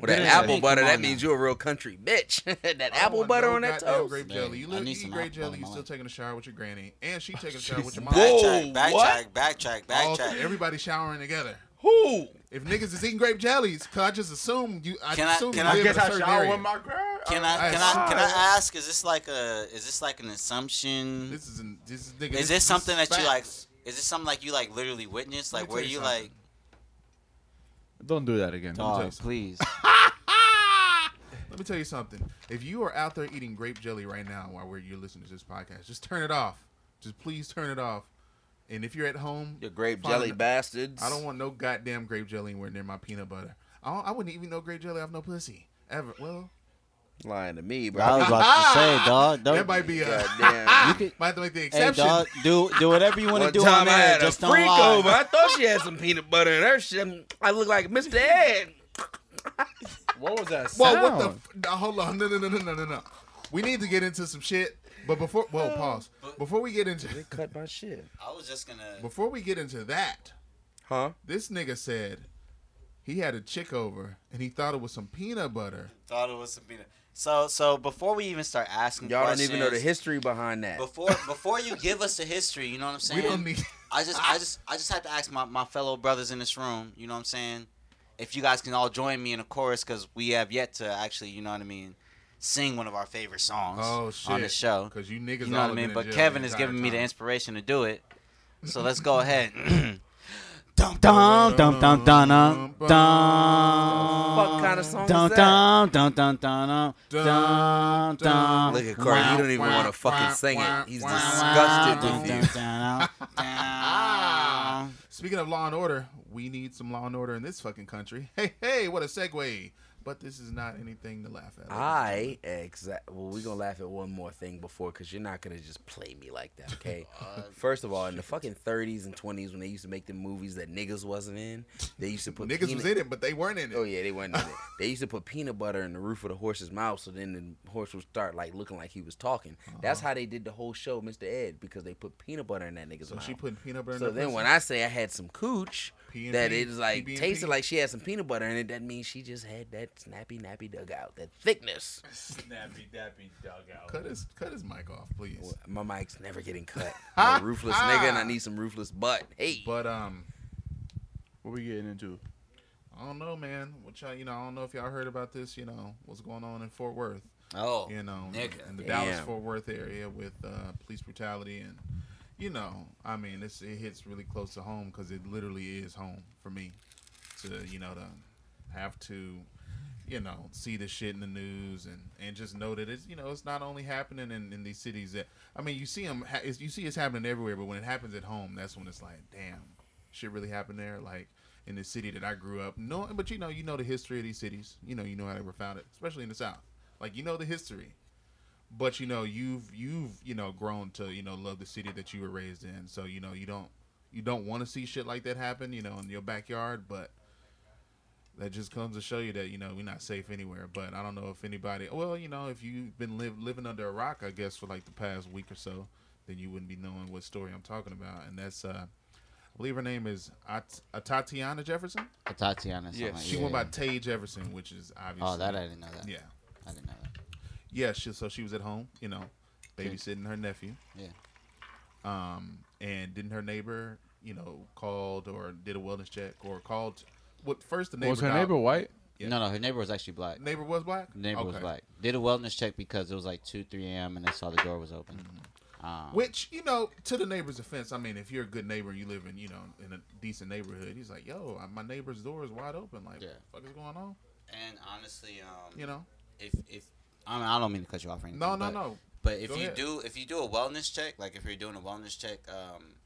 Speaker 3: with that
Speaker 1: Yeah.
Speaker 3: apple
Speaker 1: Hey,
Speaker 3: butter,
Speaker 13: come
Speaker 3: that
Speaker 13: on
Speaker 3: means you're a real country bitch. that
Speaker 4: I don't
Speaker 3: apple
Speaker 4: want
Speaker 3: butter
Speaker 4: Oh no
Speaker 3: on that
Speaker 4: goddamn
Speaker 3: toast.
Speaker 4: Grape
Speaker 13: Man,
Speaker 4: jelly. You
Speaker 13: I
Speaker 4: look,
Speaker 13: need
Speaker 4: eat
Speaker 13: some
Speaker 4: grape
Speaker 13: apple
Speaker 4: jelly.
Speaker 13: in
Speaker 4: You
Speaker 13: my
Speaker 4: still
Speaker 13: life.
Speaker 4: taking a shower with your granny, and she taking a shower with your mom.
Speaker 3: Whoa,
Speaker 2: Backtrack, backtrack,
Speaker 3: what?
Speaker 2: backtrack,
Speaker 4: All th-
Speaker 2: backtrack.
Speaker 4: everybody showering together.
Speaker 3: Who?
Speaker 4: If niggas is eating grape jellies, cause I just assume you. I
Speaker 2: Can I-
Speaker 4: assume
Speaker 2: can
Speaker 4: you
Speaker 2: I
Speaker 4: live
Speaker 1: guess
Speaker 4: in a
Speaker 1: I
Speaker 4: certain
Speaker 1: shower
Speaker 4: area.
Speaker 1: with my girl.
Speaker 2: Can I can I can I ask? Is this like a is this like an assumption?
Speaker 4: This is an, this is nigga.
Speaker 2: Is this something that you like?
Speaker 4: facts.
Speaker 2: Is this something like you like literally witnessed?
Speaker 4: Let me
Speaker 2: Like where
Speaker 4: tell you
Speaker 2: you
Speaker 4: something.
Speaker 2: like?
Speaker 1: Don't do that again.
Speaker 4: tell you
Speaker 13: Dog,
Speaker 4: something.
Speaker 13: please.
Speaker 4: Let me tell you something. If you are out there eating grape jelly right now while we're, you're listening to this podcast, just turn it off. Just please turn it off. And if you're at home,
Speaker 3: You grape
Speaker 4: find-
Speaker 3: jelly bastards.
Speaker 4: I don't want no goddamn grape jelly anywhere near my peanut butter. I, don't, I wouldn't even know grape jelly. I have no pussy ever. Well,
Speaker 3: lying to me,
Speaker 13: I was
Speaker 3: bro.
Speaker 13: about to say, dog.
Speaker 4: that
Speaker 13: Don't,
Speaker 4: might be a.
Speaker 3: Goddamn.
Speaker 13: you could,
Speaker 4: Might have to make the
Speaker 13: hey,
Speaker 4: exception.
Speaker 13: dog, do do whatever you want to
Speaker 3: One
Speaker 13: do on
Speaker 3: time I
Speaker 13: there.
Speaker 3: had
Speaker 13: Just
Speaker 3: a
Speaker 13: don't
Speaker 3: freak
Speaker 13: lie.
Speaker 3: over. I thought she had some peanut butter in her shit. I look like Mr. Ed.
Speaker 1: What was that?
Speaker 4: Whoa, what the? F- no, hold on, no, no, no, no, no, no, no. We need to get into some shit, but before, whoa, pause. Before we get into,
Speaker 3: Cut my shit.
Speaker 2: I was just gonna.
Speaker 4: before we get into that,
Speaker 3: Huh?
Speaker 4: this nigga said he had a chick over and he thought it was some peanut butter.
Speaker 2: Thought it was some peanut. So so before we even start asking
Speaker 3: Y'all don't even know the
Speaker 2: questions,
Speaker 3: history behind that.
Speaker 2: Before before you give us the history, you know what I'm saying?
Speaker 4: We don't need.
Speaker 2: I just I just I just have to ask my, my fellow brothers in this room, you know what I'm saying? If you guys can all join me in a chorus cuz we have yet to actually, you know what I mean, sing one of our favorite songs
Speaker 4: Oh shit!
Speaker 2: on the show.
Speaker 4: because you niggas,
Speaker 2: You know what I mean? But Kevin is giving me the
Speaker 4: answer.
Speaker 2: inspiration to do it. So let's go ahead. Dum dum dum dum dum dum dum.
Speaker 3: What kind of song is
Speaker 2: Dum
Speaker 3: that?
Speaker 2: dum dum dum dum dum dum dum.
Speaker 3: Look at Corey. You don't even want to fucking sing it. He's disgusted with you.
Speaker 4: Speaking of Law and Order, we need some Law and Order in this fucking country. Hey, hey, what a segue! But this is not anything to laugh at.
Speaker 3: I exact. Well, we're gonna laugh at one more thing before, cause you're not gonna just play me like that, okay?
Speaker 4: Oh,
Speaker 3: First of all, in the fucking 30s and 20s, when they used to make the movies that niggas wasn't in, they used to put
Speaker 4: Niggas
Speaker 3: peanut-
Speaker 4: was in it, but they weren't in it.
Speaker 3: Oh yeah, they weren't in it. They used to put peanut butter in the roof of the horse's mouth, so then the horse would start like looking like he was talking. That's
Speaker 4: Uh-huh.
Speaker 3: how they did the whole show, Mr. Ed, because they put peanut butter in that nigga's
Speaker 4: So
Speaker 3: mouth.
Speaker 4: she putting peanut butter.
Speaker 3: so
Speaker 4: in her
Speaker 3: then when I say I had some cooch,
Speaker 4: P&P,
Speaker 3: that it was like
Speaker 4: PB&P.
Speaker 3: tasted like she had some peanut butter in it, that means she just had that snappy nappy dugout, that thickness.
Speaker 1: Snappy, dappy dugout.
Speaker 4: cut his cut his mic off, please.
Speaker 3: My mic's never getting cut. I'm a ruthless nigga, and I need some ruthless butt. Hey,
Speaker 4: But um,
Speaker 1: What we getting into?
Speaker 4: I don't know, man. What y'all, you know, I don't know if y'all heard about this. You know, what's going on in Fort Worth?
Speaker 7: Oh,
Speaker 4: You know,
Speaker 7: nigga.
Speaker 4: in the
Speaker 3: Damn.
Speaker 4: Dallas Fort Worth area with uh, police brutality and. You know, I mean, it's, it hits really close to home because it literally is home for me. To you know, to have to, you know, see the shit in the news and and just know that it's you know it's not only happening in, in these cities that I mean you see them you see it's happening everywhere, but when it happens at home, that's when it's like, damn, shit really happened there. Like in the city that I grew up, no, but you know you know the history of these cities. You know you know how they were founded, especially in the South. Like you know the history. But you know you've you've you know grown to you know love the city that you were raised in, so you know you don't you don't want to see shit like that happen, you know, in your backyard. But that just comes to show you that you know we're not safe anywhere. But I don't know if anybody. Well, you know, if you've been live, living under a rock, I guess for like the past week or so, then you wouldn't be knowing what story I'm talking about. And that's, uh, I believe her name is At- Tatiana Jefferson.
Speaker 2: Tatiana. something
Speaker 1: Yes,
Speaker 2: like-
Speaker 4: She
Speaker 2: yeah,
Speaker 4: went
Speaker 2: yeah.
Speaker 4: by Tay Jefferson, which is obviously.
Speaker 2: Oh, that I didn't know that.
Speaker 4: Yeah,
Speaker 2: I didn't know that.
Speaker 4: yeah. She, so she was at home, you know, babysitting her nephew.
Speaker 2: Yeah.
Speaker 4: Um, and didn't her neighbor, you know, called or did a wellness check or called? What first the neighbor?
Speaker 1: Was her
Speaker 4: dialed-
Speaker 1: neighbor white?
Speaker 4: Yeah.
Speaker 2: No, no, her neighbor was actually black.
Speaker 4: Neighbor was black.
Speaker 2: Neighbor was
Speaker 4: Okay.
Speaker 2: black. Did a wellness check because it was like two, three a.m. and they saw the door was open. Um,
Speaker 4: Which you know, to the neighbor's offense, I mean, if you're a good neighbor and you live in you know in a decent neighborhood, he's like, "Yo, I- my neighbor's door is wide open. Like,
Speaker 2: Yeah.
Speaker 4: what the fuck is going on?"
Speaker 2: and honestly, um,
Speaker 4: You know?
Speaker 2: if if I, mean, I don't mean to cut you off or anything.
Speaker 4: No, no,
Speaker 2: but-
Speaker 4: no.
Speaker 2: But if
Speaker 4: Go
Speaker 2: you
Speaker 4: ahead.
Speaker 2: do, if you do a wellness check, like if you're doing a wellness check, um,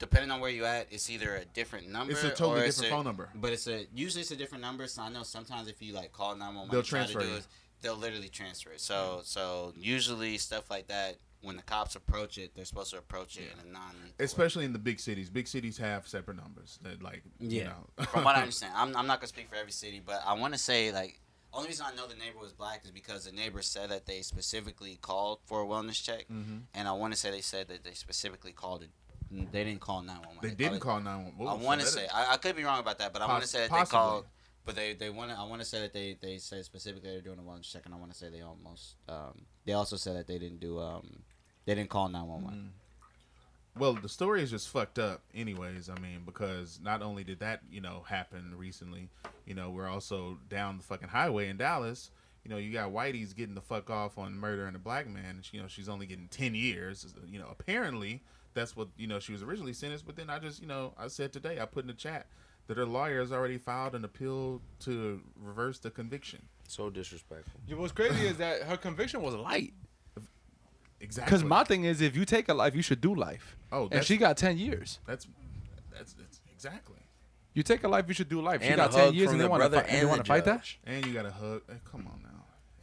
Speaker 2: depending on where you at, it's either a different number.
Speaker 4: It's a totally
Speaker 2: or
Speaker 4: different phone number.
Speaker 2: But it's a usually it's a different number. So I know sometimes if you like call nine one one,
Speaker 4: They'll transfer you.
Speaker 2: They'll literally transfer it. So so usually stuff like that, when the cops approach it, they're supposed to approach it in a non.
Speaker 4: Especially in the big cities. Big cities have separate numbers. That like, you
Speaker 2: Yeah.
Speaker 4: know,
Speaker 2: From what I understand, I'm, I'm not gonna speak for every city, but I want to say like only reason I know the neighbor was black is because the neighbor said that they specifically called for a wellness check,
Speaker 4: Mm-hmm.
Speaker 2: and I want to say they said that they specifically called it. They didn't call nine one one.
Speaker 4: they didn't call nine one
Speaker 2: I
Speaker 4: one.
Speaker 2: want to say I, I could be wrong about that, but I want to
Speaker 4: Poss-
Speaker 2: say that
Speaker 4: possibly.
Speaker 2: they called. But they, they want I want to say that they, they said specifically they're doing a wellness check, and I want to say they almost um, they also said that they didn't do um they didn't call nine one
Speaker 4: Mm,
Speaker 2: one.
Speaker 4: Well, the story is just fucked up, anyways. I mean, because not only did that, you know, happen recently, you know, we're also down the fucking highway in Dallas. You know, you got Whitey's getting the fuck off on murdering a black man. and she- You know, she's only getting 10 years. You know, apparently that's what, you know, she was originally sentenced. But then I just, you know, I said today, I put in the chat that her lawyer has already filed an appeal to reverse the conviction.
Speaker 3: so disrespectful.
Speaker 1: What's crazy is that her conviction was light.
Speaker 4: Exactly.
Speaker 1: Because my thing is, if you take a life, you should do life.
Speaker 4: Oh,
Speaker 1: and
Speaker 4: that's-
Speaker 1: she got ten years.
Speaker 4: That's, that's, that's exactly.
Speaker 1: You take a life, you should do life. She
Speaker 3: And a
Speaker 1: got ten
Speaker 3: hug
Speaker 1: years,
Speaker 3: from
Speaker 1: and they
Speaker 3: the
Speaker 1: want to
Speaker 3: brother
Speaker 1: fight. and They
Speaker 3: and
Speaker 1: want
Speaker 3: the
Speaker 1: to fight that.
Speaker 3: judge.
Speaker 4: And you got to hug. eh, Come on now.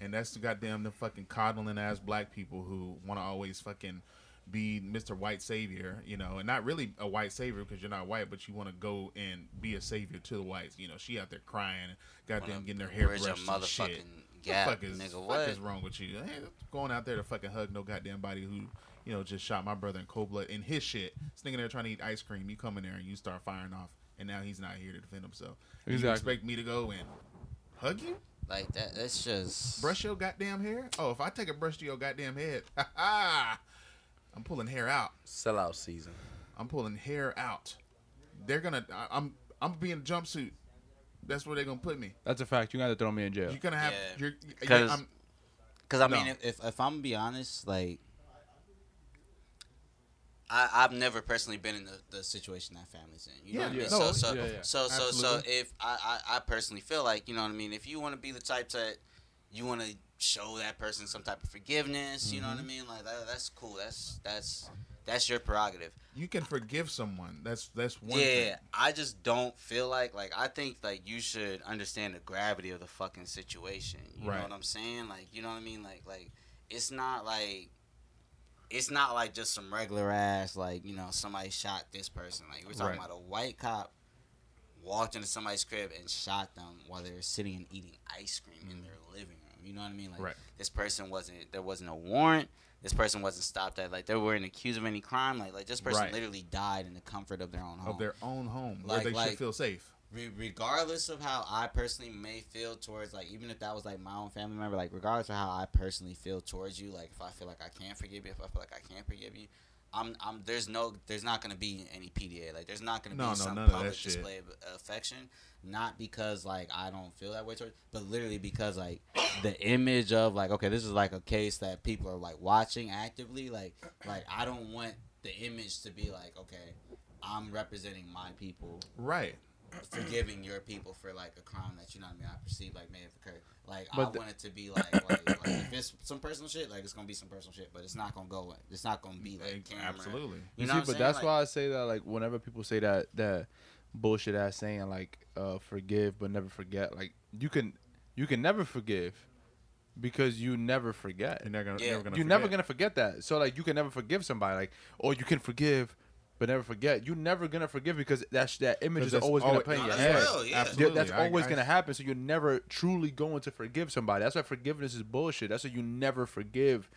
Speaker 4: And that's the goddamn the fucking coddling ass black people who want to always fucking be Mr. White Savior, you know, and not really a white savior because you're not white, but you want to go and be a savior to the whites. You know, she out there crying, goddamn getting her hair
Speaker 2: bridge a
Speaker 4: brushed and shit.
Speaker 2: motherfucking
Speaker 4: The
Speaker 2: gap,
Speaker 4: fuck is,
Speaker 2: nigga,
Speaker 4: fuck
Speaker 2: what?
Speaker 4: is wrong with you? Hey, going out there to fucking hug no goddamn body who, you know, just shot my brother in cold blood in his shit. This nigga there trying to eat ice cream. You come in there and you start firing off, and now he's not here to defend himself. And You
Speaker 1: Exactly.
Speaker 4: expect me to go and hug you?
Speaker 2: Like that, that's just
Speaker 4: brush your goddamn hair? Oh, if I take a brush to your goddamn head, I'm pulling hair out.
Speaker 3: Sellout season.
Speaker 4: I'm pulling hair out. They're gonna. I, I'm. I'm being a jumpsuit. That's where they're gonna put me.
Speaker 1: That's a fact. You got to throw me in jail.
Speaker 4: You're gonna have.
Speaker 2: Yeah.
Speaker 4: You're. Yeah,
Speaker 2: 'Cause-
Speaker 4: I'm,
Speaker 2: Because I
Speaker 4: No.
Speaker 2: mean, if, if if I'm gonna be honest, like I, I've never personally been in the, the situation that family's in. You know
Speaker 4: Yeah,
Speaker 2: what I mean?
Speaker 4: yeah.
Speaker 2: So
Speaker 4: No,
Speaker 2: so
Speaker 1: yeah, yeah.
Speaker 2: so so so
Speaker 4: Absolutely.
Speaker 2: if I, I I personally feel like you know what I mean. If you want to be the type that you want to show that person some type of forgiveness, you know
Speaker 4: Mm-hmm.
Speaker 2: what I mean. Like that, that's cool. That's that's that's your prerogative.
Speaker 4: You can forgive someone. That's that's one
Speaker 2: yeah,
Speaker 4: thing.
Speaker 2: I just don't feel like like I think like you should understand the gravity of the fucking situation. You
Speaker 4: Right.
Speaker 2: know what I'm saying? Like you know what I mean? Like like it's not like it's not like just some regular ass like you know somebody shot this person. Like we're talking
Speaker 4: Right.
Speaker 2: about a white cop walked into somebody's crib and shot them while they were sitting and eating ice cream in their living room. You know what I mean? Like
Speaker 4: Mm. Right.
Speaker 2: this person wasn't there wasn't a warrant. This person wasn't stopped at like they weren't accused of any crime. Like like this person
Speaker 4: Right.
Speaker 2: literally died in the comfort of their own home.
Speaker 4: Of their own home where
Speaker 2: Like-
Speaker 4: they
Speaker 2: like-
Speaker 4: should feel safe.
Speaker 2: Re- regardless of how I personally may feel towards like even if that was like my own family member, like regardless of how I personally feel towards you, like if I feel like I can forgive you, if I feel like I can't forgive you, I'm I'm there's no there's not gonna be any PDA. Like there's not gonna
Speaker 4: No, no,
Speaker 2: be some
Speaker 4: none of that
Speaker 2: public
Speaker 4: shit.
Speaker 2: display of affection. Not because like I don't feel that way towards but literally because like the image of like, okay, this is like a case that people are like watching actively, like like I don't want the image to be like, okay, I'm representing my people
Speaker 4: Right.
Speaker 2: forgiving your people for like a crime that you know what I mean I perceive like may have occurred. Like I
Speaker 1: But the-
Speaker 2: want it to be like, like, like if it's some personal shit, like it's gonna be some personal shit, but it's not gonna go. It's not gonna be like
Speaker 4: Ex-
Speaker 2: camera.
Speaker 4: Absolutely.
Speaker 2: You,
Speaker 1: You see,
Speaker 2: know, what I'm
Speaker 1: but
Speaker 2: saying?
Speaker 1: that's
Speaker 2: Like,
Speaker 1: why I say that like whenever people say that that bullshit ass saying like uh, forgive but never forget, like you can you can never forgive because you never forget.
Speaker 4: You're never gonna.
Speaker 2: Yeah.
Speaker 4: You're, never gonna,
Speaker 1: You're never
Speaker 4: forget.
Speaker 1: gonna forget that. So like you can never forgive somebody, like or you can forgive but never forget. You're never gonna forgive because that sh- that image
Speaker 4: 'Cause
Speaker 1: is
Speaker 4: that's
Speaker 1: always gonna
Speaker 4: always-
Speaker 1: play in
Speaker 2: No,
Speaker 1: your
Speaker 2: that's
Speaker 1: head.
Speaker 2: real, yeah. Yeah,
Speaker 1: Yeah,
Speaker 4: Absolutely.
Speaker 1: that's
Speaker 4: I-
Speaker 1: always
Speaker 4: I-
Speaker 1: gonna happen. So you're never truly going to forgive somebody. That's why forgiveness is bullshit. That's why you never forgive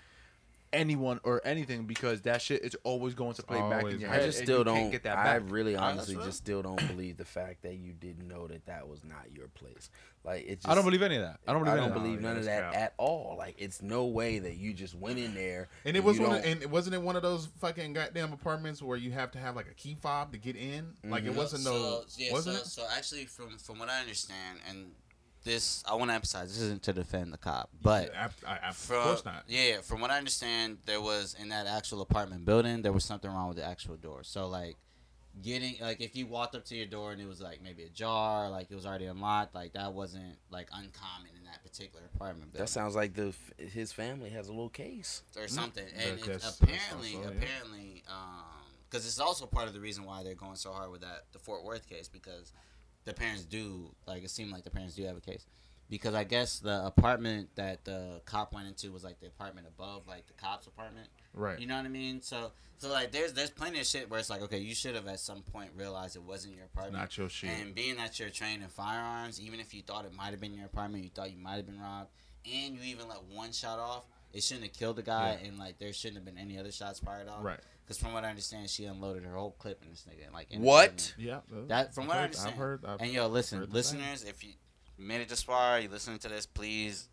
Speaker 1: anyone or anything because that shit is always going to play back in
Speaker 4: Always.
Speaker 1: your
Speaker 4: I
Speaker 1: head.
Speaker 4: Yeah,
Speaker 3: I just
Speaker 1: and
Speaker 3: still
Speaker 1: you can't
Speaker 3: don't.
Speaker 1: get that
Speaker 3: I
Speaker 1: back.
Speaker 3: really
Speaker 2: that's
Speaker 3: honestly
Speaker 2: real.
Speaker 3: just still don't believe the fact that you didn't know that that was not your place. Like it. Just,
Speaker 1: I don't believe any of that. I don't believe.
Speaker 3: I
Speaker 1: any
Speaker 3: don't
Speaker 1: of that.
Speaker 3: believe none of
Speaker 4: It's
Speaker 3: that
Speaker 4: crap.
Speaker 3: at all. Like it's no way that you just went in there
Speaker 4: And it was
Speaker 3: you
Speaker 4: one of,
Speaker 3: don't-
Speaker 4: and it wasn't it one of those fucking goddamn apartments where you have to have like a key fob to get in? Like it
Speaker 2: No,
Speaker 4: wasn't no,
Speaker 2: Mm-hmm. So, yeah,
Speaker 4: wasn't
Speaker 2: so, so actually, from from what I understand, and this I want to emphasize, this isn't to defend the cop, but
Speaker 4: it? Ab- I- ab-
Speaker 2: from,
Speaker 4: of course not.
Speaker 2: Yeah, from what I understand, there was in that actual apartment building, there was something wrong with the actual door. So like getting like if you walked up to your door and it was like maybe ajar, like it was already unlocked, like that wasn't like uncommon in that particular apartment building
Speaker 3: That sounds like the f- his family has a little case.
Speaker 2: or something. And
Speaker 4: Mm-hmm. That- that's-
Speaker 2: it's
Speaker 4: that's
Speaker 2: apparently,
Speaker 4: also, yeah.
Speaker 2: apparently, because it's also part of the reason why they're going so hard with that the Fort Worth case because the parents do like it seemed like the parents do have a case because I guess the apartment that the cop went into was like the apartment above like the cop's apartment.
Speaker 4: Right.
Speaker 2: You know what I mean? So so like there's there's plenty of shit where it's like okay you should have at some point realized it wasn't your apartment.
Speaker 4: Not your shit.
Speaker 2: And being that you're trained in firearms, even if you thought it might have been your apartment, you thought you might have been robbed, and you even let one shot off, it shouldn't have killed the guy, and like there shouldn't have been any other shots fired off.
Speaker 4: Right.
Speaker 2: Because from what I understand, she unloaded her whole clip in this nigga. and, Like in the
Speaker 3: What?
Speaker 4: Yeah. uh,
Speaker 2: That from
Speaker 4: I've
Speaker 2: what I
Speaker 4: heard-
Speaker 2: understand.
Speaker 4: I've heard. I've,
Speaker 2: and yo, listen,
Speaker 4: heard the same.
Speaker 2: listeners, if you made it this far, you listening to this, please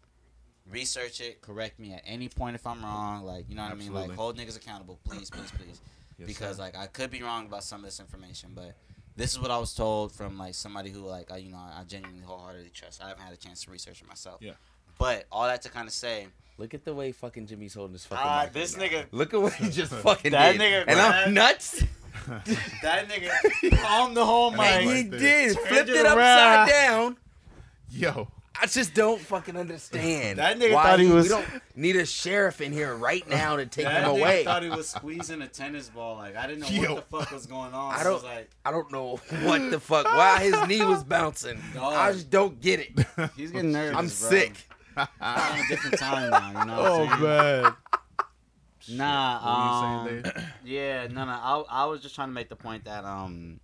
Speaker 2: research it. Correct me at any point if I'm wrong. Like you know what I mean.
Speaker 4: Absolutely.
Speaker 2: Like hold niggas accountable, please, please, please
Speaker 4: yes,
Speaker 2: because
Speaker 4: sir.
Speaker 2: like I could be wrong about some of this information, but this is what I was told from like somebody who like I, you know I genuinely wholeheartedly trust. I haven't had a chance to research it myself.
Speaker 4: Yeah.
Speaker 2: But all that to kind of say,
Speaker 3: Look at the way fucking Jimmy's holding his fucking.
Speaker 2: Ah,
Speaker 3: mic
Speaker 2: this
Speaker 3: right now.
Speaker 2: nigga-
Speaker 3: Look at what he just fucking
Speaker 2: That
Speaker 3: did.
Speaker 2: nigga
Speaker 3: and I'm
Speaker 2: grabbed-
Speaker 3: nuts.
Speaker 2: that nigga on the whole
Speaker 3: And he
Speaker 2: mic.
Speaker 4: like this.
Speaker 3: did flipped
Speaker 2: it
Speaker 3: it upside
Speaker 2: around.
Speaker 3: down.
Speaker 4: yo,
Speaker 3: I just don't fucking understand.
Speaker 2: That nigga
Speaker 3: why
Speaker 2: thought he was-
Speaker 3: We don't need a sheriff in here right now to take
Speaker 2: That
Speaker 3: him
Speaker 2: nigga
Speaker 3: away.
Speaker 2: thought he was squeezing a tennis ball. Like I didn't know
Speaker 4: Yo.
Speaker 2: what the fuck was going on.
Speaker 3: I
Speaker 2: I
Speaker 3: don't-
Speaker 2: was like,
Speaker 3: I don't know what the fuck. Why his knee was bouncing.
Speaker 2: Dog.
Speaker 3: I just don't get it.
Speaker 2: he's getting nervous.
Speaker 3: I'm
Speaker 2: bro.
Speaker 3: sick.
Speaker 2: I'm on a different time now. You know what I'm
Speaker 1: Oh
Speaker 2: saying?
Speaker 1: man,
Speaker 4: What were
Speaker 2: Nah. um,
Speaker 4: you saying, Dave?
Speaker 2: Yeah, no, no. I, I was just trying to make the point that um,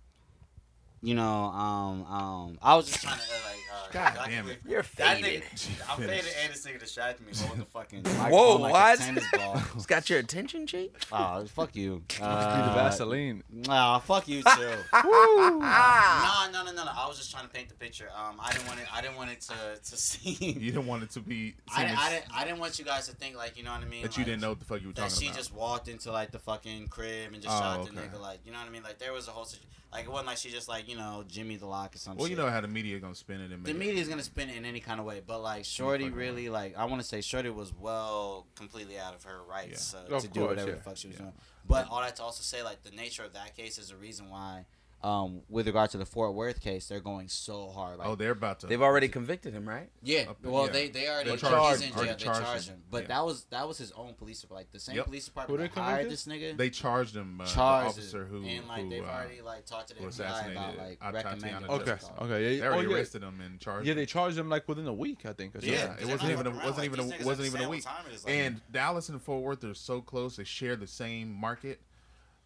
Speaker 2: you know, um, um, I was just trying to uh, like. Uh,
Speaker 4: God
Speaker 2: I
Speaker 4: damn
Speaker 2: can-
Speaker 4: it.
Speaker 3: You're
Speaker 2: That
Speaker 3: faded.
Speaker 2: nigga, I faded
Speaker 4: Finished.
Speaker 2: and this nigga distracted me holding the fucking.
Speaker 3: Whoa,
Speaker 2: microphone like a
Speaker 3: what?
Speaker 2: tennis ball.
Speaker 3: It's got your attention, Jake.
Speaker 2: Oh, fuck you.
Speaker 1: do the
Speaker 2: Uh,
Speaker 1: Vaseline.
Speaker 2: Nah, fuck you too.
Speaker 3: Ah,
Speaker 2: no, no, no, no, no. I was just trying to paint the picture. Um, I didn't want it. I didn't want it to to seem.
Speaker 4: You didn't want it to be.
Speaker 2: I,
Speaker 4: seen
Speaker 2: didn't- I
Speaker 4: as-
Speaker 2: didn't. I didn't want you guys to think like you know what I mean.
Speaker 4: that you
Speaker 2: like,
Speaker 4: didn't know what the fuck you were
Speaker 2: that
Speaker 4: talking
Speaker 2: she
Speaker 4: about.
Speaker 2: just walked into like the fucking crib and just
Speaker 4: Oh,
Speaker 2: shot the
Speaker 4: okay.
Speaker 2: nigga. Like, you know what I mean? Like, there was a whole situation.
Speaker 7: Like it wasn't like she just like you know Jimmy the Lock or something.
Speaker 4: Well, you know how the media gonna spin it and make
Speaker 7: the
Speaker 4: it-
Speaker 7: media's gonna spin it in any kind of way, but like Shorty
Speaker 4: fucking
Speaker 7: really like I want to say Shorty was well completely out of her rights uh,
Speaker 1: Of
Speaker 7: to do
Speaker 1: course,
Speaker 7: whatever the
Speaker 1: yeah.
Speaker 7: fuck she was doing. But all that to also say like the nature of that case is the reason why, um, with regard to the Fort Worth case, they're going so hard. Like,
Speaker 4: Oh, they're about to.
Speaker 3: They've already convicted him, right?
Speaker 7: yeah,
Speaker 4: up-
Speaker 7: well
Speaker 4: yeah.
Speaker 7: they they already
Speaker 4: They
Speaker 7: he's
Speaker 4: charged
Speaker 7: in
Speaker 4: him.
Speaker 7: jail.
Speaker 4: Already
Speaker 7: they
Speaker 4: charged
Speaker 7: charged
Speaker 4: him.
Speaker 7: him, but
Speaker 4: Yeah.
Speaker 7: that was that was his own police department. Like the same
Speaker 4: Yep.
Speaker 7: police
Speaker 1: Who
Speaker 7: department
Speaker 1: they
Speaker 7: that hired this
Speaker 1: convicted?
Speaker 7: nigga.
Speaker 4: they charged him. Uh, the
Speaker 7: charged
Speaker 4: officer
Speaker 7: him.
Speaker 4: who
Speaker 7: and like
Speaker 4: who,
Speaker 7: they've
Speaker 4: uh,
Speaker 7: already like talked to the
Speaker 4: who
Speaker 7: FBI about
Speaker 4: assassinated
Speaker 7: like
Speaker 4: Atta
Speaker 7: recommending.
Speaker 4: Tiana
Speaker 7: this
Speaker 1: Okay.
Speaker 4: Justice.
Speaker 7: dog.
Speaker 1: Okay.
Speaker 4: They
Speaker 1: Yeah. Oh,
Speaker 4: already
Speaker 1: yeah.
Speaker 4: arrested him and charged.
Speaker 1: Yeah,
Speaker 4: him.
Speaker 1: they charged him like within a week, I think. or something.
Speaker 4: Yeah, it
Speaker 7: they're
Speaker 4: wasn't
Speaker 7: not
Speaker 4: even a,
Speaker 7: fucking around,
Speaker 4: wasn't
Speaker 7: like,
Speaker 4: even
Speaker 7: these
Speaker 4: a,
Speaker 7: niggas
Speaker 4: wasn't even a
Speaker 7: understand what
Speaker 4: week.
Speaker 7: time it is, like-
Speaker 4: and Dallas and Fort Worth are so close; they share the same market.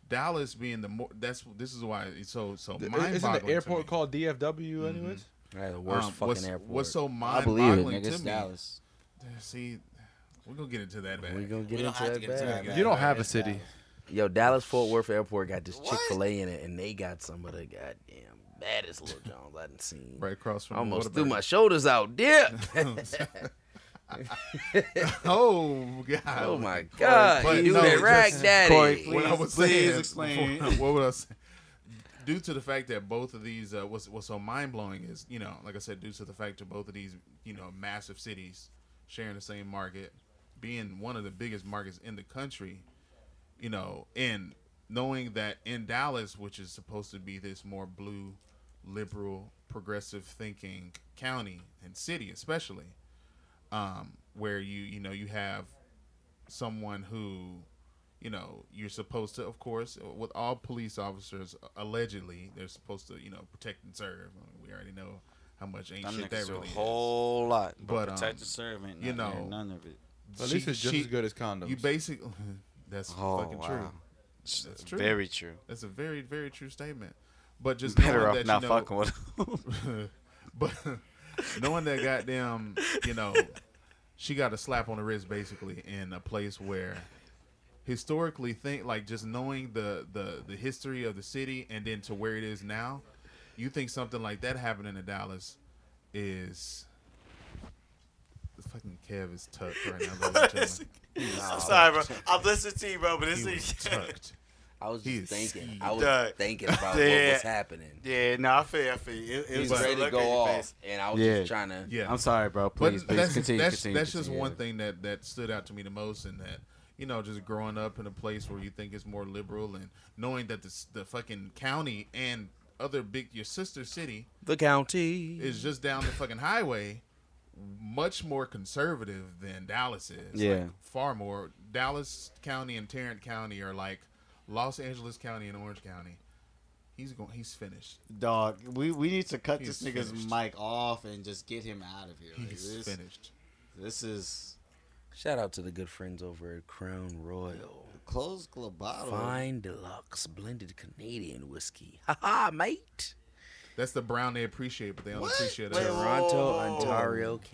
Speaker 4: Dallas being the more that's this is why it's so so
Speaker 1: Th-
Speaker 4: mind
Speaker 1: Isn't
Speaker 4: boggling.
Speaker 1: the airport called DFW, anyways?
Speaker 3: Yeah, the worst fucking
Speaker 4: Um, what's,
Speaker 3: airport.
Speaker 4: What's so
Speaker 7: I
Speaker 4: mind
Speaker 7: believe it,
Speaker 4: boggling
Speaker 7: nigga.
Speaker 4: to
Speaker 7: It's
Speaker 4: me?
Speaker 7: Dallas.
Speaker 4: See, we're gonna get into that.
Speaker 3: we
Speaker 4: Bad.
Speaker 3: gonna get
Speaker 7: We don't
Speaker 3: into
Speaker 7: have to
Speaker 3: that
Speaker 7: get into
Speaker 3: bag.
Speaker 7: that.
Speaker 1: You don't
Speaker 7: bad,
Speaker 1: have a
Speaker 7: but it's
Speaker 1: city.
Speaker 7: Dallas.
Speaker 3: Yo, Dallas Fort Worth Airport got this
Speaker 7: What?
Speaker 3: Chick Fil A in it, and they got some of the goddamn baddest little Jones I done seen.
Speaker 4: Right across from
Speaker 3: Almost
Speaker 4: Whataburger.
Speaker 3: threw my shoulders out, dip.
Speaker 4: oh god!
Speaker 3: oh my god,
Speaker 4: But
Speaker 3: you do
Speaker 4: no,
Speaker 3: that
Speaker 4: just-
Speaker 3: rag daddy.
Speaker 4: What I was
Speaker 5: please
Speaker 4: saying,
Speaker 5: explain.
Speaker 4: before- what would I say? Due to the fact that both of these, uh, what's what's so mind blowing is, you know, like I said, due to the fact that both of these, you know, massive cities sharing the same market, being one of the biggest markets in the country, you know, and knowing that in Dallas, which is supposed to be this more blue, liberal, progressive thinking county and city, especially, um, where you you know you have someone who you know you're supposed to of course with all police officers allegedly they're supposed to you know protect and serve I mean, we already know how much ain't
Speaker 7: Them
Speaker 4: shit
Speaker 7: niggas
Speaker 4: that
Speaker 7: do
Speaker 4: really
Speaker 7: a
Speaker 4: is.
Speaker 7: whole lot.
Speaker 4: But, um,
Speaker 7: protect the servant.
Speaker 4: you
Speaker 7: You know,
Speaker 4: know,
Speaker 7: none of it.
Speaker 1: At
Speaker 4: She-
Speaker 1: least it's just
Speaker 4: she-
Speaker 1: as good as condoms.
Speaker 4: you basically that's
Speaker 7: Oh,
Speaker 4: fucking true
Speaker 7: wow.
Speaker 4: that's true
Speaker 7: Very true.
Speaker 4: that's a very very true statement but just
Speaker 7: Better
Speaker 4: knowing
Speaker 7: off
Speaker 4: that
Speaker 7: not
Speaker 4: you know,
Speaker 7: fucking with him.
Speaker 4: but knowing that goddamn, you know, she got a slap on the wrist basically in a place where historically think like just knowing the the the history of the city and then to where it is now, you think something like that happening in Dallas is fucking Kev is tucked right now. ladies and
Speaker 6: I'm sorry, bro. I'm listening to you, bro, but
Speaker 4: gentlemen. He was
Speaker 6: this is.
Speaker 4: tucked.
Speaker 3: I was
Speaker 4: He
Speaker 3: just
Speaker 4: is
Speaker 3: thinking.
Speaker 4: skeeved.
Speaker 3: I was
Speaker 6: Dog.
Speaker 3: thinking about what
Speaker 6: Yeah.
Speaker 3: was happening.
Speaker 6: Yeah, no, I feel, you, I feel. you. It, it
Speaker 3: He was
Speaker 6: just
Speaker 3: ready to
Speaker 6: look on
Speaker 3: go
Speaker 6: your
Speaker 3: off,
Speaker 6: face.
Speaker 3: and I was
Speaker 7: Yeah.
Speaker 3: just trying to.
Speaker 4: Yeah,
Speaker 2: I'm sorry, bro.
Speaker 4: But
Speaker 2: Please, please
Speaker 4: that's,
Speaker 2: continue.
Speaker 4: that's,
Speaker 2: continue,
Speaker 4: that's just
Speaker 2: continue.
Speaker 4: one thing that, that stood out to me the most, and that you know, just growing up in a place where you think it's more liberal, and knowing that the the fucking county and other big your sister city
Speaker 3: The county.
Speaker 4: is just down the fucking highway, much more conservative than Dallas is.
Speaker 2: Yeah.
Speaker 4: Like, far more. Dallas County and Tarrant County are like Los Angeles County and Orange County. He's going. He's finished.
Speaker 7: Dog, we, we need to cut
Speaker 4: He's
Speaker 7: this nigga's
Speaker 4: finished.
Speaker 7: mic off and just get him out of here. Like,
Speaker 4: He's
Speaker 7: this,
Speaker 4: finished.
Speaker 7: this is
Speaker 3: Shout out to the good friends over at Crown Royal.
Speaker 7: closed globotto.
Speaker 3: Fine deluxe blended Canadian whiskey. Ha ha, mate.
Speaker 4: That's the brown they appreciate, but they don't appreciate
Speaker 7: Wait,
Speaker 4: us.
Speaker 3: Toronto, Ontario,
Speaker 7: Nate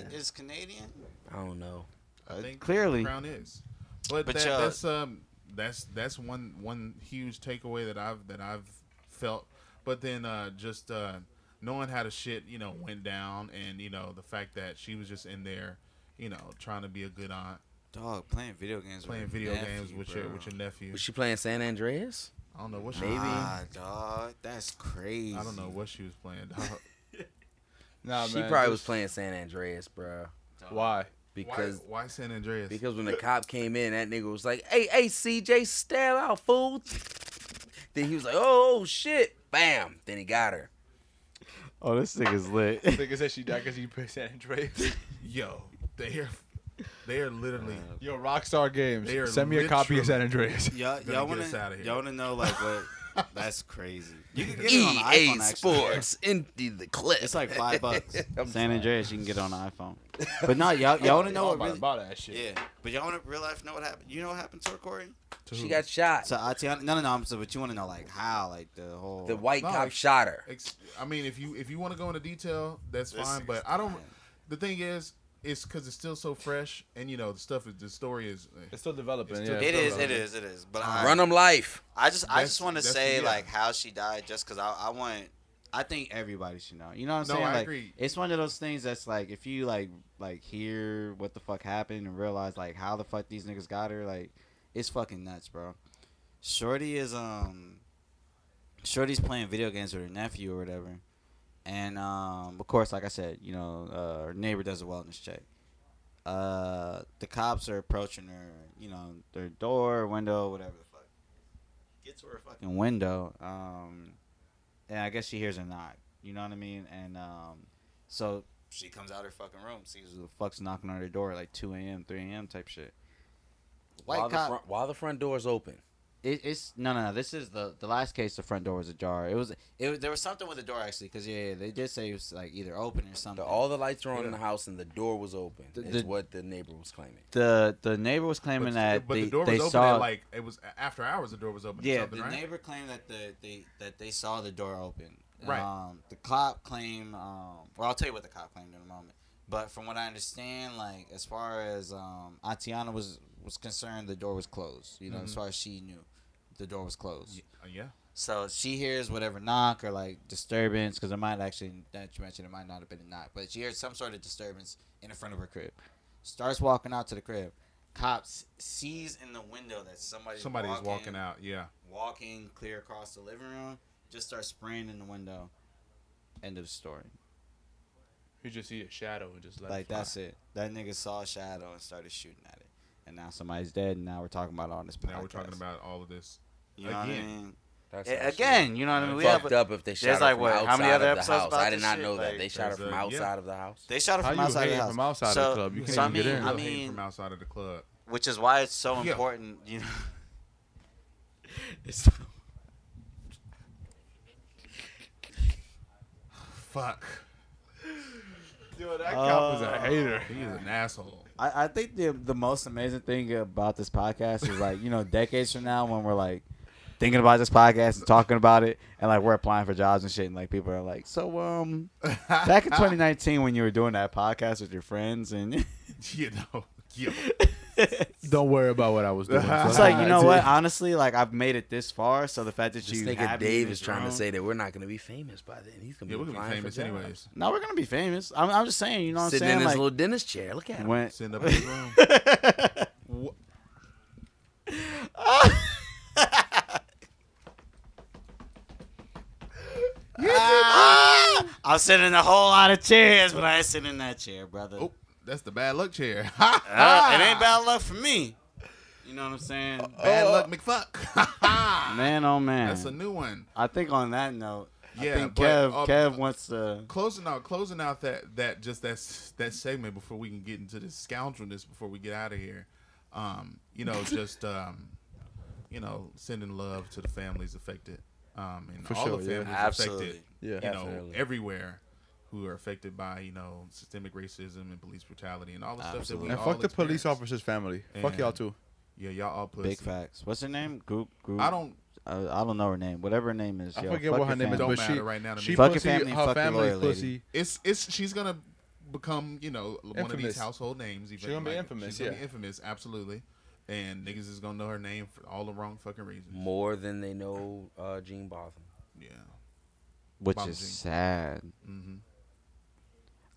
Speaker 3: Canada.
Speaker 7: is Canadian.
Speaker 3: I don't know.
Speaker 4: I think
Speaker 2: clearly.
Speaker 4: Crown is. But,
Speaker 7: But
Speaker 4: that,
Speaker 7: y'all-
Speaker 4: that's um that's that's one one huge takeaway that I've that I've felt. But then uh, just uh, knowing how the shit you know went down, and you know the fact that she was just in there, you know, trying to be a good aunt,
Speaker 7: Dog playing video games.
Speaker 4: playing
Speaker 7: with
Speaker 4: video
Speaker 7: nephew,
Speaker 4: games with your
Speaker 7: bro.
Speaker 4: with your nephew.
Speaker 3: Was she playing San Andreas?
Speaker 4: I don't know what she.
Speaker 3: Maybe.
Speaker 7: Ah, dog, that's crazy.
Speaker 4: I don't know what she was playing. dog.
Speaker 1: Nah,
Speaker 3: she
Speaker 1: man,
Speaker 3: probably was
Speaker 1: just-
Speaker 3: playing San Andreas, bro.
Speaker 1: Why?
Speaker 3: Because
Speaker 4: why, why San Andreas?
Speaker 3: because when the cop came in, that nigga was like, "Hey, hey, CJ, stab out, fool." Then he was like, "Oh shit!" Bam. Then he got her.
Speaker 2: Oh, this thing is lit.
Speaker 1: Nigga said she died because she played San Andreas.
Speaker 4: yo, they're they are literally
Speaker 1: Yo, Rockstar Games,
Speaker 4: They are
Speaker 1: send me a copy of
Speaker 4: literally-
Speaker 1: San Andreas.
Speaker 4: Gonna
Speaker 7: Y'all, y'all
Speaker 4: get
Speaker 7: wanna,
Speaker 4: us outta here.
Speaker 7: y'all wanna know like what? that's crazy. You can get it on the
Speaker 4: E
Speaker 3: EA
Speaker 7: iPhone. Actually.
Speaker 3: E Sports empty the clip.
Speaker 7: It's like five bucks.
Speaker 3: I'm
Speaker 2: San Andreas, you can get on an iPhone. But no, y'all, y'all want to
Speaker 1: Y'all
Speaker 2: know what
Speaker 1: about
Speaker 2: really?
Speaker 1: to buy that shit.
Speaker 7: Yeah, but y'all wanna real life know what happened? You know what happened to her, Corey?
Speaker 3: She got shot.
Speaker 7: So Atiana, no, no, no. I'm so, but you wanna know like how, like the whole
Speaker 3: the white
Speaker 4: No,
Speaker 3: cop
Speaker 4: it's-
Speaker 3: shot her.
Speaker 4: Ex- I mean, if you if you want to go into detail, that's
Speaker 7: This
Speaker 4: fine.
Speaker 7: nigga's
Speaker 4: But I don't.
Speaker 7: dying.
Speaker 4: The thing is, it's because it's still so fresh, and you know the stuff is the story is. eh.
Speaker 1: It's still developing.
Speaker 4: It's
Speaker 1: yeah,
Speaker 4: still
Speaker 1: it's
Speaker 7: It
Speaker 1: still
Speaker 7: is, it
Speaker 1: developing.
Speaker 7: is, it is. But I,
Speaker 3: Run them life.
Speaker 7: I just, I
Speaker 4: That's-
Speaker 7: just want to
Speaker 4: that's-
Speaker 7: say
Speaker 4: yeah.
Speaker 7: like how she died, just because I, I want, I think everybody should know. You know what I'm
Speaker 4: No,
Speaker 7: saying?
Speaker 4: I
Speaker 7: like,
Speaker 4: agree.
Speaker 2: It's one of those things that's like, if you like, like hear what the fuck happened and realize like how the fuck these niggas got her, like,
Speaker 7: It's fucking nuts, bro. Shorty is um
Speaker 2: Shorty's playing video games with her nephew or whatever, and um, of course, like I said, you know, uh, her neighbor does a wellness check. Uh, the cops are approaching her, you know, their door, window, whatever the fuck. Get to her fucking window, um, and I guess she hears a knock. You know what I mean? And um, so she comes out her fucking room, sees who the fuck's knocking on her door at like 2 a.m., 3 a.m. type shit. White
Speaker 3: while,
Speaker 2: cop.
Speaker 3: the front, while the front door's open.
Speaker 2: It, it's no, no, no. This is the the last case. The front door was ajar. It was it. was- There was something with the door actually, because yeah, yeah, they did say it was like either open or something.
Speaker 3: The,
Speaker 2: The,
Speaker 3: all the lights were on in the house and the door was open.
Speaker 2: The-
Speaker 3: is
Speaker 2: the-
Speaker 3: what the neighbor was claiming.
Speaker 2: the neighbor was claiming
Speaker 4: But,
Speaker 2: that
Speaker 4: but
Speaker 2: they,
Speaker 4: the door
Speaker 2: they
Speaker 4: was open
Speaker 2: saw
Speaker 4: at like it was a- after hours. The door was open. or
Speaker 2: yeah.
Speaker 4: something,
Speaker 2: The
Speaker 4: right?
Speaker 2: neighbor claimed that the they that they saw the door open.
Speaker 4: Right.
Speaker 2: Um, the cop claimed. Um, well, I'll tell you what the cop claimed in a moment. But from what I understand, like as far as um, Atiana was was concerned, the door was closed. You know, as far as she knew, the door was closed.
Speaker 4: Uh, yeah.
Speaker 2: So she hears whatever knock or like disturbance because it might actually that you mentioned it might not have been a knock, but she hears some sort of disturbance in the front of her crib. Starts walking out to the crib. Cops sees in the window that somebody's
Speaker 4: Somebody's
Speaker 2: walking,
Speaker 4: walking out. Yeah.
Speaker 2: walking clear across the living room. Just starts spraying in the window. End of story.
Speaker 1: You just see a shadow and just let
Speaker 2: Like that's it. That nigga saw a shadow and started shooting at it, and now somebody's dead. And now we're talking about all this. Podcast.
Speaker 4: Now we're talking about all of this.
Speaker 2: you know what I
Speaker 4: again.
Speaker 2: mean?
Speaker 3: That's
Speaker 2: A-
Speaker 3: actually
Speaker 2: Again, you know what I mean. We have
Speaker 3: fucked
Speaker 2: a-
Speaker 3: up if they shot her
Speaker 7: like,
Speaker 3: from
Speaker 7: what, how
Speaker 3: outside
Speaker 7: many other
Speaker 3: of the
Speaker 7: episodes
Speaker 3: house.
Speaker 7: about
Speaker 3: I did
Speaker 7: this
Speaker 3: not
Speaker 7: shit?
Speaker 3: know that
Speaker 7: Like,
Speaker 3: they shot her
Speaker 4: there's
Speaker 3: from
Speaker 4: a-
Speaker 3: outside
Speaker 4: yeah.
Speaker 3: of the house.
Speaker 2: They shot it
Speaker 1: How
Speaker 2: from
Speaker 1: you
Speaker 2: outside of
Speaker 1: hating
Speaker 2: the house.
Speaker 1: from outside
Speaker 2: so,
Speaker 1: the club? You
Speaker 4: You
Speaker 1: can't
Speaker 2: so I
Speaker 1: even get
Speaker 2: mean-
Speaker 1: in.
Speaker 2: I
Speaker 4: I
Speaker 2: mean-
Speaker 4: from outside of the club.
Speaker 2: which is why it's so
Speaker 4: Yeah.
Speaker 2: important, you know. it's
Speaker 4: Fuck.
Speaker 1: Dude, that cop
Speaker 3: Uh,
Speaker 1: was a
Speaker 2: Uh,
Speaker 1: hater.
Speaker 4: He is an asshole.
Speaker 2: I, I think the the most amazing thing about this podcast is like you know decades from now when we're like thinking about this podcast and talking about it and like we're applying for jobs and shit and like people are like so um back in 2019 when you were doing that podcast with your friends and
Speaker 4: you know. Yo.
Speaker 2: it's
Speaker 1: Don't worry about what I was doing.
Speaker 4: It's
Speaker 2: like you know what honestly like I've made it this far so the fact that
Speaker 3: This
Speaker 2: you
Speaker 3: nigga
Speaker 2: have me
Speaker 3: Dave
Speaker 2: in
Speaker 3: is
Speaker 2: this
Speaker 3: trying
Speaker 2: room-
Speaker 3: to say that we're not going to be famous by then. He's going to
Speaker 4: Yeah, we're
Speaker 3: be
Speaker 4: gonna be
Speaker 3: applying for
Speaker 4: famous
Speaker 3: jobs.
Speaker 4: anyways.
Speaker 2: no we're gonna be famous I'm, I'm just saying you know what
Speaker 3: Sitting
Speaker 2: I'm
Speaker 3: in
Speaker 2: saying
Speaker 3: his
Speaker 2: like
Speaker 3: little dentist chair. Look at him.
Speaker 2: when
Speaker 4: Sitting up in his room. Wha-
Speaker 7: Ah, I'm sitting in a whole lot of chairs, but I ain't sitting in that chair, brother.
Speaker 4: Oh, that's the bad luck chair.
Speaker 7: Uh,
Speaker 4: Ah.
Speaker 7: it ain't bad luck for me. You know what I'm saying?
Speaker 4: bad luck McFuck.
Speaker 2: man oh man
Speaker 4: that's a new one.
Speaker 2: I think on that note,
Speaker 4: Yeah,
Speaker 2: I think
Speaker 4: but,
Speaker 2: Kev
Speaker 4: uh,
Speaker 2: Kev wants to.
Speaker 4: Closing out, closing out that that just that s- that segment before we can get into this scoundrelness before we get out of here. Um, you know, just um, you know, sending love to the families affected. Um, and
Speaker 1: For
Speaker 4: all
Speaker 1: sure,
Speaker 4: the
Speaker 1: yeah.
Speaker 4: families affected.
Speaker 1: Yeah.
Speaker 4: you know,
Speaker 3: Definitely.
Speaker 4: everywhere who are affected by, you know, systemic racism and police brutality and all the stuff that we
Speaker 1: And
Speaker 4: all
Speaker 1: fuck the police
Speaker 4: experience.
Speaker 1: officer's family. Fuck y'all
Speaker 4: And-
Speaker 1: too.
Speaker 4: Yeah, y'all all pussy.
Speaker 2: Big facts. What's her name? Group. group
Speaker 4: I don't
Speaker 2: Uh, I don't know her name. Whatever her name is.
Speaker 1: I
Speaker 2: yo,
Speaker 1: forget
Speaker 2: fuck
Speaker 1: what her
Speaker 2: your
Speaker 1: name is,
Speaker 2: family.
Speaker 1: but
Speaker 4: Don't
Speaker 1: she
Speaker 4: matter right now to
Speaker 1: she
Speaker 4: me.
Speaker 2: Fuck your
Speaker 1: pussy,
Speaker 2: family,
Speaker 1: her
Speaker 2: fuck your
Speaker 1: family
Speaker 2: lawyer, lady.
Speaker 1: pussy.
Speaker 4: it's it's she's gonna become, you know, one of
Speaker 1: Infamous.
Speaker 4: these household names. Even,
Speaker 1: She gonna be
Speaker 4: like,
Speaker 1: infamous,
Speaker 4: She's gonna
Speaker 1: yeah.
Speaker 4: be infamous, absolutely. And niggas is gonna know her name for all the wrong fucking reasons.
Speaker 3: More than they know uh, Gene Botham.
Speaker 4: Yeah.
Speaker 2: Which
Speaker 4: Bomb
Speaker 2: is
Speaker 4: Jean.
Speaker 2: sad.
Speaker 4: Mm-hmm.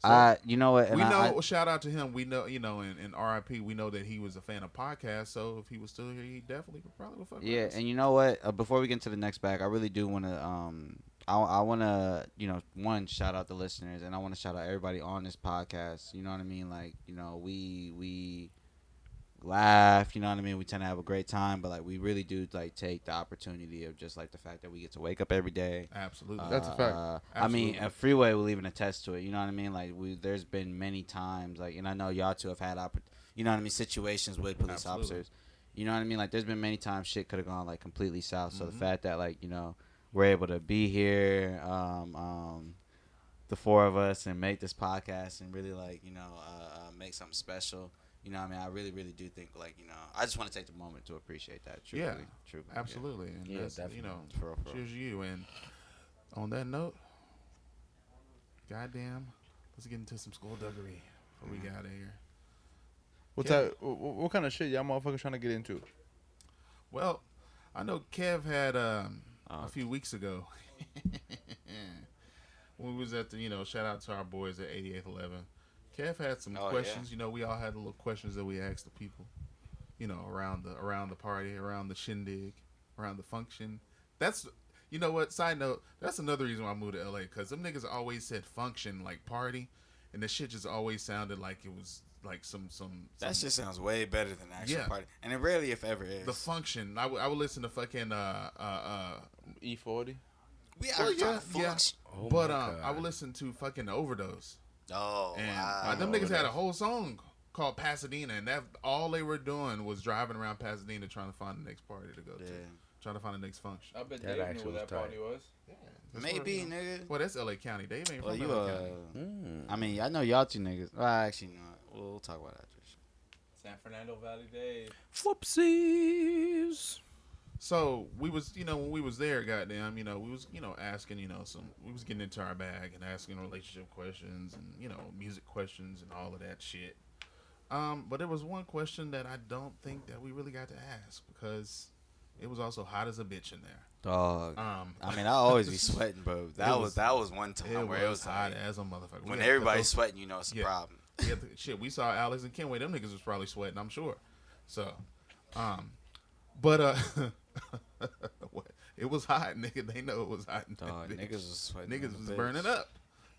Speaker 2: I. You know what? And
Speaker 4: we
Speaker 2: I,
Speaker 4: know.
Speaker 2: I-
Speaker 4: shout out to him. We know. You know. And, and RIP. We know that he was a fan of podcasts. So if he was still here, he definitely would probably would fuck. with
Speaker 2: yeah,
Speaker 4: us.
Speaker 2: and you know what? Uh, before we get to the next bag, I really do want to. Um, I I want to you know one shout out the listeners, and I want to shout out everybody on this podcast. You know what I mean? Like you know we we laugh. You know what I mean? We tend to have a great time, but like we really do like take the opportunity of just like the fact that we get to wake up every day.
Speaker 4: absolutely.
Speaker 1: That's a fact.
Speaker 2: Uh, I mean,
Speaker 4: Absolutely.
Speaker 2: a freeway will even attest to it. You know what I mean? Like, we, there's been many times, like, and I know y'all two have had, oppor- you know what I mean, situations with police
Speaker 4: Absolutely.
Speaker 2: officers. You know what I mean? Like, there's been many times shit could have gone like completely south.
Speaker 4: Mm-hmm.
Speaker 2: So the fact that like you know we're able to be here, um, um, the four of us, and make this podcast and really like you know uh, uh, make something special. You know, what I mean, I really, really do think like you know, I just want to take the moment to appreciate that. Truly,
Speaker 4: Yeah,
Speaker 2: truly, yeah.
Speaker 4: Absolutely. And
Speaker 3: Yeah,
Speaker 4: that's, you
Speaker 3: definitely.
Speaker 4: know,
Speaker 2: For real, for real.
Speaker 4: cheers to you. And on that note, goddamn, let's get into some skullduggery. What
Speaker 2: Mm-hmm.
Speaker 4: we got here?
Speaker 1: What's
Speaker 4: Yeah.
Speaker 1: that? What, what kind of shit y'all motherfuckers trying to get into?
Speaker 4: Well, I know Kev had um,
Speaker 2: Oh.
Speaker 4: a few weeks ago. when we was at the, you know, shout out to our boys at 8811. Kev had some
Speaker 2: Oh, yeah.
Speaker 4: questions. You know, we all had little questions that we asked the people. You know, around the around the party, around the shindig, around the function. That's You know what? Side note, that's another reason why I moved to LA because them niggas always said function like party, and the shit just always sounded like it was like some some.
Speaker 7: That
Speaker 4: some
Speaker 7: shit sounds way better than the actual
Speaker 4: Yeah.
Speaker 7: party, and it rarely, if ever, is.
Speaker 4: the function. I would I would listen to fucking uh uh uh.
Speaker 1: E forty.
Speaker 7: we are
Speaker 4: well,
Speaker 7: trying
Speaker 4: yeah,
Speaker 7: to
Speaker 4: yeah.
Speaker 7: function.
Speaker 3: Oh
Speaker 4: but
Speaker 3: my
Speaker 4: um, I
Speaker 3: God.
Speaker 4: would listen to fucking overdose.
Speaker 7: Oh,
Speaker 4: And uh,
Speaker 7: wow.
Speaker 4: them niggas had a whole song called Pasadena, and that all they were doing was driving around Pasadena trying to find the next party to go to, trying to find the next function.
Speaker 1: I bet
Speaker 3: That
Speaker 1: Dave knew
Speaker 3: actually
Speaker 1: what that
Speaker 3: was
Speaker 1: party was.
Speaker 4: That's where
Speaker 2: Maybe,
Speaker 4: it is.
Speaker 2: nigga.
Speaker 4: Well, that's L.A. County. Dave ain't
Speaker 2: Well,
Speaker 4: from
Speaker 2: you,
Speaker 4: L.A.
Speaker 2: uh,
Speaker 4: County.
Speaker 3: Mm.
Speaker 2: I mean, I know y'all two niggas. Well, actually, no. We'll talk about that.
Speaker 1: San Fernando Valley Dave.
Speaker 3: Whoopsies.
Speaker 4: So we was, you know, when we was there, goddamn, you know, we was, you know, asking, you know, some, we was getting into our bag and asking relationship questions and you know, music questions and all of that shit. Um, but there was one question that I don't think that we really got to ask because it was also hot as a bitch in there.
Speaker 2: Dog.
Speaker 4: Um,
Speaker 2: I mean, I always be sweating, bro.
Speaker 7: That
Speaker 4: It
Speaker 7: was,
Speaker 4: was-
Speaker 7: that was one
Speaker 4: it
Speaker 7: time
Speaker 4: was,
Speaker 7: where it was
Speaker 4: hot
Speaker 7: like,
Speaker 4: as a motherfucker. We
Speaker 7: when
Speaker 4: had to cut
Speaker 7: everybody's
Speaker 4: those-
Speaker 7: sweating, you know it's a
Speaker 4: Yeah.
Speaker 7: problem.
Speaker 4: we had to- shit, we saw Alex and Kenway. Them niggas was probably sweating. I'm sure. So, um, but uh, what- it was hot, nigga. They know it was hot. in that
Speaker 2: Dog,
Speaker 4: bitch.
Speaker 2: niggas was sweating. in
Speaker 4: Niggas
Speaker 2: the
Speaker 4: was
Speaker 2: bitch.
Speaker 4: burning up.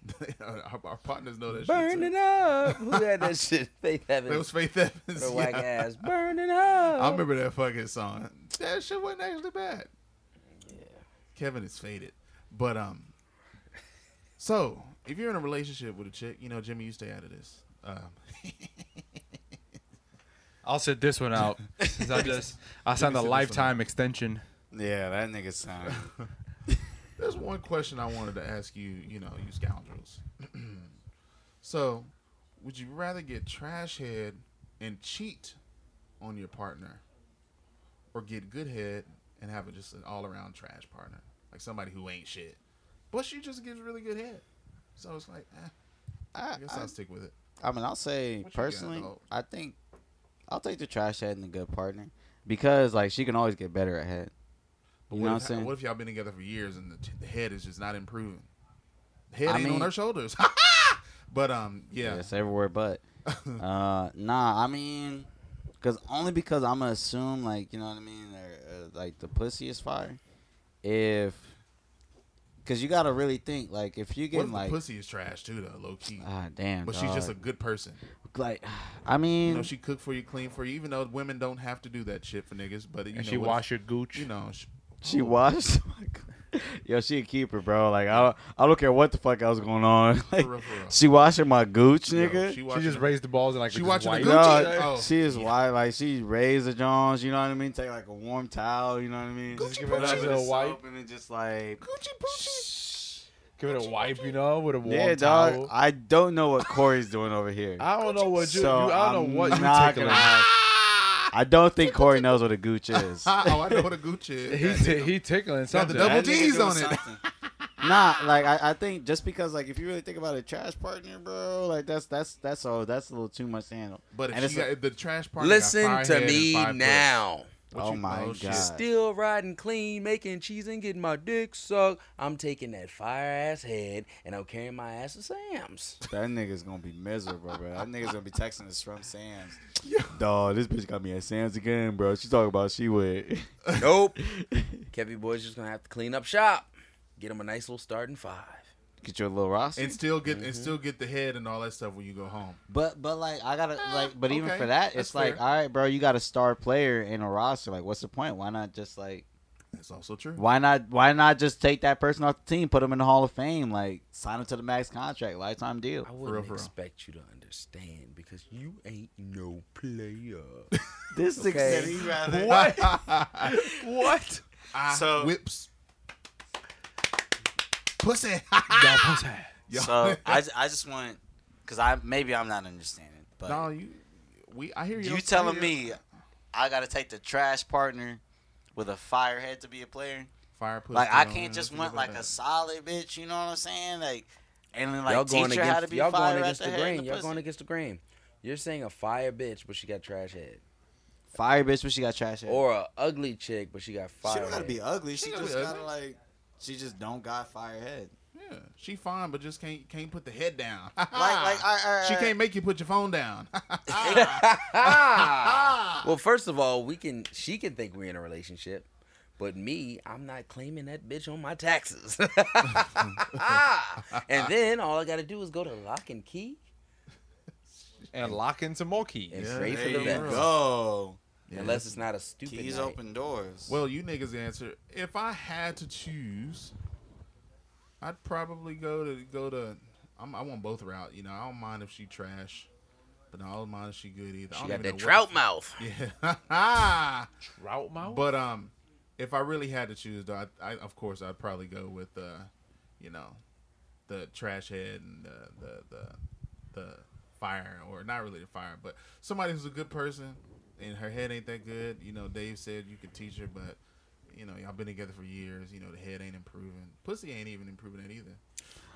Speaker 4: our, our partners know that shit.
Speaker 3: Burn
Speaker 4: too.
Speaker 3: it up. Who had that shit? Faith
Speaker 4: That was
Speaker 3: Evans.
Speaker 4: Faith Evans.
Speaker 3: The whack
Speaker 4: yeah.
Speaker 3: ass. Burn it up.
Speaker 4: I remember that fucking song. That shit wasn't actually bad. Kevin is faded. But um so if you're in a relationship with a chick, you know, Jimmy, you stay out of this. Um,
Speaker 1: I'll sit this one out. 'cause I just I signed a
Speaker 4: one
Speaker 1: lifetime extension.
Speaker 2: Yeah, that nigga sound.
Speaker 4: there's one question I wanted to ask you, you know, you scoundrels. so, would you rather get trash head and cheat on your partner or get good head and have a, just an all around trash partner? Like somebody who ain't shit. But she just gives really good head. So it's like, eh,
Speaker 2: I,
Speaker 4: I guess
Speaker 2: I,
Speaker 4: I'll stick with it.
Speaker 2: I mean, I'll say
Speaker 4: What you got,
Speaker 2: personally,
Speaker 4: dog?
Speaker 2: I think I'll take the trash head and the good partner because like she can always get better at head.
Speaker 4: But
Speaker 2: You
Speaker 4: what
Speaker 2: know what
Speaker 4: if,
Speaker 2: I'm saying?
Speaker 4: What if y'all been together for years and the, t- the head is just not improving? The head
Speaker 2: I
Speaker 4: ain't on
Speaker 2: mean-
Speaker 4: her shoulders. but um, yeah,
Speaker 2: It's everywhere, but uh, nah. I mean, cause only because I'm gonna assume like you know what I mean, or, uh, like the pussy is fire. If, cause you gotta really think like if you
Speaker 4: what
Speaker 2: get
Speaker 4: if
Speaker 2: like
Speaker 4: the pussy is trash too though, low key?
Speaker 2: ah damn,
Speaker 4: But she's just a
Speaker 2: dog.
Speaker 4: good person.
Speaker 2: like I mean,
Speaker 4: You know, she cook for you, clean for you. Even though women don't have to do that shit for niggas, but you
Speaker 1: And
Speaker 4: know,
Speaker 1: she
Speaker 4: what
Speaker 1: wash
Speaker 4: if-
Speaker 1: your gooch.
Speaker 4: You know, she,
Speaker 2: She washed. Yo, she a keeper, bro. Like I, don't- I don't care what the fuck else going on. Like,
Speaker 4: for real, for real.
Speaker 2: she washing my gooch,
Speaker 4: Yo,
Speaker 2: nigga.
Speaker 4: she,
Speaker 1: she
Speaker 4: watching
Speaker 1: just
Speaker 4: the-
Speaker 1: raised the balls and like
Speaker 4: She
Speaker 1: just
Speaker 4: watching the
Speaker 1: wiped.
Speaker 4: gooch.
Speaker 2: no,
Speaker 4: Oh.
Speaker 2: she is wide. Like she raised the Jones. You know what I mean? Take like a warm towel. You know what I mean?
Speaker 1: Just give it a nice little wipe.
Speaker 2: and then just like
Speaker 1: Give it a wipe, you know, with a warm
Speaker 2: yeah, dog.
Speaker 1: towel.
Speaker 2: I don't know what Corey's doing over here.
Speaker 1: I don't know what you.
Speaker 2: so
Speaker 1: you I don't
Speaker 2: I'm
Speaker 1: know what you
Speaker 2: not
Speaker 1: tickling.
Speaker 2: gonna have- I don't think Corey knows what a gooch is.
Speaker 4: oh, I know what a Gucci is.
Speaker 1: He
Speaker 4: God
Speaker 1: t-
Speaker 4: damn.
Speaker 1: he tickling
Speaker 4: Got the
Speaker 1: something.
Speaker 4: double
Speaker 2: That nigga
Speaker 4: D's
Speaker 2: doing
Speaker 4: on it.
Speaker 2: Nah, like I, I think just because like if you really think about it, trash partner, bro, like that's that's that's all that's a little too much to handle.
Speaker 4: But
Speaker 2: And
Speaker 4: if
Speaker 2: it's
Speaker 4: she
Speaker 2: a-
Speaker 4: got the trash part,
Speaker 3: Listen to me now.
Speaker 2: Oh my God.
Speaker 3: Still riding clean, making cheese and getting my dick sucked. I'm taking that fire ass head and I'm carrying my ass to Sam's.
Speaker 2: That nigga's gonna be miserable, bro. That nigga's gonna be texting us from Sam's. Dog, this bitch got me at Sam's again, bro. She talking about she went.
Speaker 3: Nope. Kevy boy's just gonna have to clean up shop. Get him a nice little starting five.
Speaker 2: Get your little roster.
Speaker 4: And still get and still get the head and all that stuff when you go home.
Speaker 2: but but like I gotta like but even
Speaker 4: okay,
Speaker 2: for that,
Speaker 4: that's
Speaker 2: it's like,
Speaker 4: fair.
Speaker 2: all right, bro, you got a star player in a roster. Like, what's the point? Why not just like
Speaker 4: That's also true.
Speaker 2: why not why not just take that person off the team, put him in the Hall of Fame, like sign him to the max contract, lifetime deal.
Speaker 3: I
Speaker 4: real,
Speaker 3: wouldn't
Speaker 4: for real.
Speaker 3: expect you to understand because you ain't no player.
Speaker 2: This is
Speaker 3: Okay.
Speaker 4: What? what?
Speaker 7: So-
Speaker 4: Ah, whips. Pussy. Yo.
Speaker 14: So I, ju- I just want, cause I maybe I'm not understanding, but
Speaker 4: no, you. We. I hear you.
Speaker 14: you
Speaker 4: I
Speaker 14: telling
Speaker 4: hear
Speaker 14: me I gotta take the trash partner with a firehead to be a player?
Speaker 4: Fire pussy.
Speaker 14: Like I
Speaker 4: on,
Speaker 3: um,
Speaker 4: man.
Speaker 14: can't just
Speaker 4: Think
Speaker 14: want
Speaker 4: about
Speaker 14: like a
Speaker 4: that.
Speaker 14: solid bitch. You know what I'm saying? Like and then like
Speaker 3: y'all
Speaker 14: teach
Speaker 3: going
Speaker 14: her how to
Speaker 3: against
Speaker 14: be
Speaker 3: y'all
Speaker 14: fire
Speaker 3: going against
Speaker 14: at
Speaker 3: the
Speaker 14: the, head and
Speaker 3: grain.
Speaker 14: the
Speaker 3: Y'all
Speaker 14: pussy.
Speaker 3: going against the grain. You're saying a fire bitch, but she got trash head,
Speaker 2: Fire bitch, but she got trash head.
Speaker 3: or a ugly chick, but she got fire.
Speaker 2: she don't gotta
Speaker 3: head.
Speaker 2: be ugly. She,
Speaker 4: She gotta
Speaker 2: just
Speaker 4: be
Speaker 2: gotta
Speaker 4: ugly.
Speaker 2: like. She just don't got fire head.
Speaker 4: Yeah, she fine, but just can't can't put the head down.
Speaker 2: Like like
Speaker 4: Ah.
Speaker 2: I, I,
Speaker 4: she can't make you put your phone down. Ah.
Speaker 3: well, first of all, we can she can think we're in a relationship, But me, I'm not claiming that bitch on my taxes. and then all I got to do is go to lock and key
Speaker 1: and lock in some more keys.
Speaker 3: and
Speaker 4: Yeah,
Speaker 3: pray for
Speaker 4: there
Speaker 3: the
Speaker 4: you
Speaker 3: best.
Speaker 7: Go.
Speaker 4: Yeah.
Speaker 3: Unless it's not a stupid
Speaker 7: Keys
Speaker 3: night.
Speaker 7: open doors.
Speaker 4: Well, you niggas answer. If I had to choose, I'd probably go to go to. I'm, I want both route. You know, I don't mind if she trash, but I don't mind if she good either. I
Speaker 3: She
Speaker 4: don't
Speaker 3: got
Speaker 4: even
Speaker 3: that
Speaker 4: know what-
Speaker 3: trout mouth.
Speaker 4: Yeah.
Speaker 1: Trout mouth.
Speaker 4: but um, if I really had to choose, though, I, I of course I'd probably go with uh, you know, the trash head and the the the, the fire, or not really the fire, but somebody who's a good person and her head ain't that good. You know, Dave said you could teach her, but you know y'all been together for years. You know the head ain't improving, pussy ain't even improving it either.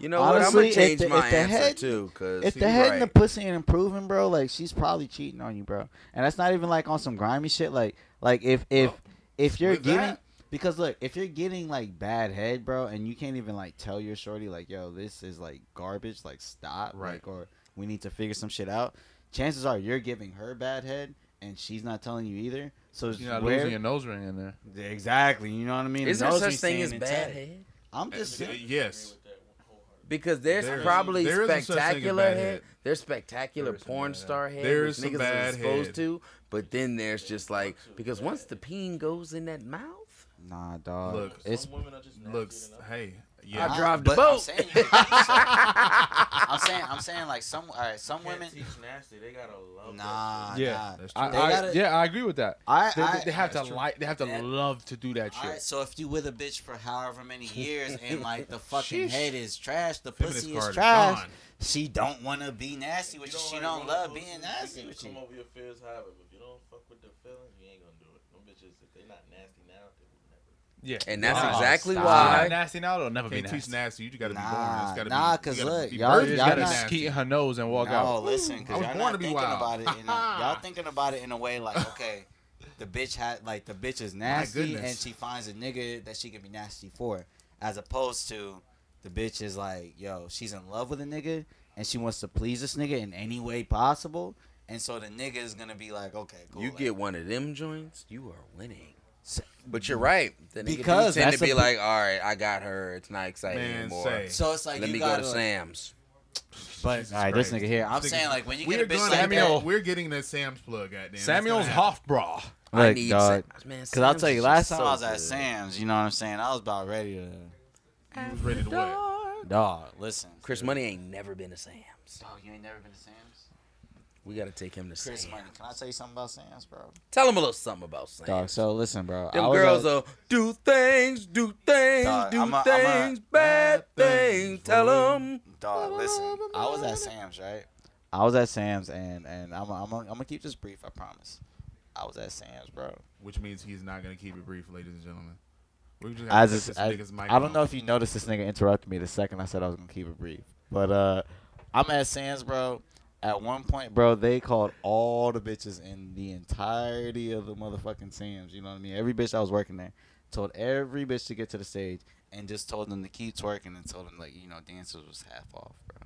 Speaker 3: You know what?
Speaker 5: Honestly,
Speaker 3: I'm
Speaker 5: if
Speaker 3: gonna change
Speaker 5: the- if
Speaker 3: my
Speaker 5: the
Speaker 3: answer
Speaker 5: head-
Speaker 3: too, cause
Speaker 5: If
Speaker 3: she
Speaker 5: the head and the
Speaker 3: right.
Speaker 5: pussy ain't improving, bro, like she's probably cheating on you, bro. And that's not even like on some grimy shit. Like, like if if if you're
Speaker 4: with
Speaker 5: getting
Speaker 4: that-
Speaker 5: because look, if you're getting like bad head, bro, and you can't even like tell your shorty like, yo, this is like garbage. Like, stop.
Speaker 4: Right.
Speaker 5: Like, or we need to figure some shit out. Chances are you're giving her bad head, and she's not telling you either. So
Speaker 1: You're not
Speaker 5: where-
Speaker 1: losing your nose ring in there.
Speaker 5: exactly. You know what I mean?
Speaker 3: Is there
Speaker 5: Those
Speaker 3: such
Speaker 5: we
Speaker 3: thing
Speaker 5: seen
Speaker 3: as
Speaker 5: in
Speaker 3: bad
Speaker 5: tech.
Speaker 3: head?
Speaker 5: I'm just
Speaker 4: Uh,
Speaker 5: saying.
Speaker 4: yes,
Speaker 3: Because there's
Speaker 4: There is-
Speaker 3: probably
Speaker 4: there isn't such thing as
Speaker 3: spectacular
Speaker 4: bad
Speaker 3: head.
Speaker 4: head.
Speaker 3: There's spectacular porn star head.
Speaker 4: There
Speaker 3: which
Speaker 4: is some
Speaker 3: niggas is
Speaker 4: bad
Speaker 3: exposed
Speaker 4: head.
Speaker 3: to, but then there's just like because once the peen goes in that mouth,
Speaker 5: Nah, dog.
Speaker 4: Look,
Speaker 5: it's
Speaker 9: Some women are just nasty
Speaker 4: looks.
Speaker 9: enough.
Speaker 4: Hey,
Speaker 3: I
Speaker 4: yeah,
Speaker 3: drive the
Speaker 2: but I'm
Speaker 3: boat.
Speaker 2: saying- I'm saying, I'm saying, like some, all right, some
Speaker 9: Can't
Speaker 2: women.
Speaker 9: teach nasty. They gotta love.
Speaker 2: Nah,
Speaker 1: Yeah.
Speaker 2: nah.
Speaker 4: that's true.
Speaker 1: I,
Speaker 2: They
Speaker 1: I-
Speaker 2: gotta-
Speaker 1: yeah, I agree with that.
Speaker 5: I,
Speaker 1: They,
Speaker 5: I
Speaker 1: they have to
Speaker 4: true.
Speaker 1: like. They have to love to do that
Speaker 2: All right,
Speaker 1: shit.
Speaker 2: so if you with a bitch for however many years and like the fucking head is trash, the
Speaker 4: Feminist
Speaker 2: pussy
Speaker 4: card
Speaker 2: is
Speaker 4: is
Speaker 2: trash,
Speaker 4: gone.
Speaker 2: she don't want to be nasty with you. She don't love being nasty
Speaker 9: you.
Speaker 2: with you.
Speaker 9: Come over your fears, have it. But if you don't fuck with the feelings, you ain't gonna do it. Them bitches, if they not nasty now, they will never.
Speaker 1: Yeah,
Speaker 3: And that's
Speaker 1: Nah.
Speaker 3: exactly
Speaker 5: stop.
Speaker 1: If you're not
Speaker 3: why.
Speaker 1: nasty now. It'll never
Speaker 4: Can't
Speaker 1: be
Speaker 4: teach
Speaker 1: nasty.
Speaker 4: nasty. You just gotta be born.
Speaker 2: Nah,
Speaker 4: It's gotta
Speaker 2: nah,
Speaker 4: be,
Speaker 2: 'cause
Speaker 4: you gotta
Speaker 2: look,
Speaker 4: be
Speaker 2: y'all-
Speaker 1: You
Speaker 4: birthed
Speaker 1: just
Speaker 4: to
Speaker 2: y'all
Speaker 1: gotta
Speaker 4: be
Speaker 2: not-
Speaker 1: skeet
Speaker 4: nasty.
Speaker 1: her nose and walk
Speaker 2: No,
Speaker 1: out.
Speaker 2: listen,
Speaker 4: I
Speaker 2: because
Speaker 4: was
Speaker 2: y'all
Speaker 4: born
Speaker 2: not
Speaker 4: to be
Speaker 2: thinking
Speaker 4: wild.
Speaker 2: about it. In a, y'all thinking about it in a way like, okay, the bitch had like the bitch is nasty
Speaker 4: goodness.
Speaker 2: and she finds a nigga that she can be nasty for, as opposed to the bitch is like, yo, she's in love with a nigga and she wants to please this nigga in any way possible, and so the nigga is gonna be like, okay, cool.
Speaker 3: You
Speaker 2: like,
Speaker 3: get one of them joints, you are winning.
Speaker 2: S-
Speaker 3: But you're right. The nigga
Speaker 2: Because
Speaker 3: do tend
Speaker 2: that's
Speaker 3: to be
Speaker 2: a-
Speaker 3: like, all right, I got her. It's not exciting
Speaker 4: Man,
Speaker 3: anymore.
Speaker 4: say.
Speaker 2: so it's like
Speaker 3: Let
Speaker 2: you
Speaker 3: me go
Speaker 2: gotta.
Speaker 3: to
Speaker 2: like-
Speaker 3: Sam's.
Speaker 5: but
Speaker 4: Jesus
Speaker 5: all right, this
Speaker 4: Christ.
Speaker 5: nigga here.
Speaker 2: I'm
Speaker 4: Nigga,
Speaker 2: saying like when you get
Speaker 4: We're
Speaker 2: a bitch
Speaker 4: going
Speaker 2: like
Speaker 1: Samuel.
Speaker 2: that,
Speaker 4: to, we're getting that Sam's plug, goddamn. It's gonna
Speaker 1: Samuel's
Speaker 4: happen.
Speaker 1: Hoff bra.
Speaker 3: I
Speaker 5: Look,
Speaker 3: need
Speaker 5: dog.
Speaker 3: Sam- man,
Speaker 5: Because I'll
Speaker 3: Sam's
Speaker 5: tell you,
Speaker 3: is
Speaker 5: last
Speaker 3: just
Speaker 5: time
Speaker 3: so
Speaker 5: I was at
Speaker 3: good.
Speaker 2: Sam's, you know what I'm saying? I was about ready to.
Speaker 4: He was ready to what?
Speaker 2: Dog, listen.
Speaker 3: Chris Money ain't never been to Sam's.
Speaker 2: Dog, Oh, you ain't never been to Sam's?
Speaker 3: We gotta take him to Sam's.
Speaker 2: Chris Money, can I tell you something about Sam's, bro?
Speaker 3: Tell him a little something about Sam's.
Speaker 5: Dog, so listen, bro. I
Speaker 3: Them
Speaker 5: was
Speaker 3: girls
Speaker 5: at-
Speaker 3: will do things, do things,
Speaker 2: Dog,
Speaker 3: do
Speaker 2: I'm a- I'm a-
Speaker 3: things, bad things. Tell them.
Speaker 2: Dog, listen.
Speaker 5: I was at Sam's, right? I was at Sam's, and and I'm I'm I'm gonna keep this brief. I promise. I was at Sam's, bro.
Speaker 4: Which means he's not gonna keep it brief, ladies and gentlemen. We're just
Speaker 5: I
Speaker 4: gonna take
Speaker 5: just
Speaker 4: this
Speaker 5: I,
Speaker 4: nigga's mic
Speaker 5: I don't
Speaker 4: off.
Speaker 5: know if you noticed this nigga interrupted me the second I said I was gonna keep it brief, but uh, I'm at Sam's, bro. At one point, bro, they called all the bitches in the entirety of the motherfucking Sam's. You know what I mean? Every bitch I was working there told every bitch to get to the stage and just told them to keep twerking and told them like you know dancers was half off, bro.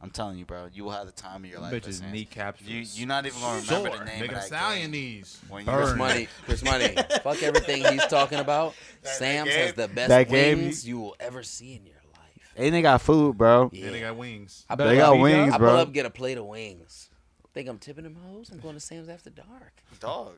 Speaker 5: I'm telling you, bro, you will have the time of your life. at
Speaker 1: Bitches
Speaker 5: Sam's.
Speaker 1: kneecaps.
Speaker 2: You, you're not even going to remember the name
Speaker 4: Nigga
Speaker 2: of that game.
Speaker 4: Stallion knees.
Speaker 2: When
Speaker 4: Burn.
Speaker 2: you
Speaker 3: Chris Money, Chris Money. Fuck everything he's talking about. Sam's has the best
Speaker 5: that game-
Speaker 3: wings you will ever see in your life.
Speaker 5: And they got food, bro.
Speaker 3: Yeah.
Speaker 4: And they got wings.
Speaker 3: I
Speaker 5: They
Speaker 3: pull
Speaker 5: got
Speaker 3: up-
Speaker 5: wings,
Speaker 3: I
Speaker 5: bro.
Speaker 3: pull up, get a plate of wings. Think I'm tipping them hoes? I'm going to Sam's after dark.
Speaker 2: dog.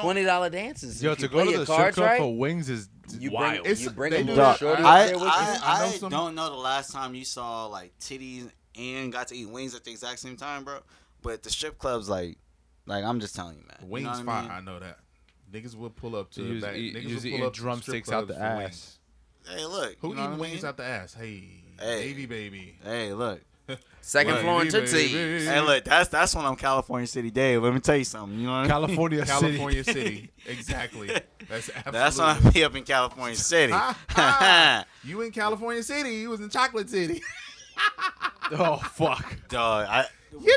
Speaker 3: Twenty dollar dances.
Speaker 1: Yo,
Speaker 3: If
Speaker 1: to
Speaker 3: you
Speaker 1: go
Speaker 3: play
Speaker 1: to
Speaker 3: your
Speaker 1: the strip
Speaker 3: cards
Speaker 1: club
Speaker 3: right,
Speaker 1: for wings is
Speaker 3: you bring,
Speaker 1: wild.
Speaker 4: It's-
Speaker 3: you bring
Speaker 4: they
Speaker 3: a
Speaker 4: do
Speaker 3: little
Speaker 5: that.
Speaker 3: shorty
Speaker 5: I-
Speaker 3: up there with you.
Speaker 4: I- I
Speaker 2: I,
Speaker 4: know
Speaker 2: I
Speaker 4: some-
Speaker 2: don't know the last time you saw like titties and got to eat wings at the exact same time, bro.
Speaker 5: But the strip clubs, like, like I'm just telling you, man.
Speaker 4: Wings
Speaker 2: what I
Speaker 4: fine.
Speaker 2: mean?
Speaker 4: I know that. Niggas will pull up to
Speaker 1: You
Speaker 4: the
Speaker 1: was
Speaker 4: back.
Speaker 1: eat- you
Speaker 4: Niggas
Speaker 1: was
Speaker 4: will
Speaker 1: eating
Speaker 4: pull up to
Speaker 1: drum
Speaker 4: strip
Speaker 1: sticks e out
Speaker 4: clubs
Speaker 1: the
Speaker 4: for
Speaker 1: ass.
Speaker 4: wings.
Speaker 2: Hey, look.
Speaker 4: Who
Speaker 2: you know
Speaker 4: eating
Speaker 2: what I
Speaker 4: wings
Speaker 2: mean?
Speaker 4: out the ass? Hey,
Speaker 2: Hey.
Speaker 4: baby, baby.
Speaker 2: Hey, look.
Speaker 3: Second
Speaker 4: Baby,
Speaker 3: floor in Tootsie.
Speaker 4: baby.
Speaker 2: Hey, look. That's that's when I'm California City Dave. Let me tell you something. You know what I mean?
Speaker 1: California,
Speaker 4: California City. Exactly. That's absolutely.
Speaker 2: That's when I be up in California City.
Speaker 4: you in California City. You was in Chocolate City.
Speaker 1: City. oh fuck.
Speaker 2: Dog. I,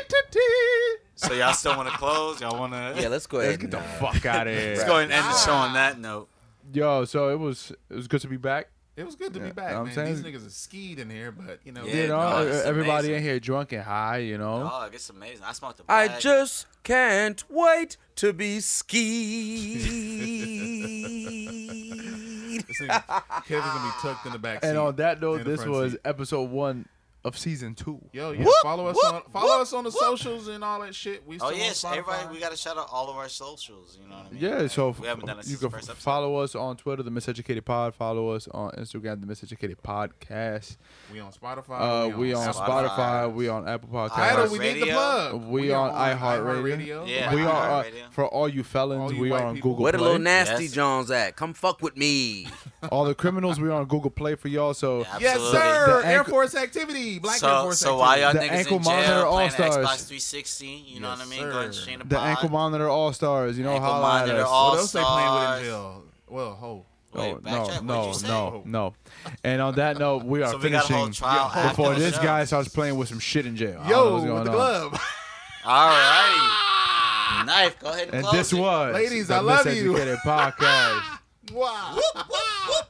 Speaker 4: Yippee-tee.
Speaker 2: so y'all still want to close? Y'all want to?
Speaker 3: Yeah, let's go
Speaker 1: Let's
Speaker 3: ahead.
Speaker 1: get
Speaker 3: and,
Speaker 1: the
Speaker 3: uh,
Speaker 1: fuck out of here.
Speaker 2: Let's go ahead and end
Speaker 4: Ah.
Speaker 2: the show on that note.
Speaker 1: Yo, so it was it was good to be back.
Speaker 4: It was good to
Speaker 1: Yeah,
Speaker 4: be back,
Speaker 1: I'm
Speaker 4: man.
Speaker 1: saying-
Speaker 4: These niggas are skied in here, but you know,
Speaker 1: you know, Uh,
Speaker 2: dog, it's
Speaker 1: everybody
Speaker 2: amazing.
Speaker 1: in here drunk and high. You know.
Speaker 2: Dog, it's amazing. I smoked a
Speaker 3: I
Speaker 2: bag.
Speaker 3: just can't wait to be skied.
Speaker 4: This nigga- Kevin's gonna be tucked in the back.
Speaker 1: And
Speaker 4: seat
Speaker 1: on that note,
Speaker 4: and the
Speaker 1: this
Speaker 4: front
Speaker 1: was
Speaker 4: seat.
Speaker 1: episode one of season two.
Speaker 4: Yo, yeah. follow us on follow us on the socials and all that shit. We still
Speaker 2: Oh
Speaker 4: on
Speaker 2: yes, everybody.
Speaker 4: Spotify.
Speaker 2: We gotta shout out all of our socials. You know what I mean?
Speaker 1: Yeah,
Speaker 2: Like,
Speaker 1: so
Speaker 2: we haven't done it
Speaker 1: you
Speaker 2: since
Speaker 1: can
Speaker 2: the first episode.
Speaker 1: follow us on Twitter, the Miseducated Pod. Follow us on Instagram, the Miseducated Podcast.
Speaker 4: we on Spotify.
Speaker 1: Uh, we on
Speaker 4: Apple
Speaker 1: Spotify.
Speaker 2: Spotify.
Speaker 1: We on Apple
Speaker 4: Title
Speaker 1: Podcasts.
Speaker 4: we need the
Speaker 2: Radio.
Speaker 4: plug.
Speaker 1: We, on
Speaker 4: iHeartRadio.
Speaker 1: iHeartRadio.
Speaker 2: Yeah,
Speaker 1: we are uh,
Speaker 2: iHeartRadio.
Speaker 1: for all you felons.
Speaker 4: All you
Speaker 1: we
Speaker 4: white
Speaker 1: are on
Speaker 4: people.
Speaker 1: Google
Speaker 3: Where the little
Speaker 1: Play.
Speaker 3: nasty
Speaker 2: Yes.
Speaker 3: Johns at? Come fuck with me.
Speaker 1: all the criminals, we are on Google Play for y'all. So
Speaker 2: Yeah,
Speaker 4: Yes,
Speaker 2: absolutely.
Speaker 4: sir.
Speaker 1: The
Speaker 4: Air
Speaker 1: ankle-
Speaker 4: Force activity. Black Air
Speaker 2: So,
Speaker 4: Force
Speaker 2: so while
Speaker 4: activity.
Speaker 2: y'all
Speaker 1: The
Speaker 2: niggas
Speaker 1: ankle
Speaker 2: in jail
Speaker 1: monitor
Speaker 2: playing
Speaker 1: all-stars.
Speaker 2: Xbox 360, you know
Speaker 4: Yes,
Speaker 2: what I mean? Go ahead and
Speaker 4: sir.
Speaker 2: stream the,
Speaker 1: the
Speaker 2: pod.
Speaker 1: Ankle Monitor All Stars. You know
Speaker 2: Ankle
Speaker 1: how at
Speaker 2: Monitor
Speaker 1: us.
Speaker 4: What
Speaker 2: All
Speaker 4: else they playing with in
Speaker 2: Stars.
Speaker 4: jail? Well, ho.
Speaker 1: Oh,
Speaker 2: Wait,
Speaker 1: no,
Speaker 2: backtrack,
Speaker 1: no,
Speaker 2: what'd you
Speaker 1: no,
Speaker 4: say?
Speaker 1: no. And on that note, we are
Speaker 2: So we got a whole
Speaker 1: finishing
Speaker 2: trial after
Speaker 1: before
Speaker 2: the
Speaker 1: this
Speaker 2: show.
Speaker 1: guy starts playing with some shit in jail. I don't know
Speaker 4: Yo,
Speaker 1: what's
Speaker 4: with
Speaker 1: going
Speaker 4: the
Speaker 1: on.
Speaker 4: glove.
Speaker 2: Alrighty. Knife, go ahead and,
Speaker 1: And
Speaker 2: close
Speaker 1: this
Speaker 2: it.
Speaker 1: was
Speaker 4: Ladies,
Speaker 1: the
Speaker 4: I love you.
Speaker 1: Miseducated Podcast.
Speaker 4: wow.
Speaker 2: Whoop, whoop, whoop.